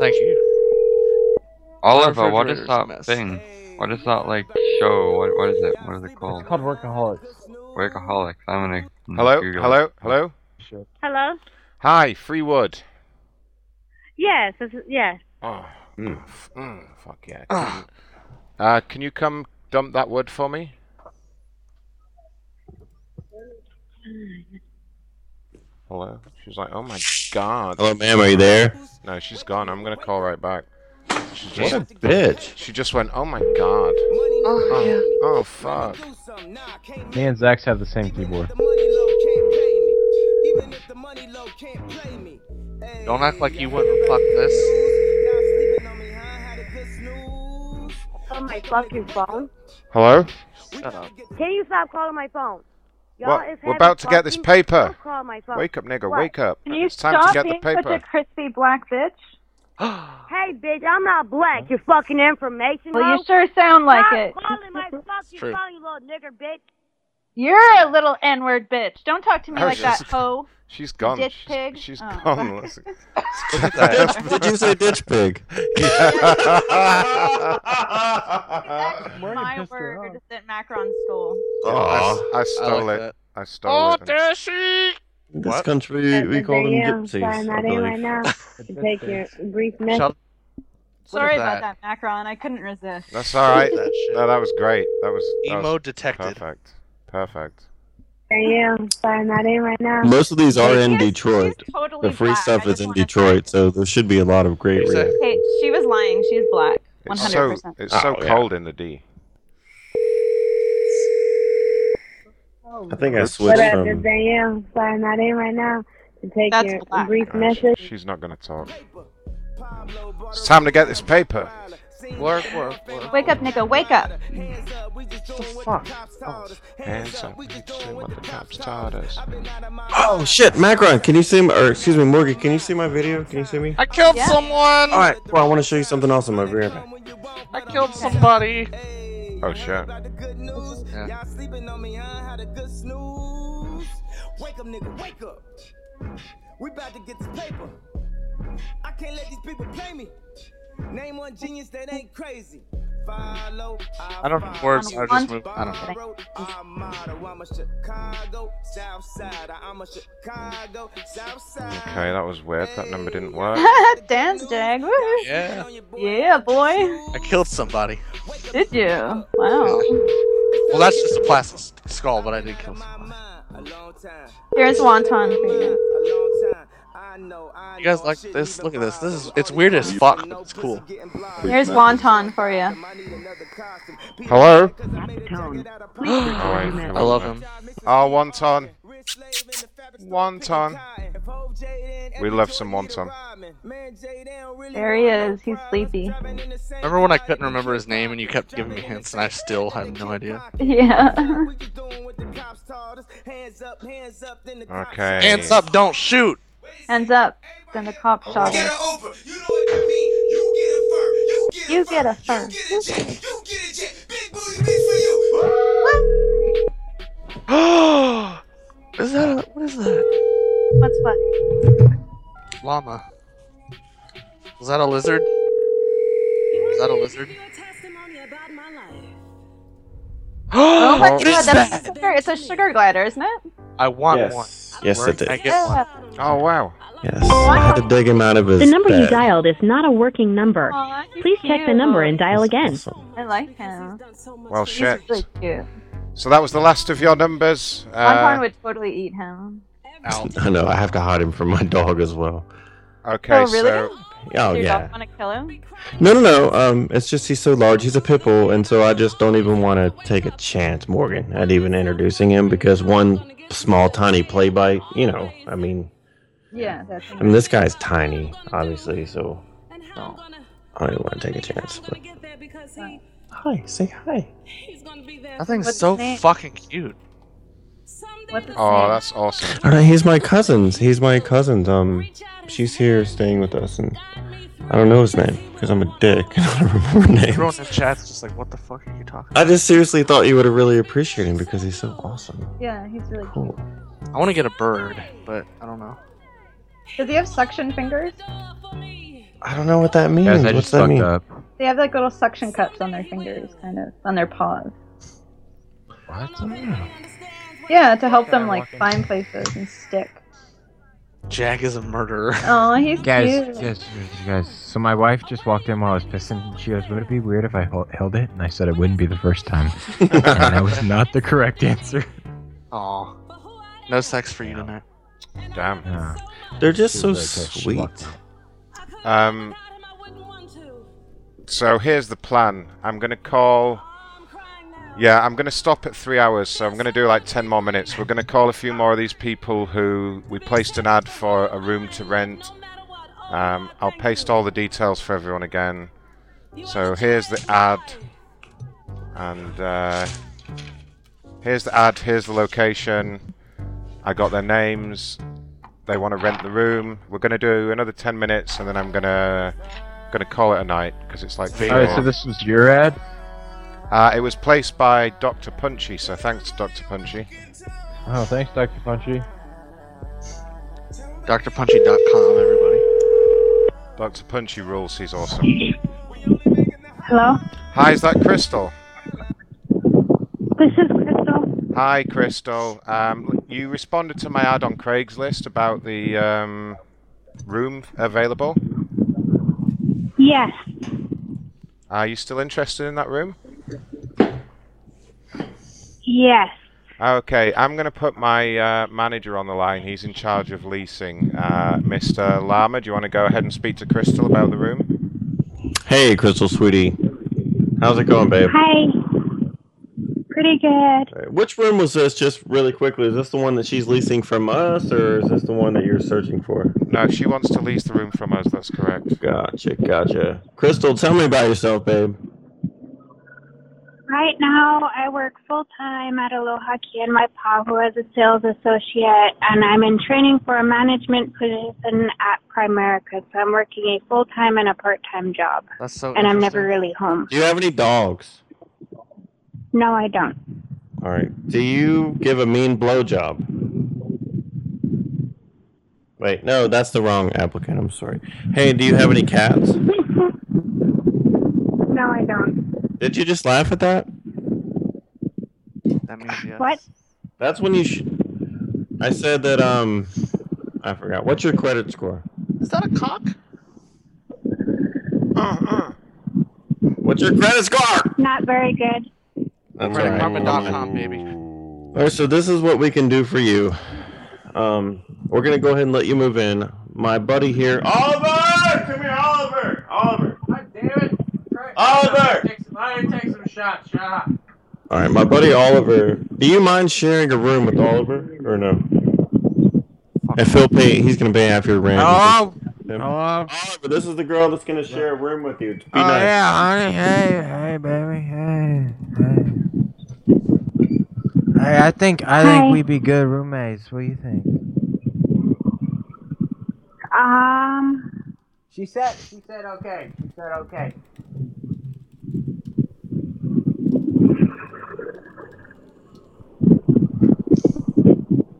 Speaker 23: Thank you.
Speaker 2: Oliver, what is
Speaker 23: refrigerator's
Speaker 2: that
Speaker 23: a mess.
Speaker 2: thing? What is that like show? What what is it? What is it called?
Speaker 39: called workaholics.
Speaker 2: Workaholics. I'm gonna mm,
Speaker 14: Hello,
Speaker 2: Google
Speaker 14: hello,
Speaker 2: it.
Speaker 14: hello.
Speaker 20: Hello?
Speaker 14: Hi, free wood.
Speaker 20: Yes, this is, yes.
Speaker 14: Oh, f- mm, fuck yeah. Can you- Uh, can you come dump that wood for me? Hello. She's like, oh my god.
Speaker 16: Hello, ma'am, are you there?
Speaker 14: No, she's gone. I'm gonna call right back. She
Speaker 16: What a bitch.
Speaker 14: She just went, oh my god. Oh, oh fuck.
Speaker 19: Me and Zach's have the same keyboard.
Speaker 23: Don't act like you wouldn't fuck this.
Speaker 20: On my fucking phone.
Speaker 14: Hello.
Speaker 23: Shut up.
Speaker 20: Can you stop calling my phone?
Speaker 14: What?
Speaker 20: is
Speaker 14: We're
Speaker 20: having
Speaker 14: about to get this
Speaker 20: fucking-
Speaker 14: paper.
Speaker 20: Don't call my phone.
Speaker 14: Wake up, nigga.
Speaker 20: What?
Speaker 14: Wake up.
Speaker 20: Can you
Speaker 14: it's time to
Speaker 20: stop
Speaker 14: get the
Speaker 20: being such a
Speaker 14: paper.
Speaker 28: Crispy black bitch.
Speaker 20: Hey, bitch, I'm not black. You fucking information.
Speaker 28: Well, you
Speaker 20: hoe.
Speaker 28: sure sound like
Speaker 20: Stop
Speaker 28: it.
Speaker 20: calling my fucking
Speaker 28: true.
Speaker 20: phone, you little nigger bitch.
Speaker 28: You're a little N-word bitch. Don't talk to me
Speaker 14: Oh,
Speaker 28: like that,
Speaker 14: she's-
Speaker 28: hoe.
Speaker 14: She's gone.
Speaker 28: Ditch
Speaker 14: She's-
Speaker 28: pig.
Speaker 14: she's
Speaker 28: Oh.
Speaker 14: gone. Listen.
Speaker 16: Did- did you say ditch pig?
Speaker 28: That's my word that Macron stole.
Speaker 14: I,
Speaker 16: Aw.
Speaker 14: I stole
Speaker 16: like
Speaker 14: it.
Speaker 16: that.
Speaker 14: Oh, I stole it.
Speaker 23: there she.
Speaker 16: In this country, we call them gypsies.
Speaker 20: I'm
Speaker 16: I
Speaker 20: not in
Speaker 16: believe.
Speaker 20: right now.
Speaker 16: It's
Speaker 20: Take your brief message.
Speaker 28: Sorry
Speaker 14: at
Speaker 28: about
Speaker 14: that.
Speaker 28: that, Macron. I couldn't resist.
Speaker 14: That's all right.
Speaker 23: That shit.
Speaker 14: No, that was great. That was that
Speaker 23: Emo
Speaker 14: was
Speaker 23: detected.
Speaker 14: Perfect. Perfect.
Speaker 20: I am, but I'm not in right
Speaker 28: Um,
Speaker 20: now.
Speaker 16: Most of these are in
Speaker 28: She is-
Speaker 16: Detroit.
Speaker 28: she's totally
Speaker 16: The free
Speaker 28: black.
Speaker 16: stuff
Speaker 28: I
Speaker 16: is
Speaker 28: just
Speaker 16: in
Speaker 28: wanna-
Speaker 16: Detroit, so there should be a lot of great reading.
Speaker 28: Hey, she was lying. She is black. One
Speaker 14: It's
Speaker 28: hundred
Speaker 14: so
Speaker 28: percent.
Speaker 14: it's so
Speaker 16: Oh, yeah.
Speaker 14: cold in the D.
Speaker 16: I think I
Speaker 20: What
Speaker 16: switched
Speaker 20: up,
Speaker 16: from.
Speaker 20: it's AM, but I'm not in right now. To take
Speaker 28: That's
Speaker 20: your
Speaker 28: black.
Speaker 20: brief message.
Speaker 14: She's not gonna talk. It's time to get this paper.
Speaker 23: Work, work, work.
Speaker 28: Wake up, nigga. Wake up.
Speaker 14: Hands up. We just doing what the cops taught us.
Speaker 16: Oh shit, Macron, can you see my? Or excuse me, Morgan, can you see my video? Can you see me?
Speaker 23: I killed someone.
Speaker 16: All right. Well, I want to show you something else in my rear. back.
Speaker 23: I killed somebody.
Speaker 14: Oh shit.
Speaker 6: Wake up, nigga, wake up. We about to get this paper. I can't let these people play me. Name one genius that ain't crazy. Follow,
Speaker 23: I don't have words. I just move. I don't know.
Speaker 6: borrowed our motto. I'm a Chicago South Sider. I'm a Chicago South Side.
Speaker 14: Okay, that was weird. That number didn't work.
Speaker 28: Dance jag. Woo.
Speaker 23: Yeah.
Speaker 28: Yeah, boy.
Speaker 23: I killed somebody.
Speaker 28: Did you? Wow.
Speaker 23: Well, that's just a plastic s- skull, but I did kill somebody.
Speaker 28: Here's wonton for you.
Speaker 23: You guys like this? Look at this. This is it's weird as fuck. but It's cool.
Speaker 28: Here's wonton for you.
Speaker 14: Hello.
Speaker 28: Please.
Speaker 23: I love him.
Speaker 14: Oh, wonton. Wonton. We love some wonton.
Speaker 28: There he is. He's sleepy.
Speaker 23: Remember when I couldn't remember his name and you kept giving me hints and I still have no idea?
Speaker 28: Yeah.
Speaker 14: Okay.
Speaker 23: Hands up, don't shoot!
Speaker 28: Hands up. Then the cop shot him. You get a fur.
Speaker 23: is that a, what is that?
Speaker 28: What's what?
Speaker 23: Llama. Was that a lizard? Is that a lizard?
Speaker 28: Oh my
Speaker 23: What
Speaker 28: god,
Speaker 23: is
Speaker 28: that's
Speaker 23: that?
Speaker 28: a sugar. It's a sugar glider, isn't it?
Speaker 23: I want
Speaker 16: Yes.
Speaker 23: one.
Speaker 16: Yes,
Speaker 23: Where
Speaker 16: it
Speaker 23: can I
Speaker 16: is.
Speaker 23: get one.
Speaker 14: Oh wow.
Speaker 16: Yes, I had to dig him out of his.
Speaker 33: The number you
Speaker 16: bed.
Speaker 33: dialed is not a working number.
Speaker 28: Aw, he's
Speaker 33: Please check the
Speaker 28: cute.
Speaker 33: number and dial again.
Speaker 28: I like him.
Speaker 14: Well, shit.
Speaker 28: He's really cute.
Speaker 14: So that was the last of your numbers.
Speaker 28: Wonton
Speaker 14: Uh,
Speaker 28: would totally eat him.
Speaker 16: I know. I have to hide him from my dog as well.
Speaker 14: Uh, okay,
Speaker 28: oh, really?
Speaker 14: so
Speaker 16: Oh
Speaker 28: Your
Speaker 16: yeah.
Speaker 28: dog want to kill him?
Speaker 16: No, no, no. Um, it's just he's so large. He's a pit bull, and so I just don't even want to take a chance, Morgan, at even introducing him because one small, tiny play bite. You know, I mean,
Speaker 28: Yeah, that's.
Speaker 16: I mean, this guy's tiny, obviously, so I don't even want to take a chance. But Hi, say hi.
Speaker 23: That thing's so fucking cute. Oh, that's awesome.
Speaker 16: All right, he's my cousin's. He's my cousin's. Um, she's here staying with us, and I don't know his name because I'm a dick. and I don't remember names.
Speaker 23: Everyone in chat's just like, what the fuck are you talking
Speaker 16: I just seriously thought you would have really appreciated him because he's so awesome.
Speaker 28: Yeah, he's really cute.
Speaker 16: Cool.
Speaker 23: I want to get a bird, but I don't know.
Speaker 28: Does he have suction fingers?
Speaker 16: I don't know what that means.
Speaker 19: I
Speaker 16: What's
Speaker 19: just
Speaker 16: that
Speaker 19: fucked
Speaker 16: mean?
Speaker 19: up.
Speaker 28: They have like little suction cups on their fingers, kind of on their paws.
Speaker 19: What?
Speaker 28: Yeah, to help them like find places and stick.
Speaker 23: Jack is a murderer.
Speaker 28: Oh, he's
Speaker 19: Guys,
Speaker 28: cute.
Speaker 19: yes, you guys. So my wife just walked in while I was pissing. and She goes, "Would it be weird if I hel- held it?" And I said, "It wouldn't be the first time." and that was not the correct answer.
Speaker 23: Aw. No sex for you tonight.
Speaker 14: Damn.
Speaker 16: They're just so
Speaker 14: sweet. Um. So here's the plan. I'm gonna call. Yeah, I'm gonna stop at three hours, so I'm gonna do like ten more minutes. We're gonna call a few more of these people who we placed an ad for a room to rent. Um, I'll paste all the details for everyone again. So here's the ad, and uh, here's the ad. Here's the location. I got their names. They want to rent the room. We're gonna do another ten minutes, and then I'm gonna gonna call it a night because it's like.
Speaker 19: All right, Oh, so this was your ad.
Speaker 14: Uh, it was placed by Dr. Punchy, so thanks, Dr. Punchy.
Speaker 19: Oh, thanks, Doctor Punchy.
Speaker 23: DrPunchy.com, everybody.
Speaker 14: Dr. Punchy rules, he's awesome.
Speaker 5: Hello,
Speaker 14: Hi, is that Crystal?
Speaker 5: this is Crystal.
Speaker 14: Hi, Crystal. Um, you responded to my ad on Craigslist about the um, room available.
Speaker 5: Yes,
Speaker 14: Are you still interested in that room?
Speaker 5: yes.
Speaker 14: Okay, I'm going to put my uh, manager on the line. He's in charge of leasing. Uh, Mr. Lama, do you want to go ahead and speak to Crystal about the room?
Speaker 16: Hey, Crystal, sweetie. How's it going, babe?
Speaker 5: Hi. Pretty good.
Speaker 16: Which room was this? Just really quickly, is this the one that she's leasing from us, or is this the one that you're searching for?
Speaker 14: No, she wants to lease the room from us. That's correct.
Speaker 16: Gotcha, gotcha. Crystal, tell me about yourself, babe.
Speaker 5: Right now, I work full time at Aloha Key in Waipahu as a sales associate, and I'm in training for a management position at Primerica. So I'm working a full time and a part time job,
Speaker 23: That's so.
Speaker 5: and I'm
Speaker 23: interesting.
Speaker 5: never really home.
Speaker 16: Do you have any dogs?
Speaker 5: No, I don't.
Speaker 16: All right. Do you give a mean blowjob? Wait, no, that's the wrong applicant. I'm sorry. Hey, do you have any cats?
Speaker 5: No, I don't.
Speaker 16: Did you just laugh at that?
Speaker 23: That means yes.
Speaker 5: What?
Speaker 16: That's when you. Sh- I said that. Um, I forgot. What's your credit score?
Speaker 23: Is that a cock?
Speaker 16: What's your credit score?
Speaker 5: Not very good.
Speaker 16: That's
Speaker 23: Right,
Speaker 16: all
Speaker 23: Karma.com, baby.
Speaker 16: All right, so this is what we can do for you. Um, we're gonna go ahead and let you move in. My buddy here, Oliver, come here, Oliver, Oliver.
Speaker 7: God damn it!
Speaker 16: Oliver!
Speaker 7: I didn't take some shots. Shut up.
Speaker 16: All right, my buddy Oliver. Do you mind sharing a room with Oliver or no? And Phil pay. He's gonna pay half your rent.
Speaker 13: Hello?
Speaker 16: Hello. Oliver, this is the girl that's gonna share a room with you. Be
Speaker 13: oh
Speaker 16: nice.
Speaker 13: yeah, honey. Hey, hey, baby. Hey, hey. Hey, I think I
Speaker 5: Hi.
Speaker 13: think we'd be good roommates. What do you think?
Speaker 5: Um,
Speaker 7: She said. She said okay. She said okay.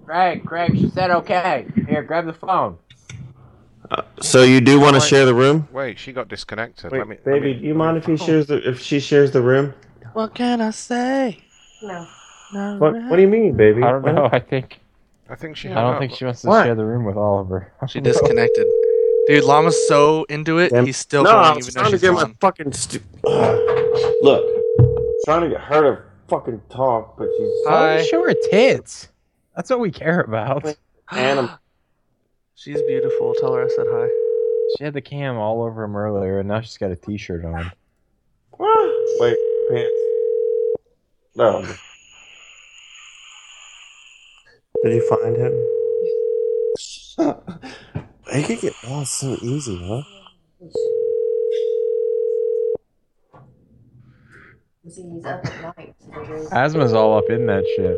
Speaker 7: Greg, Greg, she said okay. Here, grab the phone.
Speaker 16: Uh, So you do want to
Speaker 14: Wait.
Speaker 16: share the room?
Speaker 14: Wait, she got disconnected.
Speaker 16: Wait,
Speaker 14: let me,
Speaker 16: baby, do you mind if he shares the if she shares the room?
Speaker 23: What can I say?
Speaker 5: No.
Speaker 23: No.
Speaker 16: What What do you mean, baby?
Speaker 19: I don't
Speaker 16: What?
Speaker 19: know. I think
Speaker 14: I think she.
Speaker 19: I
Speaker 14: hung
Speaker 19: don't
Speaker 14: up.
Speaker 19: think she wants to
Speaker 16: What?
Speaker 19: share the room with Oliver.
Speaker 23: She disconnected. Dude, Llama's so into it, he's still
Speaker 16: no,
Speaker 23: going
Speaker 16: I was
Speaker 23: even though
Speaker 16: trying to
Speaker 23: she's
Speaker 16: get
Speaker 23: gone.
Speaker 16: my fucking stu- look. Trying to get her to fucking talk, but she's
Speaker 19: Oh, show her tits. That's what we care about.
Speaker 16: animal.
Speaker 23: She's beautiful. Tell her I said hi.
Speaker 19: She had the cam all over him earlier, and now she's got a T-shirt on.
Speaker 16: Wait, pants. No. Did you find him? I could get lost so easy, huh?
Speaker 2: he's up at night.
Speaker 19: Asthma's all up in that shit.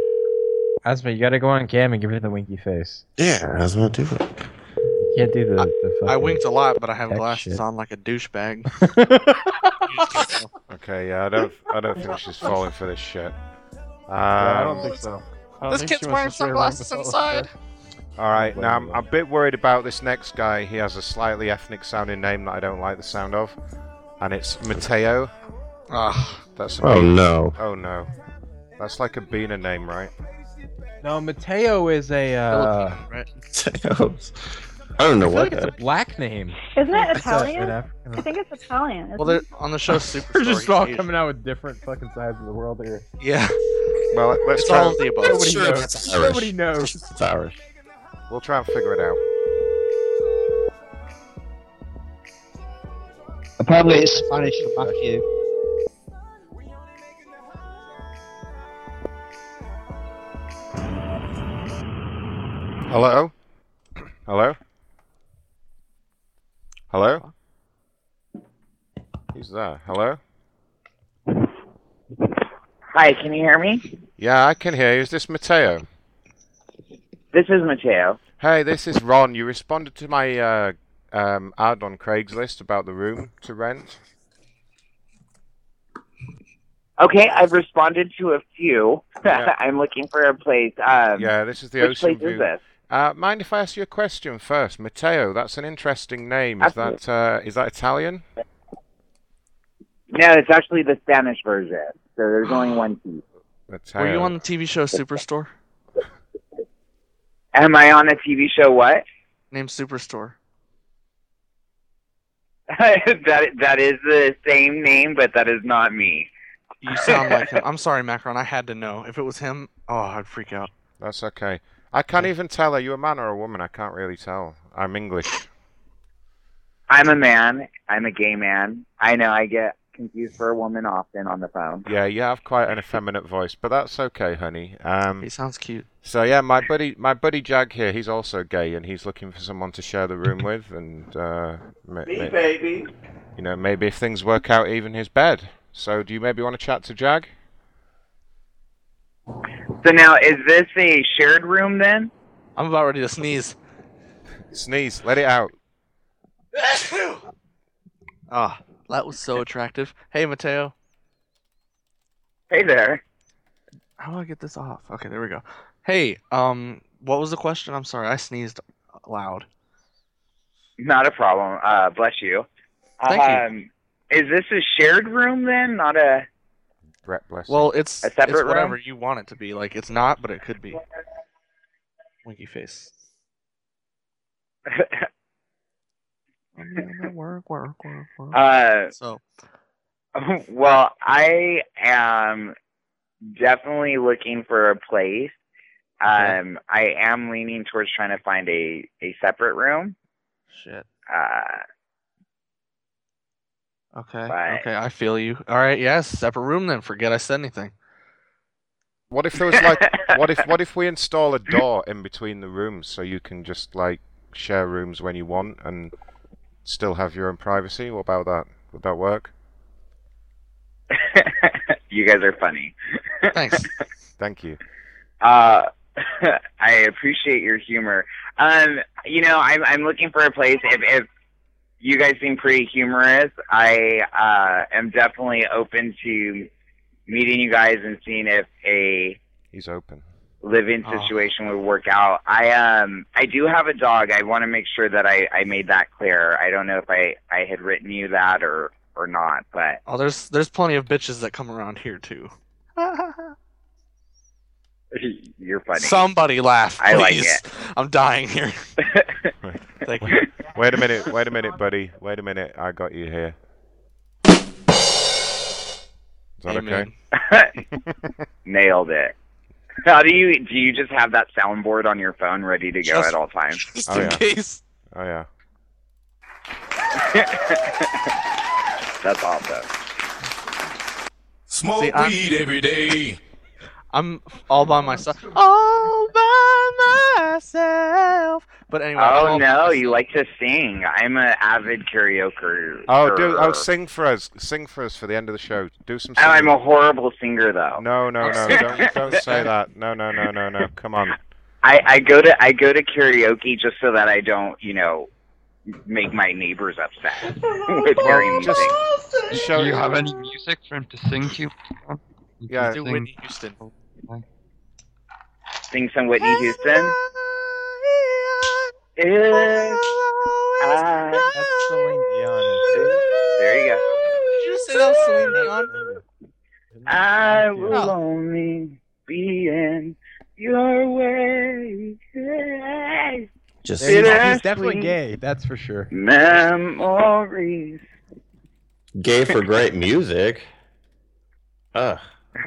Speaker 19: Asthma, you gotta go on cam and give her the winky face.
Speaker 16: Yeah, asthma do it.
Speaker 19: You can't do the, the fucking...
Speaker 23: I winked a lot, but I have
Speaker 19: That
Speaker 23: glasses
Speaker 19: shit.
Speaker 23: on like a douchebag.
Speaker 14: Okay, yeah, I don't, I don't think she's falling for this shit. Um,
Speaker 9: Uh,
Speaker 15: Yeah, I don't think so. I don't
Speaker 23: This
Speaker 15: think
Speaker 23: kid's
Speaker 15: she wants to
Speaker 23: wearing
Speaker 15: stay around
Speaker 23: sunglasses
Speaker 15: with all
Speaker 23: inside.
Speaker 15: that.
Speaker 14: All right, now I'm, I'm a bit worried about this next guy. He has a slightly ethnic sounding name that I don't like the sound of, and it's Mateo. Ah, that's a
Speaker 16: Oh,
Speaker 14: bean-
Speaker 16: no.
Speaker 14: Oh no, that's like a Beaner name, right?
Speaker 19: No, Mateo is a. Uh,
Speaker 23: right?
Speaker 16: I don't know
Speaker 19: I feel
Speaker 16: what
Speaker 19: like it's a black name.
Speaker 10: Isn't it
Speaker 19: It's a- an
Speaker 10: Italian?
Speaker 19: Af-
Speaker 10: I think it's Italian.
Speaker 23: Well,
Speaker 10: isn't
Speaker 23: they're
Speaker 10: it?
Speaker 23: on the show
Speaker 19: We're
Speaker 23: Superstore.
Speaker 19: just
Speaker 23: he's
Speaker 19: all
Speaker 23: Asian.
Speaker 19: coming out with different fucking sides of the world here.
Speaker 23: Yeah.
Speaker 14: Well, let's
Speaker 23: It's
Speaker 14: try.
Speaker 23: all of the above.
Speaker 19: Nobody
Speaker 23: Sure,
Speaker 19: knows.
Speaker 23: that's
Speaker 19: Nobody knows.
Speaker 16: It's Irish.
Speaker 14: We'll try and figure it out.
Speaker 15: Apparently, it's Spanish for Matthew.
Speaker 14: Hello? Hello? Hello? Who's there? Hello?
Speaker 18: Hi, can you hear me?
Speaker 14: Yeah, I can hear you. Is this Mateo?
Speaker 18: This is Mateo.
Speaker 14: Hey, this is Ron. You responded to my uh, um, ad on Craigslist about the room to rent.
Speaker 18: Okay, I've responded to a few.
Speaker 14: Yeah.
Speaker 18: I'm looking for a place. Um,
Speaker 14: Yeah, this is the
Speaker 18: which
Speaker 14: Ocean
Speaker 18: place
Speaker 14: View.
Speaker 18: Is this?
Speaker 14: Uh, mind if I ask you a question first, Mateo? That's an interesting name. Is that uh, is that Italian?
Speaker 18: No, it's actually the Spanish version. So there's only one piece.
Speaker 14: Mateo.
Speaker 23: Were you on the TV show Superstore?
Speaker 18: Am I on a TV show? What?
Speaker 23: Named Superstore.
Speaker 18: that that is the same name, but that is not me.
Speaker 23: You sound like him. I'm sorry, Macron. I had to know. If it was him, oh, I'd freak out.
Speaker 14: That's okay. I can't even tell. Are you a man or a woman? I can't really tell. I'm English.
Speaker 18: I'm a man. I'm a gay man. I know I get confused for a woman often on the phone.
Speaker 14: Yeah, you have quite an effeminate voice, but that's okay, honey. Um,
Speaker 23: he sounds cute.
Speaker 14: So yeah, my buddy, my buddy Jag here, he's also gay, and he's looking for someone to share the room with, and uh, ma- ma- you know, maybe if things work out, even his bed. So do you maybe want to chat to Jag?
Speaker 18: So now, is this a shared room then?
Speaker 23: I'm about ready to sneeze.
Speaker 14: Sneeze, let it out.
Speaker 23: Ah, that was so attractive. Hey, Mateo.
Speaker 18: Hey there.
Speaker 23: How do I get this off? Okay, there we go. Hey, um, what was the question? I'm sorry, I sneezed loud.
Speaker 18: Not a problem. Uh, bless you.
Speaker 23: Thank you.
Speaker 18: um, Is this a shared room then? Not a.
Speaker 14: Brett, bless
Speaker 23: Well, it's,
Speaker 18: A separate
Speaker 23: it's whatever
Speaker 18: room?
Speaker 23: you want it to be. Like, it's not, but it could be. Winky face. work, work, work, work.
Speaker 18: Uh,
Speaker 23: so.
Speaker 18: well, I am definitely looking for a place. Um, I am leaning towards trying to find a, a separate room.
Speaker 23: Shit.
Speaker 18: Uh,
Speaker 23: Okay.
Speaker 18: Right.
Speaker 23: Okay, I feel you. All right, yes, separate room then. Forget I said anything.
Speaker 14: What if there was like, what if, what if we install a door in between the rooms so you can just like share rooms when you want and still have your own privacy? What about that? Would that work?
Speaker 18: you guys are funny.
Speaker 23: Thanks.
Speaker 14: Thank you.
Speaker 18: Uh, I appreciate your humor. Um, you know, I'm I'm looking for a place. If if you guys seem pretty humorous, I uh, am definitely open to meeting you guys and seeing if a
Speaker 14: He's open.
Speaker 18: live-in
Speaker 14: Oh.
Speaker 18: situation would work out. I um I do have a dog. I want to make sure that I I made that clear. I don't know if I I had written you that or or not, but
Speaker 23: Oh, there's there's plenty of bitches that come around here too.
Speaker 18: you're funny.
Speaker 23: Somebody laugh,
Speaker 18: I like
Speaker 23: please.
Speaker 18: it.
Speaker 23: I'm dying here. Thank you.
Speaker 14: Wait a minute, wait a minute, buddy. Wait a minute, I got you here. Is that
Speaker 23: Amen.
Speaker 18: okay? Nailed it. How do you do? You just have that soundboard on your phone ready to go
Speaker 23: Just-
Speaker 18: at all times.
Speaker 14: oh, yeah.
Speaker 23: case.
Speaker 14: Oh yeah.
Speaker 18: That's awesome.
Speaker 23: Smoke weed every day. I'm all by myself.
Speaker 15: All by
Speaker 7: myself.
Speaker 23: But anyway.
Speaker 18: Oh
Speaker 23: I'll-
Speaker 18: no, you like to sing. I'm an avid karaoke.
Speaker 14: Oh, do oh, sing for us. Sing for us for the end of the show. Do some.
Speaker 18: Oh,
Speaker 14: Singing.
Speaker 18: I'm a horrible singer though.
Speaker 14: No, no, no! don't, don't say that. No, no, no, no, no! Come on.
Speaker 18: I, I go to I go to karaoke just so that I don't, you know, make my neighbors upset with hearing music.
Speaker 14: Just show
Speaker 22: Do you have any music for him to sing to?
Speaker 14: Yeah.
Speaker 22: Sing-
Speaker 23: Houston.
Speaker 18: Sing some Whitney Houston. If I- There you go.
Speaker 23: Did you just say that was Celine Dion?
Speaker 18: I will only be in your way. today.
Speaker 2: Just
Speaker 18: Bitter
Speaker 2: he's, he's definitely
Speaker 18: sweet
Speaker 2: gay. That's for sure.
Speaker 18: Memories.
Speaker 16: Gay for great music. Ugh,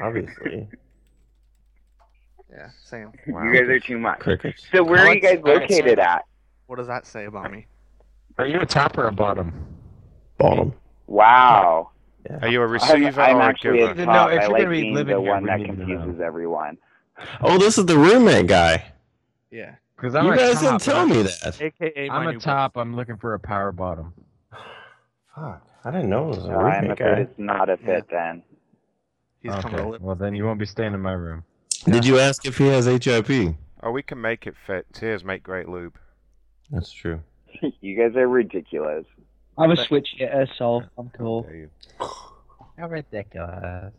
Speaker 16: obviously.
Speaker 23: Yeah, same.
Speaker 18: You guys are too much.
Speaker 16: Crickets.
Speaker 18: So where are you guys
Speaker 23: Alex- Alex,
Speaker 18: located at?
Speaker 23: What does that say about me?
Speaker 22: Are you a top or a bottom?
Speaker 16: Bottom.
Speaker 18: Wow.
Speaker 14: Are you a
Speaker 18: I'm,
Speaker 14: receiver
Speaker 18: I'm
Speaker 14: or a
Speaker 18: actually
Speaker 14: giver?
Speaker 18: a top. I like being the one that confuses everyone.
Speaker 16: Oh, this is the roommate guy.
Speaker 23: Yeah.
Speaker 16: You
Speaker 22: Because I'm a
Speaker 16: guys
Speaker 22: top,
Speaker 16: didn't tell
Speaker 22: but
Speaker 16: me
Speaker 22: I'm-
Speaker 16: that.
Speaker 23: AKA
Speaker 22: I'm a top. I'm looking for a power bottom.
Speaker 16: Fuck. I didn't know it was a
Speaker 18: No, I'm
Speaker 16: roommate
Speaker 18: afraid
Speaker 16: guy.
Speaker 18: it's not a fit then.
Speaker 22: okay. Well, then you won't be staying in my room.
Speaker 16: Did you ask if he has HIP?
Speaker 14: Oh, we can make it fit. Tears make great lube.
Speaker 16: That's true.
Speaker 18: you guys are ridiculous.
Speaker 15: I'm a switch hitter, so I'm cool.
Speaker 2: How ridiculous.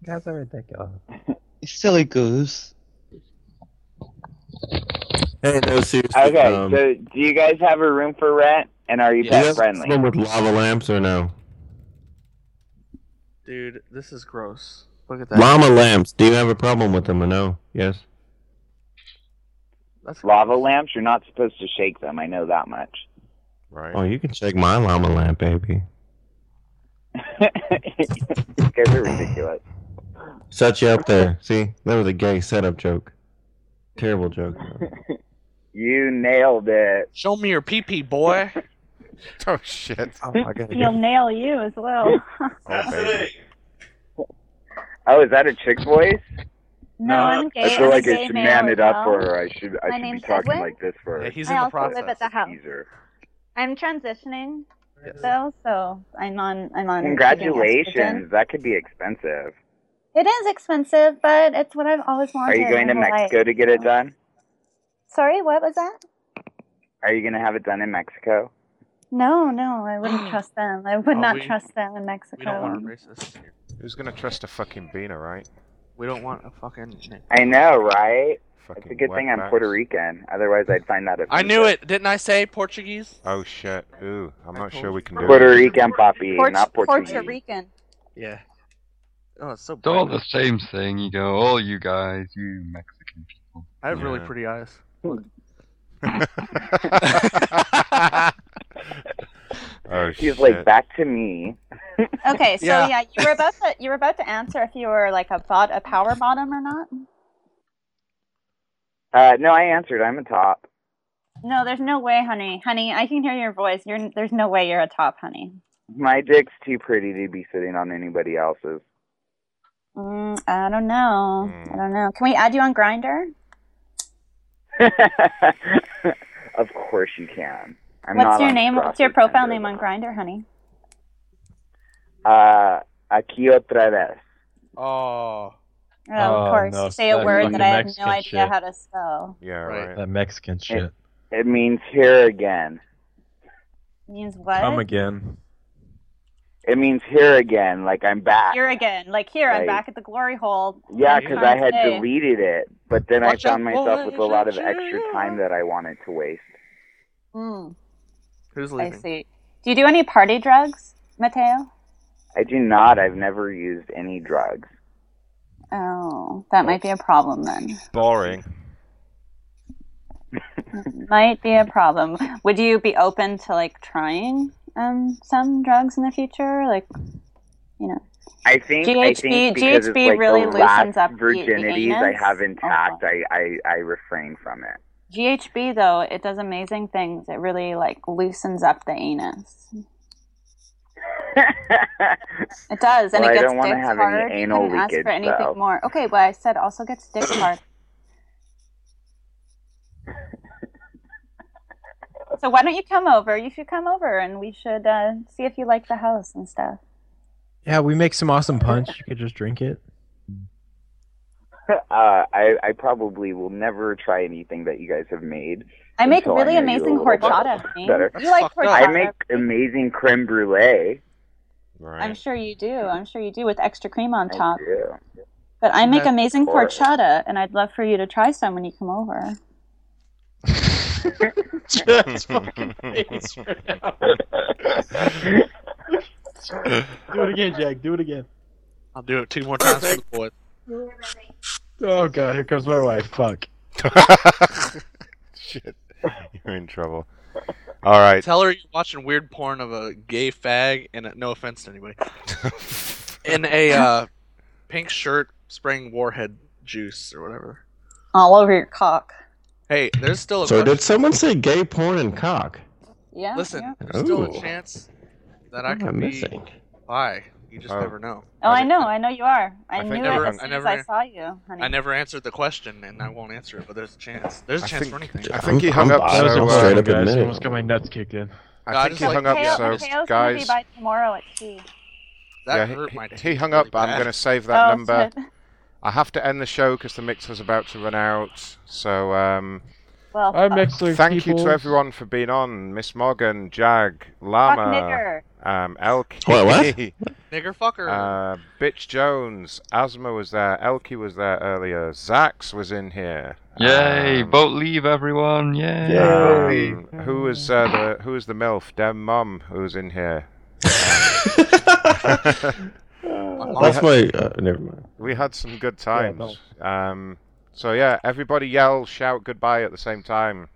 Speaker 2: You guys are ridiculous.
Speaker 15: Silly goose.
Speaker 16: Hey, no, seriously.
Speaker 18: Okay,
Speaker 16: um,
Speaker 18: so do you guys have a room for rent? And are you
Speaker 16: do you
Speaker 18: pet
Speaker 16: have
Speaker 18: friendly?
Speaker 16: one with lava lamps or no?
Speaker 23: Dude, this is gross. Look at that.
Speaker 16: Llama lamps. Do you have a problem with them or no? Yes.
Speaker 18: Lava lamps, you're not supposed to shake them. I know that much.
Speaker 14: Right.
Speaker 16: Oh, you can shake my llama lamp, baby.
Speaker 18: you guys are ridiculous.
Speaker 16: Set you up there. See, that was a gay setup joke. Terrible joke.
Speaker 18: You nailed it.
Speaker 23: Show me your pee pee, boy.
Speaker 14: oh shit.
Speaker 16: Oh, I gotta
Speaker 10: He'll nail you as well.
Speaker 18: Oh, is that a chick voice?
Speaker 10: no, I'm gay.
Speaker 20: I feel
Speaker 10: I'm
Speaker 20: like
Speaker 10: a
Speaker 20: I
Speaker 10: gay
Speaker 20: should
Speaker 10: male
Speaker 20: man it
Speaker 10: as
Speaker 20: up,
Speaker 10: well.
Speaker 20: or I should
Speaker 28: My
Speaker 20: I should be
Speaker 28: name's
Speaker 20: talking
Speaker 28: Edwin.
Speaker 20: like this for.
Speaker 23: Yeah, he's
Speaker 28: I also live at the house.
Speaker 20: Caesar.
Speaker 28: I'm transitioning, though, so I'm on. I'm on. taking
Speaker 18: Congratulations. That could be expensive.
Speaker 28: estrogen. It is expensive, but it's what I've always wanted.
Speaker 18: Are you going
Speaker 28: my
Speaker 18: to
Speaker 28: whole life.
Speaker 18: Mexico to get it done?
Speaker 28: Sorry, what was that?
Speaker 18: Are you going to have it done in Mexico?
Speaker 28: No, no, I wouldn't trust them. I would
Speaker 14: Oh,
Speaker 28: not
Speaker 14: we-
Speaker 28: trust them in Mexico.
Speaker 23: We don't want racist.
Speaker 14: Who's gonna trust a fucking beaner, right?
Speaker 23: We don't want a fucking.
Speaker 18: I know, right?
Speaker 14: Fucking
Speaker 18: It's a good thing I'm
Speaker 14: wetbacks.
Speaker 18: Puerto Rican. Otherwise, I'd find that.
Speaker 23: I knew it. Didn't I say Portuguese?
Speaker 14: Oh shit. Ooh, I'm not sure we can do
Speaker 18: Puerto
Speaker 14: it.
Speaker 18: Rican, papi,
Speaker 28: Port-
Speaker 18: not Portuguese.
Speaker 28: Puerto Rican.
Speaker 23: Yeah. Oh, it's so.
Speaker 22: It's all
Speaker 23: bright.
Speaker 22: the same thing. You go, oh, you guys, you Mexican people.
Speaker 23: I have really
Speaker 14: Yeah.
Speaker 23: pretty eyes.
Speaker 14: Oh
Speaker 18: He's
Speaker 14: shit.
Speaker 18: like, back to me.
Speaker 28: Okay, so
Speaker 18: Yeah.
Speaker 28: yeah. you were about to you were about to answer if you were like a thought a power bottom or not.
Speaker 18: Uh, no, I answered. I'm a top.
Speaker 28: No, there's no way, honey. Honey, I can hear your voice. You're there's no way you're a top, honey.
Speaker 18: My dick's too pretty to be sitting on anybody else's.
Speaker 28: Mm, I don't know. I don't know. Can we add you on Grinder?
Speaker 18: Of course you can. I'm
Speaker 28: What's
Speaker 18: not
Speaker 28: your
Speaker 18: on
Speaker 28: name?
Speaker 18: Cross
Speaker 28: What's your profile
Speaker 18: Examiner.
Speaker 28: name on Grinder, honey?
Speaker 18: Uh, aquí otra vez.
Speaker 23: Oh.
Speaker 28: Oh,
Speaker 22: Oh,
Speaker 28: of course.
Speaker 22: no,
Speaker 28: Say a
Speaker 22: that
Speaker 28: word
Speaker 22: fucking
Speaker 28: that I have
Speaker 22: Mexican
Speaker 28: no idea
Speaker 22: shit.
Speaker 28: how to spell.
Speaker 14: Yeah,
Speaker 22: right.
Speaker 14: right.
Speaker 22: That Mexican shit.
Speaker 18: It means here again.
Speaker 28: Means what?
Speaker 22: Come again.
Speaker 18: It means here again, like I'm back.
Speaker 28: Here again. Like here, I'm
Speaker 18: Right.
Speaker 28: back at the glory hole.
Speaker 18: Yeah,
Speaker 28: What are you
Speaker 18: because I
Speaker 28: trying to
Speaker 18: had
Speaker 28: say?
Speaker 18: deleted it, but then I
Speaker 28: Watch out,
Speaker 18: found myself with a
Speaker 28: watch
Speaker 18: lot of
Speaker 28: out.
Speaker 18: extra time that I wanted to waste.
Speaker 28: Mm,
Speaker 23: Who's
Speaker 28: I
Speaker 23: leaving?
Speaker 28: see. Do you do any party drugs, Mateo?
Speaker 18: I do not. I've never used any drugs.
Speaker 28: Oh, that might be a problem then.
Speaker 14: Boring.
Speaker 28: might be a problem. Would you be open to like trying um some drugs in the future? Like, you know,
Speaker 18: I think I think
Speaker 28: GHB
Speaker 18: because it's like
Speaker 28: really
Speaker 18: the last
Speaker 28: loosens up the- the
Speaker 18: virginities I
Speaker 28: anus.
Speaker 18: have intact, I, I I refrain from it.
Speaker 28: GHB though it does amazing things. It really like loosens up the anus. it does, and
Speaker 18: Well, I
Speaker 28: it gets
Speaker 18: don't wanna
Speaker 28: dicks
Speaker 18: have any
Speaker 28: hard. You
Speaker 18: anal
Speaker 28: couldn't ask
Speaker 18: leakage,
Speaker 28: for anything
Speaker 18: though.
Speaker 28: more. Okay, well I said also gets dicks hard.
Speaker 11: So why don't you come over? You should come over, and we should uh, see if you like the house and stuff.
Speaker 2: Yeah, we make some awesome punch. You could just drink it.
Speaker 18: uh, I, I probably will never try anything that you guys have made.
Speaker 11: I make
Speaker 18: until
Speaker 11: really
Speaker 18: know you
Speaker 11: amazing
Speaker 18: a little bit
Speaker 11: horchata, Hank.
Speaker 18: Better.
Speaker 11: You like That's fucked up.
Speaker 18: I make amazing creme brulee. Right.
Speaker 11: I'm sure you do. I'm sure you do with extra cream on top.
Speaker 18: do.
Speaker 11: But I make
Speaker 18: That's
Speaker 11: amazing
Speaker 18: horrible.
Speaker 11: horchata, and I'd love for you to try some when you come over.
Speaker 9: Just fucking face right now.
Speaker 7: Do it again, Jack. Do it again.
Speaker 23: I'll do it two more times for the boys.
Speaker 2: Oh god, here comes my wife. Fuck.
Speaker 14: Shit. You're in trouble. All right.
Speaker 23: Tell her you're watching weird porn of a gay fag, and uh, no offense to anybody, in a uh, pink shirt spraying warhead juice or whatever.
Speaker 11: All over your cock.
Speaker 23: Hey, there's still a
Speaker 16: So
Speaker 23: question-
Speaker 16: did someone say gay porn and cock?
Speaker 11: Yeah.
Speaker 23: Listen, there's still a
Speaker 16: Ooh.
Speaker 23: chance that I
Speaker 16: What am
Speaker 23: could
Speaker 16: I
Speaker 23: be
Speaker 16: missing?
Speaker 23: bi. You just
Speaker 16: Oh.
Speaker 23: never know.
Speaker 11: Oh, I know. I know you are. I,
Speaker 23: I
Speaker 11: knew
Speaker 23: think
Speaker 11: it
Speaker 23: never-
Speaker 11: as
Speaker 23: I
Speaker 11: soon as
Speaker 23: never-
Speaker 11: I saw you, honey.
Speaker 23: I never answered the question, and I won't answer it. But there's a chance. There's a
Speaker 14: I
Speaker 23: chance
Speaker 14: think-
Speaker 23: for anything.
Speaker 14: I think he hung up.
Speaker 16: I was
Speaker 14: So,
Speaker 16: gonna straight
Speaker 14: uh,
Speaker 16: up Guys, admit it. almost
Speaker 2: got my nuts kicked in.
Speaker 23: I
Speaker 14: I think
Speaker 23: just
Speaker 14: he
Speaker 23: like-
Speaker 14: hung up.
Speaker 11: Kale-
Speaker 14: So
Speaker 11: Kale's gonna be
Speaker 14: guys,
Speaker 11: by tomorrow at tea.
Speaker 23: That
Speaker 14: yeah,
Speaker 23: hurt
Speaker 14: he,
Speaker 23: my
Speaker 14: he
Speaker 23: teeth
Speaker 14: hung
Speaker 23: really
Speaker 14: up. I'm
Speaker 23: bad.
Speaker 14: going to save
Speaker 11: Oh,
Speaker 14: that
Speaker 11: it's
Speaker 14: number.
Speaker 11: good.
Speaker 14: I have to end the show because the mixer's about to run out. So, um,
Speaker 11: Well,
Speaker 2: I'm mixer.
Speaker 14: thank you to
Speaker 2: peoples.
Speaker 14: everyone for being on. Miss Morgan, Jag,
Speaker 11: fuck
Speaker 14: Llama,
Speaker 11: nigger.
Speaker 14: um, Elk,
Speaker 16: What, what?
Speaker 23: Nigger fucker.
Speaker 14: uh, Bitch Jones, Asma was there, Elkie was there earlier, Zax was in here.
Speaker 25: Yay!
Speaker 14: Um,
Speaker 25: vote leave, everyone! Yay!
Speaker 14: Um, who was uh, the who was the MILF? Dem Mum who was in here.
Speaker 16: That's my. Uh, never mind.
Speaker 14: We had some good times. um, so yeah, everybody yell, shout goodbye at the same time.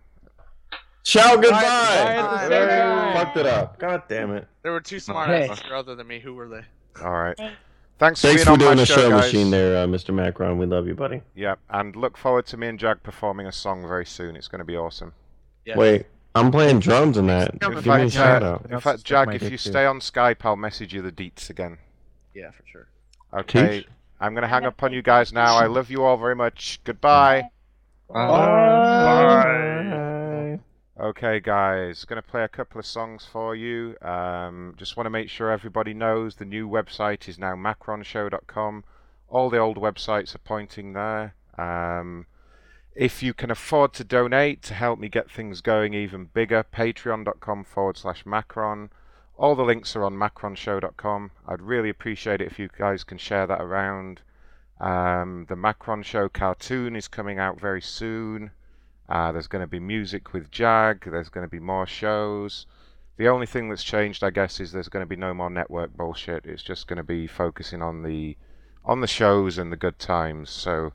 Speaker 16: Shout goodbye.
Speaker 14: at the same time.
Speaker 16: Fucked it up. God damn it.
Speaker 23: There were two smart
Speaker 16: Hey.
Speaker 23: asses other than me. Who were they?
Speaker 14: All right.
Speaker 23: Thanks.
Speaker 14: Thanks,
Speaker 16: Thanks
Speaker 14: for
Speaker 16: for
Speaker 14: being on
Speaker 16: doing
Speaker 14: my
Speaker 16: a
Speaker 14: show,
Speaker 16: show
Speaker 14: guys.
Speaker 16: machine there, uh, Mr. Macron. We love you, buddy.
Speaker 14: Yeah, and look forward to me and Jag performing a song very soon. It's going to be awesome.
Speaker 16: Wait, I'm playing drums in that.
Speaker 14: In
Speaker 16: Give me a
Speaker 14: fact,
Speaker 16: shout
Speaker 14: uh,
Speaker 16: out.
Speaker 14: in fact, Jag, if you stay on Skype, I'll message you the deets again.
Speaker 23: Yeah, for sure.
Speaker 14: Okay.
Speaker 16: Teach.
Speaker 14: I'm going to hang up on you guys now. I love you all very much. Goodbye.
Speaker 16: Bye.
Speaker 14: Okay, guys, gonna play a couple of songs for you. Um, just want to make sure everybody knows the new website is now macronshow.com. All the old websites are pointing there. Um, if you can afford to donate to help me get things going even bigger, patreon.com forward slash macron. All the links are on macronshow.com. I'd really appreciate it if you guys can share that around. Um, the Macron Show cartoon is coming out very soon. Uh, there's going to be music with Jag. There's going to be more shows. The only thing that's changed, I guess, is there's going to be no more network bullshit. It's just going to be focusing on the on the shows and the good times. So,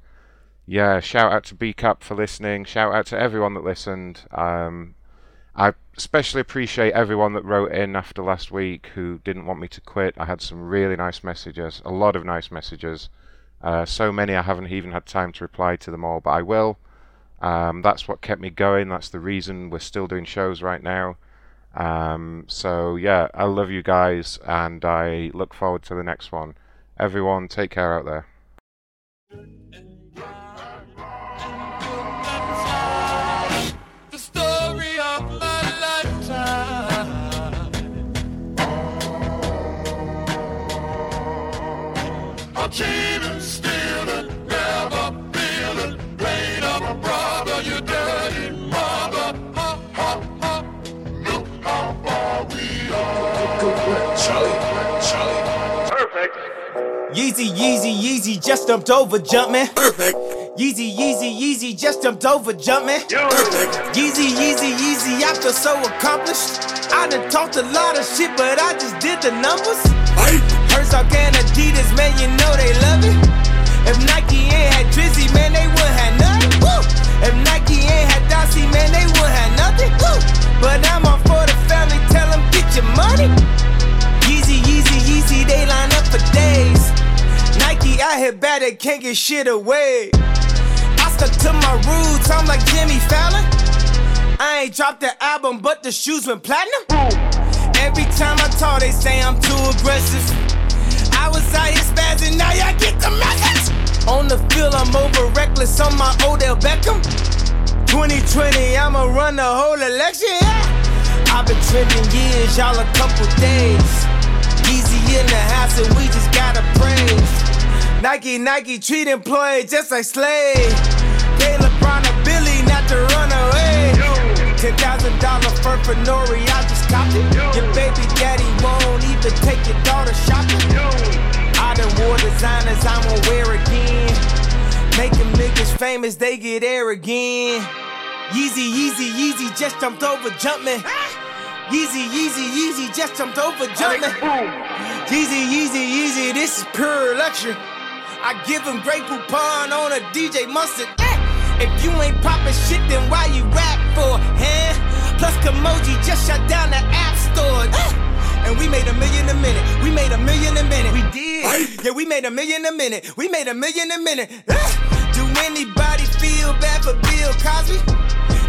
Speaker 14: yeah, shout out to BCAP for listening. Shout out to everyone that listened. Um, I especially appreciate everyone that wrote in after last week who didn't want me to quit. I had some really nice messages, a lot of nice messages. Uh, so many I haven't even had time to reply to them all, but I will. Um, that's what kept me going. That's the reason we're still doing shows right now. Um, so, yeah, I love you guys and I look forward to the next one. Everyone, take care out there.
Speaker 9: The story of my lifetime. Achieving, stealing, never feeling. Played up a brother, you dirty mother. Ha, ha, ha. Look how far we are. Charlie, Charlie. Perfect.
Speaker 6: Yeezy, Yeezy, Yeezy just dumped over jumping. Perfect. Yeezy, Yeezy, Yeezy just dumped over jumping. Perfect. Yeezy, Yeezy, Yeezy, I feel so accomplished. I done talked a lot of shit, but I just did the numbers. Herzog and Adidas, man, you know they love it. If Nike ain't had Drizzy, man, they would have nothing. Woo! If Nike ain't had Dossie, man, they would have nothing. Woo! But I'm on for the family, tell 'em get your money. Yeezy, Yeezy, Yeezy, they line up for days. Nike out here bad, they can't get shit away. I stuck to my roots, I'm like Jimmy Fallon. I ain't dropped the album, but the shoes went platinum. Every time I talk, they say I'm too aggressive. I was out here spazzing, now y'all get the message. On the field, I'm over reckless on my Odell Beckham. 2020, I'ma run the whole election. yeah. I've been trending years, y'all a couple days. Easy in the house, and we just gotta praise. Nike, Nike treat employees just like slaves. They LeBron or Billy, not to run away. Ten thousand dollar fur for Nori, I just copped it. Your baby daddy won't even take your daughter shopping. I done wore designers, I won't wear again. Make them niggas famous, they get air again. Yeezy, Yeezy, Yeezy just jumped over jumping. Yeezy, Yeezy, Yeezy just jumped over jumping. Yeezy, Yeezy, Yeezy, this is pure luxury. I give him great coupon on a DJ mustard. Eh, If you ain't poppin' shit, then why you rap for, huh? Plus, Kamoji just shut down the app store. eh. And we made a million a minute. We made a million a minute. We did. Yeah, we made a million a minute. We made a million a minute. Ah! Do anybody feel bad for Bill Cosby?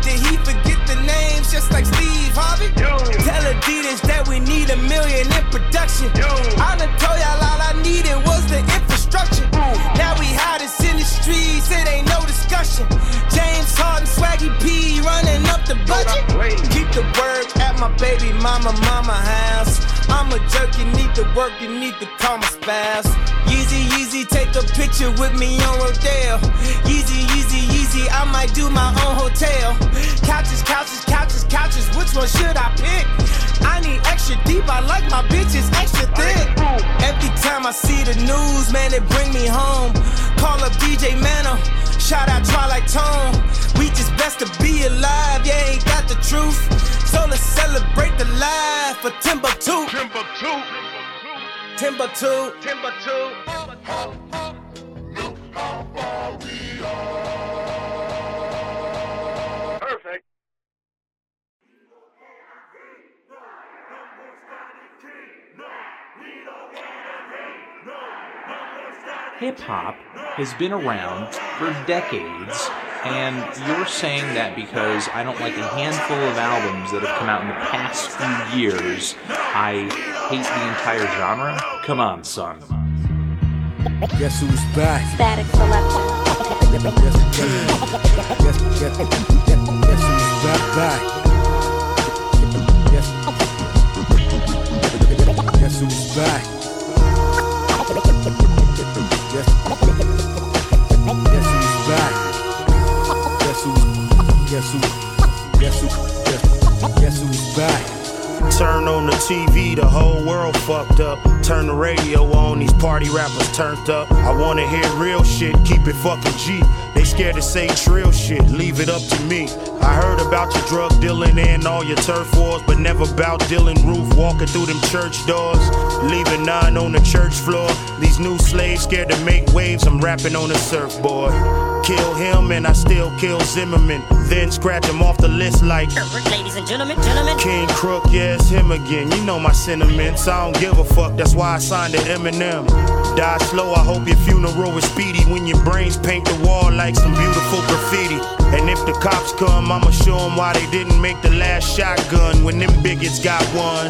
Speaker 6: Did he forget the names just like Steve Harvey? Tell Adidas that we need a million in production. I done told y'all all I needed was the infrastructure. Now we hottest in the streets, it ain't no discussion. James Harden, Swaggy P running up the budget. Keep the work at my baby mama, mama house. I'm a jerk, you need to work, you need to call my spouse. Yeezy, Yeezy, take a picture with me on Rodale. Yeezy, Yeezy, Yeezy, I might do my own hotel. Couches, couches, couches, couches, which one should I pick? I need extra deep, I like my bitches extra thick. Every time I see the news, man, it bring me home. Call up DJ Mano, shout out Twilight Tone. We just blessed to be alive, yeah, ain't got the truth. So let's celebrate the life for Timbuktu. Timbuktu. Timbuktu. Timbuktu.
Speaker 9: Perfect.
Speaker 8: Hip hop has been around for decades, and you're saying that because I don't like a handful of albums that have come out in the past few years, I hate the entire genre? Come on, son.
Speaker 1: Guess who's back?
Speaker 9: Static
Speaker 1: selection. Guess, guess, guess, guess who's back, back. Guess, guess who's back? Guess, guess who's back? Guess who? Guess who? Guess who? Guess, guess who's back?
Speaker 21: Turn on the TV, the whole world fucked up. Turn the radio on, these party rappers turned up. I wanna hear real shit, keep it fucking G. They scared to say trill shit, leave it up to me. I heard about your drug dealing and all your turf wars, but never about Dylan Roof walking through them church doors. Leaving nine on the church floor. These new slaves scared to make waves, I'm rapping on a surfboard. Kill him and I still kill Zimmerman. Then scratch him off the list like.
Speaker 27: Ladies and gentlemen, gentlemen.
Speaker 21: King Crook, yeah, it's him again. You know my sentiments. I don't give a fuck. That's why I signed to Eminem. Die slow. I hope your funeral is speedy. When your brains paint the wall like some beautiful graffiti. And if the cops come, I'ma show 'em why they didn't make the last shotgun when them bigots got one.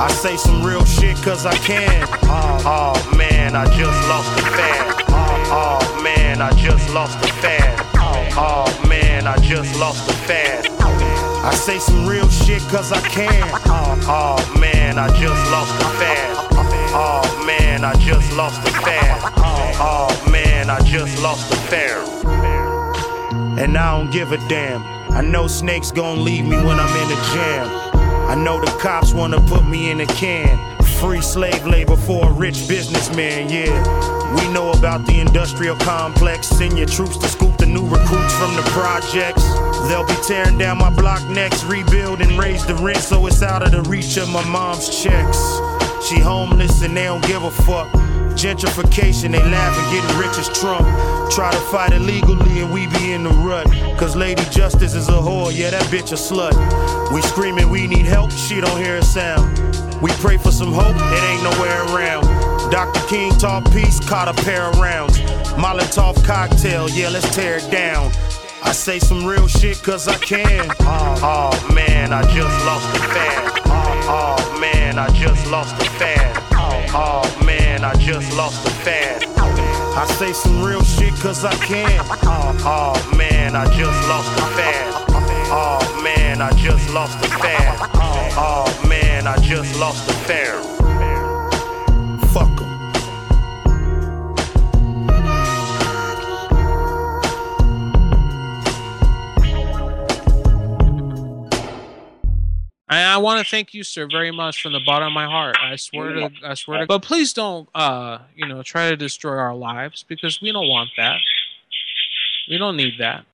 Speaker 21: I say some real shit cause I can. Oh, oh man, I just lost a fan. Oh, oh man, I just lost a fan. Oh, oh man, I just lost a fan. I say some real shit cause I can. Oh, oh man, I just lost a fan. Oh man, I just lost a fan. Oh, oh man, I just lost a fan. And I don't give a damn. I know snakes gon' leave me when I'm in a jam. I know the cops wanna put me in a can. Free slave labor for a rich businessman, yeah. We know about the industrial complex. Send your troops to scoop the new recruits from the projects. They'll be tearing down my block next, rebuild and raise the rent so it's out of the reach of my mom's checks. She homeless and they don't give a fuck. Gentrification, they laughing, getting rich as Trump. Try to fight it legally and we be in the rut. Cause Lady Justice is a whore, yeah, that bitch a slut. We screaming, we need help, she don't hear a sound. We pray for some hope, it ain't nowhere around. Dr. King taught peace, caught a pair of rounds. Molotov cocktail, yeah, let's tear it down. I say some real shit cause I can. Oh, oh man, I just lost a fan. Oh, oh man, I just lost a fan. Oh, oh man, I just lost a fan. I say some real shit cause I can. Oh, oh man, I just lost a fan. Oh man, I just lost a fan. Oh, oh man, I just lost a fan. Fuck 'em.
Speaker 19: And I want to thank you, sir, very much from the bottom of my heart. I swear to, I swear to. But please don't, uh, you know, try to destroy our lives because we don't want that. We don't need that.